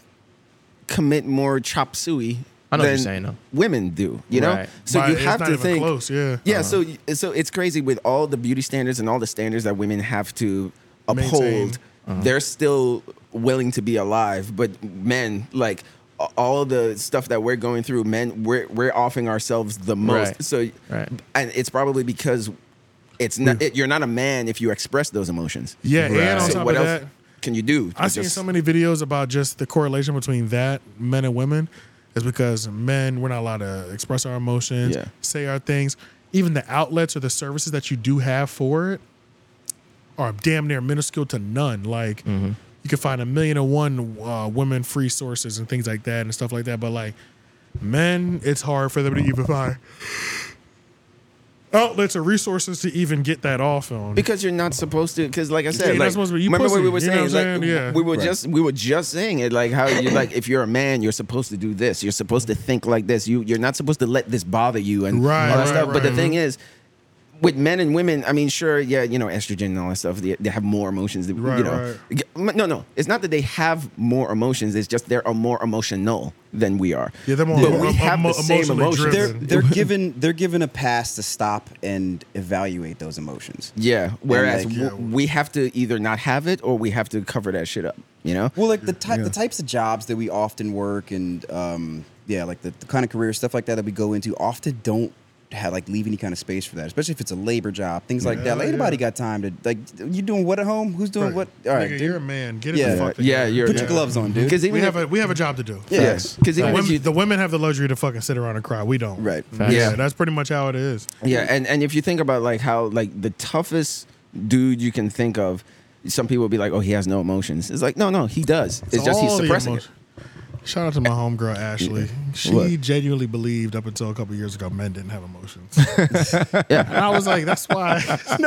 D: commit more chop suey.
C: I know what
D: than
C: you're saying, though.
D: Women do, you know.
C: Right.
D: So
A: Right,
D: you
A: it's
D: have
A: not
D: to
A: even
D: think.
A: close, yeah.
D: Yeah.
A: Uh-huh.
D: So y- so it's crazy with all the beauty standards and all the standards that women have to uphold.
A: Maintain. Uh-huh.
D: They're still willing to be alive, but men like a- all the stuff that we're going through. Men, we're we're offing ourselves the most.
C: Right.
D: So
C: Right.
D: and it's probably because it's not. It, you're not a man if you express those emotions.
A: Yeah, and on
D: So
A: top
D: what
A: of
D: else
A: that-
D: can you do?
A: I've seen so many videos about just the correlation between that, men and women, is because men, we're not allowed to express our emotions,
D: Yeah.
A: say our things. Even the outlets or the services that you do have for it are damn near minuscule to none. Like, you can find a million and one uh, women free sources and things like that and stuff like that. But, like, men, it's hard for them to even find (laughs) outlets or resources to even get that off on.
D: Because you're not supposed to. Because like I said,
A: you're not
D: like,
A: supposed to be- you
D: remember
A: pussy,
D: what we were
A: you know what
D: saying?
A: I'm
D: like,
A: saying? Yeah.
D: We were
A: Right.
D: just we were just saying it. Like how you like if you're a man, you're supposed to do this. You're supposed to think like this. You you're not supposed to let this bother you and
A: Right,
D: all that
A: right,
D: stuff. But the
A: right.
D: thing is. With men and women, I mean, sure, yeah, you know, estrogen and all that stuff. They, they have more emotions, than,
A: Right,
D: you know. No, no, it's not that they have more emotions. It's just they're more emotional than we are.
A: Yeah, they're more
D: But
A: emo-
D: we have
A: emo-
D: the same
A: emotionally
D: emotions.
A: driven. (laughs)
B: They're given they're given a pass to stop and evaluate those emotions.
D: Yeah. Whereas
B: like-
D: w- we have to either not have it or we have to cover that shit up. You know.
B: Well, like the type, the types of jobs that we often work and um, yeah, like the, the kind of career stuff like that that we go into often don't have like leave any kind of space for that, especially if it's a labor job, things like
A: Yeah,
B: that. Like, anybody got time to like you doing what at home? Who's doing what? All right,
A: Nigga,
B: dude.
A: you're a man. Get it
B: Yeah.
A: the fuck
B: Yeah,
A: together.
B: you're- Put your yeah. gloves on, dude. 'Cause
A: we
B: even
A: have
B: if-
A: a we have a job to do.
B: Yeah. Yes. 'Cause
A: the,
B: even if
A: women,
B: you-
A: the women have the luxury to fucking sit around and cry. We don't. Right.
D: Facts.
A: Yeah,
D: Yeah.
A: that's pretty much how it is.
D: Yeah, and and if you think about like how like the toughest dude you can think of, some people be like, oh, he has no emotions. It's like, no, no, he does. It's, just he's
A: All the
D: suppressing it.
A: emotion- Shout out to my homegirl Ashley. She
D: What?
A: genuinely believed up until a couple years ago men didn't have
B: (laughs)
A: emotions.
D: Yeah.
A: And I was like, that's
D: (laughs)
A: why. (laughs) Oh,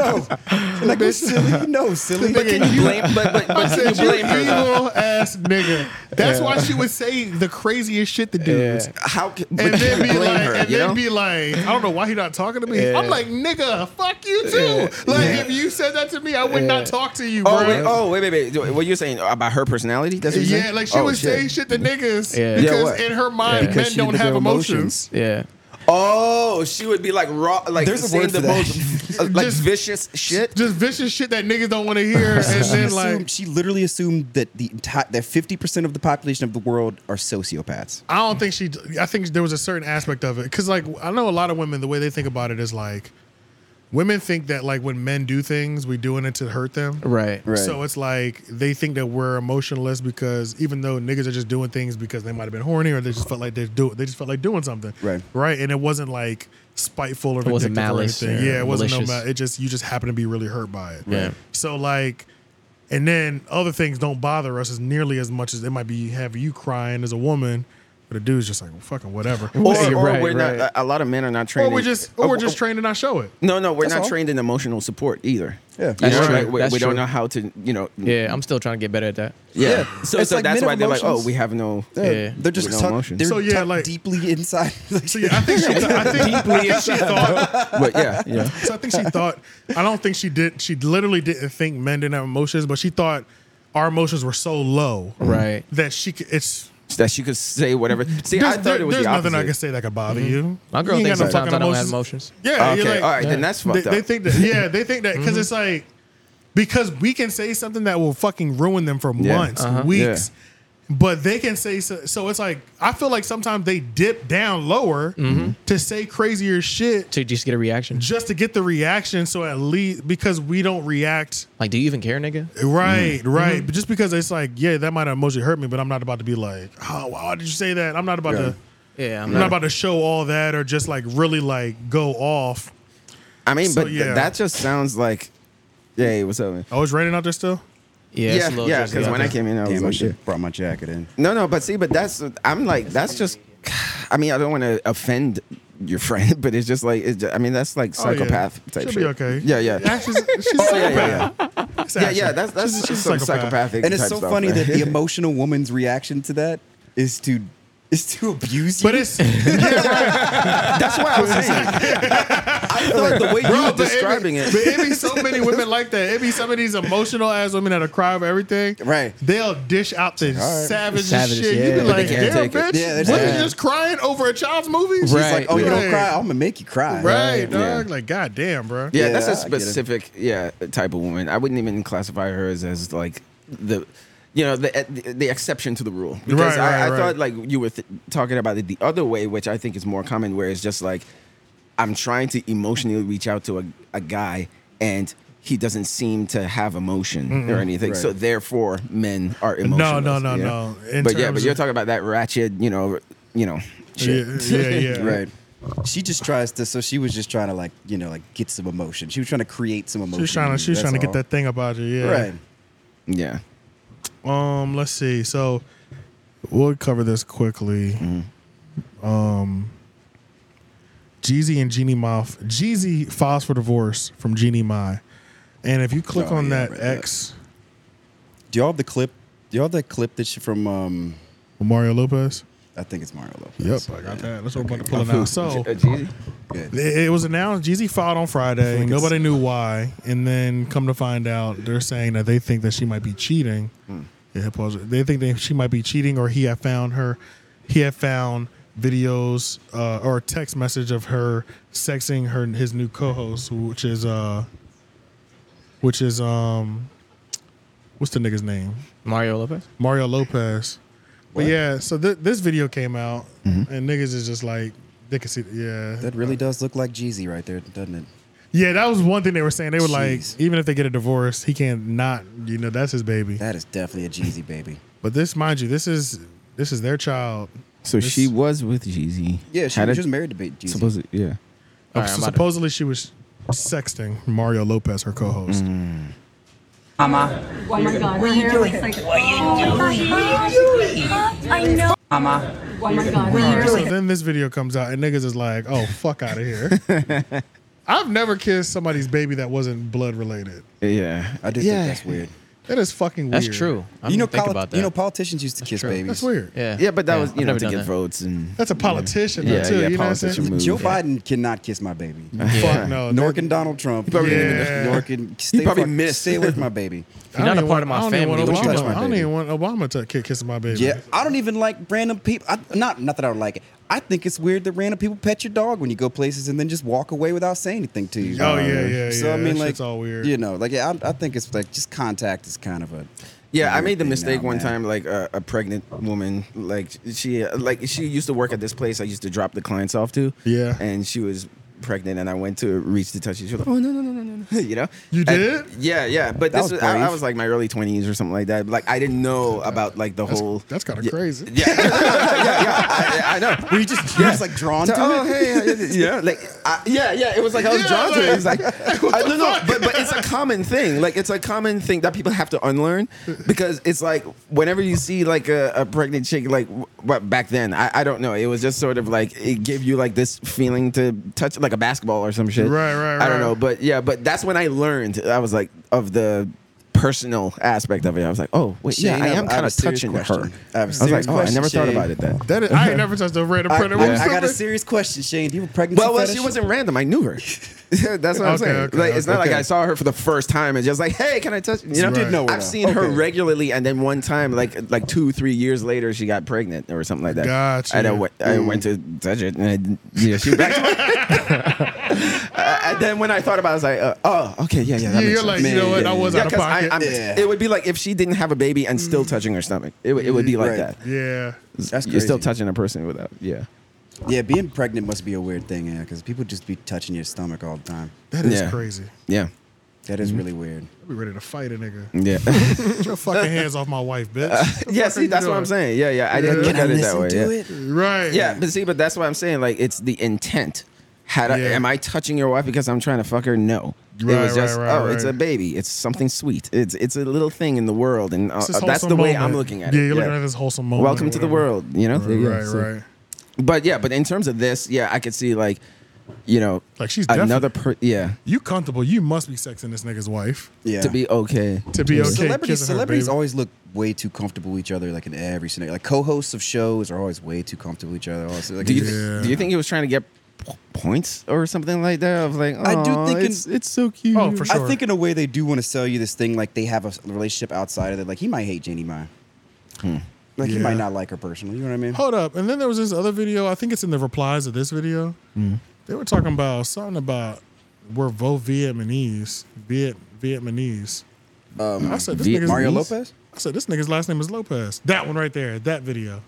B: no. Like, you're silly. No, silly.
A: But can you blame?
D: But but,
A: I said,
D: you
A: you
D: blame her, though."
A: evil ass nigga. That's
D: Yeah.
A: why she would say the craziest shit to dudes.
D: How? c-
A: And
D: but you
A: then be
D: blame
A: like,
D: her,
A: and
D: you
A: then
D: know?
A: be like, I don't know why he not talking to me.
D: Yeah.
A: I'm like, nigga, fuck you too.
D: Yeah.
A: Like
D: Yeah.
A: if you said that to me, I would not talk to you,
D: Oh
A: bro.
D: wait, oh wait, wait, wait. What you're saying about her personality? That's what you're
A: yeah,
D: saying?
A: like she
D: Oh,
A: would
D: shit.
A: say shit to niggas
D: Yeah. Yeah,
A: because
D: what?
A: in her mind
D: Yeah.
A: men
D: Because she
A: don't
D: didn't
A: have
D: have
A: emotions.
D: emotions.
C: Yeah.
D: Oh, she would be like raw, like
A: There's a
D: saying
A: word
D: the
A: for that.
D: most uh, like
A: Just-
D: vicious shit.
A: Just vicious shit that niggas don't want to
D: (laughs)
A: hear, and
B: she,
A: then
B: assumed,
A: like
B: she literally assumed that the enti- that fifty percent of the population of the world are sociopaths.
A: I don't think she. I think there was a certain aspect of it because, like, I know a lot of women. The way they think about it is like, women think that like when men do things, we doing it to hurt them.
C: Right. Right.
A: So it's like they think that we're emotionless because even though niggas are just doing things because they might have been horny or they just felt like they do they just felt like doing something.
B: Right.
A: Right. And it wasn't like spiteful or
C: It wasn't
A: vindictive or
C: malice
A: anything.
C: or
A: yeah. It wasn't no
C: malicious.
A: malice. It just you just happen to be really hurt by it.
C: Yeah.
A: So like. And then other things don't bother us as nearly as much as it might be have you crying as a woman, but a dude's just like well, fucking
C: (laughs)
A: whatever.
D: Or, or we're not. A lot of men are not trained.
A: Or we're
D: in-
A: just or we're
D: uh,
A: just trained to not show it.
D: No, no, we're
A: That's
D: not
A: all.
D: trained in emotional support either.
A: Yeah.
D: You
A: That's
D: know,
A: true.
D: like, we,
C: That's
D: we don't
C: true.
D: know how to, you know.
C: Yeah, I'm still trying to get better at that.
D: Yeah.
C: Yeah.
D: So,
C: It's
D: so
C: like
D: that's
C: men
D: why
C: of
D: they're like, oh,
C: emotions.
D: we have no.
C: They're-
B: they're just
D: no
B: tucked-
D: emotions.
B: they're
A: So, yeah,
B: tucked
A: like-
B: deeply
D: (laughs)
B: inside.
A: So yeah, I think she, I think,
B: (laughs)
D: Deeply
A: I think she thought.
D: But yeah, yeah.
A: So I think she thought. I don't think she did. She literally didn't think men didn't have emotions, but she thought our emotions were so low,
C: Right.
A: That she could. It's
D: that she could say whatever. See, I
A: there's,
D: thought
A: there-
D: it was
A: there's
D: the
A: nothing I
D: opposite.
A: can say that could bother you.
C: My girl
A: You ain't
C: thinks
A: got no
C: sometimes
A: fucking
C: I don't have emotions.
A: Yeah. you're
D: Mm-hmm. Okay,
A: like-
D: all right, then that's
A: they,
D: fucked
A: They
D: up. Mm-hmm.
A: think that. Yeah. They think that because it's like because we can say something that will fucking ruin them for
D: Yeah.
A: months,
D: Uh-huh.
A: weeks. But they can say so, so. It's like I feel like sometimes they dip down lower to say crazier shit
C: Mm-hmm. To just get a reaction.
A: just to get the reaction. So at least because we don't react
C: Like, do you even care, nigga? Mm-hmm.
A: right, right. But just because it's like, yeah, that might have emotionally hurt me, but I'm not about to be like, oh, why did you say that? I'm not about
C: Yeah.
A: to.
C: Yeah,
A: I'm not about to show all that or just like really like go off.
D: I mean,
A: So,
D: but th-
A: yeah.
D: that just sounds like. Hey, what's up, man?
A: Oh, it's raining out there still. oh,
D: Yeah, it's a little yeah, drizzly 'cause out when I there. came in, I was
B: Damn,
D: like,
B: should've
D: yeah.
B: brought my jacket in.
D: No, no, but see, but that's I'm like that's just. (sighs) I mean, I don't want to offend your friend, (laughs) but it's just like it's ju- I mean, that's like
A: Oh, yeah.
D: psychopath type
A: She'll
D: shit.
A: be okay.
D: Yeah, yeah.
A: Ashley's- she's
D: Oh, yeah, yeah,
A: psychopath. box
D: Yeah,
A: action.
D: yeah, that's- that's
A: She's- she's
D: some
A: psychopath.
D: psychopathic
B: And it's
D: type
B: so
D: stuff,
B: funny
D: man. (laughs)
B: that the emotional woman's reaction to that is to is to abuse you. But (laughs)
A: it's (laughs)
B: that's why I was saying.
D: (laughs)
B: I feel like the way
A: Bro,
B: you were
A: but it be-
B: describing it.
A: But it be
B: (laughs)
A: so many women like that. It be some of these emotional ass women that'll cry over everything. Right. They'll dish out the
B: right.
A: savage,
B: Savage,
A: shit.
B: yeah.
A: You be
B: But they
A: like,
B: can't
A: damn,
B: take it.
A: bitch.
B: Yeah, that's
A: what
B: bad.
A: you just crying over a child's movie?
B: She's like, oh, you don't cry. I'm gonna make you cry.
A: Right, dog. Like, goddamn, bro.
D: Yeah, that's a specific yeah type of woman. I wouldn't even classify her as, as like the you know the the exception to the rule because
A: Right,
D: I, I
A: right, right.
D: thought like you were th- talking about it the other way, which I think is more common, where it's just like I'm trying to emotionally reach out to a, a guy and. He doesn't seem to have emotion or
A: Mm-mm.
D: anything, so
A: Right.
D: therefore men are
A: No, no,
D: emotional.
A: no, no. In
D: But yeah,
A: terms
D: but you're
A: of-
D: talking about that ratchet, you know, you know, shit. (laughs)
B: (laughs) right. She just tries to. So she was just trying to like you know like get some emotion. She was trying to create some emotion.
A: She was trying to, she was
B: That's
A: trying to get
B: all.
A: that thing about you. Yeah.
B: Right.
D: Yeah.
A: Um, let's see. So we'll cover this quickly.
B: Mm-hmm.
A: Um Jeezy and Jeannie Moth. Jeezy files for divorce from Jeannie Mai. And if you click
B: Oh,
A: on
B: yeah, I
A: that
B: read that.
A: X
B: Do y'all have the clip? Do y'all have that clip that she from? Um,
A: Mario Lopez.
B: I think it's Mario Lopez.
A: Yep, I got that. Let's hope I'm pulling out. So
B: uh, Good.
A: It it was announced Jeezy filed on Friday.
B: Like it's-
A: Nobody knew why, and then come to find out, they're saying that they think that she might be cheating.
B: Hmm.
A: It had pause- They think that she might be cheating, or he had found her. He had found videos uh, or a text message of her sexing her his new co-host, which is uh, which is um, what's the nigga's name?
C: Mario Lopez.
A: Mario Lopez. But yeah, so th- this video came out,
B: Mhm.
A: and niggas is just like they can see, yeah.
B: That really does look like Jeezy right there, doesn't it?
A: Yeah, that was one thing they were saying. They were
B: Jeez.
A: like, even if they get a divorce, he can't not, you know, that's his baby.
B: That is definitely a Jeezy baby.
A: (laughs) But this, mind you, this is this is their child.
D: So
A: This-
D: she was with Jeezy.
B: Yeah, she-
D: Had a-
B: she was married to Ba- Jeezy.
D: Supposedly, yeah.
A: uh, supposedly she was sexting Mario Lopez, her co-host.
B: Mm.
N: Mama,
O: Oh my god. What are you doing? What are
N: you doing?
O: oh I know.
N: Mama.
O: Oh my god.
A: All right, so then this video comes out and niggas is like, oh fuck out of here.
D: (laughs)
A: I've never kissed somebody's baby that wasn't blood related.
D: Yeah,
B: I just
A: Yeah.
B: think that's weird.
A: That is fucking weird.
C: That's true. I
B: you know,
C: didn't think
B: poli-
C: about
B: you
C: that.
B: know, politicians used to kiss babies.
A: That's weird.
C: Yeah.
D: Yeah, but that
C: Yeah,
D: was you
C: I've
D: know
C: never
D: to
C: done
D: get
C: that.
D: votes and
A: That's a politician
D: Yeah,
A: though, too.
D: yeah,
A: you know what I'm
D: politician
A: saying?
D: move.
B: Joe
D: Yeah.
B: Biden cannot kiss my baby.
A: (laughs) Fuck no.
B: Nor can Donald Trump.
A: He probably didn't even-
B: Nor can
A: He
B: stay
A: probably
B: fuck-
A: missed.
B: Stay away from my baby.
A: I don't even want- I don't even want Obama- I don't even want Obama to ki- kiss my baby.
B: Yeah, I don't even like random people. I, not not that I don't like it. I think it's weird that random people pet your dog when you go places and then just walk away without saying anything to you.
A: Oh, yeah, yeah,
B: So
A: yeah.
B: I mean,
A: That
B: like,
A: shit's all weird.
B: You know, like yeah, I, I think it's like just contact is kind of a.
D: Yeah, I
B: weird
D: made the
B: thing
D: mistake
B: now,
D: one
B: man.
D: time. Like a, a pregnant woman, like she, like she used to work at this place. I used to drop the clients off to.
A: Yeah.
D: and she was pregnant, and I went to reach to touch. her. She was like, "Oh no, no, no, no, no, no," (laughs) you know.
A: You
D: And-
A: did?
D: yeah, yeah. But this
A: That was
D: was, I, I
A: brave.
D: was like my early twenties or something like that. Like I didn't know about like the whole.
A: That's kind of
D: Yeah.
A: crazy.
D: Yeah, (laughs) yeah, I, I know. Were you just,
B: you just, like drawn
D: So,
B: to
D: oh,
B: it?
D: hey, yeah, yeah, like, I, yeah, yeah. It was like I was
B: Yeah,
D: drawn to it. It was
B: like-
D: like,
A: (laughs)
D: I don't know, but but it's a common thing. Like it's a common thing that people have to unlearn because it's like whenever you see like a, a pregnant chick, like what back then, I, I don't know. It was just sort of like it gave you like this feeling to touch like a basketball or some shit.
A: Right, right,
D: I
A: right.
D: don't know, but yeah, but that's when I learned. I was like of the personal aspect of it. I was like, oh wait, yeah,
B: Shane,
D: I am
B: have- I have
D: kind
B: a
D: of
B: serious
D: touching her.
B: question. I
D: I,
B: have a
D: was
B: serious
D: like, oh, I
B: question,
D: never thought
B: Shane.
D: about it then.
A: That is, I ain't never touched a random
D: I-
A: printer.
D: I-
A: What's
B: I got a
A: up?
B: serious question, Shane. Do you have a pregnancy
D: Well, well, she
B: fetish?
D: wasn't random. I knew her. (laughs) That's what I'm
B: Okay,
D: saying.
B: okay,
D: like, it's not
B: okay.
D: like I saw her for the first time and just like, hey, can I touch? You,
B: You
D: know,
B: did know her,
D: I've
B: though.
D: seen her
B: Okay.
D: regularly, and then one time, like like two, three years later, she got pregnant or something like that.
A: Gotcha.
D: And I went, I
A: Mm.
D: went to touch it, and I, didn't- yeah, she
A: (laughs)
D: back. Uh, and then when I thought about, it, I was like, uh, oh, okay, yeah, yeah. That
A: Yeah,
D: makes
A: you're
D: sense.
A: like, you know what, I was out of
D: 'cause
A: pocket.
D: I'm-
A: Yeah. Mm.
D: It would be like if she didn't have a baby and still touching her stomach. It, would- it would be like
B: Right.
D: that.
A: Yeah.
B: That's
D: You're still
B: crazy.
D: touching a person without, yeah.
B: Yeah, being pregnant must be a weird thing, yeah, because people just be touching your stomach all the time.
A: That is crazy.
D: Yeah.
B: That is
A: Mhm.
B: really weird.
A: I'd be ready to fight a nigga.
D: Yeah.
A: (laughs) Get your fucking hands off my wife, bitch. What
D: (laughs)
A: the
D: yeah,
A: fuck are
D: see,
A: you
D: that's what
A: doing?
D: I'm saying. Yeah, yeah. I didn't
A: Yeah.
D: look at it that way. yeah.
A: Right.
D: Yeah, but see, but that's what I'm saying. Like, it's the intent. Had I,
A: Yeah.
D: am I touching your wife because I'm trying to fuck her? No.
A: Right,
D: it was just,
A: right, right,
D: oh, it's a
A: right.
D: baby. It's something sweet. It's it's a little thing in the world, and uh,
A: It's this
D: that's the
A: wholesome
D: way
A: moment.
D: I'm looking at
A: Yeah,
D: it.
A: you're looking at this wholesome moment
D: Welcome
A: or
D: to the
A: whatever.
D: world. You know.
A: Right,
D: Yeah,
A: right,
D: so-
A: right.
D: But yeah, but in terms of this, yeah, I could see like you know,
A: like she's definitely-
D: another per- yeah.
A: You comfortable? You must be sexing this nigga's wife.
B: Yeah.
D: To be okay.
A: To be okay.
B: Celebrities,
A: kissing her
B: celebrities
A: baby.
B: always look way too comfortable with each other, like in every scenario. Like co-hosts of shows are always way too comfortable with each other. Also, like,
D: do you
B: it's-
D: do you think he was trying to get p- points or something like that? Of like,
B: I do
D: "Aw,
B: think in-
D: it's, it's so cute.
A: Oh,
B: I think in a way they do want to sell you this thing, like they have a s- relationship outside of it. Like he might hate Janie Mai.
D: Hmm.
B: Like he
A: Yeah.
B: might not like her personally. You know what I mean?
A: Hold up. And then there was this other video. I think it's in the replies of this video.
B: Mm.
A: They were talking about something about we're both Vietnamese. Viet Vietnamese.
B: Um,
A: I said this
B: Viet-
A: nigga's
B: Mario Lopez?
A: I said this nigga's last name is Lopez. That one right there. That video.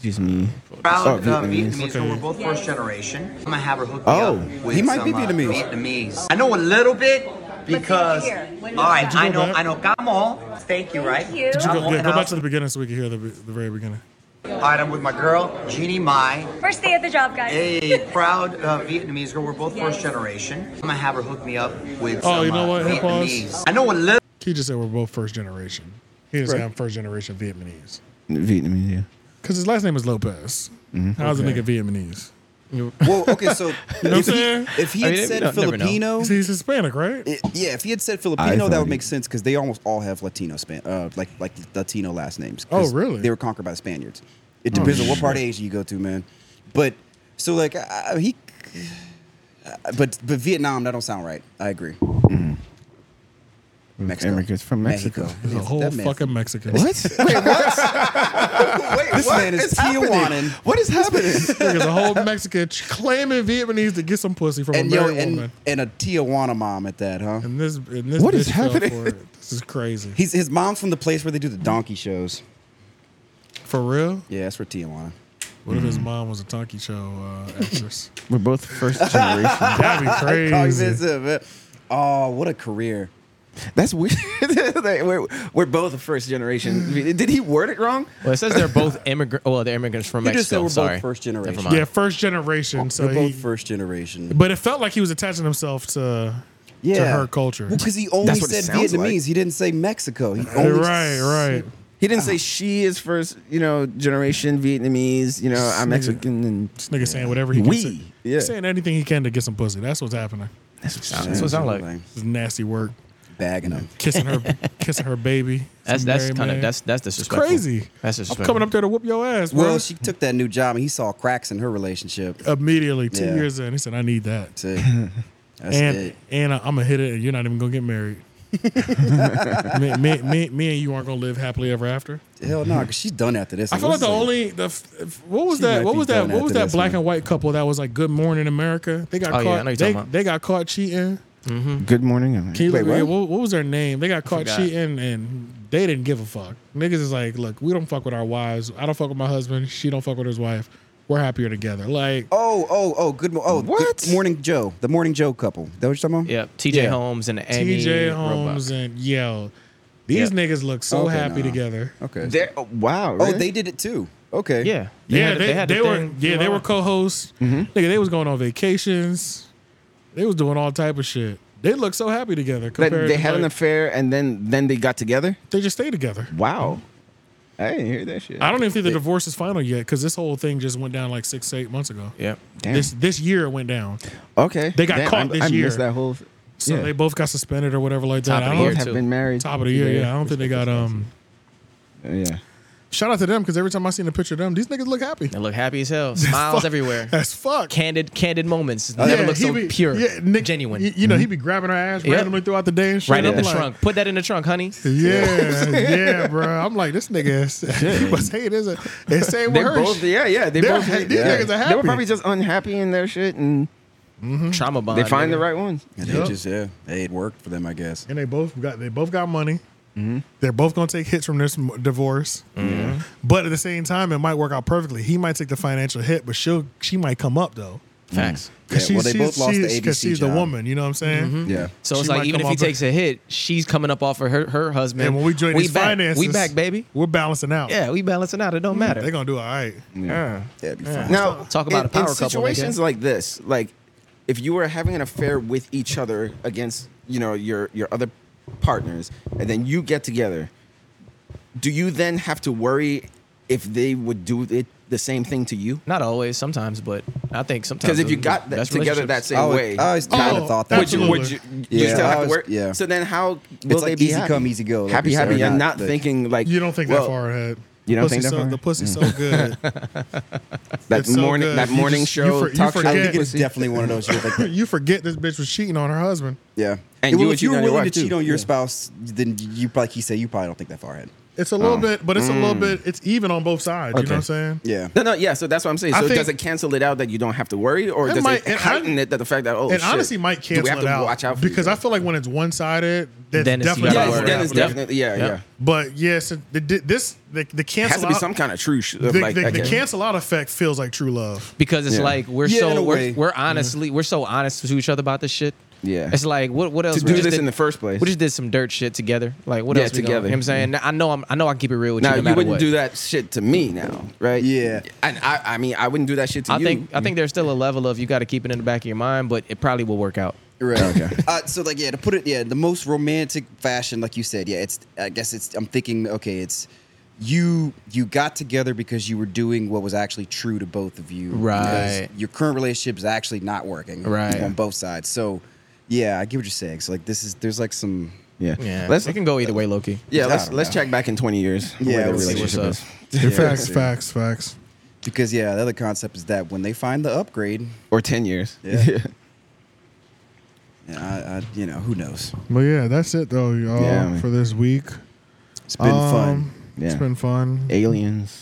D: Just me.
P: Proud
D: Oh,
P: uh,
D: Vietnamese.
P: Vietnamese, but we're both first generation. I'm gonna have her hook
D: Oh,
P: me up.
D: he
P: with
D: might be
P: some, uh,
D: Vietnamese.
P: Vietnamese. I know a little bit because.
O: here. When
P: All right,
A: Did you
P: I
A: go
P: know,
A: back?
P: I know. Gamo, thank you, right?
A: Did you go,
P: Gamo,
A: yeah,
P: and
A: go
P: I'll-
A: back to the beginning so we can hear the, the very beginning.
P: All right, I'm with my girl, Jeannie Mai.
O: First day at the job, guys.
P: A proud uh, Vietnamese girl. We're both first generation. I'm gonna have her hook me up with
A: Oh,
P: some
A: you know
P: uh,
A: what? Hip
P: Vietnamese. I know a little.
A: He just said we're both first generation. He just said I'm first generation Vietnamese.
D: Vietnamese. Yeah.
A: Because his last name is Lopez.
D: Mhm.
A: How's
D: Okay.
A: a nigga Vietnamese?
B: Mm-hmm. Well, okay, so
A: You know what I'm
B: if,
A: saying?
B: he, if he had said Filipino,
A: He's- he's Hispanic, right?
B: i- yeah, if he had said
A: I
B: Filipino,
A: thought
B: that would
A: he-
B: make sense because they almost all have Latino span, uh, like like Latino last names.
A: Oh,
B: 'cause
A: really?
B: They were conquered by the Spaniards. It
A: Oh,
B: depends on what
A: shit.
B: part of Asia you go to, man. But so like I, I- he, I- but but Vietnam, that don't sound right. I agree. Mexico.
D: America's Mm. from Mexico.
B: Mexico.
A: He's a whole
B: That man-
A: fucking Mexican.
D: What?
B: this
A: what
B: (laughs) man is,
A: is happening?
B: Tijuanan.
D: What is happening?
A: There's a whole Mexican ch- claiming Vietnamese to get some pussy from
B: and
A: a
B: yo,
A: married
B: and,
A: woman.
B: and a Tijuana mom at that, huh?
A: And this, and this
B: What is
A: bitch fell
B: happening?
A: For it. This is crazy.
B: He's his mom's from the place where they do the donkey shows.
A: For real?
B: Yeah, that's for Tijuana.
A: What if his
B: Mm.
A: mom was a Tonki Show uh, actress?
D: We're both
B: (laughs)
D: first generation.
A: That'd be crazy.
B: Cognizant, man. Oh, what
D: (laughs)
B: a career!
D: That's weird. Like, we're, we're both first
A: (sighs)
D: generation. Did he word it wrong?
C: Well, it
D: (laughs)
C: says they're both immigrant. Well, they're immigrants from
D: You
C: Mexico.
D: just said we're both
C: Sorry.
B: first generation.
C: Never mind.
A: Yeah, first generation. So
B: They're both
A: he,
B: first generation.
A: but it felt like he was attaching himself to, to her culture.
B: because he only
D: That's what it
B: said
D: sounds
B: Vietnamese. He didn't say Mexico. He only
A: right, right.
D: He didn't say she is first, you know, generation Vietnamese. You know, I'm
A: Nigga.
D: Mexican and
A: This nigga saying whatever he
D: We.
A: can say.
D: Yeah.
A: saying anything he can to get some pussy. That's what's happening.
D: That's what
C: sound- that's what sound like.
A: This is nasty work.
B: bagging him.
A: Kissing
B: (laughs)
A: her, kissing her baby.
C: That's
A: Some
C: that's
A: married
C: kind of
A: man.
C: that's that's
A: It's
C: disrespectful.
A: crazy.
C: That's
A: I'm
C: disrespectful.
A: coming up there to whoop your ass, bro.
B: Well, she took that new job and he saw cracks in her relationship.
A: Immediately, two
B: Yeah.
A: years in, he said, "I need that." (laughs)
B: That's it. That's
A: and
B: it.
A: and I'm gonna hit it, and you're not even gonna get
B: (laughs)
A: married. me, me, me, me and you aren't gonna live happily ever after.
B: Hell no, because she's done after this.
A: I feel like the only the f- f- what was
B: She
A: that
B: might
A: what
B: be
A: was that
B: done
A: what was
B: after
A: that
B: this
A: black
B: one.
A: and white couple that was like Good Morning America? They got
C: Oh, yeah, I
A: caught.
C: know you're
A: they,
C: talking about.
A: they got caught cheating.
B: Mm-hmm.
D: Mm-hmm. Good morning. America.
A: Can you
D: Wait,
A: look, yeah,
D: what?
A: what? what was their name? They got caught
C: Forgot.
A: cheating and they didn't give a fuck. Niggas is like, look, we don't fuck with our wives. I don't fuck with my husband. She don't fuck with his wife. We're happier together. Like,
B: Oh, oh, oh, good. Mo- oh,
D: What?
B: Good morning, Joe. The morning Joe couple. That what you're talking about?
C: Yeah, TJ
A: Yeah.
C: Holmes and Amy
A: TJ
C: Robach.
A: Holmes and yo, these
C: Yeah.
A: niggas look so
B: Okay,
A: happy
B: nah.
A: together.
B: Okay.
D: They're- oh, wow.
B: oh,
D: really?
B: they did it too. Okay.
C: Yeah,
A: yeah,
C: had-
A: they,
C: had
A: they
C: the
A: were
C: thing Mm-hmm.
A: yeah they
C: going
A: were
C: on.
A: co-hosts. Nigga, they was going on vacations. They was doing all type of shit. They look so happy together.
D: That
A: compared
D: they
A: to,
D: had an
A: like,
D: affair and then then they got together.
A: They just stay together.
D: Wow. I didn't hear that shit.
A: I don't even think the divorce is final yet because this whole thing just went down like six to eight months ago.
C: Yeah.
D: Damn.
A: This this year it went down.
D: okay.
A: They got
D: Damn,
A: caught
D: I,
A: this
D: I
A: year.
D: missed that whole.
A: So
D: yeah.
A: they both got suspended or whatever like
C: Top
A: that.
C: of
A: I
C: the
A: don't
C: year,
D: have
C: too.
D: been married.
A: Top of the year,
D: today.
A: yeah. I don't think they got um.
D: Uh, Yeah.
A: Shout out to them because every time I seen a picture of them, these niggas look happy.
C: They look happy as hell. (laughs)
A: (laughs)
C: Smiles
A: Fuck.
C: everywhere.
A: That's fuck.
C: Candid, candid moments. Never look
A: he
C: so
A: be-
C: pure,
A: yeah, Nick-
C: genuine.
A: You, you know, he be grabbing her ass
C: Yeah.
A: randomly throughout the day and shit.
C: right in
A: I'm
C: the
A: like,
C: trunk. Put that in the trunk, honey. (laughs)
A: Yeah, yeah, bro. I'm like this nigga. Is, (laughs) he must hate is it? It's same with
D: They're
A: her.
D: both. Yeah, yeah. They
A: They're
D: both.
A: ha- these
D: yeah.
A: niggas
D: They
A: are
D: were
A: happy. Mm-hmm.
D: probably just unhappy in their shit, and
C: Trauma bond.
D: they find
C: nigga.
D: the right ones.
B: And
A: Yep.
B: they just yeah, hey, it worked for them, I guess.
A: and they both got they both got money. They're both gonna take hits from this m- divorce, but at the same time, it might work out perfectly. He might take the financial hit, but she'll she might come up though.
C: Facts.
A: Because
B: Yeah, well,
A: she's,
B: they both
A: she's,
B: lost the
A: she's, 'cause
B: ABC
A: she's the
B: job.
A: woman. You know what I'm saying?
B: Yeah.
C: Mm-hmm. So it's
A: She
C: like
A: might
C: even
A: come
C: if he
A: off her-
C: takes a hit, she's coming up off of her, her husband.
A: And when we join
C: we
A: these
C: back.
A: finances,
C: we back, baby.
A: We're balancing out.
C: Yeah, we balancing out. It don't matter.
A: they're gonna do all right.
C: Yeah.
B: That'd be
A: Yeah.
B: fine.
D: Now,
C: Talk about
D: in,
C: a power
D: in
C: couple, nigga.
D: situations like this, like if you were having an affair with each other against, you know, your your other partners, and then you get together, do you then have to worry if they would do it the same thing to you?
C: Not always, sometimes, but I think sometimes.
D: Because if you
C: those are
D: got
C: the
D: that
C: best
D: together that
C: relationships.
D: same way,
A: Oh,
D: Would you, would you, you
B: Yeah,
D: still
B: I
D: have to
B: was-
D: work?
B: yeah.
D: So then, how will
B: It's
D: they
B: like
D: be
B: easy
D: happy?
B: come, easy go, like
D: happy,
B: you said,
D: happy,
B: or
D: and
B: not,
D: not
B: like-
D: thinking like
A: You don't think that
D: well,
A: far ahead.
D: You don't
A: Pussy
D: think that
A: so,
D: far?
A: The
D: ahead?
A: pussy's so good.
D: That
A: It's so
D: morning,
A: good.
D: that
A: You
D: morning
A: just- you
D: show,
A: for- you
D: talk show.
A: forget-
B: It's definitely one of those. You're
A: (laughs)
B: like,
A: you forget this bitch was cheating on her husband.
B: yeah.
A: And you
B: well,
A: would
B: if you're
A: cheat on your
B: willing to
A: wife, too.
B: cheat on your
A: Yeah.
B: spouse, then you probably, like he said, you probably don't think that far ahead.
A: It's a little
B: Oh.
A: bit, but it's a little
B: Mm.
A: bit. It's even on both sides. You know what I'm saying?
B: Yeah.
D: No, no, yeah. So that's what I'm saying.
A: I
D: So
A: think-
D: does it cancel it out that you don't have to worry, or
A: It
D: does
A: might-
D: it
A: and
D: heighten it that the fact that oh,
A: and
D: shit,
A: honestly, might
D: do
A: cancel
D: we have
A: it
D: to
A: out,
D: watch out for
A: because I feel like when it's one sided, that's
D: Then it's- you
A: definitely
D: gotta
A: not
D: worry
A: working
D: about
A: out.
D: it. Definitely- yeah, yeah.
A: But yes, the, this the, the
D: it
A: cancel
D: has to be
A: out-
D: some kind of true shit.
A: The,
D: of like,
A: the- the
D: okay.
A: cancel out effect feels like true love
C: because it's like we're so we're, we're
A: honestly.
C: honestly we're so honest to each other about this shit.
D: Yeah.
C: it's like what what else
D: To
C: we
D: do
C: just
D: this
C: did-
D: in the first place.
C: We just did some dirt shit together. Like what
D: Yeah,
C: else we gonna-
D: together.
C: you know what I'm saying I know I'm I know I can keep it real with
D: Now
C: you. No
D: you
C: matter
D: wouldn't
C: what.
D: do that shit to me now, right? Yeah. And I, I mean, I wouldn't do that shit to
C: I
D: you.
C: think I think there's still a level of you got to keep it in the back of your mind, but it probably will work out.
B: Right. uh, so like yeah, to put it yeah, the most romantic fashion, like you said, yeah. It's I guess it's I'm thinking okay, it's you you got together because you were doing what was actually true to both of you. because
C: Right.
B: Your current relationship is actually not working.
C: Right.
B: On both sides. So yeah, I get what you're saying. So like this is there's like some
D: yeah.
C: Yeah,
D: Let's-
C: it can go either way, Loki.
D: Yeah,
B: I
D: let's
B: don't
D: let's
B: know.
D: check back in 20 years.
B: Yeah,
D: where the
B: we'll see what's
D: relationship
B: up.
D: is.
B: Yeah, Facts, we'll see.
A: Facts, facts.
B: Because yeah, the other concept is that when they find the upgrade
D: or ten years. (laughs)
B: Yeah. yeah I, I, you know who knows.
A: But yeah, that's it though, y'all,
B: Yeah, man.
A: for this week. Um,
B: It's been fun.
A: It's
B: Yeah.
A: been fun.
D: Aliens.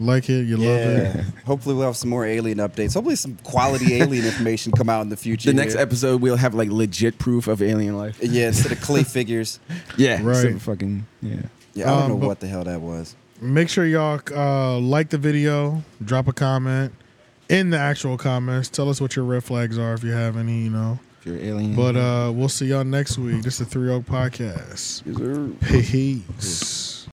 A: Like it, you love it.
B: Hopefully we'll have some more alien updates. Hopefully some quality alien information come out in the future.
D: The next
B: here.
D: episode, we'll have like legit proof of alien life.
B: Yeah, instead
D: (laughs)
B: of clay figures.
D: Yeah,
A: Right.
D: some fucking yeah.
B: Yeah, I don't
A: Um,
B: know
A: but-
B: what the hell that was.
A: Make sure y'all uh, like the video, drop a comment in the actual comments. Tell us what your red flags are if you have any, you know.
D: If you're alien.
A: But uh, we'll see y'all next week. This is the Three Oak Podcast. Peace.